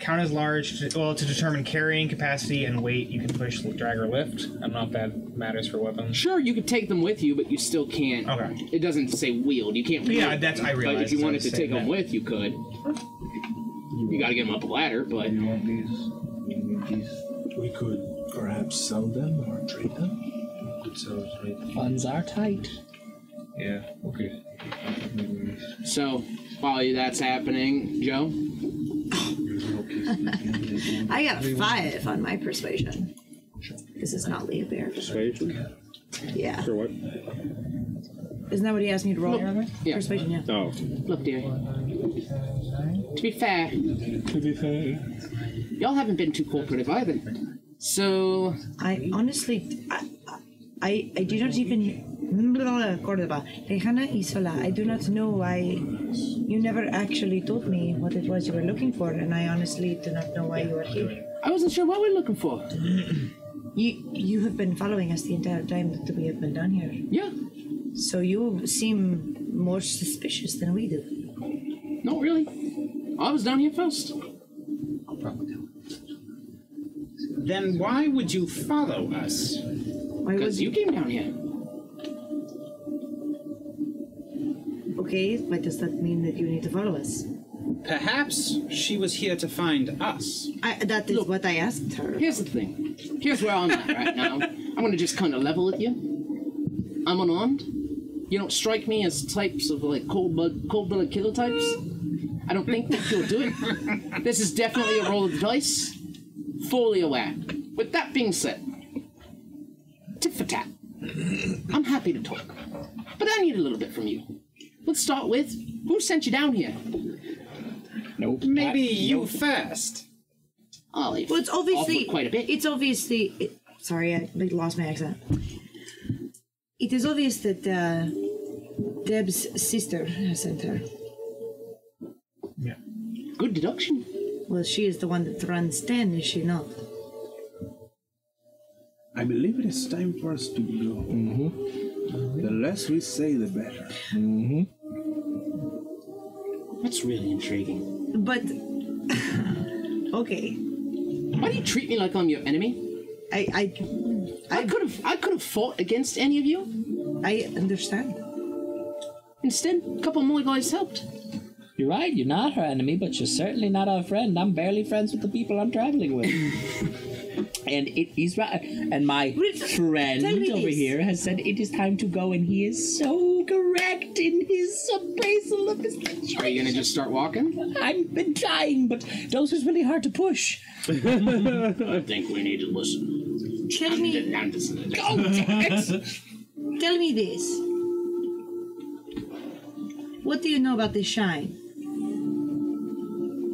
Speaker 5: count as large. To, well, to determine carrying capacity and weight, you can push, drag, or lift. I don't know if that matters for weapons.
Speaker 2: Sure, you could take them with you, but you still can't. Okay. It doesn't say wield. You can't. Wield
Speaker 5: Yeah, that's- I
Speaker 2: them, But if
Speaker 5: realized
Speaker 2: you
Speaker 5: I
Speaker 2: wanted
Speaker 5: was
Speaker 2: to take
Speaker 5: saying
Speaker 2: them
Speaker 5: that.
Speaker 2: with, you could. You got to get them up a ladder, but. You want these? You want these?
Speaker 6: We could perhaps sell them or trade them. We could sell trade them.
Speaker 9: Funds are tight.
Speaker 74: Yeah. Okay.
Speaker 2: So while that's happening, Joe.
Speaker 4: I got a five on my persuasion. This is not Leah Bear.
Speaker 75: Persuasion?
Speaker 4: Yeah.
Speaker 75: For what?
Speaker 4: Isn't that what he asked me to roll? Yeah. Persuasion, yeah.
Speaker 75: Oh.
Speaker 2: Look, dear. To be fair. To be fair. Y'all haven't been too cooperative either. So
Speaker 4: I honestly, I, I, I do not even. Cordoba, Rejana Isola. I do not know why you never actually told me what it was you were looking for, and I honestly do not know why you are here.
Speaker 2: I wasn't sure what we're looking for.
Speaker 4: You you have been following us the entire time that we have been down here.
Speaker 2: Yeah.
Speaker 4: So you seem more suspicious than we do.
Speaker 2: Not really. I was down here first.
Speaker 9: Then why would you follow us?
Speaker 2: Because you came down here.
Speaker 4: Okay, but does that mean that you need to follow us?
Speaker 9: Perhaps she was here to find us.
Speaker 4: I, that is what I asked her.
Speaker 2: Here's the thing. Here's where I'm at right now. I'm gonna just kind of level with you. I'm unarmed. You don't strike me as types of like cold blood, cold blooded killer types. I don't think that you'll do it. This is definitely a roll of the dice. Fully aware. With that being said, tit for tat. I'm happy to talk, but I need a little bit from you. Let's start with who sent you down here.
Speaker 5: Nope.
Speaker 9: Maybe you first.
Speaker 2: Ollie.
Speaker 4: Well, it's obviously
Speaker 2: Off quite a bit.
Speaker 4: It's obviously. It, sorry, I like, lost my accent. It is obvious that uh, Deb's sister has sent her.
Speaker 2: Yeah. Good deduction.
Speaker 4: Well, she is the one that runs ten, is she not?
Speaker 13: I believe it is time for us to go. Mm-hmm. The less we say, the better. Mm-hmm.
Speaker 2: That's really intriguing.
Speaker 4: But okay,
Speaker 2: Why do you treat me like I'm your enemy?
Speaker 4: I I
Speaker 2: I could have I could have fought against any of you.
Speaker 4: I understand.
Speaker 2: Instead, a couple more guys helped.
Speaker 5: You're right, you're not her enemy, but you're certainly not our friend. I'm barely friends with the people I'm traveling with. and it, he's right. And my friend
Speaker 76: tell me
Speaker 5: over
Speaker 76: this.
Speaker 5: here has said it is time to go, and he is so correct in his appraisal of his situation.
Speaker 2: Are you gonna just start walking?
Speaker 5: I've been trying, but Dozer's really hard to push.
Speaker 2: I think we need to listen.
Speaker 4: Tell me.
Speaker 2: Go, Jax.
Speaker 4: Tell me this. What do you know about the shine?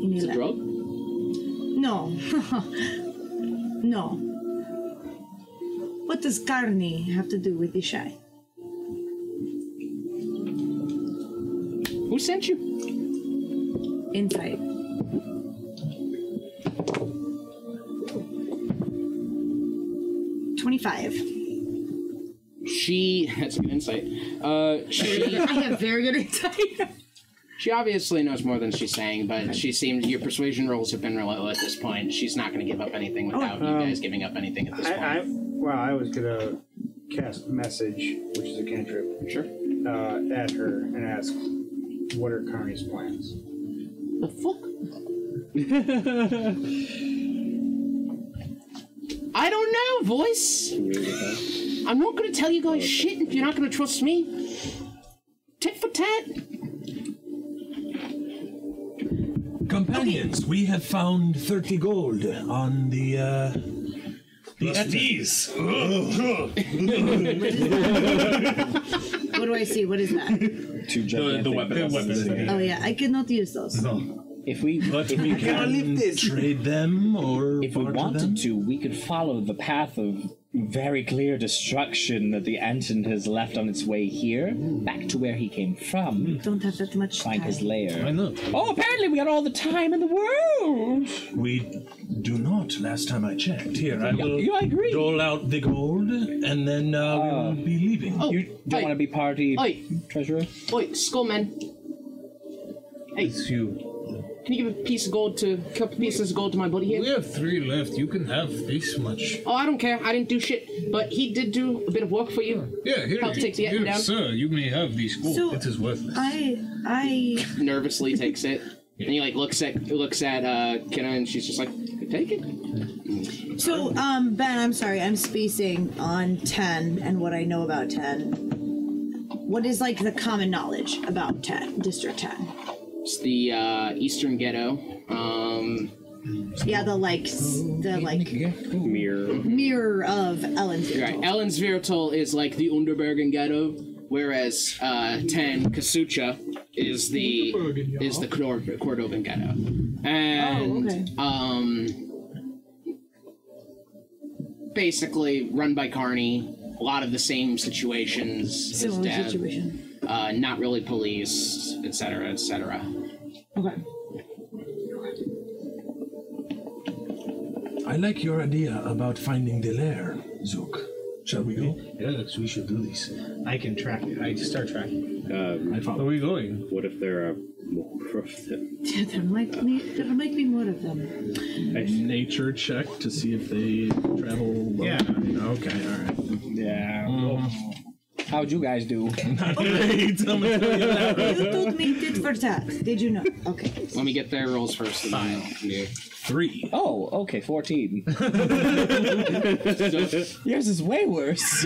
Speaker 4: In
Speaker 2: It's a
Speaker 4: your
Speaker 2: drug?
Speaker 4: No. no. What does Carney have to do with the shine?
Speaker 2: Who sent you?
Speaker 4: Insight. Twenty-five.
Speaker 2: She that's a good insight. Uh, she
Speaker 77: I have very good insight.
Speaker 2: she obviously knows more than she's saying, but she seems your persuasion rolls have been relentless at this point. She's not gonna give up anything without
Speaker 67: Um,
Speaker 2: you guys giving up anything at this point.
Speaker 67: I, I, well, I was gonna cast message, which is a cantrip,
Speaker 2: sure,
Speaker 67: uh, at her and ask, "What are Connie's plans?"
Speaker 2: The fuck? I don't know, voice. I'm not going to tell you guys shit if you're not going to trust me. Tit for tat.
Speaker 8: Companions, we have found 30 gold on the, uh... The Etties.
Speaker 4: What do I see? What is that?
Speaker 5: Two
Speaker 78: the, the weapon. The weapon.
Speaker 4: Oh yeah, I cannot use those.
Speaker 5: If we
Speaker 8: But
Speaker 5: if
Speaker 8: we can trade them, or
Speaker 5: if we wanted to, we could follow the path of very clear destruction that the Anton has left on its way here, back to where he came
Speaker 9: Hmm.
Speaker 5: from.
Speaker 4: Don't have that much
Speaker 5: Find his lair.
Speaker 8: Why not?
Speaker 5: Oh, apparently we got all the time in the world.
Speaker 8: We do not, last time I checked. Here, I will
Speaker 5: I agree.
Speaker 8: dole out the gold, and then uh, we will be leaving.
Speaker 2: Oh,
Speaker 5: you don't want to be party
Speaker 2: Oi.
Speaker 5: treasurer?
Speaker 2: Oi, skullman. Hey.
Speaker 6: It's you.
Speaker 2: Can you give a piece of gold to couple pieces of gold to my buddy here?
Speaker 6: We have three left. You can have this much.
Speaker 2: Oh, I don't care. I didn't do shit, but he did do a bit of work for you.
Speaker 6: Yeah, here,
Speaker 2: Help take the
Speaker 6: here
Speaker 2: Ettin down.
Speaker 6: sir. You may have this gold. it is worthless.
Speaker 4: I I
Speaker 2: Nervously takes it, and he like looks at looks at uh, Kenna, and she's just like, "Take it."
Speaker 4: So, um, Ben, I'm sorry, I'm spacing on 10 and what I know about 10. What is like the common knowledge about 10, District 10?
Speaker 2: It's the uh, Eastern Ghetto. Um,
Speaker 4: Yeah, the like, s- the like
Speaker 2: Mirror.
Speaker 4: mirror of Ellenville.
Speaker 2: Right. Ellensviertel is like the Underbergen Ghetto, whereas uh, Ten Kasucha is the is the Cor- Cordovan Ghetto, and
Speaker 4: Oh, okay.
Speaker 2: um, basically run by Carney. A lot of the same situations. as
Speaker 4: Similar
Speaker 2: Deb.
Speaker 4: situation.
Speaker 2: Uh, not really police, etc., etc.
Speaker 4: Okay.
Speaker 6: I like your idea about finding the lair, Zook. Shall we go? Yes, we should do this.
Speaker 5: I can track it. I start tracking.
Speaker 9: Um,
Speaker 6: I follow.
Speaker 9: Where are we going? What if there are more of them?
Speaker 4: Yeah, there might be there might be more of them.
Speaker 79: A nature check to see if they travel. well.
Speaker 4: Yeah.
Speaker 79: Okay. All right.
Speaker 80: Yeah. How'd you guys do?
Speaker 4: You told me tit for tat. Did you know? Okay.
Speaker 2: Let me get their rolls first. and then I'll do-
Speaker 80: Three. Oh, okay, fourteen. Yours is way worse.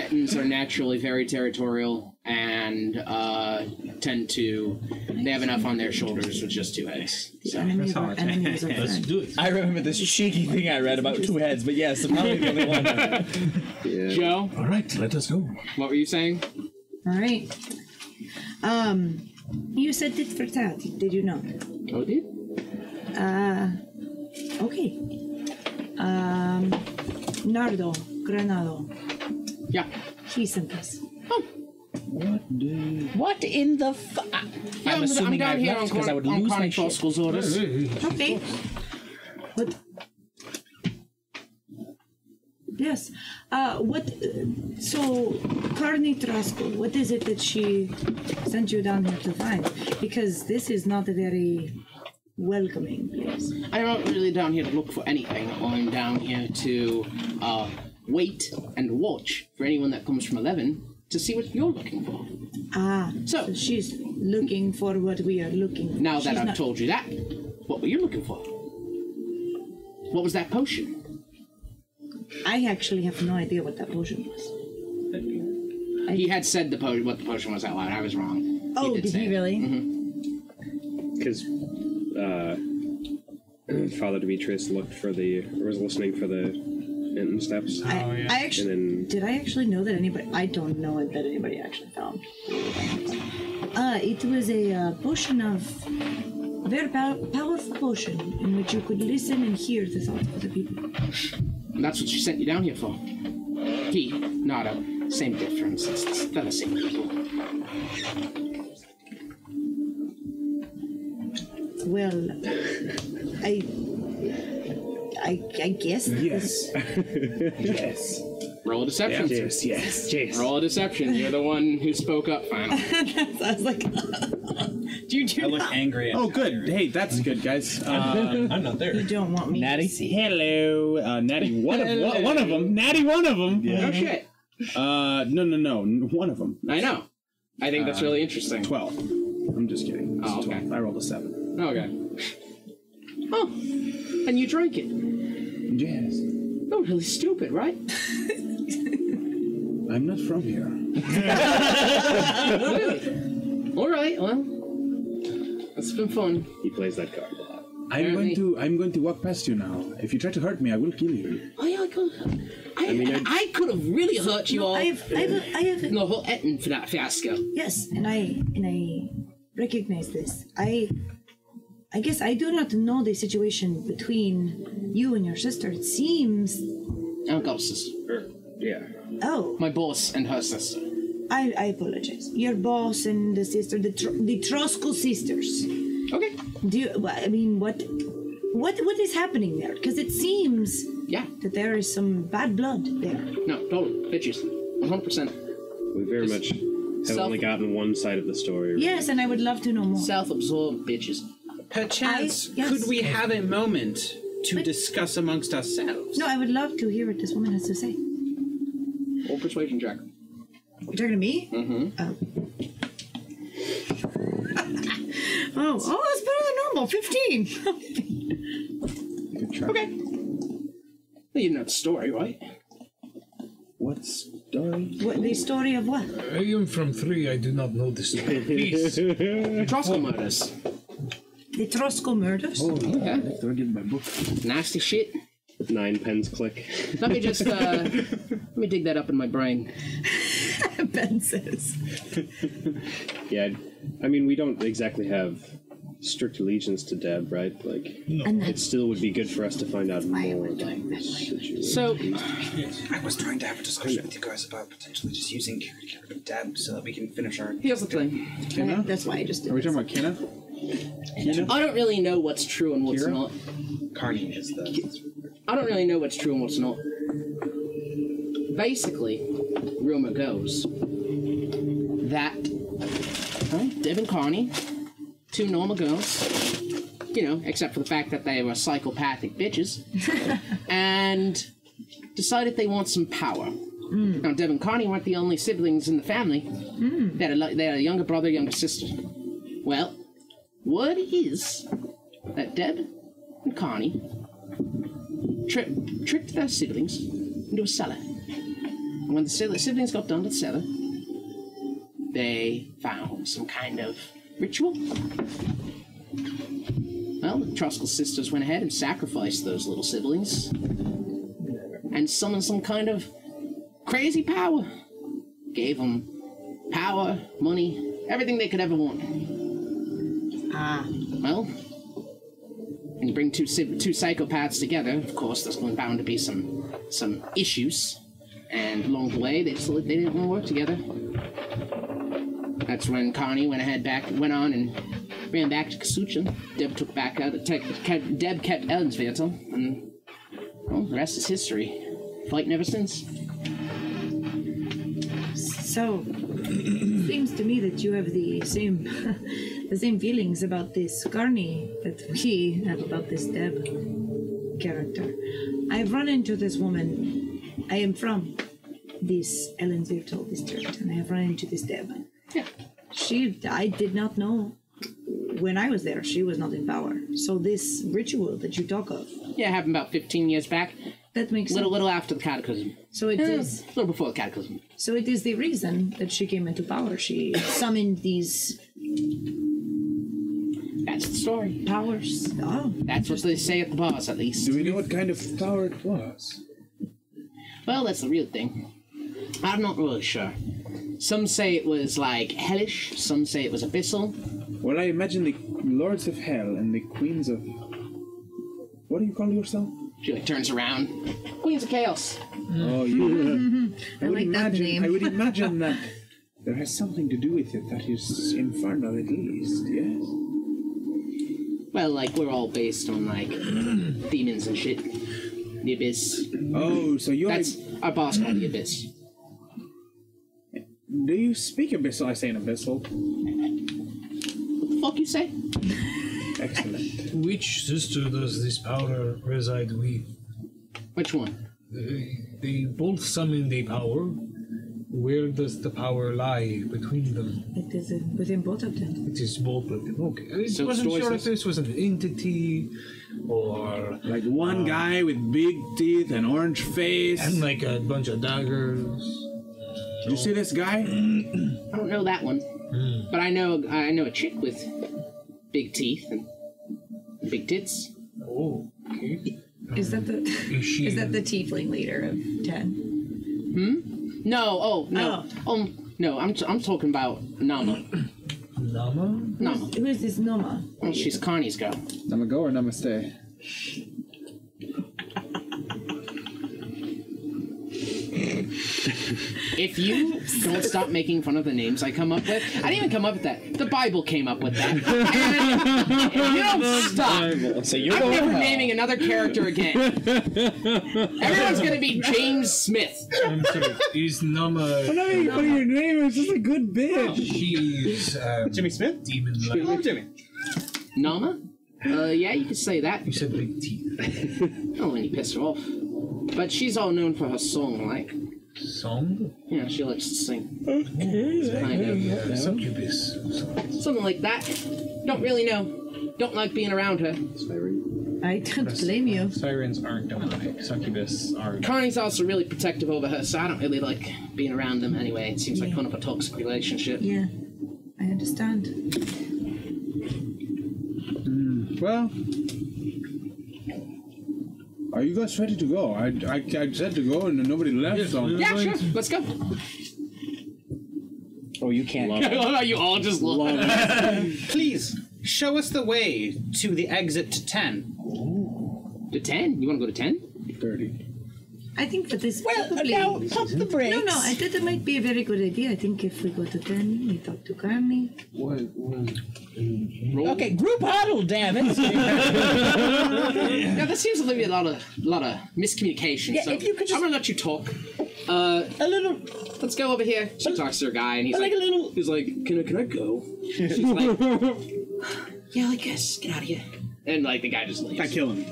Speaker 2: Ettins are naturally very territorial and uh, tend to. They have enough on their shoulders with just two heads. So.
Speaker 80: Let's do it. I remember this cheeky thing I read about two heads, but yes, probably the only one.
Speaker 2: Joe?
Speaker 6: All right, let us go.
Speaker 2: What were you saying?
Speaker 4: All right. Um, you said tit for tat. Did you know?
Speaker 2: Oh, did.
Speaker 4: Uh, okay. Um, Nardo Granado.
Speaker 2: Yeah.
Speaker 4: He sent us.
Speaker 80: What do? What in the? Fu-
Speaker 2: Yeah, I'm-
Speaker 80: I'm assuming
Speaker 2: I'm down
Speaker 80: I
Speaker 2: here
Speaker 80: left
Speaker 2: on
Speaker 80: 'cause I would
Speaker 2: Corn- on
Speaker 80: lose my
Speaker 2: Cornish
Speaker 80: shit.
Speaker 2: Fossil's orders. Hey, hey, hey.
Speaker 4: Okay. But yes, uh, what? Uh, so, Carney Trasko, what is it that she sent you down here to find? Because this is not a very welcoming place.
Speaker 2: I'm not really down here to look for anything. I'm down here to uh, wait and watch for anyone that comes from 11 to see what you're looking for.
Speaker 4: Ah, so, she's looking for what we are looking. for.
Speaker 2: Now that
Speaker 4: She's
Speaker 2: I've
Speaker 4: not-
Speaker 2: told you that, what were you looking for? What was that potion?
Speaker 4: I actually have no idea what that potion was.
Speaker 2: He had said the po- what the potion was out loud. I was wrong.
Speaker 4: Oh, did, he really?
Speaker 9: Because uh, Father Demetrius looked for the, or was listening for the Hinton steps. Oh,
Speaker 4: yeah. I actually-
Speaker 9: And then
Speaker 4: Did I actually know that anybody? I don't know it that anybody actually found. Uh, it was a uh, potion of very pow- powerful potion in which you could listen and hear the thoughts of the people.
Speaker 2: And that's what she sent you down here for. He, Nada, same difference. It's, it's, they're the same people.
Speaker 4: Well, I, I, I guess. Yes.
Speaker 2: yes. Roll a deception.
Speaker 4: Yeah.
Speaker 2: Yes, yes, yes.
Speaker 79: Oh,
Speaker 2: Roll a deception. You're the one who spoke up finally.
Speaker 4: I was like, do you do?
Speaker 13: I look angry.
Speaker 2: Oh,
Speaker 13: good. Hey, that's good, guys. Uh, I'm not there.
Speaker 4: You don't want me.
Speaker 13: Natty. Hello, uh, Natty. One of one, one of them. Natty. One of them.
Speaker 2: No shit.
Speaker 13: Uh, no, no, no. n- One of them.
Speaker 2: I know. I think that's really interesting.
Speaker 13: Twelve. I'm just kidding. It's
Speaker 2: Oh, okay.
Speaker 13: 12. I rolled a seven.
Speaker 2: Okay. Oh, and you drank it.
Speaker 13: Yes.
Speaker 2: You're really stupid, right?
Speaker 13: I'm not from here.
Speaker 2: All right. Well, it's been fun.
Speaker 13: He plays that card a lot.
Speaker 2: Apparently.
Speaker 13: I'm
Speaker 2: going
Speaker 13: to. I'm going to walk past you now. If you try to hurt me, I will kill you.
Speaker 2: Oh, yeah, I could. I, I,
Speaker 13: mean,
Speaker 2: could have really hurt you all. I
Speaker 4: have, I have, I have.
Speaker 2: No, whole Eton for that fiasco.
Speaker 4: Yes, and I and I recognize this. I I guess I do not know the situation between you and your sister. It seems
Speaker 2: I've got a sister. Yeah.
Speaker 4: Oh.
Speaker 2: Oh, My boss and her sister.
Speaker 4: I, I apologize. Your boss and the sister, the tr- the Trosko sisters.
Speaker 2: Okay.
Speaker 4: Do you, well, I mean what what what is happening there? Because it seems
Speaker 2: yeah
Speaker 4: that there is some bad blood there.
Speaker 2: No, totally. Bitches. 100%.
Speaker 9: We very much have
Speaker 4: self-
Speaker 9: only gotten one side of the story.
Speaker 4: Yes, and I would love to know more.
Speaker 2: Self-absorbed bitches.
Speaker 81: Perchance,
Speaker 4: I- yes.
Speaker 81: could we have a moment to discuss amongst ourselves?
Speaker 4: No, I would love to hear what this woman has to say.
Speaker 2: Or persuasion check.
Speaker 4: You're talking to me? Mm-hmm. Oh. oh, oh, that's better than normal. Fifteen.
Speaker 2: Okay. Well, you know the story, right?
Speaker 13: What's
Speaker 32: story?
Speaker 4: What, the story of what?
Speaker 32: I am from three. I do not know the story. Please.
Speaker 2: Trosco us.
Speaker 4: The Trosco murders?
Speaker 2: Oh, yeah. Okay.
Speaker 14: Throw in my book.
Speaker 2: Nasty shit.
Speaker 14: Nine pens click.
Speaker 2: Let me just, uh, let me dig that up in my brain.
Speaker 4: ben says.
Speaker 14: Yeah, I mean, we don't exactly have strict allegiance to Deb, right? Like,
Speaker 4: No. And
Speaker 14: it still would be good for us to find out more about the situation.
Speaker 2: So,
Speaker 82: I was trying to have a discussion with you guys about potentially just using Kirby Dab so that we can finish our.
Speaker 2: Here's the thing.
Speaker 82: Kenna?
Speaker 4: That's why I just did
Speaker 82: Are we talking about Kenna?
Speaker 2: I don't really know what's true and what's not.
Speaker 82: Carney is the.
Speaker 2: I don't really know what's true and what's not. Basically, rumor goes that huh, Deb and Connie, two normal girls, you know, except for the fact that they were psychopathic bitches, and decided they want some power. Now, Deb and Connie weren't the only siblings in the family. They, had a, li- they had a younger brother, younger sister. Well, word is that Deb and Connie tri- tricked their siblings into a cellar. And when the sil- siblings got down to the cellar, they found some kind of ritual. Well, the Truskell sisters went ahead and sacrificed those little siblings and summoned some kind of crazy power. Gave them power, money, everything they could ever want. Ah. Well, when you bring two si- two psychopaths together, of course, there's going bound to be some some issues. And along the way, they just, they didn't want to work together. That's when Connie went ahead back went on and ran back to Kasuchin. Deb took back out. Te- kept, Deb kept Ellensviertel, and well, the rest is history. Fighting ever since.
Speaker 4: So, seems to me that you have the same, the same feelings about this Carney that we have about this Deb character. I've run into this woman. I am from this Ellen Virtual district, and I have run into this Deb.
Speaker 2: Yeah.
Speaker 4: She, I did not know when I was there. She was not in power. So this ritual that you talk of,
Speaker 2: Yeah, it happened about 15 years back.
Speaker 4: That makes
Speaker 2: little
Speaker 4: sense.
Speaker 2: little after the cataclysm.
Speaker 4: So it
Speaker 2: Eh,
Speaker 4: is-
Speaker 2: a little before the cataclysm.
Speaker 4: So it is the reason that she came into power. She summoned these.
Speaker 2: That's the story.
Speaker 4: Powers. Oh.
Speaker 2: That's what they say at the bars, at least. Do we know what kind of power it was? Well, that's the real thing. I'm not really sure. Some say it was like hellish. Some say it was abyssal.
Speaker 13: Well, I imagine the lords of hell and the queens of. What do you call yourself?
Speaker 2: She like turns around. Queens of Chaos.
Speaker 13: Oh, you.
Speaker 2: Mm. I
Speaker 13: would
Speaker 2: like that
Speaker 13: imagine,
Speaker 2: name.
Speaker 13: I would imagine that there has something to do with it that is infernal, at least. Yes.
Speaker 2: Well, like we're all based on like demons and shit. The abyss.
Speaker 13: Oh, so you're.
Speaker 2: That's our boss called the abyss.
Speaker 13: Do you speak abyssal? I say an abyssal.
Speaker 2: Fuck you say?
Speaker 13: Excellent.
Speaker 32: Which sister does this power reside with?
Speaker 2: Which one?
Speaker 32: They, they both summon the power. Where does the power lie between them?
Speaker 4: It is within both of them.
Speaker 32: It is both of them. Okay. I
Speaker 4: So
Speaker 32: wasn't
Speaker 4: it's
Speaker 32: sure if
Speaker 4: choices.
Speaker 32: this was an entity or.
Speaker 13: Like
Speaker 2: Ah.
Speaker 13: one guy with big teeth and orange face. And
Speaker 32: like a bunch of daggers.
Speaker 13: Did you see this guy?
Speaker 2: Mm. I don't know that one, but I know I know a chick with big teeth and big tits.
Speaker 32: Oh, okay.
Speaker 4: Is that the
Speaker 17: is that the tiefling leader of ten?
Speaker 2: Hmm? No. Oh no. Um. No. I'm t- I'm talking about Nama.
Speaker 32: Nama.
Speaker 2: Nama.
Speaker 4: Who is this Noma?
Speaker 2: Well, she's Connie's girl.
Speaker 82: Nama go or namaste?
Speaker 2: If you don't stop making fun of the names I come up with, I didn't even come up with that. The Bible came up with that. And if you don't stop.
Speaker 15: So you're
Speaker 2: I'm
Speaker 15: going
Speaker 2: never
Speaker 15: to hell.
Speaker 2: naming another character again. Everyone's gonna be James Smith.
Speaker 32: I'm sorry. Is Nama.
Speaker 2: I know you put
Speaker 32: your name. It's just a good bitch. She's. Um, Jimmy Smith? Demon like. Jimmy.
Speaker 2: Nama? Uh, yeah, you could say that. You
Speaker 32: said big teeth.
Speaker 2: oh, and you pissed her off. But she's all known for her song, like.
Speaker 32: Song?
Speaker 2: Yeah, she likes to sing.
Speaker 32: Okay.
Speaker 2: Kind of.
Speaker 32: Uh, Succubus.
Speaker 2: Something like that. Don't really know.
Speaker 83: Don't like being around her.
Speaker 4: I don't blame you.
Speaker 6: Sirens aren't demonic. Succubus are.
Speaker 83: Carney's also really protective over her, so I don't really like being around them anyway. It seems like kind of a toxic relationship.
Speaker 4: Yeah, I understand.
Speaker 13: Well, are you guys ready to go? I, I, I said to go and nobody left, so.
Speaker 83: Yeah, sure. Let's go.
Speaker 84: Oh, you can't.
Speaker 83: I love how you all just look.
Speaker 9: Please show us the way to the exit to ten.
Speaker 83: To ten? You want to go to ten?
Speaker 13: Thirty.
Speaker 4: I think that is well, probably.
Speaker 85: now,
Speaker 4: pump the brakes. No, no, I thought it might be a very good idea. I think if we go to 10, we talk to Carney.
Speaker 86: What? what
Speaker 2: Okay, group huddle, damn it.
Speaker 83: Yeah, there seems to be a lot of lot of miscommunication.
Speaker 2: Yeah,
Speaker 83: so
Speaker 2: if you could just-
Speaker 83: I'm gonna let you talk. Uh, a little. Let's go over here. She talks to her guy, and he's like,
Speaker 2: like a little-
Speaker 83: He's like, can I can I go? She's like, yeah, I guess. Get out of here. And like the guy just leaves. I kill him.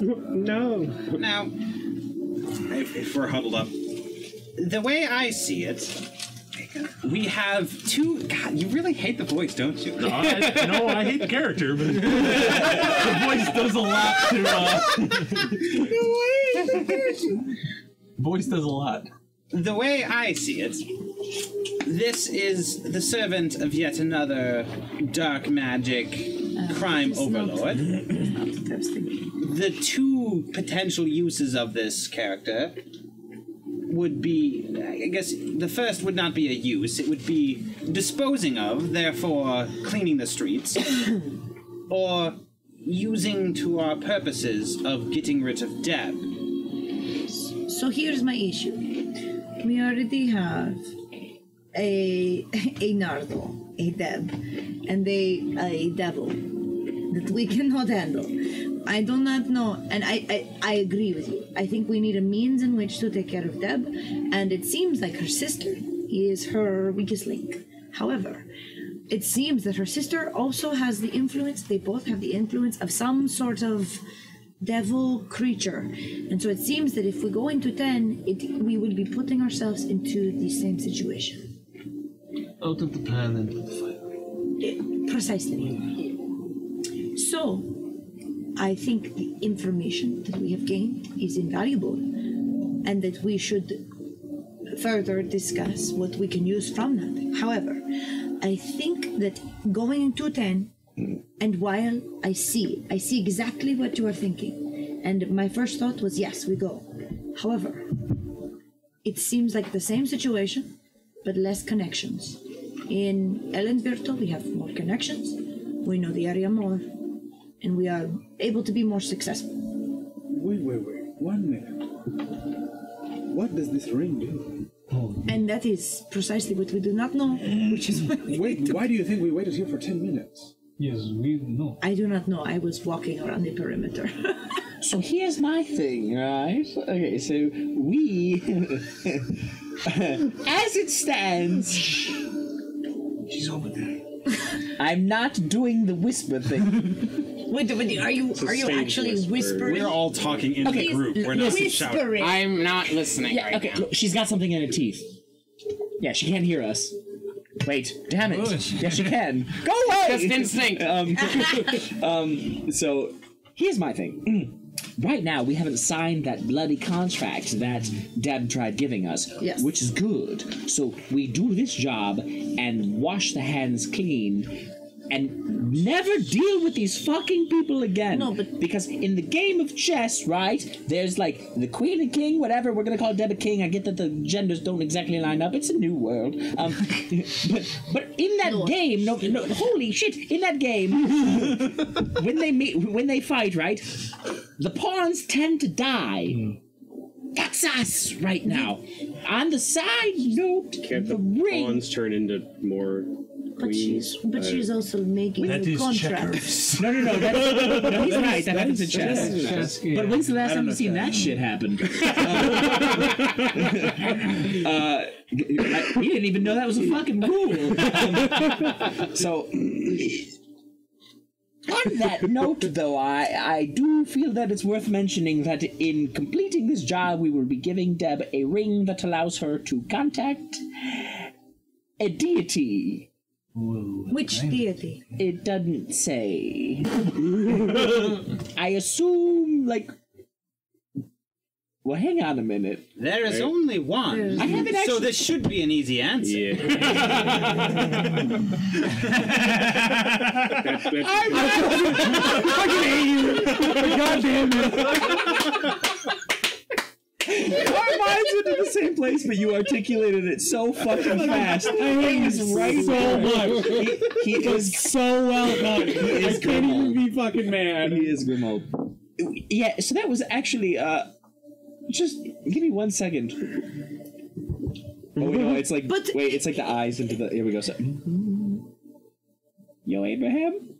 Speaker 9: No. Now, if, if we're huddled up, the way I see it, we have two. God, you really hate the voice, don't you?
Speaker 8: No, I, no, Oh, I hate the character, but the voice does a lot to. Uh,
Speaker 9: voice does a lot. The way I see it, this is the servant of yet another dark magic crime overlord. the two potential uses of this character would be I guess the first would not be a use, it would be disposing of, therefore cleaning the streets, or using to our purposes of getting rid of debt.
Speaker 4: So here's my issue. We already have a a Nardo, a Deb, and a a Devil that we cannot handle. I do not know, and I, I I agree with you. I think we need a means in which to take care of Deb, and it seems like her sister is her weakest link. However, it seems that her sister also has the influence. They both have the influence of some sort of devil creature. And so it seems that if we go into 10, it, we will be putting ourselves into the same situation.
Speaker 86: Out of the plan and the fire.
Speaker 4: Precisely. So, I think the information that we have gained is invaluable and that we should further discuss what we can use from that. However, I think that going into 10 And while I see, I see exactly what you are thinking. And my first thought was, yes, we go. However, it seems like the same situation, but less connections. In Ellenberto, we have more connections, we know the area more, and we are able to be more successful.
Speaker 13: Wait, wait, wait. One minute. What does this ring do?
Speaker 4: And that is precisely what we do not know, which is why we
Speaker 13: Wait, why do you think we waited here for 10 minutes?
Speaker 86: Yes, we know.
Speaker 4: I do not know. I was walking around the perimeter.
Speaker 2: So here's my thing, right? Okay, so we, as it stands, she's over there. I'm not doing the whisper thing.
Speaker 4: wait, wait, are you
Speaker 83: It's a are you stage actually whisper. whispering?
Speaker 2: We're all talking
Speaker 83: in the group. We're not shouting. I'm
Speaker 2: not listening
Speaker 83: right
Speaker 2: okay,
Speaker 83: now.
Speaker 2: Look, she's got something in her teeth. Yeah, she can't hear us. Wait, damn it. Yeah, she can. Go away!
Speaker 83: Just instinct.
Speaker 2: Um, um, so, here's my thing. Right now, we haven't signed that bloody contract that Deb tried giving us,
Speaker 4: yes.
Speaker 2: which is good. So, we do this job and wash the hands clean and never deal with these fucking people again. No, but because in the game of chess, right, there's like the queen and king, whatever we're gonna call Deb a king. I get that the genders don't exactly line up. It's a new world. Um, but but in that game, no, no, holy shit! In that game, when they meet, when they fight, right, the pawns tend to die. That's us right now. On the side note,
Speaker 5: Can't the, pawns turn into more
Speaker 4: But she's,
Speaker 5: queens?
Speaker 4: but
Speaker 5: Uh,
Speaker 4: she's also making
Speaker 5: That
Speaker 4: new
Speaker 5: is
Speaker 4: contracts.
Speaker 2: No, no, no. That's, no he's
Speaker 5: That is-
Speaker 2: right. That
Speaker 5: that
Speaker 2: happens in
Speaker 5: is-
Speaker 2: chess.
Speaker 5: that is chess,
Speaker 2: But
Speaker 5: yeah.
Speaker 2: when's the last
Speaker 5: I
Speaker 2: time
Speaker 5: don't
Speaker 2: you've seen that shit happen? uh, I, we didn't even know that was a fucking rule. Um, so. On that note, though, I, I do feel that it's worth mentioning that in completing this job, we will be giving Deb a ring that allows her to contact a deity
Speaker 4: Which deity?
Speaker 16: It doesn't say. I assume, like. Well, hang on a minute.
Speaker 82: There is only one.
Speaker 16: I haven't
Speaker 82: So
Speaker 16: actually-
Speaker 82: this should be an easy answer.
Speaker 16: I'm I fucking hate you. God damn it. Our minds went to the same place, but you articulated it so fucking fast. I hate you right so much. He, he is so well done. He is I can't even be fucking mad. He is Grimald. Yeah, so that was actually uh, just give me one second. Oh wait, no, it's like wait, it's like the eyes into the. Here we go. So, "Mm-hmm. yo, Abraham.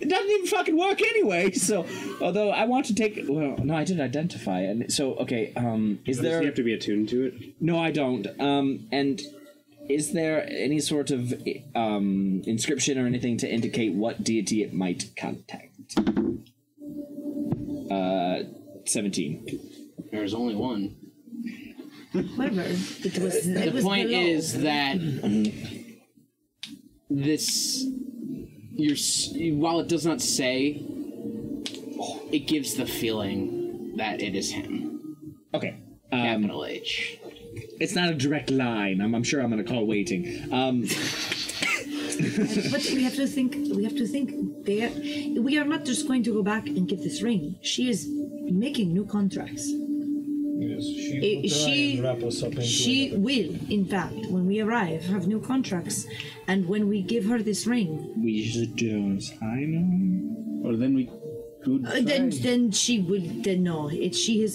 Speaker 16: It doesn't even fucking work anyway. So, although I want to take, well, no, I didn't identify. And so, okay, um, is
Speaker 14: Does
Speaker 16: there?
Speaker 14: he have to be attuned to it?
Speaker 16: No, I don't. Um, and is there any sort of um, inscription or anything to indicate what deity it might contact? Uh, seventeen.
Speaker 2: There's only one.
Speaker 4: Whatever. It was.
Speaker 2: the
Speaker 4: it was
Speaker 2: point
Speaker 4: below.
Speaker 2: is that this your s- while it does not say it gives the feeling that it is him
Speaker 16: okay
Speaker 2: capital h
Speaker 16: It's not a direct line. I'm, I'm sure I'm going to call waiting. Um,
Speaker 4: but we have to think. We have to think. There, we are not just going to go back and get this ring. She is making new contracts.
Speaker 32: Yes, she
Speaker 4: Eh,
Speaker 32: will try
Speaker 4: she-
Speaker 32: and wrap us up into
Speaker 4: She
Speaker 32: another-
Speaker 4: will, in fact, when we arrive, have new contracts, and when we give her this ring,
Speaker 16: we should do sign
Speaker 13: Or then we could.
Speaker 4: uh, then then she will. Then no, it, she is,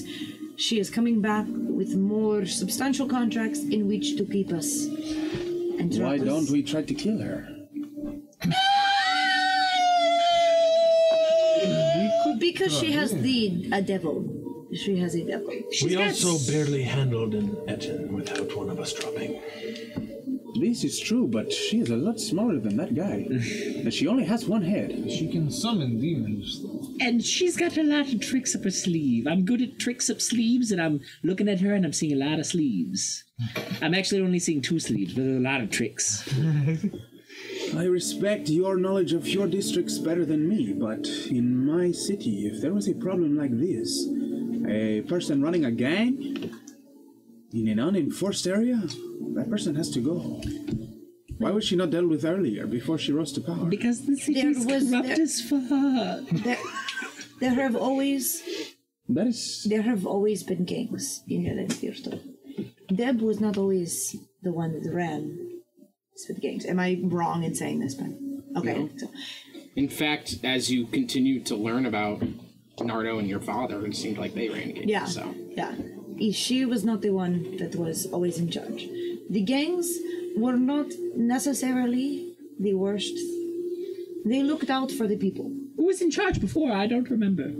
Speaker 4: she is coming back with more substantial contracts in which to keep us. And
Speaker 13: Why
Speaker 4: trap us.
Speaker 13: don't we try to kill her?
Speaker 4: Because she
Speaker 30: try,
Speaker 4: has
Speaker 30: yeah.
Speaker 4: the a devil. She has a devil.
Speaker 30: we also barely handled an Etten without one of us dropping.
Speaker 13: This is true, but she is a lot smaller than that guy. and she only has one head.
Speaker 32: She can summon demons, though.
Speaker 16: and she's got a lot of tricks up her sleeve. I'm good at tricks up sleeves, and I'm looking at her and I'm seeing a lot of sleeves. I'm actually only seeing two sleeves, but there's a lot of tricks.
Speaker 13: I respect your knowledge of your districts better than me, but in my city, if there was a problem like this, a person running a gang in an unenforced area, that person has to go. Why was she not dealt with earlier, before she rose to power?
Speaker 16: Because the
Speaker 4: city's corrupt as
Speaker 16: fuck.
Speaker 4: There, there have always
Speaker 13: that is
Speaker 4: there have always been gangs in Yelenstirto. Deb was not always the one that ran with gangs. Am I wrong in saying this, Ben? Okay.
Speaker 2: No.
Speaker 4: So,
Speaker 2: in fact as you continue to learn about nardo and your father it seemed like they ran against
Speaker 4: yeah.
Speaker 2: so
Speaker 4: Yeah. If She was not the one that was always in charge. The gangs were not necessarily the worst. They looked out for the people.
Speaker 16: Who was in charge before? I don't remember.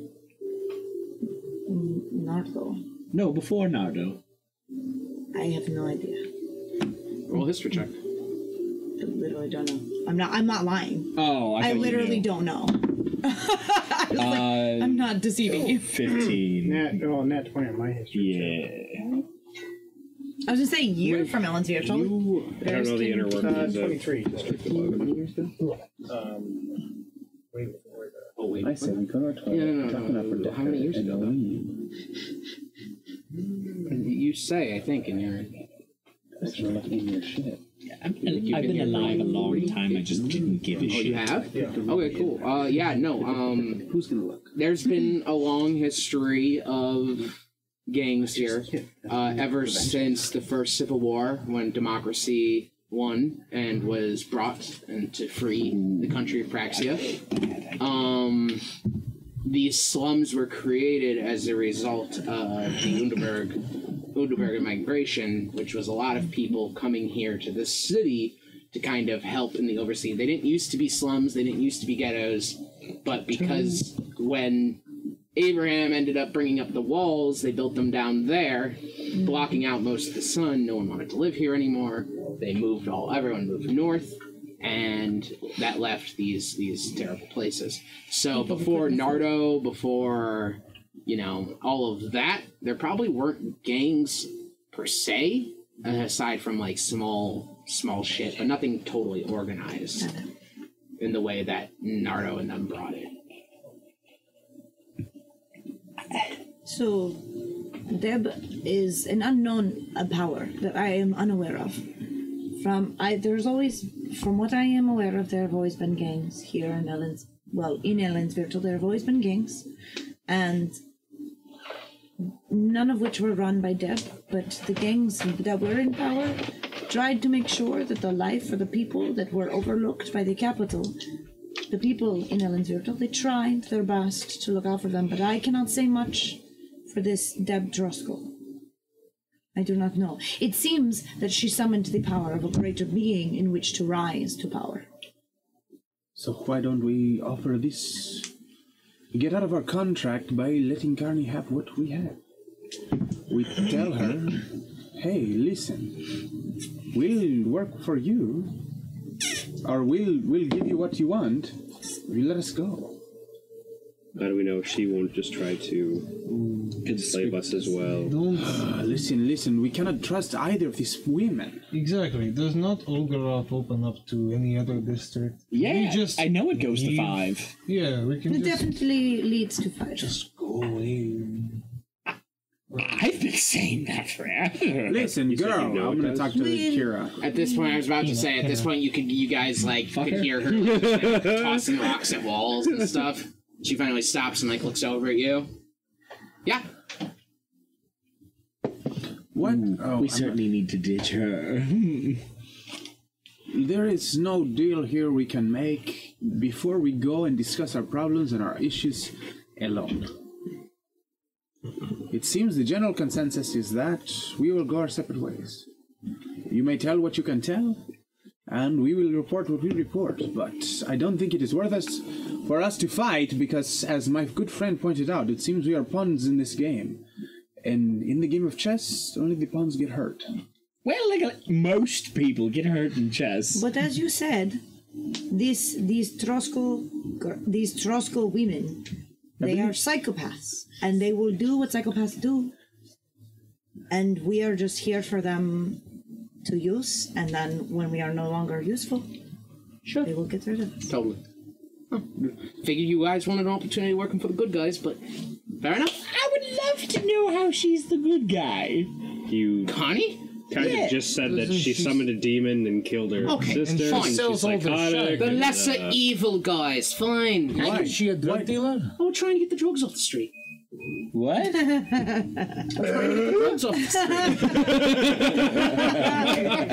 Speaker 4: Mm, Nardo.
Speaker 16: No, before Nardo.
Speaker 4: I have no idea.
Speaker 2: roll a history check
Speaker 4: I literally don't know. I'm not. I'm not lying.
Speaker 16: Oh,
Speaker 4: I, literally don't know.
Speaker 16: Uh,
Speaker 4: I'm not deceiving you.
Speaker 16: Fifteen.
Speaker 8: Nat, oh, nat twenty on my history.
Speaker 16: Yeah.
Speaker 4: I was gonna say you're from Ellensvere. Charlie.
Speaker 14: I don't know the inner
Speaker 8: Uh,
Speaker 14: workings of
Speaker 8: twenty-three.
Speaker 14: District of Logan.
Speaker 8: Um, way before that.
Speaker 2: Oh wait.
Speaker 13: I said we could
Speaker 2: Yeah, no, no, no, no, no. How many years ago? You say, I think, in your.
Speaker 13: That's not in your shit.
Speaker 16: I've been, I've been alive a long time. I just didn't give a
Speaker 2: Oh,
Speaker 16: shit.
Speaker 2: you have? Okay, cool. Uh, yeah, no. Um, who's gonna look? There's been a long history of gangs here, uh, ever since the first Civil War when democracy won and was brought and to free the country of Praxia. Um, these slums were created as a result of the Underberg, Underberg migration, which was a lot of people coming here to this city to kind of help in the overseas. They didn't used to be slums, they didn't used to be ghettos, but because when Abraham ended up bringing up the walls, they built them down there, blocking out most of the sun. No one wanted to live here anymore. They moved all, everyone moved north, and that left these these terrible places. So before Nardo, before you know all of that, there probably weren't gangs per se, uh, aside from like small small shit, but nothing totally organized in the way that Nardo and them brought it.
Speaker 4: So, Deb is an unknown uh, power that I am unaware of. From I, there's always, from what I am aware of, there have always been gangs here in Ellen's. Well, in Ellen's Virtual, there have always been gangs, and none of which were run by Deb. But the gangs that were in power tried to make sure that the life for the people that were overlooked by the capital the people in Ellen's Virtual, they tried their best to look out for them, but I cannot say much for this Deb Droskell. I do not know. It seems that she summoned the power of a greater being in which to rise to power.
Speaker 13: So why don't we offer this? Get out of our contract by letting Carney have what we have. We tell her, hey, listen, we'll work for you, or we'll we'll give you what you want. You let us go.
Speaker 14: How do we know she won't just try to enslave us as well?
Speaker 13: Ah, listen, listen. We cannot trust either of these women.
Speaker 32: Exactly. Does not Olgaroth open up to any other district?
Speaker 15: Yeah, I know it goes to
Speaker 32: leave-
Speaker 15: five.
Speaker 32: Yeah, we can
Speaker 4: It
Speaker 32: just
Speaker 4: definitely leads to fire. Just
Speaker 32: go away.
Speaker 15: I've been saying that forever.
Speaker 13: Listen, girl, I'm gonna talk to
Speaker 2: Well,
Speaker 13: Kira.
Speaker 2: At this point, I was about to say. At this point, you could, you guys like could hear her like, tossing rocks at walls and stuff. She finally stops and like looks over at you. Yeah,
Speaker 13: What?
Speaker 15: Hmm.
Speaker 13: Oh,
Speaker 15: we certainly need to ditch her.
Speaker 13: There is no deal here we can make before we go and discuss our problems and our issues alone. It seems the general consensus is that we will go our separate ways. You may tell what you can tell, and we will report what we report, but I don't think it is worth us for us to fight because, as my good friend pointed out, it seems we are pawns in this game. And in the game of chess, only the pawns get hurt.
Speaker 15: Well, like most people get hurt in chess.
Speaker 4: But as you said, this these Troskal gir- these Troskal women, they are psychopaths, and they will do what psychopaths do. And we are just here for them to use, and then when we are no longer useful,
Speaker 2: sure,
Speaker 4: they will get rid of us.
Speaker 2: totally. Figured you guys wanted an opportunity working for the good guys, but fair enough.
Speaker 15: I would love to know how she's the good guy.
Speaker 14: You
Speaker 2: Connie?
Speaker 14: kind
Speaker 2: Yeah.
Speaker 14: of just said that
Speaker 2: Doesn't
Speaker 14: she
Speaker 2: she-
Speaker 14: summoned a demon and killed her
Speaker 2: Okay,
Speaker 14: sister.
Speaker 2: fine.
Speaker 14: She's psychotic.
Speaker 2: The
Speaker 14: and,
Speaker 2: lesser
Speaker 14: uh,
Speaker 2: evil guys. Fine.
Speaker 14: Why? Is she
Speaker 2: a drug dealer? Oh, trying to get the drugs off the street.
Speaker 15: What?
Speaker 2: drugs off the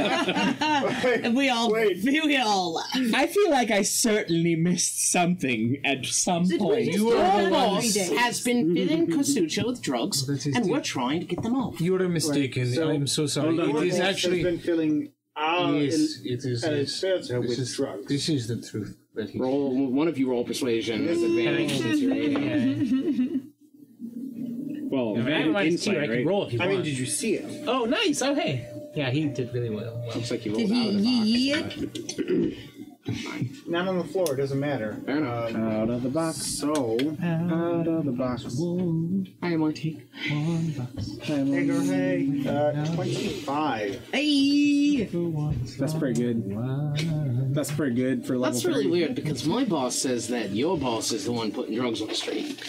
Speaker 4: and we all we all laugh.
Speaker 15: I feel like I certainly missed something at some point.
Speaker 2: Your boss has been filling Kosucho with drugs, and we're trying to get them off.
Speaker 32: You are mistaken. I'm so sorry.
Speaker 2: Hold on.
Speaker 32: It is
Speaker 2: Has
Speaker 32: actually
Speaker 8: been filling our
Speaker 32: yes, it is.
Speaker 8: and
Speaker 32: yes.
Speaker 8: it's failed her
Speaker 32: This
Speaker 8: with
Speaker 32: is-
Speaker 8: drugs.
Speaker 32: This is the truth.
Speaker 2: Roll one of you roll persuasion. Disadvantage since you're
Speaker 14: Well,
Speaker 2: Yeah, I have
Speaker 14: in-
Speaker 2: mine too,
Speaker 14: insight,
Speaker 2: I can
Speaker 14: right?
Speaker 2: roll if you I mean, want. did
Speaker 8: you see it?
Speaker 16: Oh, nice. Oh, hey. Yeah, he did really well.
Speaker 2: Looks like you
Speaker 8: Did rolled out of the he
Speaker 16: box.
Speaker 8: Not on the floor. It doesn't matter.
Speaker 13: out of the box.
Speaker 8: So out of the box.
Speaker 2: I want to.
Speaker 8: One box. Hey, girl, hey. Uh, Twenty-five.
Speaker 4: Hey.
Speaker 13: That's pretty good. That's pretty good for level.
Speaker 2: That's really
Speaker 13: three.
Speaker 2: weird because my boss says that your boss is the one putting drugs on the street.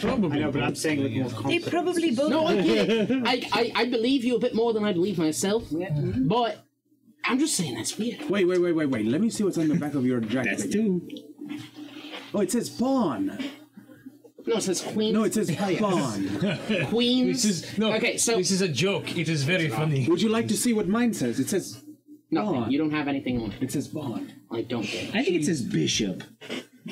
Speaker 8: Probably. I know, but I'm saying with more
Speaker 2: They
Speaker 8: confidence.
Speaker 4: probably both.
Speaker 2: No, I get it. I, I, I believe you a bit more than I believe myself, but I'm just saying that's weird.
Speaker 13: Wait, wait, wait, wait, wait. Let me see what's on the back of your jacket. That's
Speaker 15: two.
Speaker 13: Oh, it says pawn.
Speaker 2: No, it says queen.
Speaker 13: No, it says
Speaker 2: Oh,
Speaker 13: pawn.
Speaker 2: Queens.
Speaker 32: This is no.
Speaker 2: Okay, so
Speaker 32: this is a joke. It is very funny.
Speaker 13: Would you like to see what mine says? It says
Speaker 2: nothing. You don't have anything on. It
Speaker 13: says bond.
Speaker 2: I don't get it.
Speaker 15: I think it says bishop.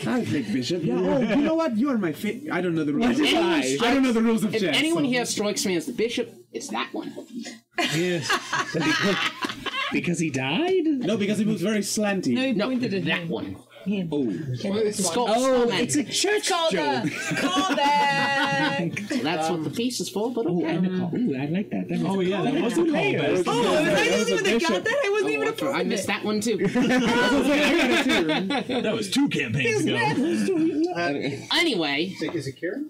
Speaker 13: I think bishop. Yeah. Oh, you know what? You are my fa- I don't know the rules.
Speaker 2: If anyone
Speaker 13: I
Speaker 2: strikes-
Speaker 13: don't know the rules of
Speaker 2: If
Speaker 13: chess.
Speaker 2: anyone
Speaker 13: so-
Speaker 2: here strikes me as the bishop, it's that one.
Speaker 15: Yes. because he died?
Speaker 13: No, because he was very slanty. No,
Speaker 2: he pointed at that one.
Speaker 15: Oh.
Speaker 2: It's called
Speaker 15: Oh,
Speaker 2: Stallman.
Speaker 15: it's a church
Speaker 2: called uh,
Speaker 15: joke.
Speaker 2: a So that's what the piece is for, but okay.
Speaker 15: Ooh, I like that. that was
Speaker 2: Oh,
Speaker 15: a
Speaker 2: yeah, that
Speaker 15: callback.
Speaker 2: was a
Speaker 15: Two
Speaker 2: callback.
Speaker 15: layers.
Speaker 2: Oh, was I the only one that got
Speaker 15: that? I wasn't
Speaker 2: even a I missed that one too.
Speaker 16: Oh,
Speaker 8: That was two campaigns
Speaker 2: Anyway,
Speaker 8: Is it, is it Kira?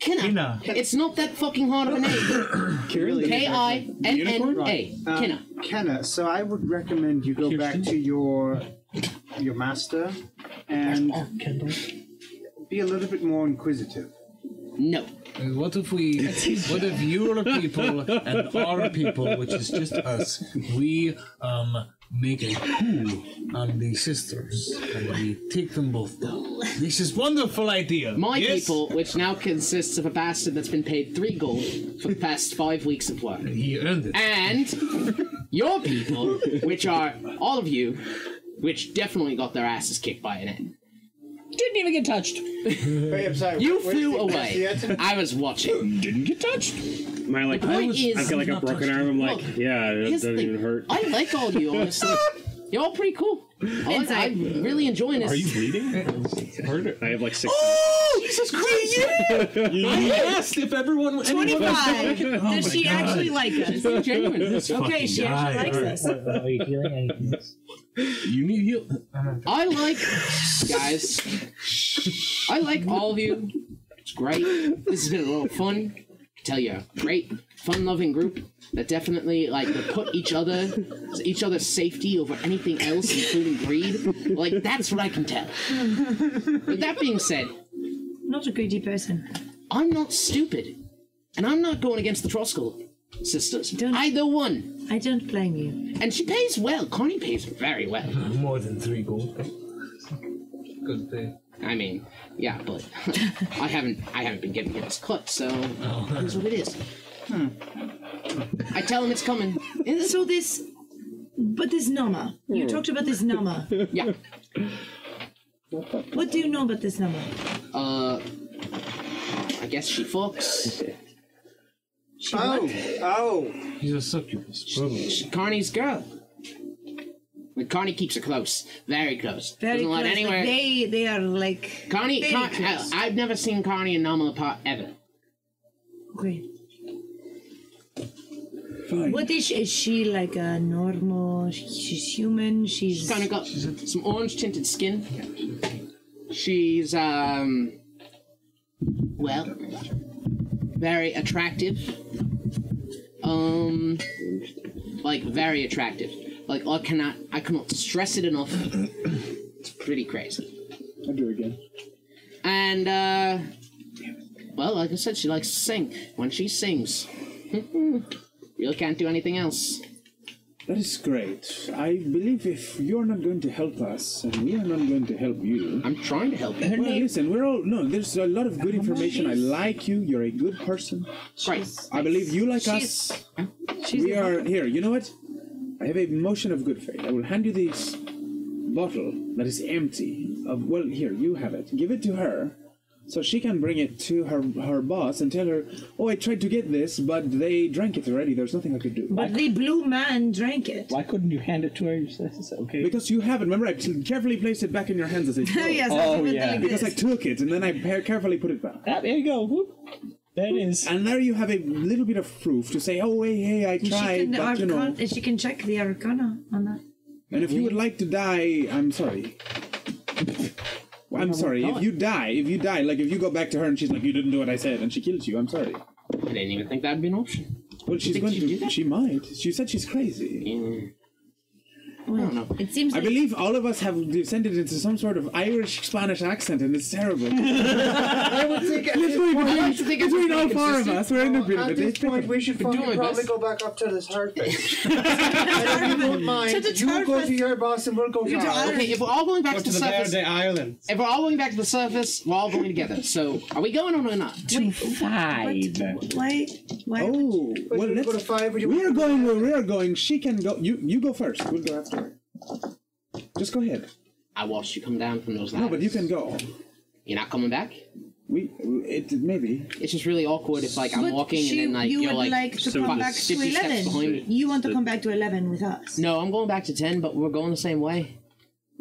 Speaker 31: Kinna.
Speaker 2: It's not that fucking hard of an A. K I N N A.
Speaker 8: Um,
Speaker 2: Kenna.
Speaker 8: Kenna. So I would recommend you go back to your your master and
Speaker 31: Oh,
Speaker 8: be a little bit more inquisitive.
Speaker 2: No.
Speaker 32: What if we, what if your people and our people, which is just us, we um make a coup on the sisters and we take them both down? This is wonderful idea.
Speaker 2: My
Speaker 32: yes?
Speaker 2: people, which now consists of a bastard that's been paid three gold for the past five weeks of work.
Speaker 32: He earned it.
Speaker 2: And your people, which are all of you, which definitely got their asses kicked by an ant. Didn't even get touched. you flew away. I was watching. Didn't get touched.
Speaker 14: My like,
Speaker 2: The point
Speaker 14: I was,
Speaker 2: is-
Speaker 14: I've got like a
Speaker 2: not
Speaker 14: broken
Speaker 2: touched.
Speaker 14: arm. I'm like,
Speaker 2: Look,
Speaker 14: yeah, it
Speaker 2: here's the
Speaker 14: doesn't
Speaker 2: thing.
Speaker 14: even hurt.
Speaker 2: I like all of you, honestly. You're all pretty cool. I like- I'm really enjoying this.
Speaker 14: bleeding? I have like six.
Speaker 16: Oh, Jesus Christ! I asked if everyone. anyone-
Speaker 14: 25.
Speaker 16: Oh
Speaker 14: Does
Speaker 16: my
Speaker 14: she
Speaker 16: God.
Speaker 14: actually like us? Just be genuine.
Speaker 16: This
Speaker 14: Okay,
Speaker 16: fucking
Speaker 14: she
Speaker 16: guy.
Speaker 14: actually likes us.
Speaker 16: Are you healing anything? You need heal.
Speaker 2: I like guys. I like all of you. It's great. This has been a little fun. I tell you, a great, fun-loving group that definitely like to put each other, each other's safety over anything else, including greed. Like that's what I can tell. With that being said,
Speaker 4: Not a greedy person.
Speaker 2: I'm not stupid, and I'm not going against the Troskal sisters. Either one.
Speaker 4: I don't blame you.
Speaker 2: And she pays well. Connie pays very well.
Speaker 32: More than three gold. Good pay.
Speaker 2: I mean, yeah, but I haven't I haven't been giving him his cut, so here's what it is. Hmm. I tell him it's coming.
Speaker 4: And so this, but this Nama.
Speaker 14: Hmm.
Speaker 4: You talked about this Nama.
Speaker 2: yeah.
Speaker 4: What do you know about this Nama?
Speaker 2: Uh, I guess she fucks.
Speaker 8: oh, oh.
Speaker 32: He's a succubus. probably.
Speaker 2: She's Connie's girl. But Connie keeps her close, very close.
Speaker 4: Very
Speaker 2: Doesn't
Speaker 4: close.
Speaker 2: let
Speaker 4: like,
Speaker 2: anywhere.
Speaker 4: they they are like
Speaker 2: Connie,
Speaker 4: very
Speaker 2: Con-
Speaker 14: uh,
Speaker 4: close.
Speaker 2: I, have never seen Connie and Nama apart ever.
Speaker 4: Okay. What is she? Is she like a normal? She's human. She's,
Speaker 2: She's kind of got some orange tinted skin. She's um, well, very attractive. Um, like very attractive. Like I cannot, I cannot stress it enough. It's pretty crazy.
Speaker 82: I'll do it again.
Speaker 2: And uh, well, like I said, she likes to sing. When she sings, really can't do anything else.
Speaker 13: That is great. I believe if you're not going to help us, and we are not going to help you.
Speaker 2: I'm trying to help you.
Speaker 13: Well, listen, we're all. No, there's a lot of good information. I like you. You're a good person.
Speaker 2: Right.
Speaker 13: I believe you like
Speaker 16: She's-
Speaker 13: us. we are here. You know what? I have a motion of good faith. I will hand you this bottle that is empty. Of well, here you have it. Give it to her, so she can bring it to her her boss and tell her, "Oh, I tried to get this, but they drank it already. There's nothing I could do."
Speaker 4: but the blue man drank it.
Speaker 13: Why couldn't you hand it to her yourself? Okay. Because you haven't. Remember, I carefully placed it back in your hands as a
Speaker 4: Oh, yes, I remember Oh, yeah. like
Speaker 13: Because I
Speaker 4: this.
Speaker 13: took it and then I pa- carefully put it back. there you go. That is. And there you have a little bit of proof to say, oh, hey, hey, I
Speaker 4: And she
Speaker 13: tried,
Speaker 4: can
Speaker 13: but you
Speaker 4: arcana,
Speaker 13: know.
Speaker 4: and she can check the arcana on that.
Speaker 13: And if you
Speaker 8: Mm-hmm.
Speaker 13: would like to die, I'm sorry. Well, I'm sorry. If you die, if you die, like if you go back to her and she's like, you didn't do what I said, and she kills you, I'm sorry.
Speaker 2: I didn't even think that'd be an option.
Speaker 13: Well, she's
Speaker 2: think
Speaker 13: going
Speaker 2: she'd do
Speaker 13: to.
Speaker 2: that?
Speaker 13: She might. She said she's crazy.
Speaker 2: I don't know.
Speaker 4: It seems
Speaker 13: I
Speaker 4: like
Speaker 13: believe all of us have descended into some sort of Irish Spanish accent, and it's terrible.
Speaker 8: I would think at
Speaker 13: It's
Speaker 8: this
Speaker 13: really
Speaker 8: point-
Speaker 13: bad.
Speaker 8: I like to think
Speaker 13: It's
Speaker 8: it's
Speaker 13: really all
Speaker 8: pretty
Speaker 13: four of
Speaker 8: consistent.
Speaker 13: us. We're in the bit of
Speaker 8: At
Speaker 13: it.
Speaker 8: this
Speaker 13: It's pretty
Speaker 8: point, we should
Speaker 13: been doing
Speaker 8: fucking
Speaker 13: my
Speaker 8: probably
Speaker 13: best.
Speaker 8: go back up to this hard page. and if you don't mind, you go to your boss and we'll go to ours.
Speaker 2: Okay, if we're all going back to, the, surface,
Speaker 82: Island.
Speaker 2: if we're all going back to the surface, we're all going together. So, are we going or not? Two five.
Speaker 4: Why? Why?
Speaker 13: Oh, well, let's, we are going where we are going. She can go. You you go first. We'll go after her. Just go ahead.
Speaker 2: I watched you come down from those
Speaker 13: No, but you can go.
Speaker 2: You're not coming back.
Speaker 13: We it maybe.
Speaker 2: It's just really awkward if like I'm
Speaker 4: But
Speaker 2: walking
Speaker 4: she-
Speaker 2: and then like
Speaker 4: you
Speaker 2: are
Speaker 4: would
Speaker 2: like,
Speaker 4: like, to come back to
Speaker 2: 50 steps behind me.
Speaker 4: eleven. You want to come back to eleven with us?
Speaker 2: No, I'm going back to ten, but we're going the same way.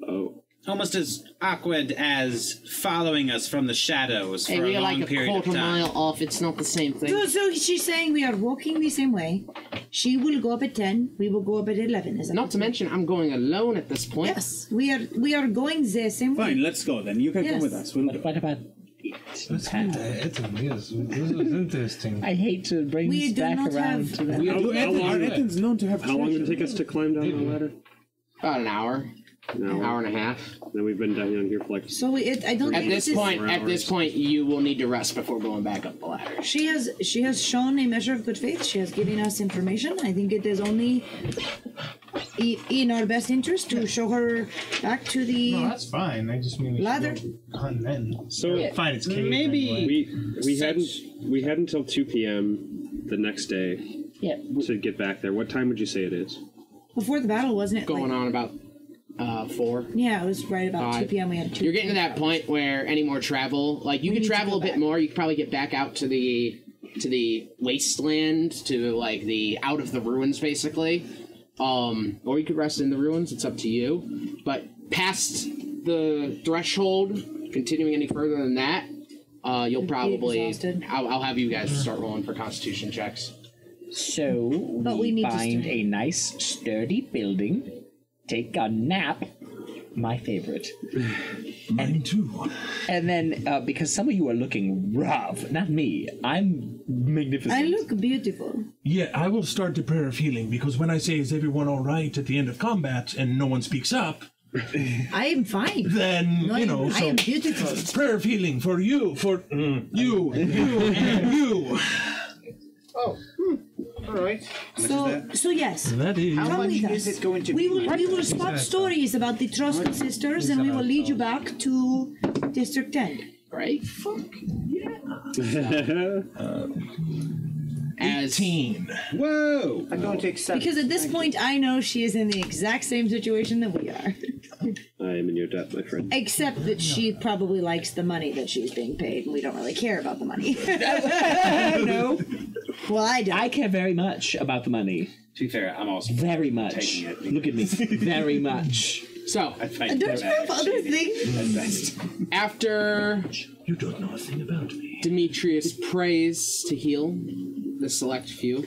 Speaker 82: Oh. Almost as awkward as following us from the shadows
Speaker 2: Hey,
Speaker 82: for
Speaker 2: we
Speaker 82: a
Speaker 2: are
Speaker 82: long
Speaker 2: like a
Speaker 82: period
Speaker 2: quarter
Speaker 82: of time.
Speaker 2: mile off. It's not the same thing.
Speaker 4: So, so she's saying we are walking the same way. She will go up at ten. We will go up at eleven. Is that
Speaker 2: Not to mention, I'm going alone at this point.
Speaker 4: Yes, we are. We are going the same way.
Speaker 13: Fine, let's go then. You can come
Speaker 4: Yes.
Speaker 13: with us. We'll
Speaker 15: What about
Speaker 6: That's good. Eton, yes. This was interesting.
Speaker 9: I hate to bring
Speaker 6: We
Speaker 9: this
Speaker 6: do
Speaker 9: back
Speaker 6: not
Speaker 9: around
Speaker 6: have-
Speaker 9: to that.
Speaker 6: We How- do how Eton. long- Eton's
Speaker 13: known to have
Speaker 14: How long did it take us to climb down the ladder?
Speaker 2: About an hour.
Speaker 14: An
Speaker 2: hour and a half.
Speaker 14: Then we've been down here for like.
Speaker 4: So it, I don't
Speaker 2: At
Speaker 4: think
Speaker 2: this
Speaker 4: is-
Speaker 2: point, at this point, you will need to rest before going back up the ladder.
Speaker 4: She has she has shown a measure of good faith. She has given us information. I think it is only i- in our best interest to show her back to the.
Speaker 31: No, Oh, that's fine. I just mean we should
Speaker 4: Lather.
Speaker 31: go hunt then.
Speaker 14: So
Speaker 31: find its cave. anyway.
Speaker 14: we we hadn't we had until two p.m. the next day.
Speaker 4: Yeah.
Speaker 14: To get back there, what time would you say it is?
Speaker 4: Before the battle, wasn't it?
Speaker 2: Going
Speaker 4: like,
Speaker 2: on about uh, four.
Speaker 4: Yeah, it was right about
Speaker 2: Five.
Speaker 4: two p.m. We had two.
Speaker 2: You're getting to that point where any more travel, like you could travel a bit more. You could probably get back out to the to the wasteland, to like the out of the ruins, basically. Um, or you could rest in the ruins. It's up to you. But past the threshold, continuing any further than that, uh, you'll probably. I'll, I'll have you guys start rolling for Constitution checks.
Speaker 9: So
Speaker 2: But
Speaker 9: we,
Speaker 2: we need to
Speaker 9: find
Speaker 2: stay.
Speaker 9: a nice sturdy building, take a nap, my favorite.
Speaker 30: Mine too.
Speaker 9: And then uh, because some of you are looking rough, not me. I'm magnificent.
Speaker 4: I look beautiful.
Speaker 30: Yeah, I will start the prayer of healing because when I say, is everyone all right at the end of combat and no one speaks up,
Speaker 4: I am fine.
Speaker 30: Then,
Speaker 4: No, I
Speaker 30: you
Speaker 4: am-
Speaker 30: know,
Speaker 4: I
Speaker 30: so
Speaker 4: am beautiful.
Speaker 30: prayer of healing for you, for mm, you, you, and you.
Speaker 8: Oh, all right.
Speaker 4: So so yes.
Speaker 30: That is.
Speaker 8: How
Speaker 4: Come
Speaker 8: much
Speaker 4: with
Speaker 8: is
Speaker 4: us.
Speaker 8: it going to
Speaker 4: we
Speaker 8: be?
Speaker 4: will we will
Speaker 8: Exactly.
Speaker 4: spot stories about the Trost sisters, and we will lead you back to District Ten.
Speaker 2: Right.
Speaker 4: Fuck.
Speaker 30: Eighteen.
Speaker 8: Whoa! I'm going to accept.
Speaker 4: Because at this point, I know she is in the exact same situation that we are,
Speaker 14: I am in your debt, my friend.
Speaker 4: except that she probably likes the money that she's being paid, and we don't really care about the money.
Speaker 9: no.
Speaker 4: Well, I
Speaker 9: I care very much about the money.
Speaker 82: To be fair, I'm also
Speaker 9: very much.
Speaker 82: taking it.
Speaker 9: Look at me, very much.
Speaker 2: So,
Speaker 82: I
Speaker 9: Uh,
Speaker 82: find that
Speaker 9: don't you have other
Speaker 2: things? After
Speaker 30: you don't know a thing about me.
Speaker 2: Demetrius prays to heal the select few.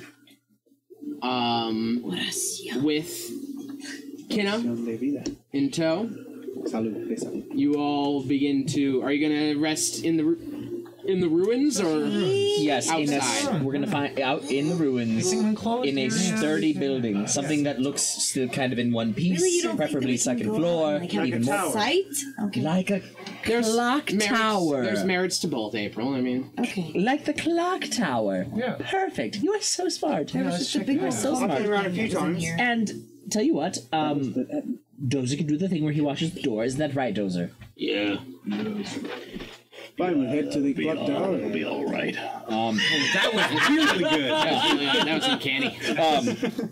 Speaker 2: Um, with Kina in tow. You all begin to. Are you gonna rest in the ru- in the ruins or
Speaker 9: Yes, in
Speaker 2: outside?
Speaker 9: a, we're gonna find out in the ruins, in a sturdy building, something that looks still kind of in one piece,
Speaker 4: Really, you don't think that
Speaker 9: preferably
Speaker 4: we can
Speaker 9: second
Speaker 4: go
Speaker 9: floor,
Speaker 4: on, like, have
Speaker 9: even
Speaker 4: a
Speaker 9: more
Speaker 4: Site? Okay.
Speaker 9: Like a
Speaker 2: There's
Speaker 9: clock
Speaker 2: merits-
Speaker 9: tower.
Speaker 2: There's merits to both, April. I mean,
Speaker 4: Okay.
Speaker 9: Like the clock tower.
Speaker 2: Yeah.
Speaker 9: Perfect. You are so smart.
Speaker 2: Yeah,
Speaker 9: You are
Speaker 2: let's
Speaker 9: such a
Speaker 2: check
Speaker 9: big-
Speaker 2: it
Speaker 9: you are
Speaker 2: out.
Speaker 9: so
Speaker 2: I've been
Speaker 9: smart.
Speaker 2: around a few times.
Speaker 9: And tell you what, um, Dozer can do the thing where he washes the door. Isn't that right, Dozer?
Speaker 14: Yeah.
Speaker 9: Fine, we'll head to the clock tower.
Speaker 14: It'll be all right.
Speaker 9: Um,
Speaker 14: that was really good.
Speaker 2: That was really- that was uncanny.
Speaker 9: Um,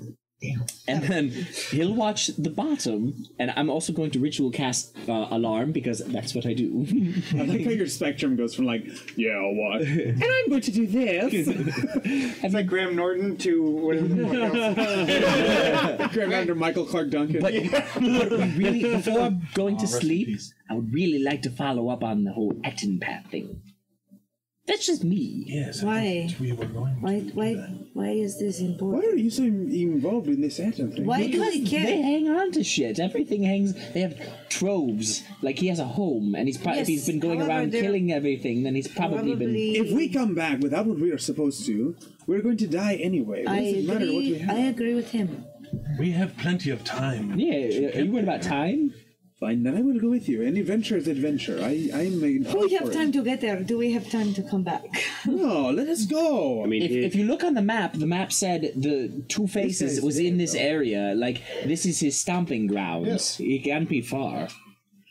Speaker 9: and then he'll watch the bottom, and I'm also going to ritual cast uh, alarm because that's what I do. I like how your spectrum goes from like, yeah, I'll watch, and I'm going to do this.
Speaker 8: It's like Graham Norton to whatever the fuck else. Graham Norton to Michael Clark Duncan.
Speaker 9: But, but really, before I'm going to sleep, I would really like to follow up on the whole Etten Pat thing. That's just me.
Speaker 30: Yes.
Speaker 4: Why?
Speaker 30: We were going.
Speaker 4: Why? Why? Why is this important?
Speaker 13: Why are you so involved in this atom thing?
Speaker 4: Why do I care?
Speaker 9: They hang on to shit. Everything hangs. They have troves. Like he has a home, and he's probably if he's
Speaker 13: Yes,
Speaker 9: been going
Speaker 13: however,
Speaker 9: around
Speaker 13: they're-
Speaker 9: killing everything. Then he's probably, been.
Speaker 13: If we come back without what we are supposed to, we're going to die anyway. What
Speaker 4: I
Speaker 13: does it matter what we
Speaker 4: agree.
Speaker 13: have?
Speaker 4: I agree with him.
Speaker 30: We have plenty of time.
Speaker 9: Yeah, are you worried about time?
Speaker 13: Fine, then I will go with you. Any venture is adventure. I, I made.
Speaker 4: We have time to get there. Do we have time to come back?
Speaker 13: No, let us go. I
Speaker 9: mean, if, if you look on the map, the map said the Two Faces was in this area. Like this is his stomping grounds. He can't be far.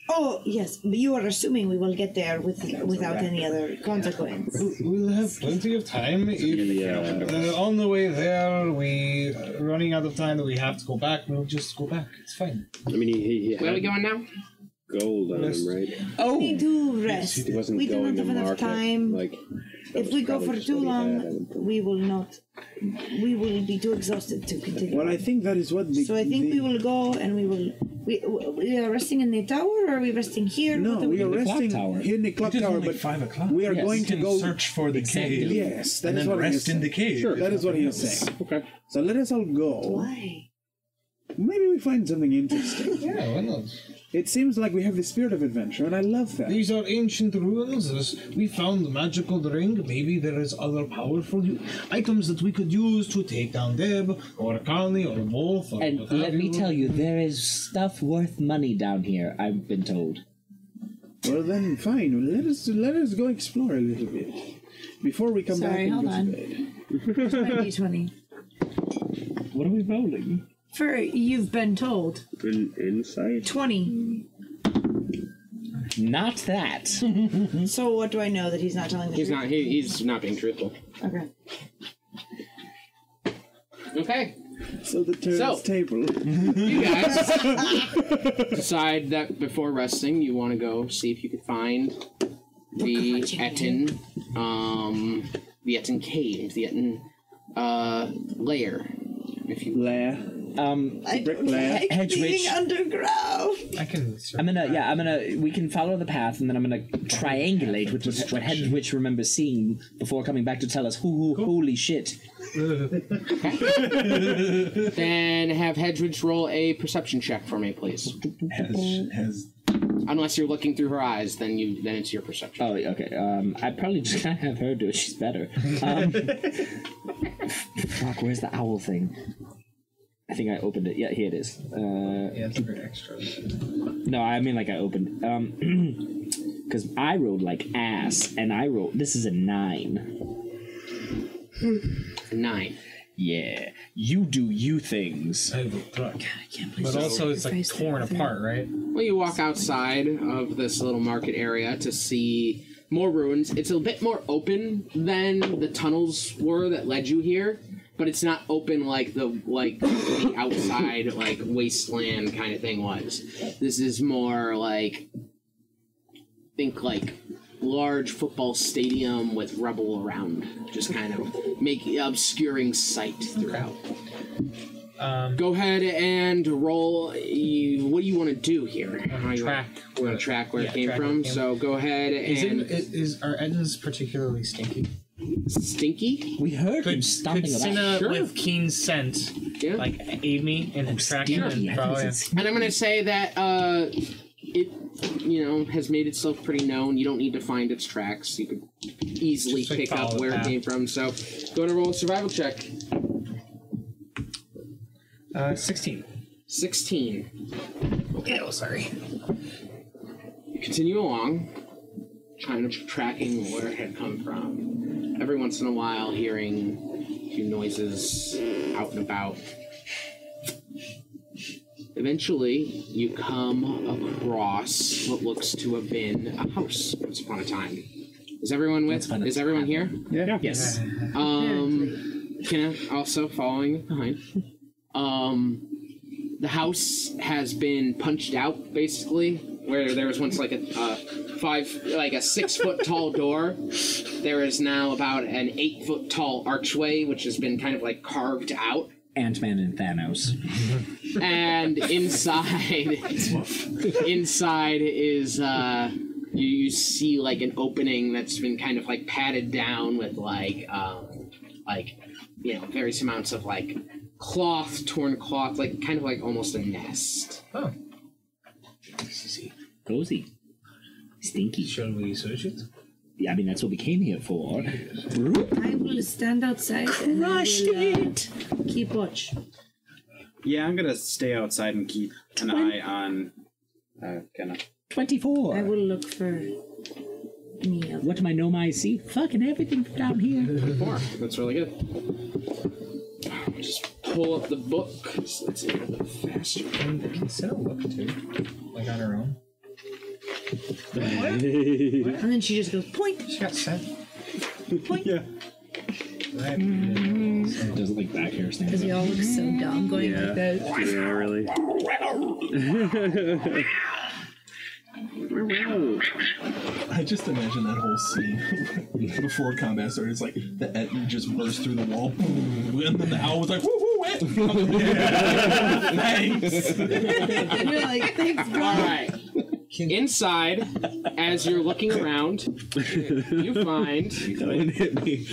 Speaker 4: Oh yes, but you are assuming we will get there with, without any other consequence.
Speaker 6: We'll have plenty of time if uh, on the way there we
Speaker 8: uh,
Speaker 6: running out of time that we have to go back. We'll just go back. It's fine.
Speaker 14: I mean, he, he, he
Speaker 6: Where
Speaker 14: had
Speaker 6: are we
Speaker 2: going now?
Speaker 14: Gold on him, right?
Speaker 9: Oh,
Speaker 4: we do rest.
Speaker 14: He wasn't
Speaker 4: we do
Speaker 14: going
Speaker 4: not have
Speaker 14: to
Speaker 4: enough
Speaker 14: market.
Speaker 4: time.
Speaker 14: Like, that
Speaker 4: if
Speaker 14: was
Speaker 4: we go
Speaker 14: probably
Speaker 4: for
Speaker 14: just
Speaker 4: too
Speaker 14: what he had.
Speaker 4: long, we will not. We will be too exhausted to continue.
Speaker 13: Well, I think that is what. The,
Speaker 4: so I think we will go and we will. We, we are resting in the tower, or are we resting here?
Speaker 13: No,
Speaker 4: What are
Speaker 13: we are resting
Speaker 4: tower.
Speaker 13: here in the clock tower, but
Speaker 30: five o'clock.
Speaker 13: we are
Speaker 30: Yes.
Speaker 13: going
Speaker 30: We
Speaker 13: to
Speaker 30: can
Speaker 13: go
Speaker 30: search for the Exactly. cave
Speaker 13: Yes, that
Speaker 30: and
Speaker 13: is
Speaker 30: then
Speaker 13: what he
Speaker 30: rest
Speaker 13: was
Speaker 30: in
Speaker 13: saying.
Speaker 30: the cave.
Speaker 13: Sure, that is what he
Speaker 30: Yes.
Speaker 13: was saying. Okay. So let us all go. Why? maybe we find something interesting.
Speaker 32: Yeah, why not?
Speaker 13: It seems like we have the spirit of adventure, and I love that.
Speaker 32: These are ancient ruins. There's, we found the magical ring. Maybe there is other powerful u- items that we could use to take down Deb or Connie or Wolf. Or
Speaker 9: And
Speaker 32: what have
Speaker 9: let me tell you, there is stuff worth money down here. I've been told.
Speaker 13: Well then, fine. Let us let us go explore a little bit before we come
Speaker 4: Sorry,
Speaker 13: back
Speaker 4: hold
Speaker 13: and go
Speaker 4: on.
Speaker 13: to bed.
Speaker 4: Here's my d20.
Speaker 13: What are we rolling?
Speaker 4: For you've been told.
Speaker 82: An insight?
Speaker 4: 20.
Speaker 9: Not that.
Speaker 4: so what do I know that he's not telling the
Speaker 2: He's
Speaker 4: truth?
Speaker 2: not. He, he's not being truthful.
Speaker 4: Okay.
Speaker 2: Okay.
Speaker 13: So the turns
Speaker 2: So-
Speaker 13: table.
Speaker 2: You guys decide that before resting, you want to go see if you can find the Etin, um, the Etin cave, the Etin uh, lair. If you
Speaker 13: lair,
Speaker 9: um, Brick lair. Hedgewitch.
Speaker 4: underground.
Speaker 9: I can. I'm gonna. Yeah, I'm gonna. We can follow the path, and then I'm gonna triangulate with what, what Hedwitch remembers seeing before coming back to tell us. Hoo hoo! Holy shit!
Speaker 2: then have Hedwig roll a perception check for me, please. Unless you're looking through her eyes, then you then it's your perception. Uh,
Speaker 9: Oh, okay. Um, I probably just gotta have her do it. She's better. Um, fuck. Where's the owl thing? I think I opened it. Yeah, here it is. Uh, yeah, it's very extra. No, I mean like I opened. Um, because I rolled like ass, and I rolled. This is a nine.
Speaker 2: Nine.
Speaker 9: Yeah, you do you things. I
Speaker 31: But also, it's like torn apart, right?
Speaker 2: Well, you walk outside of this little market area to see more ruins. It's a bit more open than the tunnels were that led you here, but it's not open like the like the outside like wasteland kind of thing was. This is more like think like large football stadium with rubble around, just kind of make obscuring sight throughout.
Speaker 31: Um,
Speaker 2: Go ahead and roll. You, what do you want to do here? How you wanna- you wanna track where
Speaker 31: yeah,
Speaker 2: it came
Speaker 31: track where
Speaker 2: from.
Speaker 31: it came.
Speaker 2: So go ahead
Speaker 31: Is, it,
Speaker 2: and
Speaker 31: is, is are Edens particularly stinky?
Speaker 2: Stinky?
Speaker 9: We heard
Speaker 31: could,
Speaker 9: him stomping
Speaker 31: could
Speaker 9: about.
Speaker 31: Cinna
Speaker 9: Sure.
Speaker 31: with keen scent, like aid me in
Speaker 9: Oh,
Speaker 31: tracking
Speaker 2: stinky.
Speaker 31: and probably.
Speaker 2: And I'm gonna say that uh, it, you know, has made itself pretty known. You don't need to find its tracks. You could easily
Speaker 31: Just, like,
Speaker 2: pick
Speaker 31: follow
Speaker 2: up
Speaker 31: the
Speaker 2: where it
Speaker 31: path.
Speaker 2: came from. So go to roll a survival check.
Speaker 31: Uh, Sixteen.
Speaker 2: Sixteen.
Speaker 31: Oh, sorry.
Speaker 2: You continue along, trying to tracking where it had come from. Every once in a while, hearing a few noises out and about. Eventually, you come across what looks to have been a house once upon a time. Is everyone with? Is everyone here?
Speaker 9: Yeah. Yes.
Speaker 2: Um, Kenna also following behind. Um, the house has been punched out basically. Where there was once like a uh, five, like a six foot tall door, there is now about an eight foot tall archway, which has been kind of like carved out.
Speaker 9: Ant Man and Thanos.
Speaker 2: And inside, inside is uh, you, you see like an opening that's been kind of like padded down with like um, like you know various amounts of like cloth, torn cloth, like kind of like almost a nest.
Speaker 31: Oh.
Speaker 9: Cozy. Stinky. Shall we search it? Yeah, I mean that's what we came here for. Broop.
Speaker 4: I will stand outside and I
Speaker 9: Crushed
Speaker 4: will, it. keep watch.
Speaker 82: Yeah, I'm gonna stay outside and keep an eye on. Uh, Kenna.
Speaker 9: 24.
Speaker 4: I will look for Neil.
Speaker 9: What my no eyes see? Fucking everything down here.
Speaker 2: Four. That's really good. Just pull up the book. Let's see a little faster.
Speaker 31: Can Cinna look too, like on her own?
Speaker 4: And then she just goes, point. She
Speaker 31: got sent.
Speaker 4: Point.
Speaker 82: yeah.
Speaker 9: Doesn't like back hair stand.
Speaker 17: Because we all look so dumb going like that.
Speaker 82: Yeah, really.
Speaker 87: I just imagine that whole scene before combat started. It's like the Ettin just burst through the wall, boom, and then the owl was like, "Woo woo, Ettin!" Thanks.
Speaker 4: You're like, thanks, bro.
Speaker 2: All right. Inside, as you're looking around, you find. Don't hit me.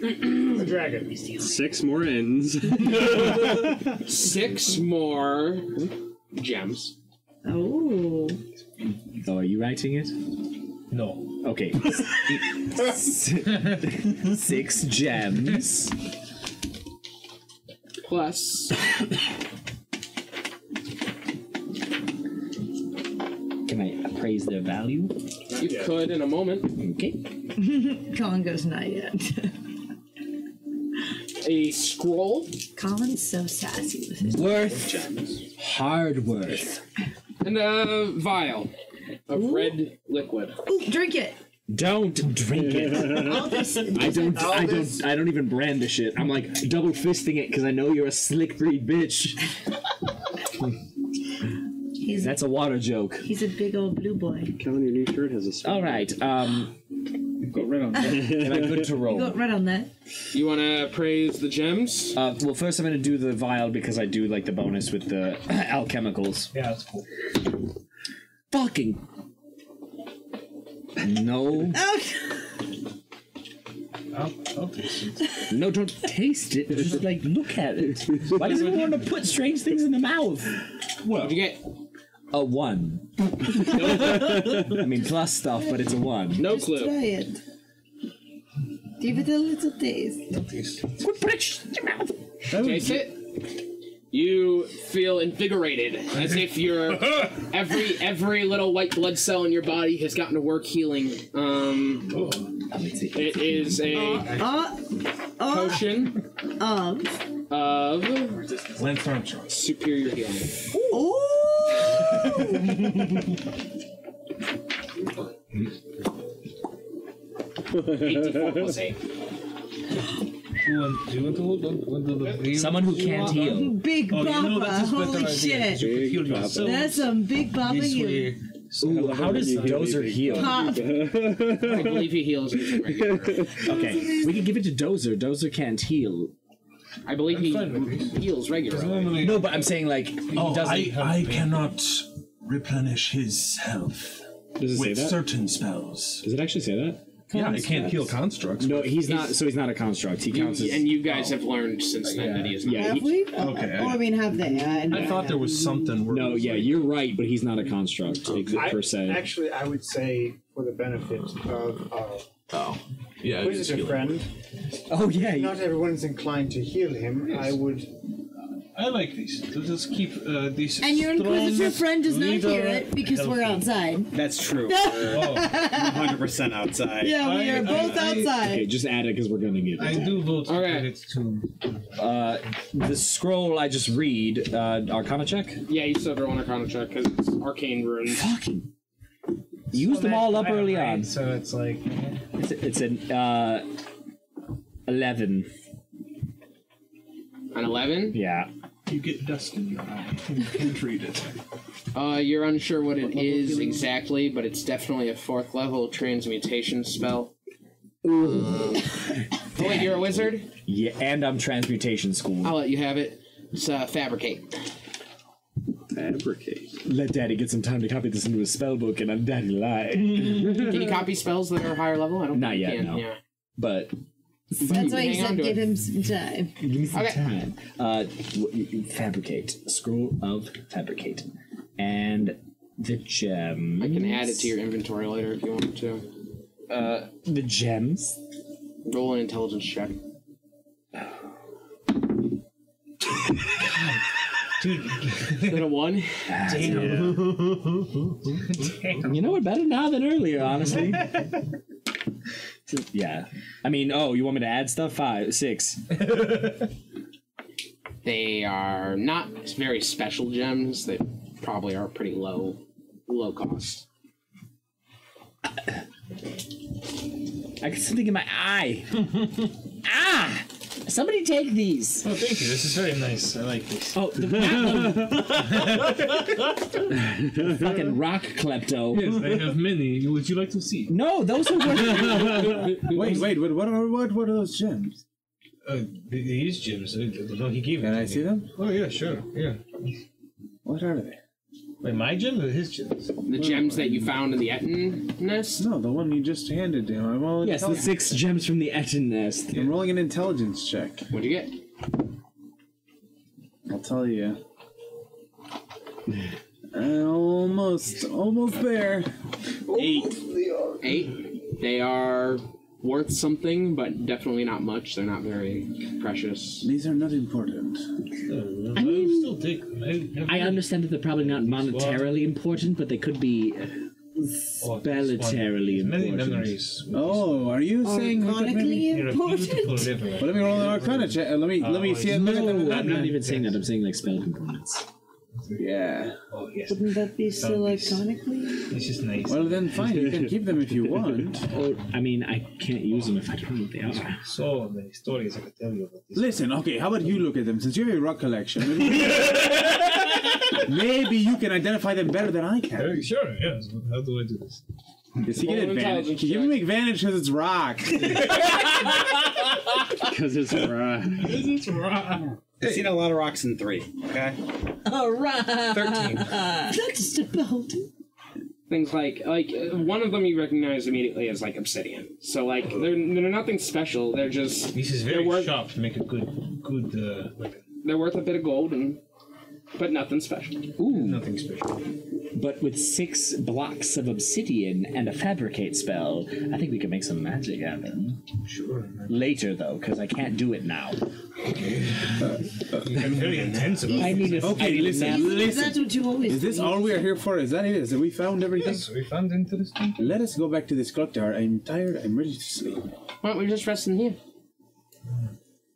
Speaker 82: the dragon.
Speaker 14: Six more ends.
Speaker 2: Six more gems.
Speaker 4: Oh.
Speaker 9: So are you writing it? No. Okay. S- Six gems.
Speaker 2: Plus.
Speaker 9: Can I appraise their value?
Speaker 2: You could in a moment.
Speaker 9: Okay.
Speaker 29: Colin goes, not yet.
Speaker 2: A scroll.
Speaker 29: Colin's so sassy with his
Speaker 9: Worth. Hard worth.
Speaker 2: And a vial of red liquid.
Speaker 29: Ooh, drink it.
Speaker 9: Don't drink it.
Speaker 29: Aldous-
Speaker 9: I don't. I
Speaker 29: Aldous.
Speaker 9: don't. I don't even brandish it. I'm like double fisting it because I know you're a slick breed bitch. That's a water joke.
Speaker 29: He's a big old blue boy.
Speaker 9: Kevin, your new shirt has a. All right. Um. You've got red on. Am I good to
Speaker 29: You
Speaker 9: roll?
Speaker 29: got red on that.
Speaker 2: You want to praise the gems?
Speaker 9: Uh, well, first I'm gonna do the vial because I do like the bonus with the alchemicals. Yeah, that's cool. Fucking. No.
Speaker 16: I'll, I'll taste it.
Speaker 9: No, don't taste it. Just like look at it. Why does everyone want to put strange things in the mouth?
Speaker 2: Well, you get
Speaker 9: a one. I mean, plus stuff, but it's a one.
Speaker 2: No
Speaker 29: Try it. Give it a little taste.
Speaker 9: Quit your mouth.
Speaker 2: Taste it. You feel invigorated, as if your every every little white blood cell in your body has gotten to work healing. Um, it is a
Speaker 3: Ah,
Speaker 2: potion
Speaker 29: Um.
Speaker 2: of Lance Armstrong superior healing. Eighty-four plus eight.
Speaker 9: Someone who can't heal.
Speaker 29: Big
Speaker 16: Oh, you
Speaker 29: Papa.
Speaker 16: know that's his better
Speaker 29: Holy
Speaker 16: idea,
Speaker 29: shit.
Speaker 16: 'cause you could heal yourself.
Speaker 29: That's some Big Papa
Speaker 16: This
Speaker 29: you.
Speaker 16: way-
Speaker 9: Ooh, how does Dozer heal?
Speaker 29: Pop.
Speaker 2: I believe he heals.
Speaker 9: okay, we can give it to Dozer. Dozer can't heal.
Speaker 2: I believe he heals regularly.
Speaker 9: No, but I'm saying like he
Speaker 30: Oh,
Speaker 9: doesn't.
Speaker 30: I, I cannot replenish his health
Speaker 9: Does it say
Speaker 30: with
Speaker 9: that?
Speaker 30: certain spells.
Speaker 9: Does it actually say that?
Speaker 30: Yeah, it can't heal constructs.
Speaker 9: No, he's not. So he's not a construct. He
Speaker 2: You-
Speaker 9: counts as. um,
Speaker 2: and you guys have learned since then that he is not.
Speaker 9: Yeah,
Speaker 2: he-
Speaker 9: he-
Speaker 3: Leave?
Speaker 9: Okay.
Speaker 3: Oh, I mean, have they? I,
Speaker 9: was something. No, Oh, yeah, you're right, but he's not a construct ex-
Speaker 8: I-
Speaker 9: per se.
Speaker 8: Actually, I would say for the benefit of. Uh,
Speaker 9: oh,
Speaker 8: yeah, who is a friend?
Speaker 9: Oh yeah.
Speaker 8: Not everyone's inclined to heal him. I would.
Speaker 30: I like these. Let us keep uh, these.
Speaker 3: And your inquisitor friend does not hear it because we're outside.
Speaker 82: That's true. Hundred percent outside.
Speaker 3: Yeah, we are both outside.
Speaker 9: Okay, just add it because we're gonna get. I do vote. All right. Uh, the scroll I just read. Uh, Arcana check.
Speaker 2: Yeah, you still have to roll an Arcana check because it's arcane runes.
Speaker 9: Fucking. Used them all up early on. So it's like. It's, it's an uh, eleven.
Speaker 2: An eleven.
Speaker 9: Yeah.
Speaker 30: You get dust in your eye. You can't read it.
Speaker 2: Uh, you're unsure what it is exactly, but it's definitely a fourth level transmutation spell.
Speaker 9: Ooh.
Speaker 2: Oh, wait, you're a wizard.
Speaker 9: Yeah, and I'm transmutation school.
Speaker 2: I'll let you have it. It's uh, fabricate.
Speaker 9: Fabricate. Let Daddy get some time to copy this into his spell book, and I'm Daddy lie.
Speaker 2: Can you copy spells that are higher level? I don't.
Speaker 9: Not
Speaker 2: think
Speaker 9: yet,
Speaker 2: you can.
Speaker 9: no.
Speaker 2: Yeah.
Speaker 9: But
Speaker 3: That's why you
Speaker 2: Hang on
Speaker 3: said
Speaker 2: to it.
Speaker 3: give him some time.
Speaker 9: give me some time. Uh, w- you- you fabricate scroll of fabricate, and the gem.
Speaker 2: I can add it to your inventory later if you want to. Uh,
Speaker 9: the gems.
Speaker 2: Roll an intelligence check.
Speaker 9: Dude,
Speaker 2: is that a one?
Speaker 9: Damn. You know what? Better now than earlier, honestly. yeah. I mean, oh, you want me to add stuff? Five, six.
Speaker 2: They are not very special gems. They probably are pretty low, low cost.
Speaker 9: I got something in my eye. ah! Somebody take these.
Speaker 16: Oh, thank you. This is very nice. I like this.
Speaker 9: Oh, the Fucking rock klepto.
Speaker 16: Yes, I have many. Would you like to see?
Speaker 9: No, those are
Speaker 16: worth-
Speaker 13: wait, wait, wait. What are what? What are those gems?
Speaker 16: Uh, these gems. Uh, No, he gave
Speaker 13: Can I see them?
Speaker 16: Oh yeah, sure. Yeah.
Speaker 13: What are they?
Speaker 6: Wait, my gems or his gems?
Speaker 2: The gems that you found in the Etten nest?
Speaker 13: No, the one you just handed to him. I'm all
Speaker 9: Yes, the six gems from the Etten nest.
Speaker 13: I'm rolling an intelligence check.
Speaker 2: What'd you get?
Speaker 13: I'll tell you. Uh, Almost, almost there.
Speaker 2: Eight. Eight. They are worth something, but definitely not much. They're not very precious.
Speaker 13: These are not important.
Speaker 9: I I understand that they're probably not monetarily important, but they could be uh, spellitarily
Speaker 6: Many
Speaker 9: important.
Speaker 6: memories.
Speaker 13: Oh, are you saying
Speaker 6: Arcanically important?
Speaker 13: Well, let me roll an Arcana check. uh, Let me let me see it.
Speaker 9: Oh, No, I'm not even saying that. I'm saying like spell components.
Speaker 13: Yeah.
Speaker 6: Oh yes.
Speaker 5: Wouldn't that be still
Speaker 9: That'd
Speaker 5: iconically?
Speaker 6: It's just nice.
Speaker 13: Well, then fine. You can keep them if you want.
Speaker 9: Or, oh, I mean, I can't use them if I don't know what they are.
Speaker 6: So many stories I could tell you about.
Speaker 13: Listen, okay, how about you look at them since you have a rock collection? maybe- Maybe you can identify them better than I can.
Speaker 6: sure, yes. but How do I do this?
Speaker 13: Does he get
Speaker 6: Roll an
Speaker 13: advantage?
Speaker 6: intelligence
Speaker 13: Give him advantage because it's rock.
Speaker 9: Because it's rock.
Speaker 88: Because it's rock. I've seen a lot of rocks in three. Okay.
Speaker 4: All right.
Speaker 88: 13.
Speaker 4: That's about.
Speaker 2: Things like like uh, one of them you recognize immediately as like obsidian. So like they're they're nothing special. They're just
Speaker 6: This is very sharp to make a good, good, uh, like
Speaker 2: they're worth a bit of gold and but nothing special.
Speaker 9: Ooh.
Speaker 6: Nothing special.
Speaker 9: But with six blocks of obsidian and a fabricate spell, I think we can make some magic happen.
Speaker 6: Sure.
Speaker 9: Later, though, because I can't do it now.
Speaker 6: I'm very intense about
Speaker 9: I need a I
Speaker 13: Okay,
Speaker 9: need a nap.
Speaker 13: listen, listen. Is this
Speaker 9: do.
Speaker 13: all we are here for? Is that it? Is that we found everything?
Speaker 6: Yes, we found interesting.
Speaker 13: Let us go back to this courtyard. I'm tired. I'm ready to sleep.
Speaker 2: Why don't we just rest in here?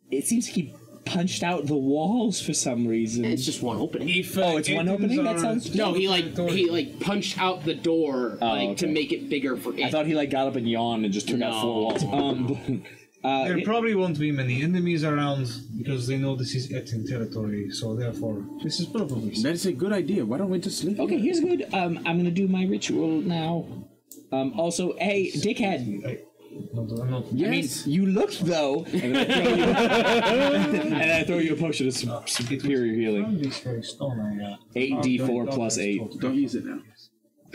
Speaker 9: It seems like he punched out the walls for some reason.
Speaker 2: It's just one opening.
Speaker 6: uh,
Speaker 9: oh, it's one opening. That sounds
Speaker 2: No, he like he like punched out the door
Speaker 9: Oh,
Speaker 2: like to
Speaker 9: okay.
Speaker 2: make it bigger for it.
Speaker 9: I thought he like got up and yawned and just took out four walls. Um, uh,
Speaker 6: there probably won't be many enemies around because they know this is Etin territory, so therefore this is probably
Speaker 13: That's a good idea. Why don't we just sleep?
Speaker 9: Okay, here's good. Um, I'm gonna do my ritual now. Um, also, hey, dickhead. I mean, you looked though, and then I throw you, and then I throw you a potion of su- superior healing.
Speaker 32: uh,
Speaker 9: Eight D four plus eight.
Speaker 13: Don't use it now.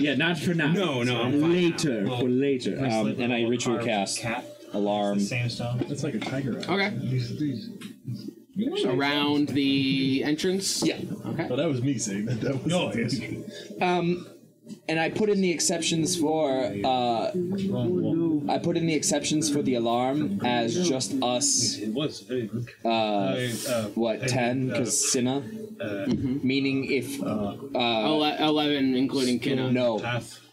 Speaker 9: Yeah, not for now.
Speaker 6: No, no, I'm fine
Speaker 9: later
Speaker 6: now.
Speaker 9: for
Speaker 6: Well,
Speaker 9: later.
Speaker 6: my
Speaker 9: Um,
Speaker 6: slip
Speaker 9: and I
Speaker 6: will
Speaker 9: ritual
Speaker 6: carve
Speaker 9: cast
Speaker 6: cat.
Speaker 9: alarm.
Speaker 6: same stone. It's like a tiger.
Speaker 2: Okay. Around the entrance? Yeah. Okay.
Speaker 9: Well, that was me saying that. That was no, Um, and I put in the exceptions for. Uh, I put in the exceptions for the alarm as just us.
Speaker 6: It was very good.
Speaker 9: Uh, what ten?
Speaker 6: uh,
Speaker 9: Because Cinna, meaning if uh,
Speaker 2: eleven, including Kinna.
Speaker 9: No,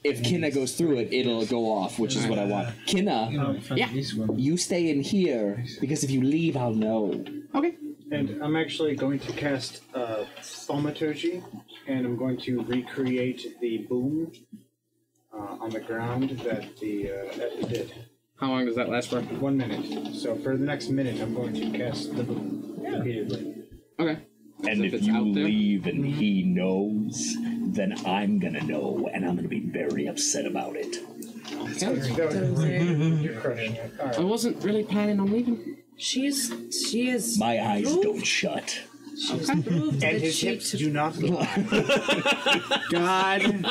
Speaker 9: if Kinna goes through it, it'll go off, which is what I want. Kinna,
Speaker 6: yeah,
Speaker 9: you stay in here because if you leave, I'll know.
Speaker 2: Okay.
Speaker 8: And I'm actually going to cast uh, Thaumaturgy, and I'm going to recreate the boom uh, on the ground that the uh, that it did.
Speaker 2: How long does that last for?
Speaker 8: One minute. So for the next minute, I'm going to cast the boom repeatedly.
Speaker 2: Okay.
Speaker 9: And if, you leave
Speaker 2: Mm-hmm.
Speaker 9: and he knows, then I'm gonna know, and I'm gonna be very upset about it.
Speaker 8: You're crushing it. All right.
Speaker 2: I wasn't really planning on leaving.
Speaker 5: She is. She is.
Speaker 9: My eyes don't shut.
Speaker 5: proved
Speaker 8: And
Speaker 5: that
Speaker 8: his
Speaker 5: she
Speaker 8: hips do not lie.
Speaker 13: God.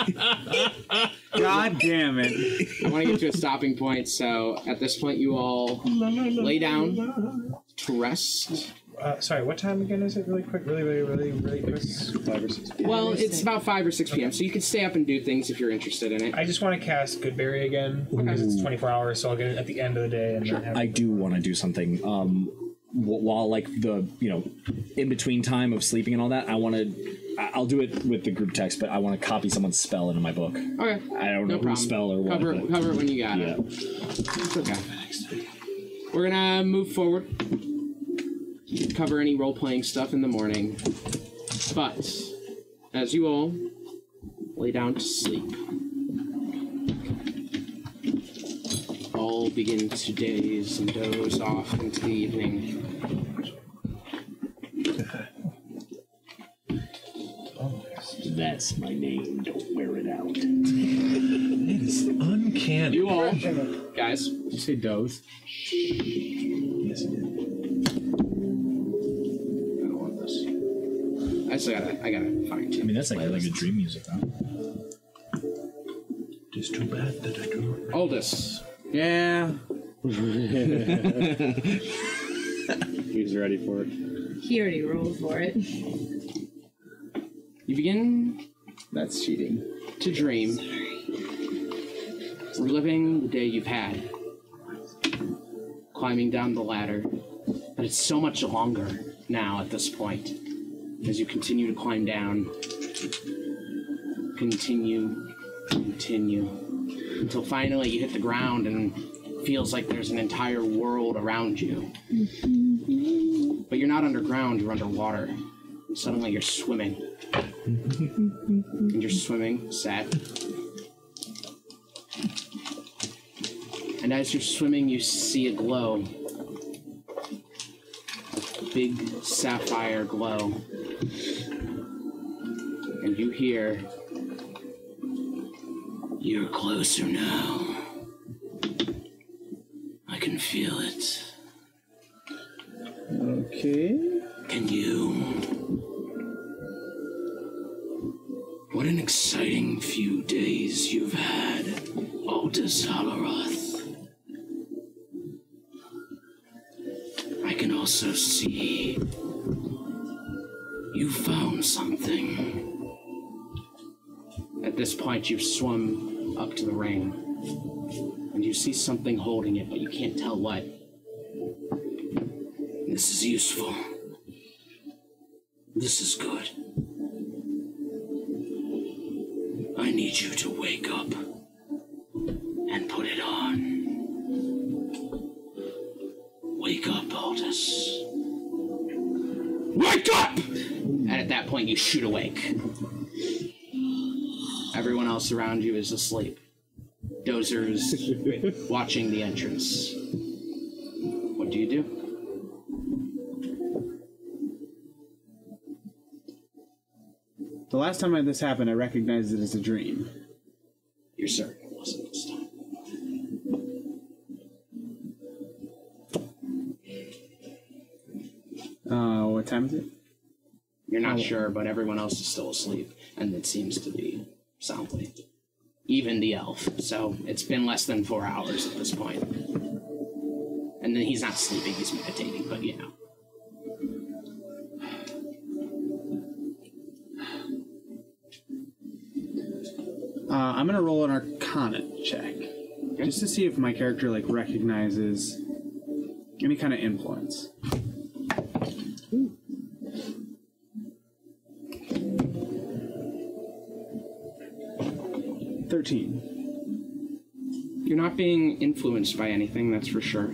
Speaker 13: God damn it.
Speaker 2: I want to get to a stopping point, so at this point, you all lay down to rest.
Speaker 6: Uh, sorry, what time again is it? Really quick, really, really, really, really quick. Five or six.
Speaker 2: Well, it's about 5 or 6 p.m., so you can stay up and do things if you're interested in it.
Speaker 6: I just want to cast Goodberry again because it's 24 hours, so I'll get it at the end of the day. And not have
Speaker 9: I do want to do something. Um, wh- while like the you know, in between time of sleeping and all that, I want to. I'll do it with the group text, but I want to copy someone's spell into my book.
Speaker 2: Okay.
Speaker 9: I don't
Speaker 2: No
Speaker 9: know whose
Speaker 2: problem.
Speaker 9: spell or what.
Speaker 2: Cover it-
Speaker 9: but-
Speaker 2: cover it when you got it.
Speaker 9: Yeah.
Speaker 2: It's okay. We're gonna move forward. Cover any role playing stuff in the morning. But as you all lay down to sleep, all begin to daze and doze off into the evening.
Speaker 9: That's my name. Don't wear it out.
Speaker 2: It
Speaker 6: is uncanny.
Speaker 2: You all, guys. You
Speaker 13: say doze.
Speaker 6: Yes,
Speaker 2: As still gotta, I gotta fine tune.
Speaker 1: I mean, that's like really good dream music, though.
Speaker 2: It's too bad that I do. Oldest. Yeah.
Speaker 14: He's ready for it.
Speaker 17: He already rolled for it.
Speaker 2: You begin. That's cheating. To dream. Reliving the day you've had. Climbing down the ladder. But it's so much longer now at this point. As you continue to climb down. Continue. Continue. Until finally you hit the ground and feels like there's an entire world around you. But you're not underground, you're underwater. Suddenly you're swimming. and you're swimming, sad. And as you're swimming, you see a glow. A big sapphire glow. And you hear. You're closer now. I can feel it.
Speaker 16: Okay.
Speaker 2: Can you? What an exciting few days you've had, Aldous Haloroth. I can also see you found something. At this point, you've swum up to the ring, and you see something holding it, but you can't tell what. This is useful. This is good. I need you to wake up and put it on. Wake up, Aldous. Wake up! And at that point, you shoot awake. Everyone else around you is asleep. Dozers watching the entrance. What do you do?
Speaker 13: The last time I- this happened, I recognized it as a dream.
Speaker 2: You're certain it wasn't this time.
Speaker 13: Uh, what time is it?
Speaker 2: You're not sure, but everyone else is still asleep, and it seems to be soundly. Even the elf. So it's been less than four hours at this point. And then he's not sleeping, he's meditating, but you know.
Speaker 13: Uh, I'm gonna roll an Arcana check, just to see if my character like recognizes any kind of influence. Thirteen.
Speaker 2: You're not being influenced by anything, that's for sure.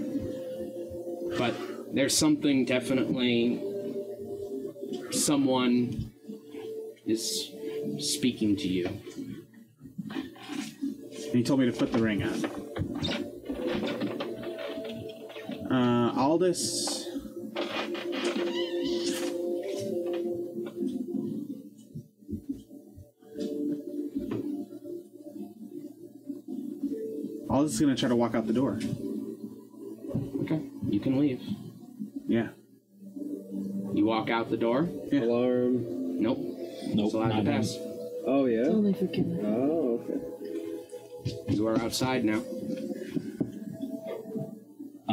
Speaker 2: But there's something definitely. Someone is speaking to you.
Speaker 13: And he told me to put the ring on. Uh, Aldous. Aldous is gonna try to walk out the door.
Speaker 2: Okay, you can leave.
Speaker 13: Yeah.
Speaker 2: You walk out the door. Alarm. Nope. Nope. It's allowed to pass.
Speaker 14: Oh yeah.
Speaker 2: only
Speaker 14: for Oh okay.
Speaker 2: You are outside now. the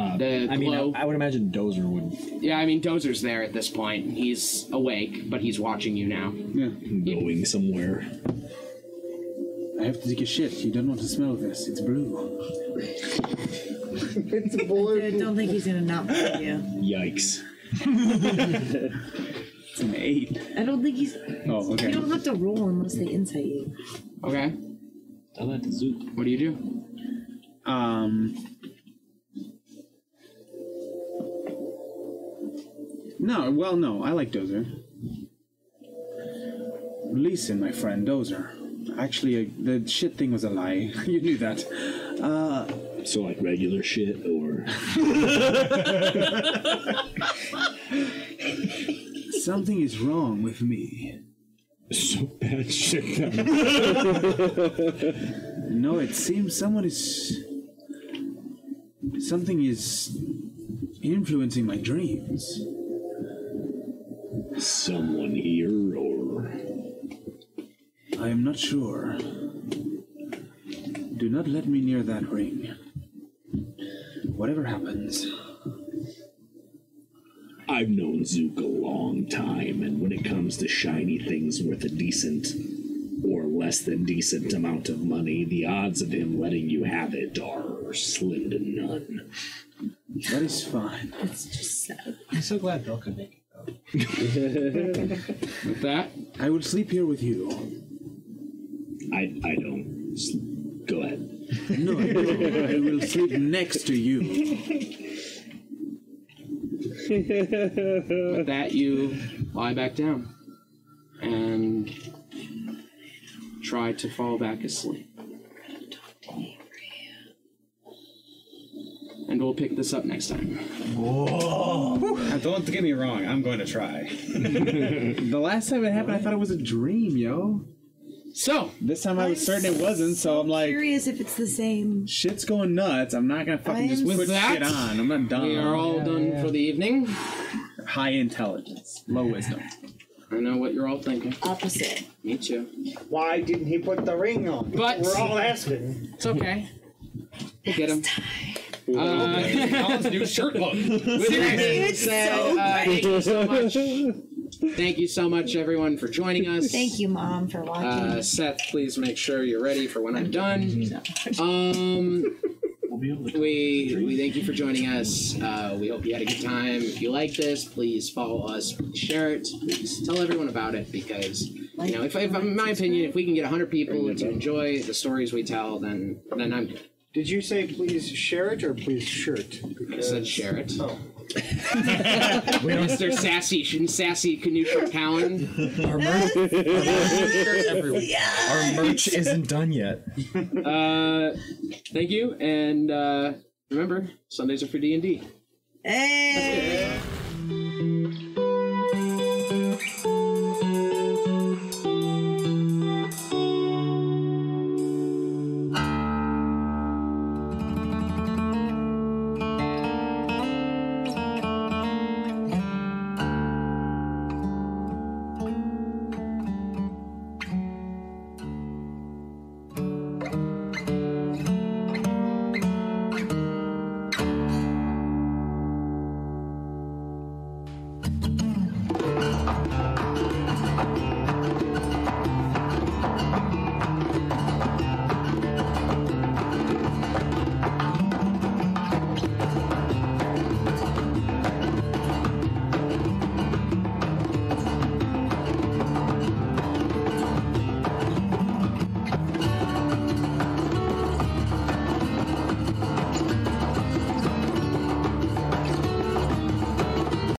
Speaker 1: Uh, I mean,
Speaker 2: glow.
Speaker 1: I, I would imagine Dozer would.
Speaker 2: Yeah, I mean Dozer's there at this point. He's awake, but he's watching you now.
Speaker 13: Yeah.
Speaker 1: Going somewhere.
Speaker 13: I have to take a shit. You don't want to smell this. It's brew.
Speaker 29: it's blue. I don't think he's gonna not believe you.
Speaker 1: Yikes.
Speaker 13: it's an eight.
Speaker 29: I don't think he's.
Speaker 13: Oh, okay.
Speaker 29: You don't have to roll unless they insight you.
Speaker 2: Okay.
Speaker 1: I like the zoo.
Speaker 2: What do you do?
Speaker 13: Um. No, well, no, I like Dozer. Listen, my friend, Dozer. Actually, uh, the shit thing was a lie. you knew that. Uh,
Speaker 1: so, like regular shit, or.
Speaker 13: Something is wrong with me.
Speaker 1: So bad shit.
Speaker 13: no, it seems someone is. Something is influencing my dreams.
Speaker 1: Someone here, or
Speaker 13: I am not sure. Do not let me near that ring. Whatever happens.
Speaker 1: I've known Zook a long time, and when it comes to shiny things worth a decent or less than decent amount of money, the odds of him letting you have it are slim to none.
Speaker 13: That is fine.
Speaker 3: It's just sad.
Speaker 13: I'm so glad Bill could make it.
Speaker 2: With that,
Speaker 13: I will sleep here with you.
Speaker 1: I I don't. S- Go ahead.
Speaker 13: No, no, I will sleep next to you.
Speaker 2: With that, you lie back down and try to fall back asleep. And we'll pick this up next time.
Speaker 82: Now, Uh, don't get me wrong. I'm going to try.
Speaker 13: the last time it happened, I thought it was a dream, yo.
Speaker 2: So
Speaker 13: this time I was certain it wasn't, so I'm like,
Speaker 29: Curious if it's the same.
Speaker 13: shit's going nuts. I'm not gonna fucking just
Speaker 2: With
Speaker 13: put
Speaker 2: that,
Speaker 13: shit on. I'm not done.
Speaker 1: Uh,
Speaker 2: We are all done for the evening.
Speaker 13: High intelligence, low wisdom.
Speaker 2: I know what you're all thinking.
Speaker 29: Opposite.
Speaker 2: Me too.
Speaker 8: Why didn't he put the ring on?
Speaker 2: But-
Speaker 8: we're all asking.
Speaker 2: It's okay. We'll get him.
Speaker 8: Okay. Colin's new shirt look.
Speaker 2: Seriously,
Speaker 8: It's so
Speaker 13: uh,
Speaker 2: thank you so much. Thank you so much, everyone, for joining us.
Speaker 29: Thank you, Mom, for watching.
Speaker 2: Uh, Seth, please make sure you're ready for when I'm done. Um, we we thank you for joining us. Uh, we hope you had a good time. If you like this, please follow us, please share it, please tell everyone about it because you know, if, if in my opinion, if we can get 100 people to enjoy the stories we tell, then then I'm good.
Speaker 8: Did you say please share it or please shirt?
Speaker 2: I said share it.
Speaker 8: Oh.
Speaker 2: Mr. Sassy, shouldn't Sassy Canusha Cowan? Our
Speaker 7: Our merch isn't done yet.
Speaker 2: Uh, thank you, and uh, remember, Sundays are for D and D.
Speaker 29: Hey.